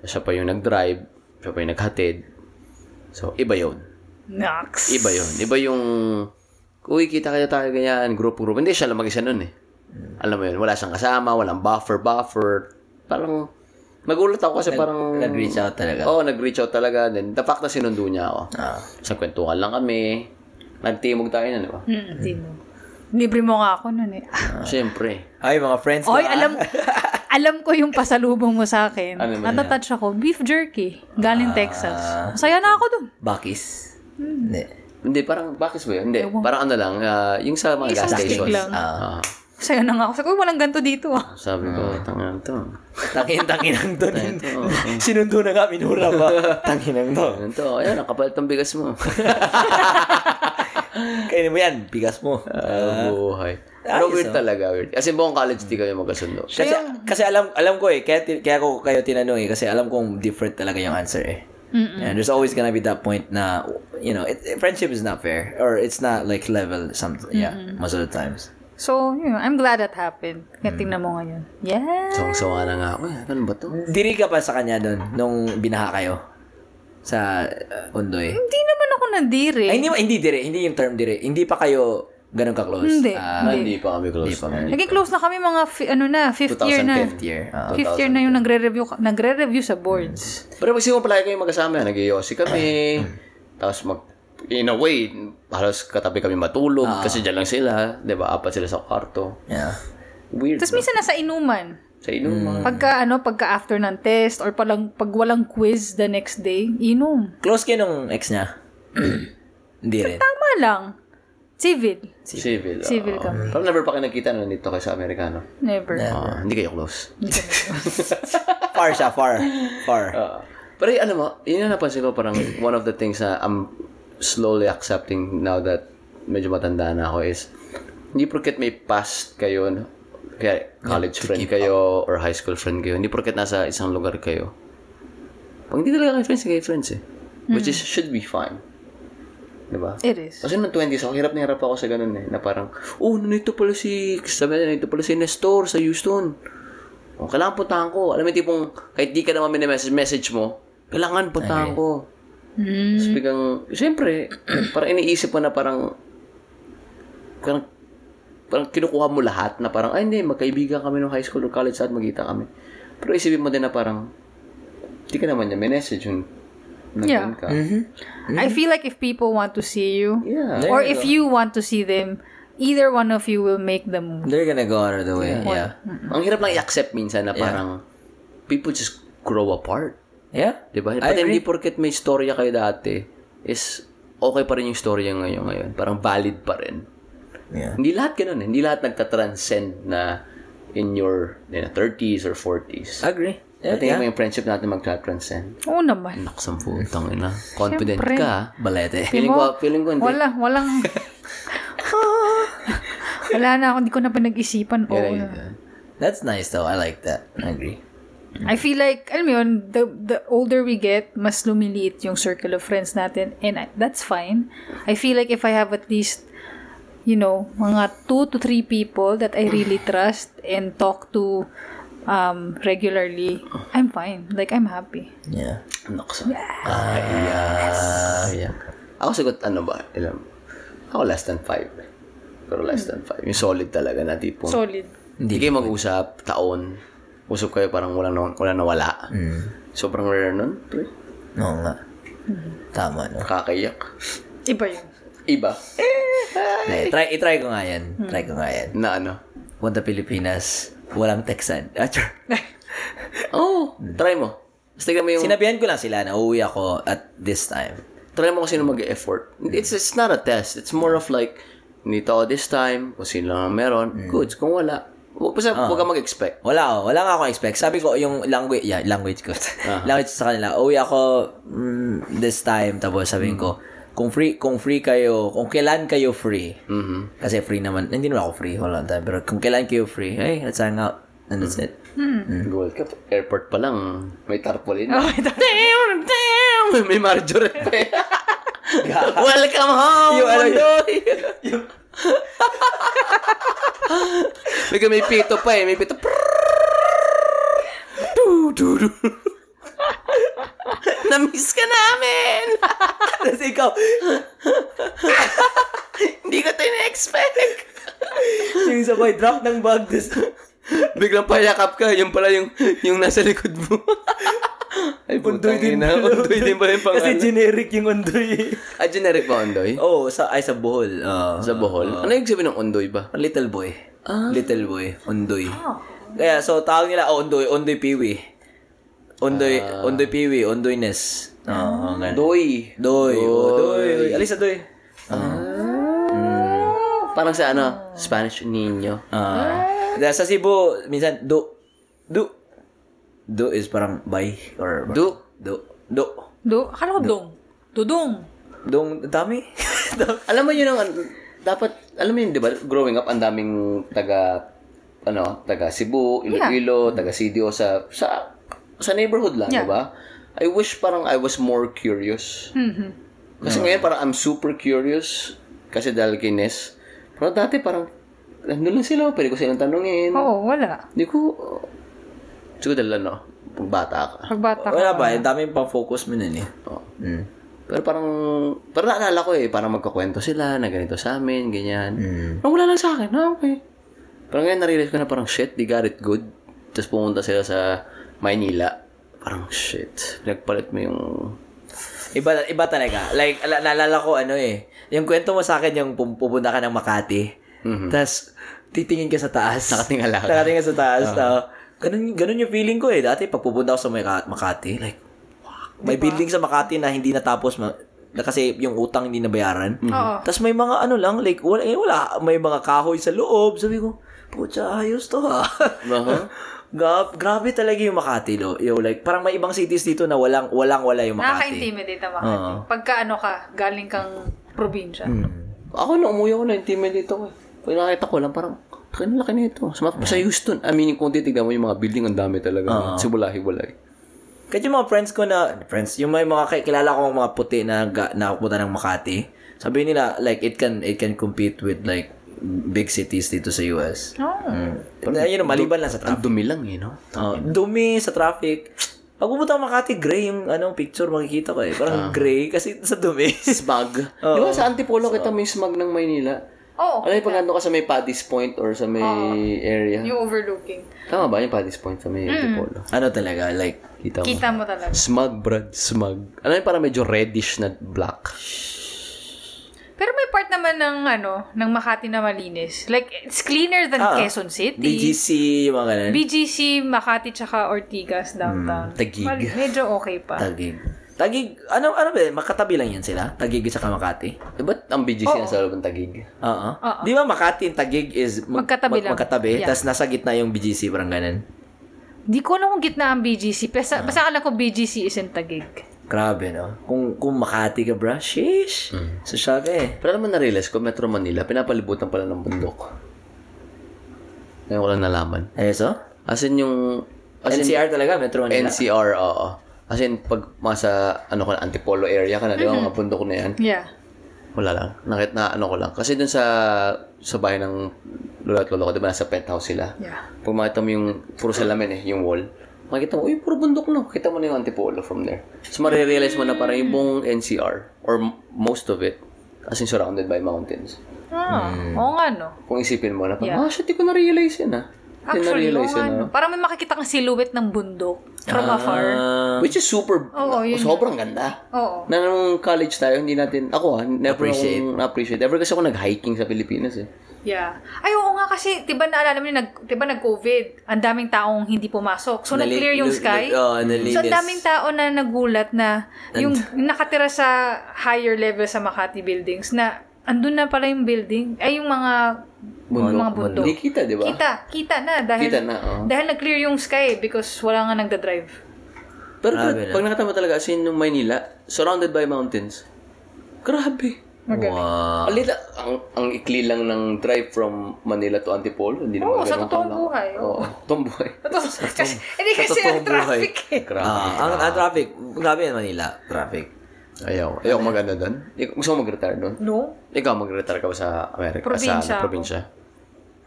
S3: Siya pa yung nag-drive, siya pa yung naghatid. So, iba yun.
S1: Nox.
S3: Iba yun. Iba yung, uy, kita kaya tayo ganyan, group-group. Hindi, siya lang mag-isa nun eh. Alam mo yun, wala siyang kasama, walang buffer-buffer. Parang, nagulat ako kasi parang...
S2: nag-reach out talaga.
S3: Oo, nag-reach out talaga. Then, the fact na sinundo niya ako.
S2: Ah.
S3: Sa kwentuhan lang kami. Nagtimog tayo na, di ba?
S1: Mm, di mo. Libre mo nga ako noon eh.
S3: Ah. Siyempre.
S2: Ay, mga friends
S1: Oy,
S2: na-
S3: Diba? [laughs]
S1: alam alam ko yung pasalubong mo sa akin.
S3: Ano na yan? Ah.
S1: Natatouch ako. Beef jerky. Galing Texas. Masaya na ako dun.
S2: Bakis.
S3: Hmm.
S2: Hindi.
S3: Hindi, parang, bakit ba yun? Hindi, parang ano lang, ah, yung sa mga gas
S1: Isang stick
S3: stations.
S1: lang.
S3: Ah,
S1: Masaya na nga ako. Sabi ko, walang ganito dito ah.
S3: sabi ko, tangan to.
S2: Tangin-tanginang to.
S3: Oh,
S2: Sinundo na nga, minura [laughs] pa. Tanginang to.
S3: Tangan to. Ayan, nakapalit ang bigas [laughs] mo.
S2: Kainin mo yan, bigas mo.
S3: Ah, buhay. Pero
S2: Ayos,
S3: weird
S2: ah.
S3: talaga, weird. Kasi buong college di kami magkasundo.
S2: Kasi, kasi alam alam ko eh, kaya, ti- kaya ko kayo tinanong eh, kasi alam kong different talaga yung answer eh. And there's always gonna be that point na, you know, it, it- friendship is not fair. Or it's not like level, some, yeah, most of the times.
S1: So, yun, I'm glad that happened.
S3: Hmm.
S1: Kaya tingnan mo ngayon. Yeah.
S3: Sawang-sawa na nga ako. Eh, ano ba to?
S2: Diri ka pa sa kanya doon, nung binaha kayo sa uh, Undoy.
S1: Hindi naman ako nandiri.
S2: Ay, hindi, hindi dire, hindi yung term dire. Hindi pa kayo ganun ka-close.
S1: Hindi.
S2: Ah,
S3: Ah, hindi pa kami close. Hindi
S1: Naging close na kami mga, fi- ano na, fifth year na.
S2: fifth year. Ah.
S1: Fifth year na yung nagre-review, ka- nagre-review sa boards.
S3: Pero pag mo palagi kayo magkasama, nag-iossi kami. tapos mag, in a way, halos katabi kami matulog kasi dyan lang sila. Di ba? Apat sila sa kwarto.
S2: Yeah.
S3: Weird.
S1: Tapos minsan nasa inuman.
S3: sa inuman.
S1: Pagka, ano, pagka after ng test or palang, pag walang quiz the next day, inom.
S2: Close kayo nung ex niya? [clears throat] hindi rin.
S1: Tama lang. Civil.
S3: Civil. oo.
S1: Civil kami.
S3: Pero never pa kayo nagkita na dito kayo sa Amerikano.
S1: Never.
S3: Ah, hindi kayo close.
S2: Far siya, far. Far.
S3: [laughs] Pero eh, alam mo, yun yung napansin ko parang one of the things na I'm slowly accepting now that medyo matanda na ako is hindi porket may past kayo, no? kaya college friend kayo or high school friend kayo, hindi porket nasa isang lugar kayo. Pag hindi talaga kayo friends, hindi kayo friends eh. Which is, should be fine. Diba?
S1: It is.
S3: Kasi nung 20s ako, hirap na hirap ako sa ganun eh. Na parang, oh, nandito pala si, sabi na, nandito pala si Nestor sa Houston. Oh, kailangan puntahan ko. Alam mo, yung tipong, kahit di ka naman minimessage message mo, kailangan puntahan ko.
S1: Mm.
S3: Tapos biglang, siyempre, parang iniisip mo na parang, parang, parang kinukuha mo lahat na parang, ay hindi, magkaibigan kami nung high school or college at magkita kami. Pero isipin mo din na parang, di ka naman niya minessage yung nandun
S1: Yeah.
S3: ka.
S2: Mm-hmm.
S1: I feel like if people want to see you,
S3: Mm-hmm. Yeah.
S2: There
S1: or
S2: you
S1: if you want to see them, either one of you will make the move.
S2: They're gonna go out of the way. Yeah.
S3: Ang hirap lang i-accept minsan na parang people just grow apart.
S2: Yeah?
S3: Diba?
S2: I
S3: Pati
S2: agree.
S3: hindi porket may storya kayo dati. is okay pa rin yung story niya ngayon ngayon. Parang valid pa rin.
S2: Yeah.
S3: Hindi lahat ganun. eh. Hindi lahat nagka-transcend na in your you know, 30s or 40s.
S2: Agree. Ah, Yeah,
S3: Natingin mo
S2: yeah.
S3: yung friendship natin magka-transcend.
S5: Oo naman.
S3: Naksang putang ina. Confident
S5: Siyempre.
S3: ka. ah.
S2: Balete.
S3: Feeling ko, feeling ko hindi.
S5: Wala,
S3: [laughs]
S1: [laughs]
S5: walang... Wala na ako, hindi ko na pinag-isipan. Oo
S3: Yun lang
S5: na.
S3: yun.
S2: That's nice though. I like that. I agree.
S5: I feel like, alam mo yun, the, the older we get, mas lumiliit yung circle of friends natin. And I- that's fine. I feel like if I have at least, you know, mga two to three people that I
S3: [sighs]
S5: really trust and talk to um, regularly, I'm fine. Like, I'm happy.
S2: Yeah.
S3: Naksa. Ay, ah, yeah. Ako sagot, ano ba? Ilan? Ako less than five. Pero less than five. Yung solid talaga na tipong.
S5: Solid.
S3: hindi kayo mag-usap, taon. Usap kayo parang walang, na- walang nawala.
S2: Mm.
S3: Sobrang rare nun, pre.
S2: Oo nga. Tama, no?
S3: Nakakayak.
S5: Iba [laughs] yun.
S3: Iba.
S2: Okay, try, itry ko nga yan. Try ko nga yan.
S3: Na ano.
S2: Punta Pilipinas, walang Texan. Ah, [laughs] char.
S3: Oh, try mo. Basta tignan mo yung...
S2: Sinabihan ko lang sila na uuwi ako at this time.
S3: try mo kung sino mag-effort. It's, it's not a test. It's more of like, nito ako this time, kung sino lang ang meron, goods. Kung wala, wag, basta huwag ka mag-expect.
S2: Wala ako. Wala nga akong expect. Sabi ko, yung language, yeah, [laughs] language ko. language sa kanila. Uwi ako mm, this time. Tapos sabihin ko, kung free, kung free kayo, kung kailan kayo free.
S3: Mm-hmm.
S2: Kasi free naman. Hindi naman ako free. Wala time. Pero kung kailan kayo free, hey, let's hang out. And that's it. [laughs] Mm.
S3: Gold Cup, airport pa lang, may tarpaulin. Oh, may tarpaulin. [laughs] Damn, damn! May marjoret pa
S2: [laughs]
S3: eh. Welcome home,
S2: Yung ano,
S3: Mondoy! [laughs] Bigyan may pito pa eh, may pito. Du, du,
S2: [laughs]
S3: du. Namiss ka namin! [laughs]
S2: Tapos ikaw,
S3: Hindi ko ito in-expect!
S2: yung sabay, drop ng bag. Tapos,
S3: [laughs] Biglang payakap ka, yung pala yung, yung nasa likod mo. [laughs] Ay,
S2: undoy din.
S3: na. Undoy din pala yung
S2: Kasi
S3: pangalan.
S2: generic yung undoy.
S3: ah, generic ba undoy?
S2: Oo, oh, sa, ay, sa Bohol. Ah.
S3: Sa Bohol? ano yung sabi ng undoy ba?
S2: Little boy. Little boy. Undoy. Kaya, so, tawag nila, oh, undoy, undoy piwi. Undoy, undoy piwi, undoyness. Oo, oh, ganun.
S3: Doy.
S2: Doy. oh, Doy. Alis na doy.
S3: Parang sa ano, Spanish, niño.
S2: Ah. Dahil sa Cebu, minsan, do. Do. Do is parang bye. Or,
S3: Do.
S2: Do. Do.
S5: Do, akala ko dong. Dudong.
S2: Dong, dami.
S3: Alam mo yun ang, dapat, alam mo yun, di ba, growing up, ang daming taga, ano, taga Cebu, Iloilo, taga Sidio, sa, sa, sa neighborhood lang, di ba? I wish parang I was more curious.
S5: Mm-hmm.
S3: Kasi ngayon parang I'm super curious, kasi dahil kay Ness. Pero dati parang, nandun lang sila, pwede ko silang tanungin.
S5: Oo, wala.
S3: Hindi ko, siguro dahil ano, pag bata ka.
S5: Pagbata ka.
S2: Wala ba? Ang daming pang-focus mo nun eh.
S3: Oo.
S2: Mm.
S3: Oh. Pero parang, pero naalala ko eh, parang magkakwento sila na ganito sa amin, ganyan.
S2: Mm.
S3: Parang wala lang sa akin, ah, okay. Pero ngayon narealize ko na parang, shit, they got it good. Tapos pumunta sila sa Maynila. Parang, shit, pinagpalit mo yung...
S2: Iba, iba talaga. Like, ala- naalala ko ano eh. Yung kwento mo sa akin yung pum- pupunta ka ng Makati. Tapos, titingin ka sa taas.
S3: Nakatingala Mhm. ka.
S2: Nakatingin ka sa taas. Uh, ganun, ganun yung feeling ko eh. Dati, pag pupunta ako sa Maka- Makati, like, wow. May building sa Makati na hindi natapos. Ma- na kasi yung utang hindi nabayaran.
S3: Mm. Mm-hmm.
S2: Tapos may mga ano lang, like, wala, eh, wala. May mga kahoy sa loob. Sabi ko, putya, ayos to ha.
S3: [laughs] Aha.
S2: Gra- grabe talaga yung Makati, lo. Yung, like, parang may ibang cities dito na walang, walang wala yung Makati.
S5: Nakaka-intimidate ang Makati.
S2: Oo.
S5: Pagka ano ka, galing kang probinsya.
S3: Mm-hmm. Ako na, umuwi ako na, intimidate ako eh. Pag nakita ko lang, parang, Taka na laki nito. Sa, ma-
S2: Mm.
S3: sa Houston, I mean, kung titignan mo yung mga building, ang
S2: Ah.
S3: dami talaga. Sibulahi-bulay.
S2: Kahit yung mga friends ko na, friends, yung may mga kakilala ko mga puti na ga- nakapunta ng Makati, sabi nila, like, it can, it can compete with, like, big cities dito sa US.
S5: Oh.
S1: Ah.
S2: Pero, you know, maliban lang sa
S3: Ang
S2: traffic.
S3: dumi lang eh, no?
S2: Oh, dumi sa traffic. Pag pumunta ako Makati, gray yung ano, picture makikita ko eh. Parang gray kasi sa dumi.
S3: Smug. Di ba sa Antipolo kita may smug ng Maynila?
S5: Oo.
S1: Oh.
S3: Alam niyo pag nandun ka sa may Paddy's Point or sa may
S2: Ah.
S3: area?
S5: Yung overlooking.
S3: Tama ba yung Paddy's Point sa may Antipolo?
S2: [laughs] ano talaga, like,
S3: Kita mo.
S5: Kita mo talaga.
S3: Smug, Brad. Smug. Alam niyo parang medyo reddish na black.
S5: Pero may part naman ng ano, ng Makati na malinis. Like, it's cleaner than
S2: Ah,
S5: Quezon City.
S2: BGC, yung mga ganun.
S5: BGC, Makati, tsaka Ortigas downtown.
S2: Tagig.
S5: Mal- medyo okay pa.
S2: Tagig. Tagig, ano, ano ba, yun? makatabi lang yan sila? Tagig sa Makati?
S3: Eh, ba't ang BGC na sa loob ng tagig?
S2: Oo. Di ba Makati and Tagig is mag-
S1: Magkatabi lang.
S2: magkatabi,
S1: Yeah.
S2: tas nasa gitna yung BGC, parang ganun.
S1: Di ko alam kung gitna ang BGC. Basta, basta alam ko BGC is in Tagig.
S2: Grabe, no? Kung, kung Makati ka, bro, sheesh.
S3: Mm.
S2: So, shock eh.
S3: Pero alam mo na-realize ko, Metro Manila, pinapalibutan pala ng bundok. Ngayon ko lang nalaman.
S2: Eh, so?
S3: As in yung... As in,
S2: NCR talaga, Metro Manila.
S3: NCR, oo. As in, pag masa, ano ka na, Antipolo area ka na, di ba, mga bundok na yan.
S1: Yeah.
S3: Wala lang. Nakit na, ano ko lang. Kasi dun sa, sa bahay ng lola at lolo ko, di ba, nasa penthouse sila.
S1: Yeah.
S3: Pag makita mo yung, puro salamin eh, yung wall. Makita mo, uy, puro bundok na. Kita mo na yung Antipolo from there. So, marirealize mo na parang yung buong NCR, or m- most of it, as in surrounded by mountains.
S1: Ah, oo nga no.
S3: Kung isipin mo na parang, ah, shit, di ko na-realize yun ah. Di
S1: Actually, ano, oo
S3: na-realize
S1: nga
S3: yun
S1: no.
S3: ah.
S1: Parang may makikita kang silhouette ng bundok from afar.
S2: Ah,
S3: Which is super,
S1: Oo, yun
S3: sobrang ganda.
S1: Oo.
S3: Na nung college tayo, hindi natin, ako ah, never
S2: Appreciate.
S3: appreciate. appreciate. Ever kasi ako nag-hiking sa Pilipinas eh.
S1: Yeah. Ay, oo nga kasi, di ba naalala mo yun, nag, di ba nag-COVID, ang daming taong hindi pumasok. So,
S2: Nali-
S1: nag-clear yung
S2: lu- lu-
S1: sky.
S2: Oo, nalinis.
S1: so, ang daming tao na nagulat na yung nakatira sa higher level sa Makati buildings na andun na pala yung building, ay yung mga
S3: Bundok.
S1: mga bundok.
S3: Hindi kita, di ba?
S1: Kita, kita na dahil
S3: Kita na, oo.
S1: dahil nag-clear yung sky eh, because wala nga nagda-drive.
S3: Pero
S2: Grabe na.
S3: pag, pag nakita mo talaga, as in, yung Maynila, surrounded by mountains. Grabe.
S2: Wow.
S3: Ang lila- ang, ang ikli lang ng drive from Manila to Antipolo. Hindi
S1: Oo,
S3: naman
S1: sa
S3: ganun
S1: totoong
S3: kalang-
S1: buhay, oo.
S3: Oo, totoong buhay.
S1: Totoo, kasi, hindi [laughs] kasi
S2: totoong
S1: ang traffic
S2: buhay.
S1: eh.
S3: Grabe.
S2: Ah, ang, ang traffic. Grabe yan, Manila. Traffic.
S3: Ayaw. Ayaw maganda doon. Ik- Gusto mo mag-retire doon?
S1: No?
S3: Ikaw mag-retire ka ba sa Amerika?
S1: Probinsya
S3: Sa
S1: ako.
S3: probinsya.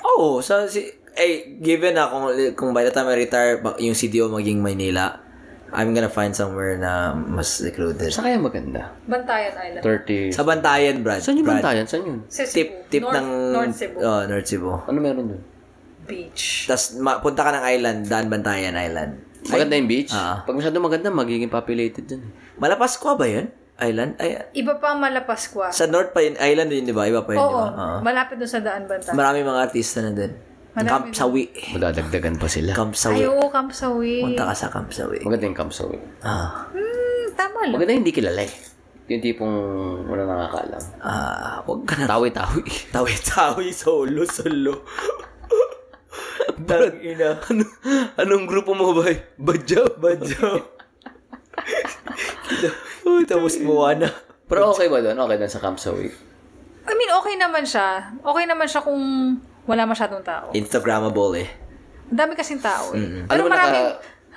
S2: Oo, oh, so si eh given na kung kung by the time I retire ba- yung CDO maging Maynila, I'm gonna find somewhere na mas secluded.
S3: Saan kaya maganda?
S1: Bantayan Island.
S3: 30.
S2: Sa Bantayan, Brad.
S3: Saan yung
S2: Brad.
S3: bantayan? Saan yun?
S1: Sa Cebu.
S2: Tip tip
S1: North,
S2: ng
S1: North Cebu.
S2: Oh, North Cebu.
S3: Ano meron doon?
S1: Beach.
S2: Tapos ma- punta ka ng island, daan Bantayan Island.
S3: Maganda yung beach?
S2: Ah.
S3: Pag masyado maganda, magiging populated dun.
S2: Malapas ko ba 'yun? Island? Ay,
S1: Iba pa ang Malapascua.
S2: sa North pa yun, island yun, di ba? Iba pa yun, di
S1: Oo,
S2: ba?
S3: ah.
S2: Oo.
S1: malapit doon sa Daan Bantayan.
S2: Marami mga artista na din. Ang Camp Sawi.
S3: Madadagdagan pa sila.
S2: Camp Sawi.
S1: Ay, oo, Camp Sawi.
S2: Punta ka sa Camp Sawi.
S3: Maganda yung Kamsaw eh.
S2: Ah,
S1: Hmm, tama lang.
S3: Maganda yung hindi kilala eh. Yung tipong wala nakakaalam.
S2: ah, wag ka na
S3: Tawi-tawi.
S2: Tawi-tawi, solo,
S3: [laughs]
S2: solo. Dang ina.
S3: ano, Anong grupo mo ba? eh? Badyaw?
S2: Badyo.
S3: [laughs]
S2: Tapos Moana.
S3: Pero okay ba doon? Okay doon sa Kamsaw eh.
S1: I mean, okay naman siya. Okay naman siya kung wala masyadong tao.
S2: Instagrammable eh.
S1: Ang dami kasing tao eh.
S3: Alam
S1: Pero
S3: mo, naka-
S1: maraming,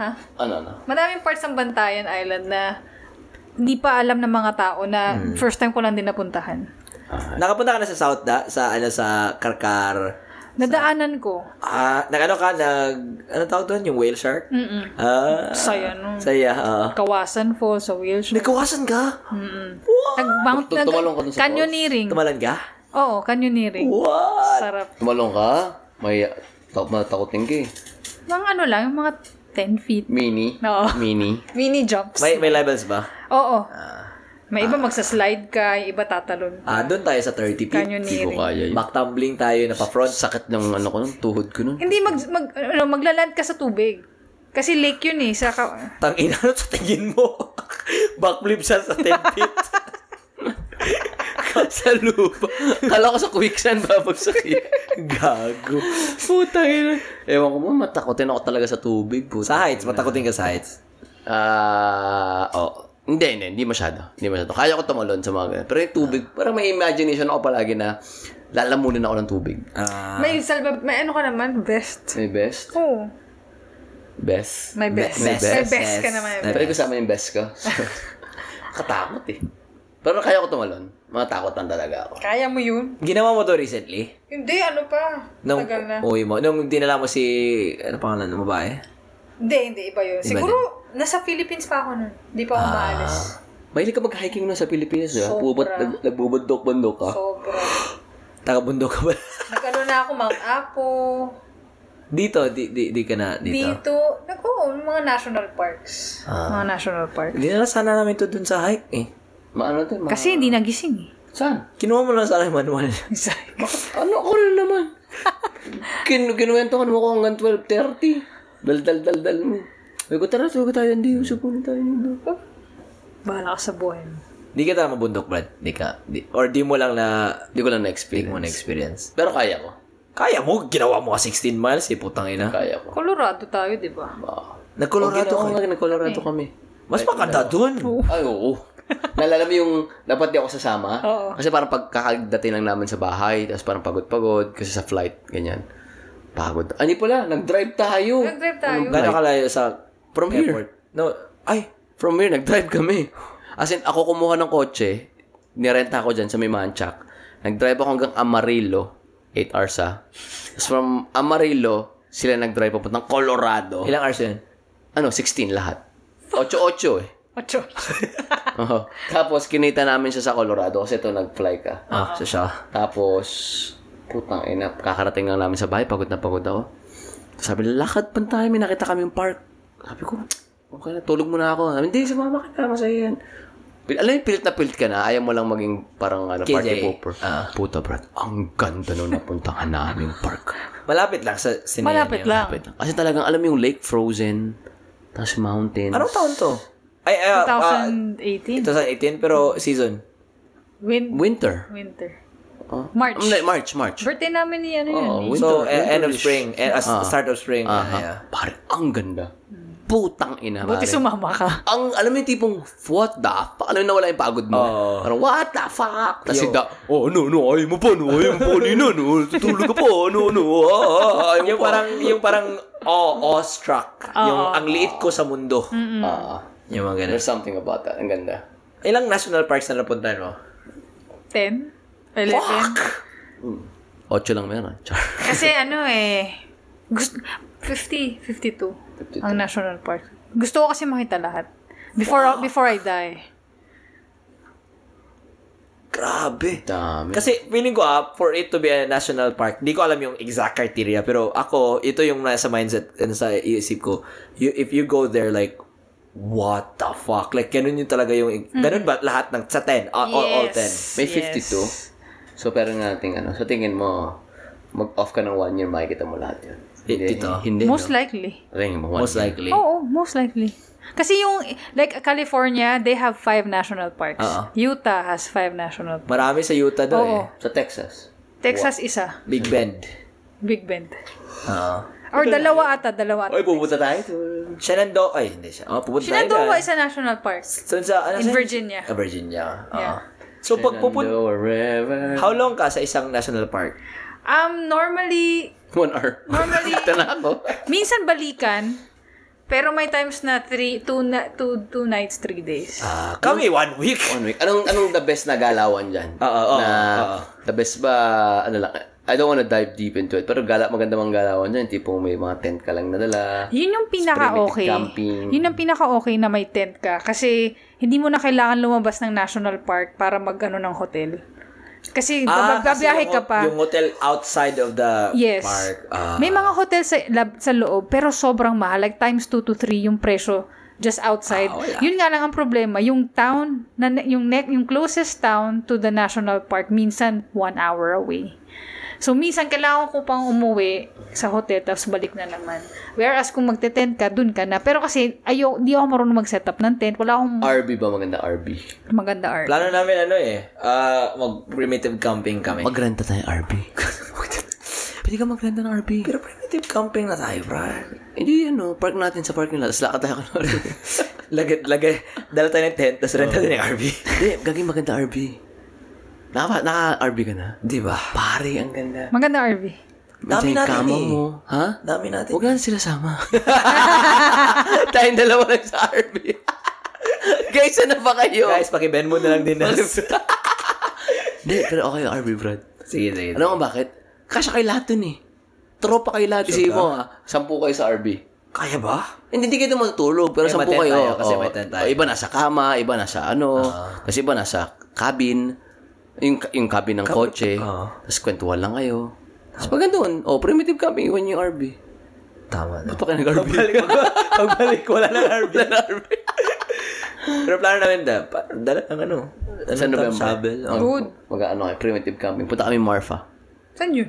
S1: ha?
S3: Ano, ano?
S1: Maraming parts ng Bantayan Island na hindi pa alam ng mga tao na
S3: Mm.
S1: first time ko lang din napuntahan.
S2: Nakapunta ka na sa South da? Sa ano sa Karkar.
S1: Nadaanan ko.
S2: Ah, nagano ka nag ano tawag doon yung whale shark?
S1: Mm-mm.
S2: Ah,
S1: Saya no.
S2: saya. ah.
S1: Kawasan Falls sa Wilshire.
S2: Nagkawasan ka?
S1: Nag mount
S3: Tum- tumalong ka dun sa
S1: canyoneering.
S2: Tumalan ka?
S1: Oo, canyoneering.
S2: What?
S1: Sarap.
S3: Tumalong ka? May ta- matakotin ka eh.
S1: Mga ano lang, yung mga 10 feet.
S3: Mini?
S1: Oo.
S3: Mini?
S1: Mini jumps.
S2: May may levels ba?
S1: Oo. May iba magsaslide ka, yung iba tatalon.
S2: Ah, doon tayo sa 30 feet.
S3: Hindi ko
S1: Canyoneering.
S3: kaya yun.
S2: Back tumbling tayo na pa front.
S3: Sakit ng ano ko nun, tuhod ko nun. [laughs]
S1: Hindi, mag, mag, ano, maglaland ka sa tubig. Kasi lake yun eh. Sa ka-
S2: Tang ina ano sa tingin mo? [laughs] Backflip siya sa 10 feet. [laughs]
S3: sa lupa. Kala ko sa quicksand babagsak eh. [laughs]
S2: Gago.
S3: Putang ina. Ewan ko mo, matakotin ako talaga sa tubig. Puta.
S2: Sa heights, matakotin ka sa heights.
S3: Ah, oh. Hindi, hindi, hindi masyado. Hindi masyado. Kaya ko tumalon sa mga ganun. Pero yung tubig, parang may imagination ako palagi na lalamunin ako ng tubig.
S2: Ah,
S1: may salba, may ano ka naman, best.
S3: May best?
S1: Oo.
S3: Best?
S1: May best.
S2: May best.
S1: May best ka
S2: Yes.
S1: naman.
S2: May
S3: Pero kasama yung best ko. [laughs] Katakot eh. Pero kaya ko tumalon. Mga takotan talaga ako.
S1: Kaya mo yun?
S2: ginawa mo to recently?
S1: Hindi, ano pa.
S2: Nung
S1: Tagal na.
S2: uwi mo. Nung dinala mo si, ano pangalan ng babae?
S1: Hindi, hindi, iba yun. Siguro, nasa Philippines pa ako nun. Hindi pa ako maalis.
S3: Mahilig ka mag-hiking na sa Pilipinas, ha?
S1: Sobra.
S3: Puput, nag- nagbubundok-bundok ka.
S1: Sobra.
S2: Taga-bundok ka ba?
S1: Nag-ano na ako, Mount Apo.
S2: [laughs] dito, di, di, di ka na dito.
S1: Dito. Nag, oo, mga national parks. Mga national parks.
S2: Dinala sana namin to dun sa hike eh.
S3: Maano to? Ma-
S1: Kasi hindi nagising eh. [laughs]
S3: Saan?
S2: Kinuha mo lang sana yung manual. [laughs]
S3: Ano ko rin naman? Kin kinuwentohan mo ko hanggang 12.30. Dal, dal, dal, dal mo. Uy, ko tara, tuwag tayo. Hindi, usap muna tayo. Dito.
S1: Bahala ka sa buhay mo.
S2: Di ka tara mabundok, Brad. Di ka. Di, or di mo lang na
S3: Hindi ko lang
S2: di
S3: na-experience.
S2: mo na-experience.
S3: Pero kaya ko.
S2: Kaya mo, ginawa mo ka 16 miles eh, putang ina.
S3: Kaya ko. Ah.
S1: Colorado tayo, di ba?
S3: Wow.
S2: Nag-Colorado
S3: Colorado
S2: ka.
S3: kami. Colorado kami.
S2: Mas maganda dun.
S3: Ay, oo. Naalala mo yung dapat di ako sasama?
S1: Oo.
S3: Kasi parang pagkakadating lang namin sa bahay, tapos parang pagod-pagod kasi sa flight, ganyan. Pagod. Ani pala, nag-drive tayo.
S1: Nag-drive tayo.
S2: Gano'ng kalayo sa
S3: From here.
S2: airport? No, ay,
S3: From here, nag-drive kami. As in, ako kumuha ng kotse, nirenta ako dyan sa may manchak. Nag-drive ako hanggang Amarillo, 8 hours ah. Tapos from Amarillo, sila nag-drive papuntang Colorado.
S2: ilang hours yun?
S3: Ano, 16 lahat. 8-8 eh.
S1: Ocho.
S3: Oo. Tapos, kinita namin siya sa Colorado kasi ito, nag-fly ka.
S2: Ah, sa siya.
S3: Tapos, putang ina, kakarating lang namin sa bahay, pagod na pagod ako. Sabi nila, lakad pa tayo, may nakita kaming park. Sabi ko, okay na, tulog muna ako. Sabi, hindi, sumama ka na, masaya yan. Pil- alam mo, pilit na pilit ka na, ayaw mo lang maging parang ano,
S2: KJ.
S3: party pooper.
S2: Ah.
S3: Puta, brad, ang ganda nung napuntahan [laughs] naming park.
S2: Malapit lang sa sinayan
S1: Malapit lang.
S3: Wait lang. Kasi talagang, alam mo yung lake frozen, tapos mountains.
S2: Anong taon to? Ay, ay, ah, ah,
S1: 2018.
S2: 2018, pero season.
S1: Win-
S3: Winter.
S1: winter.
S3: Oh.
S1: March.
S3: Hindi, March, March.
S1: Birthday namin ni ano yun.
S3: Oo,
S1: eh.
S3: winter.
S2: so, eh, end of
S3: winterish.
S2: spring. eh, as- start of spring.
S3: Aha.
S2: Ah, yeah.
S3: Pare, ang ganda. Putang ina,
S1: Buti
S3: pare.
S1: sumama ka.
S3: ang, alam mo yung tipong, what the fuck? Alam mo na wala yung pagod mo.
S2: Oo.
S3: Parang, what the fuck? Tapos
S2: Yo.
S3: yung da, oh, no, no, ayaw mo pa, no, ayaw mo pa, kanina, no, tutulog ka pa, no, no, ah, ah, ayaw mo
S2: Yung
S3: pa.
S2: parang, yung parang, oh, awestruck. yung ang liit ko sa mundo.
S3: Ah,
S2: Yung mga ganun.
S3: there's something about that. Ang ganda.
S2: Ilang national parks na napuntahan mo?
S1: 10? 11?
S3: Ocho lang meron. Char.
S2: [laughs]
S1: Kasi ano eh, gusto, 50, 52, ang national park. Gusto ko kasi makita lahat. Before before I die.
S2: Grabe.
S3: Dami.
S2: Kasi feeling ko ah, for it to be a national park, di ko alam yung exact criteria, pero ako, ito yung nasa mindset, nasa iisip ko. You, if you go there, like, what the fuck? Like, ganun yung talaga yung, ganun ba lahat ng, sa 10, all, all, all 10?
S3: May
S1: Mm-hmm. yes.
S3: 52. So, pero nga natin, ano, sa tingin mo, mag-off ka ng one year, makikita mo lahat yun.
S2: Di- dito?
S3: Hindi,
S1: Most
S3: no?
S1: likely.
S3: Tingin mo, one
S2: Most
S3: year.
S2: likely.
S1: Oo, most likely. Kasi yung, like California, they have five national parks.
S3: Uh-uh.
S2: Oo.
S1: Utah has five national parks.
S2: Marami sa Utah daw
S1: Oo.
S2: eh.
S3: Sa Texas.
S1: Texas isa.
S2: Big Bend.
S1: Big Bend.
S2: Oo.
S3: Uh-huh.
S1: Or dalawa ata, dalawa ata.
S3: Ay, pupunta tayo. to-
S2: Shenandoah, ay, hindi siya. Oh, pupunta tayo
S1: Shenandoah
S2: dyan.
S1: is a national park.
S2: So, sa, ano,
S1: In
S2: sa-
S1: Virginia.
S2: Ah, Virginia.
S3: Uh-huh.
S2: Oo.
S1: Yeah.
S2: So, pag pupunta,
S3: Shenandoah River.
S2: how long ka sa isang national park?
S1: Um, normally,
S3: [laughs] One hour. [laughs]
S1: normally,
S3: Ito na ako.
S1: Minsan balikan, pero may times na three, two, na, two, two nights, three days.
S2: Ah, kami, one week.
S3: One week. Anong, anong the best na galawan dyan?
S2: Oo, oo,
S3: na,
S2: oo.
S3: The best ba, ano lang, I don't wanna dive deep into it, pero gala, maganda mang galawan dyan, tipong may mga tent ka lang nadala.
S1: Yun yung pinaka-okay.
S3: Primitive camping.
S1: Yun ang pinaka-okay na may tent ka. Kasi hindi mo na kailangan lumabas ng national park para mag-ano ng hotel. Kasi ah,
S2: kasi yung
S1: ka
S2: ho-
S1: pa.
S2: Yung hotel outside of the
S1: yes.
S2: park. Ah.
S1: May mga hotel sa, lab, sa loob, pero sobrang mahal. Like times 2 to 3 yung presyo just outside. Yun nga lang ang problema. Yung town, na, yung, ne- yung closest town to the national park, minsan one hour away. So, minsan kailangan ko pang umuwi sa hotel tapos balik na naman. Whereas kung magte-tent ka, dun ka na. Pero kasi, ayo, di ako marunong mag-set up ng tent. Wala akong
S3: RB ba maganda, RB?
S1: maganda art.
S2: Plano namin ano eh, ah, mag-primitive camping kami.
S3: Magrenta tayo,
S2: [laughs]
S3: RB. Pwede ka magrenta ng RB.
S2: Pero primitive camping na tayo, bro.
S3: Hindi, ano, park natin sa parking lot, tapos lakad tayo ng RB.
S2: [laughs] Lagay, lagay, dala tayo ng tent, tapos rent tayo ng RV.
S3: Oh. Hindi, gagawin maganda RB. Ah, Naka, naka-RB ka na?
S2: Di ba?
S3: Pare, ang ganda.
S1: Maganda RV.
S2: Dami
S3: Dami
S2: natin
S3: kama
S2: eh.
S3: mo. Ha?
S2: Dami natin.
S3: Huwag na sila sama. [laughs] Tayong dalawa lang sa RV. [laughs] Guys, ano ba kayo?
S2: Guys, paki-bend mo na lang din. nas.
S3: [laughs] Hindi, pero okay yung RV, Brad.
S2: sige, sige.
S3: Alam mo Ano bakit? Kasya kayo lahat dun eh. Tropa kayo lahat. Isipin mo ha, sampu kayo sa RV.
S2: Kaya ba?
S3: Hindi, hindi kayo matutulog, pero
S2: May Eh, matent
S3: sampu kayo.
S2: tayo, kasi
S3: Oo.
S2: may tent tayo. Ah.
S3: Iba nasa kama, iba nasa ano, kasi iba nasa cabin, yung, yung cabin ng kotse.
S2: Oo.
S3: Tapos kwentuhan lang kayo. Tapos pag ganun, oh, primitive camping, iwan niyo yung RV.
S2: Tama na.
S3: Ba't pa kayo nag-RV?
S2: Pagbalik, pag- pagbalik, wala ng RV.
S3: [laughs]
S2: Pero plano namin da, pa, dala ang ano. ano
S3: Sa
S2: tawag?
S3: November.
S2: Shovel. Oh.
S1: Good.
S3: Mag-ano ano kayo, primitive camping. Punta kami Marfa.
S1: Saan yun?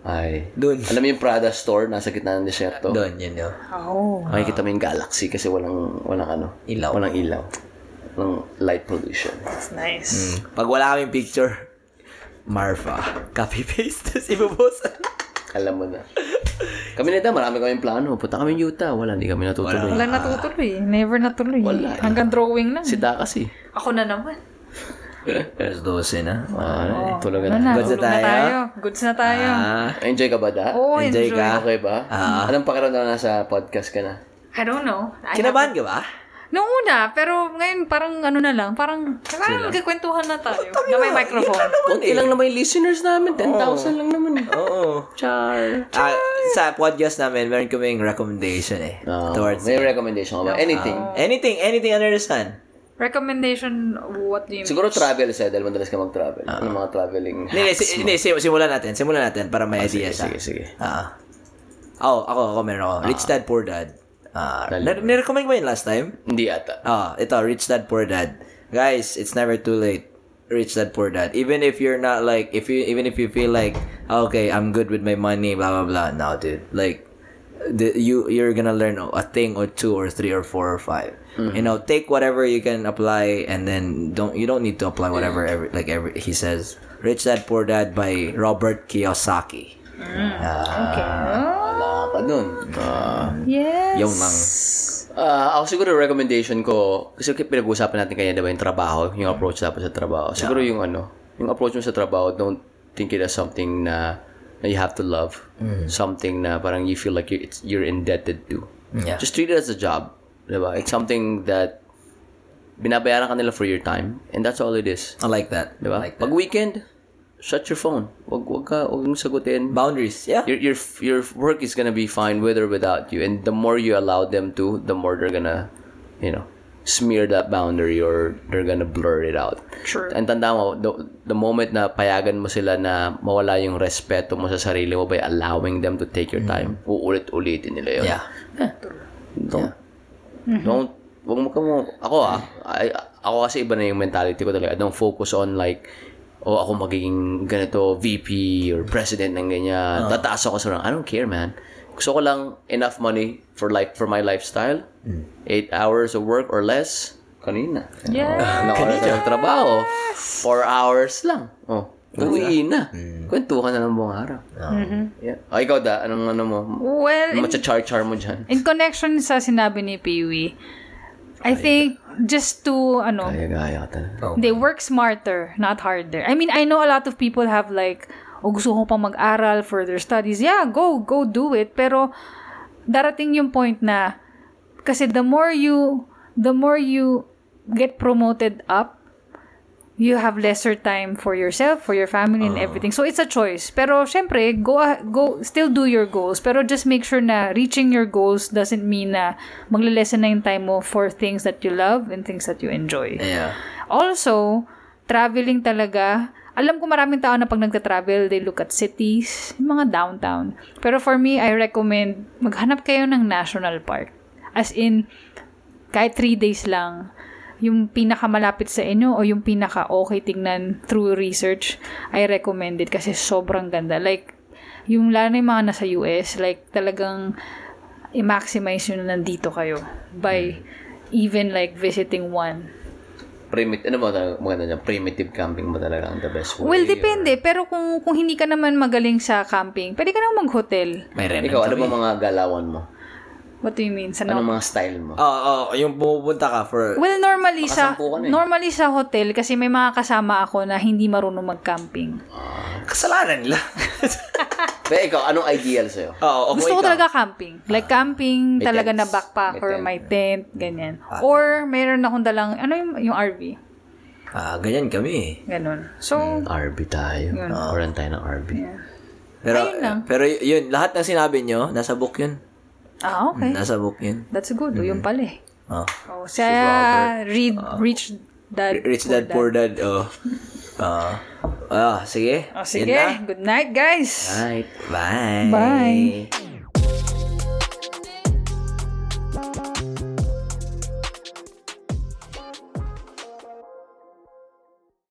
S3: Ay.
S2: Doon.
S3: Alam mo yung Prada store, nasa gitna ng desierto.
S2: Doon, yun yun.
S1: Oh.
S3: Makikita mo yung galaxy kasi walang, walang ano.
S2: Ilaw.
S3: Walang ilaw. ng light pollution.
S6: That's
S3: Hmm.
S6: nice.
S2: Pag wala kaming picture, Marfa, copy-paste, [laughs] tapos ibubuhos.
S3: Alam mo na. Kami nito, marami kaming plano. Punta kami Utah. Wala, hindi kami natutuloy.
S1: Wala
S2: Ah.
S1: natutuloy. Never natuloy. Hanggang drawing lang.
S3: Si Dakas eh.
S6: Ako na naman.
S2: Alas 12 na.
S3: Ah, tulogan
S1: Wala
S3: na.
S1: na.
S2: Goods na
S1: Tulog na
S2: tayo?
S1: tayo. Goods na tayo.
S2: Ah,
S3: Enjoy ka ba, Da?
S1: oh,
S2: enjoy
S1: enjoy.
S2: ka.
S3: Okay ba? Anong pakiramdam na sa podcast ka na?
S1: I don't know. I-
S2: Kinabahan ka ba?
S1: Noong una, pero ngayon parang ano na lang. Parang, parang nagkikwentuhan na tayo. na may microphone.
S3: Konti lang naman yung listeners namin. 10,000 lang naman.
S2: Oo.
S3: Char.
S2: Ah, sa podcast namin, meron kaming recommendation eh.
S3: Ah,
S2: towards
S3: may recommendation ka ba? Anything.
S2: anything, anything under the sun.
S1: Recommendation, what do you mean?
S3: Siguro travel siya dahil madalas ka mag-travel. Ano mga traveling?
S2: Hindi, hindi, si- hindi, sim- simulan natin. Simulan natin para may idea siya.
S3: Sige, sige.
S2: Ah. oh, ako, ako meron ako. Rich Dad, Poor Dad. Ah,
S3: Dali.
S2: na- nirecommend ko ba yun last time?
S3: Hindi ata.
S2: Ah, ito, Rich Dad, Poor Dad. Guys, it's never too late. Rich Dad, Poor Dad. Even if you're not like, if you, even if you feel like, okay, I'm good with my money, blah, blah, blah. No, dude. Like, the, you, you're gonna learn a thing or two or three or four or 5 You know, take whatever you can apply and then don't, you don't need to apply whatever, every, like every, he says. Rich Dad, Poor Dad by Robert Kiyosaki.
S3: Wala ka dun. Ah,
S1: Yes.
S2: Yung lang.
S3: Ah, ako siguro recommendation ko, kasi pinag-uusapan natin kanya, di ba, yung trabaho,
S2: Mm.
S3: yung approach dapat sa trabaho. Siguro yung ano, yung approach mo sa trabaho, don't think it as something na, na you have to love.
S2: Mm.
S3: Something na parang you feel like you're, it's, you're indebted to.
S2: Mm. Yeah.
S3: Just treat it as a job. Di ba? It's something that binabayaran ka nila for your time. And that's all it is.
S2: I like that.
S3: Di ba?
S2: Like
S3: Pag weekend, shut your phone. Wag, wag ka, wag mong sagutin.
S2: boundaries. Yeah.
S3: your your your work is gonna be fine with or without you, and the more you allow them to, the more they're gonna, you know, smear that boundary or they're gonna blur it out. True. And tanda mo, the, the moment na payagan mo sila na mawala yung respeto mo sa sarili mo by allowing them to take your time, uulit-ulitin nila yun.
S2: Mm. Yeah.
S3: Don't, don't, wag mo ka mo, ako ah, I, ako kasi iba na yung mentality ko talaga. I don't focus on like, oh, ako magiging ganito, VP or president ng ganyan. Tataas ako sa rank. I don't care, man. Gusto ko lang enough money for life, for my lifestyle. Eight hours of work or less. Kanina.
S1: Yes.
S3: Ano oras na trabaho? Four hours lang. Oh. Uwi na. Kwentuhan na ng buong araw. Yeah. Oh, ikaw da, anong ano mo?
S2: Oh.
S1: Well, in,
S3: Macha-char-char mo dyan.
S1: in connection sa sinabi ni Peewee, I think just to, ano,
S3: Gaya-gaya ka talaga.
S2: Oh.
S1: They work smarter, not harder. I mean, I know a lot of people have like, o gusto ko pang mag-aral for their studies. Yeah, go, go do it. Pero darating yung point na, kasi the more you, the more you get promoted up, you have lesser time for yourself, for your family, and everything. So, it's a choice. Pero, syempre, go, ah- go, still do your goals. Pero, just make sure na reaching your goals doesn't mean na magle-lessen na yung time mo for things that you love and things that you enjoy.
S2: Yeah.
S1: Also, traveling talaga. Alam ko maraming tao na pag nagta-travel, they look at cities, yung mga downtown. Pero for me, I recommend maghanap kayo ng national park. As in, kahit three days lang, yung pinakamalapit sa inyo o yung pinaka-okay tingnan through research, I recommend it kasi sobrang ganda. Like, yung lalo na yung mga nasa US, like talagang i-maximize yun na nandito kayo by even like visiting one.
S3: primitive, ano ba talaga, maganda niya, primitive camping ba talaga ang the best way?
S1: Well, depende. Pero kung kung hindi ka naman magaling sa camping, pwede ka naman mag-hotel.
S2: May rent.
S3: Ikaw, ano ba mga galawan mo?
S1: What do you mean? Sa
S3: Anong mga style
S2: Oo,
S3: mo?
S2: oh, oh, yung pumupunta ka for
S1: Well, normally sa
S3: Makasampu ka na eh.
S1: normally sa hotel kasi may mga kasama ako na hindi marunong mag-camping.
S2: kasalanan [laughs] nila.
S3: Pero ikaw, anong ideal sa'yo?
S2: Oo, okay.
S1: Gusto ko talaga camping. Like camping, talaga na
S3: tents.
S1: backpacker, may
S3: May
S1: tent, ganyan. Or mayroon akong dalang ano yung, yung RV,
S2: Ah, ganyan kami.
S1: ganun. So,
S3: RB tayo. Oran tayo ng RB.
S2: Pero,
S1: Ayun lang.
S2: pero y- yun, lahat ng sinabi nyo, nasa book yun.
S1: ah okay.
S2: Nasa book yun.
S1: That's good. O, Yung pala eh.
S2: Oh.
S1: Oh, siya read reach that
S2: Rich Dad, Poor Dad. Oh. Ah. ah, sige.
S1: Oh,
S2: Yun na.
S1: sige. Good night, guys.
S2: Bye.
S1: Bye.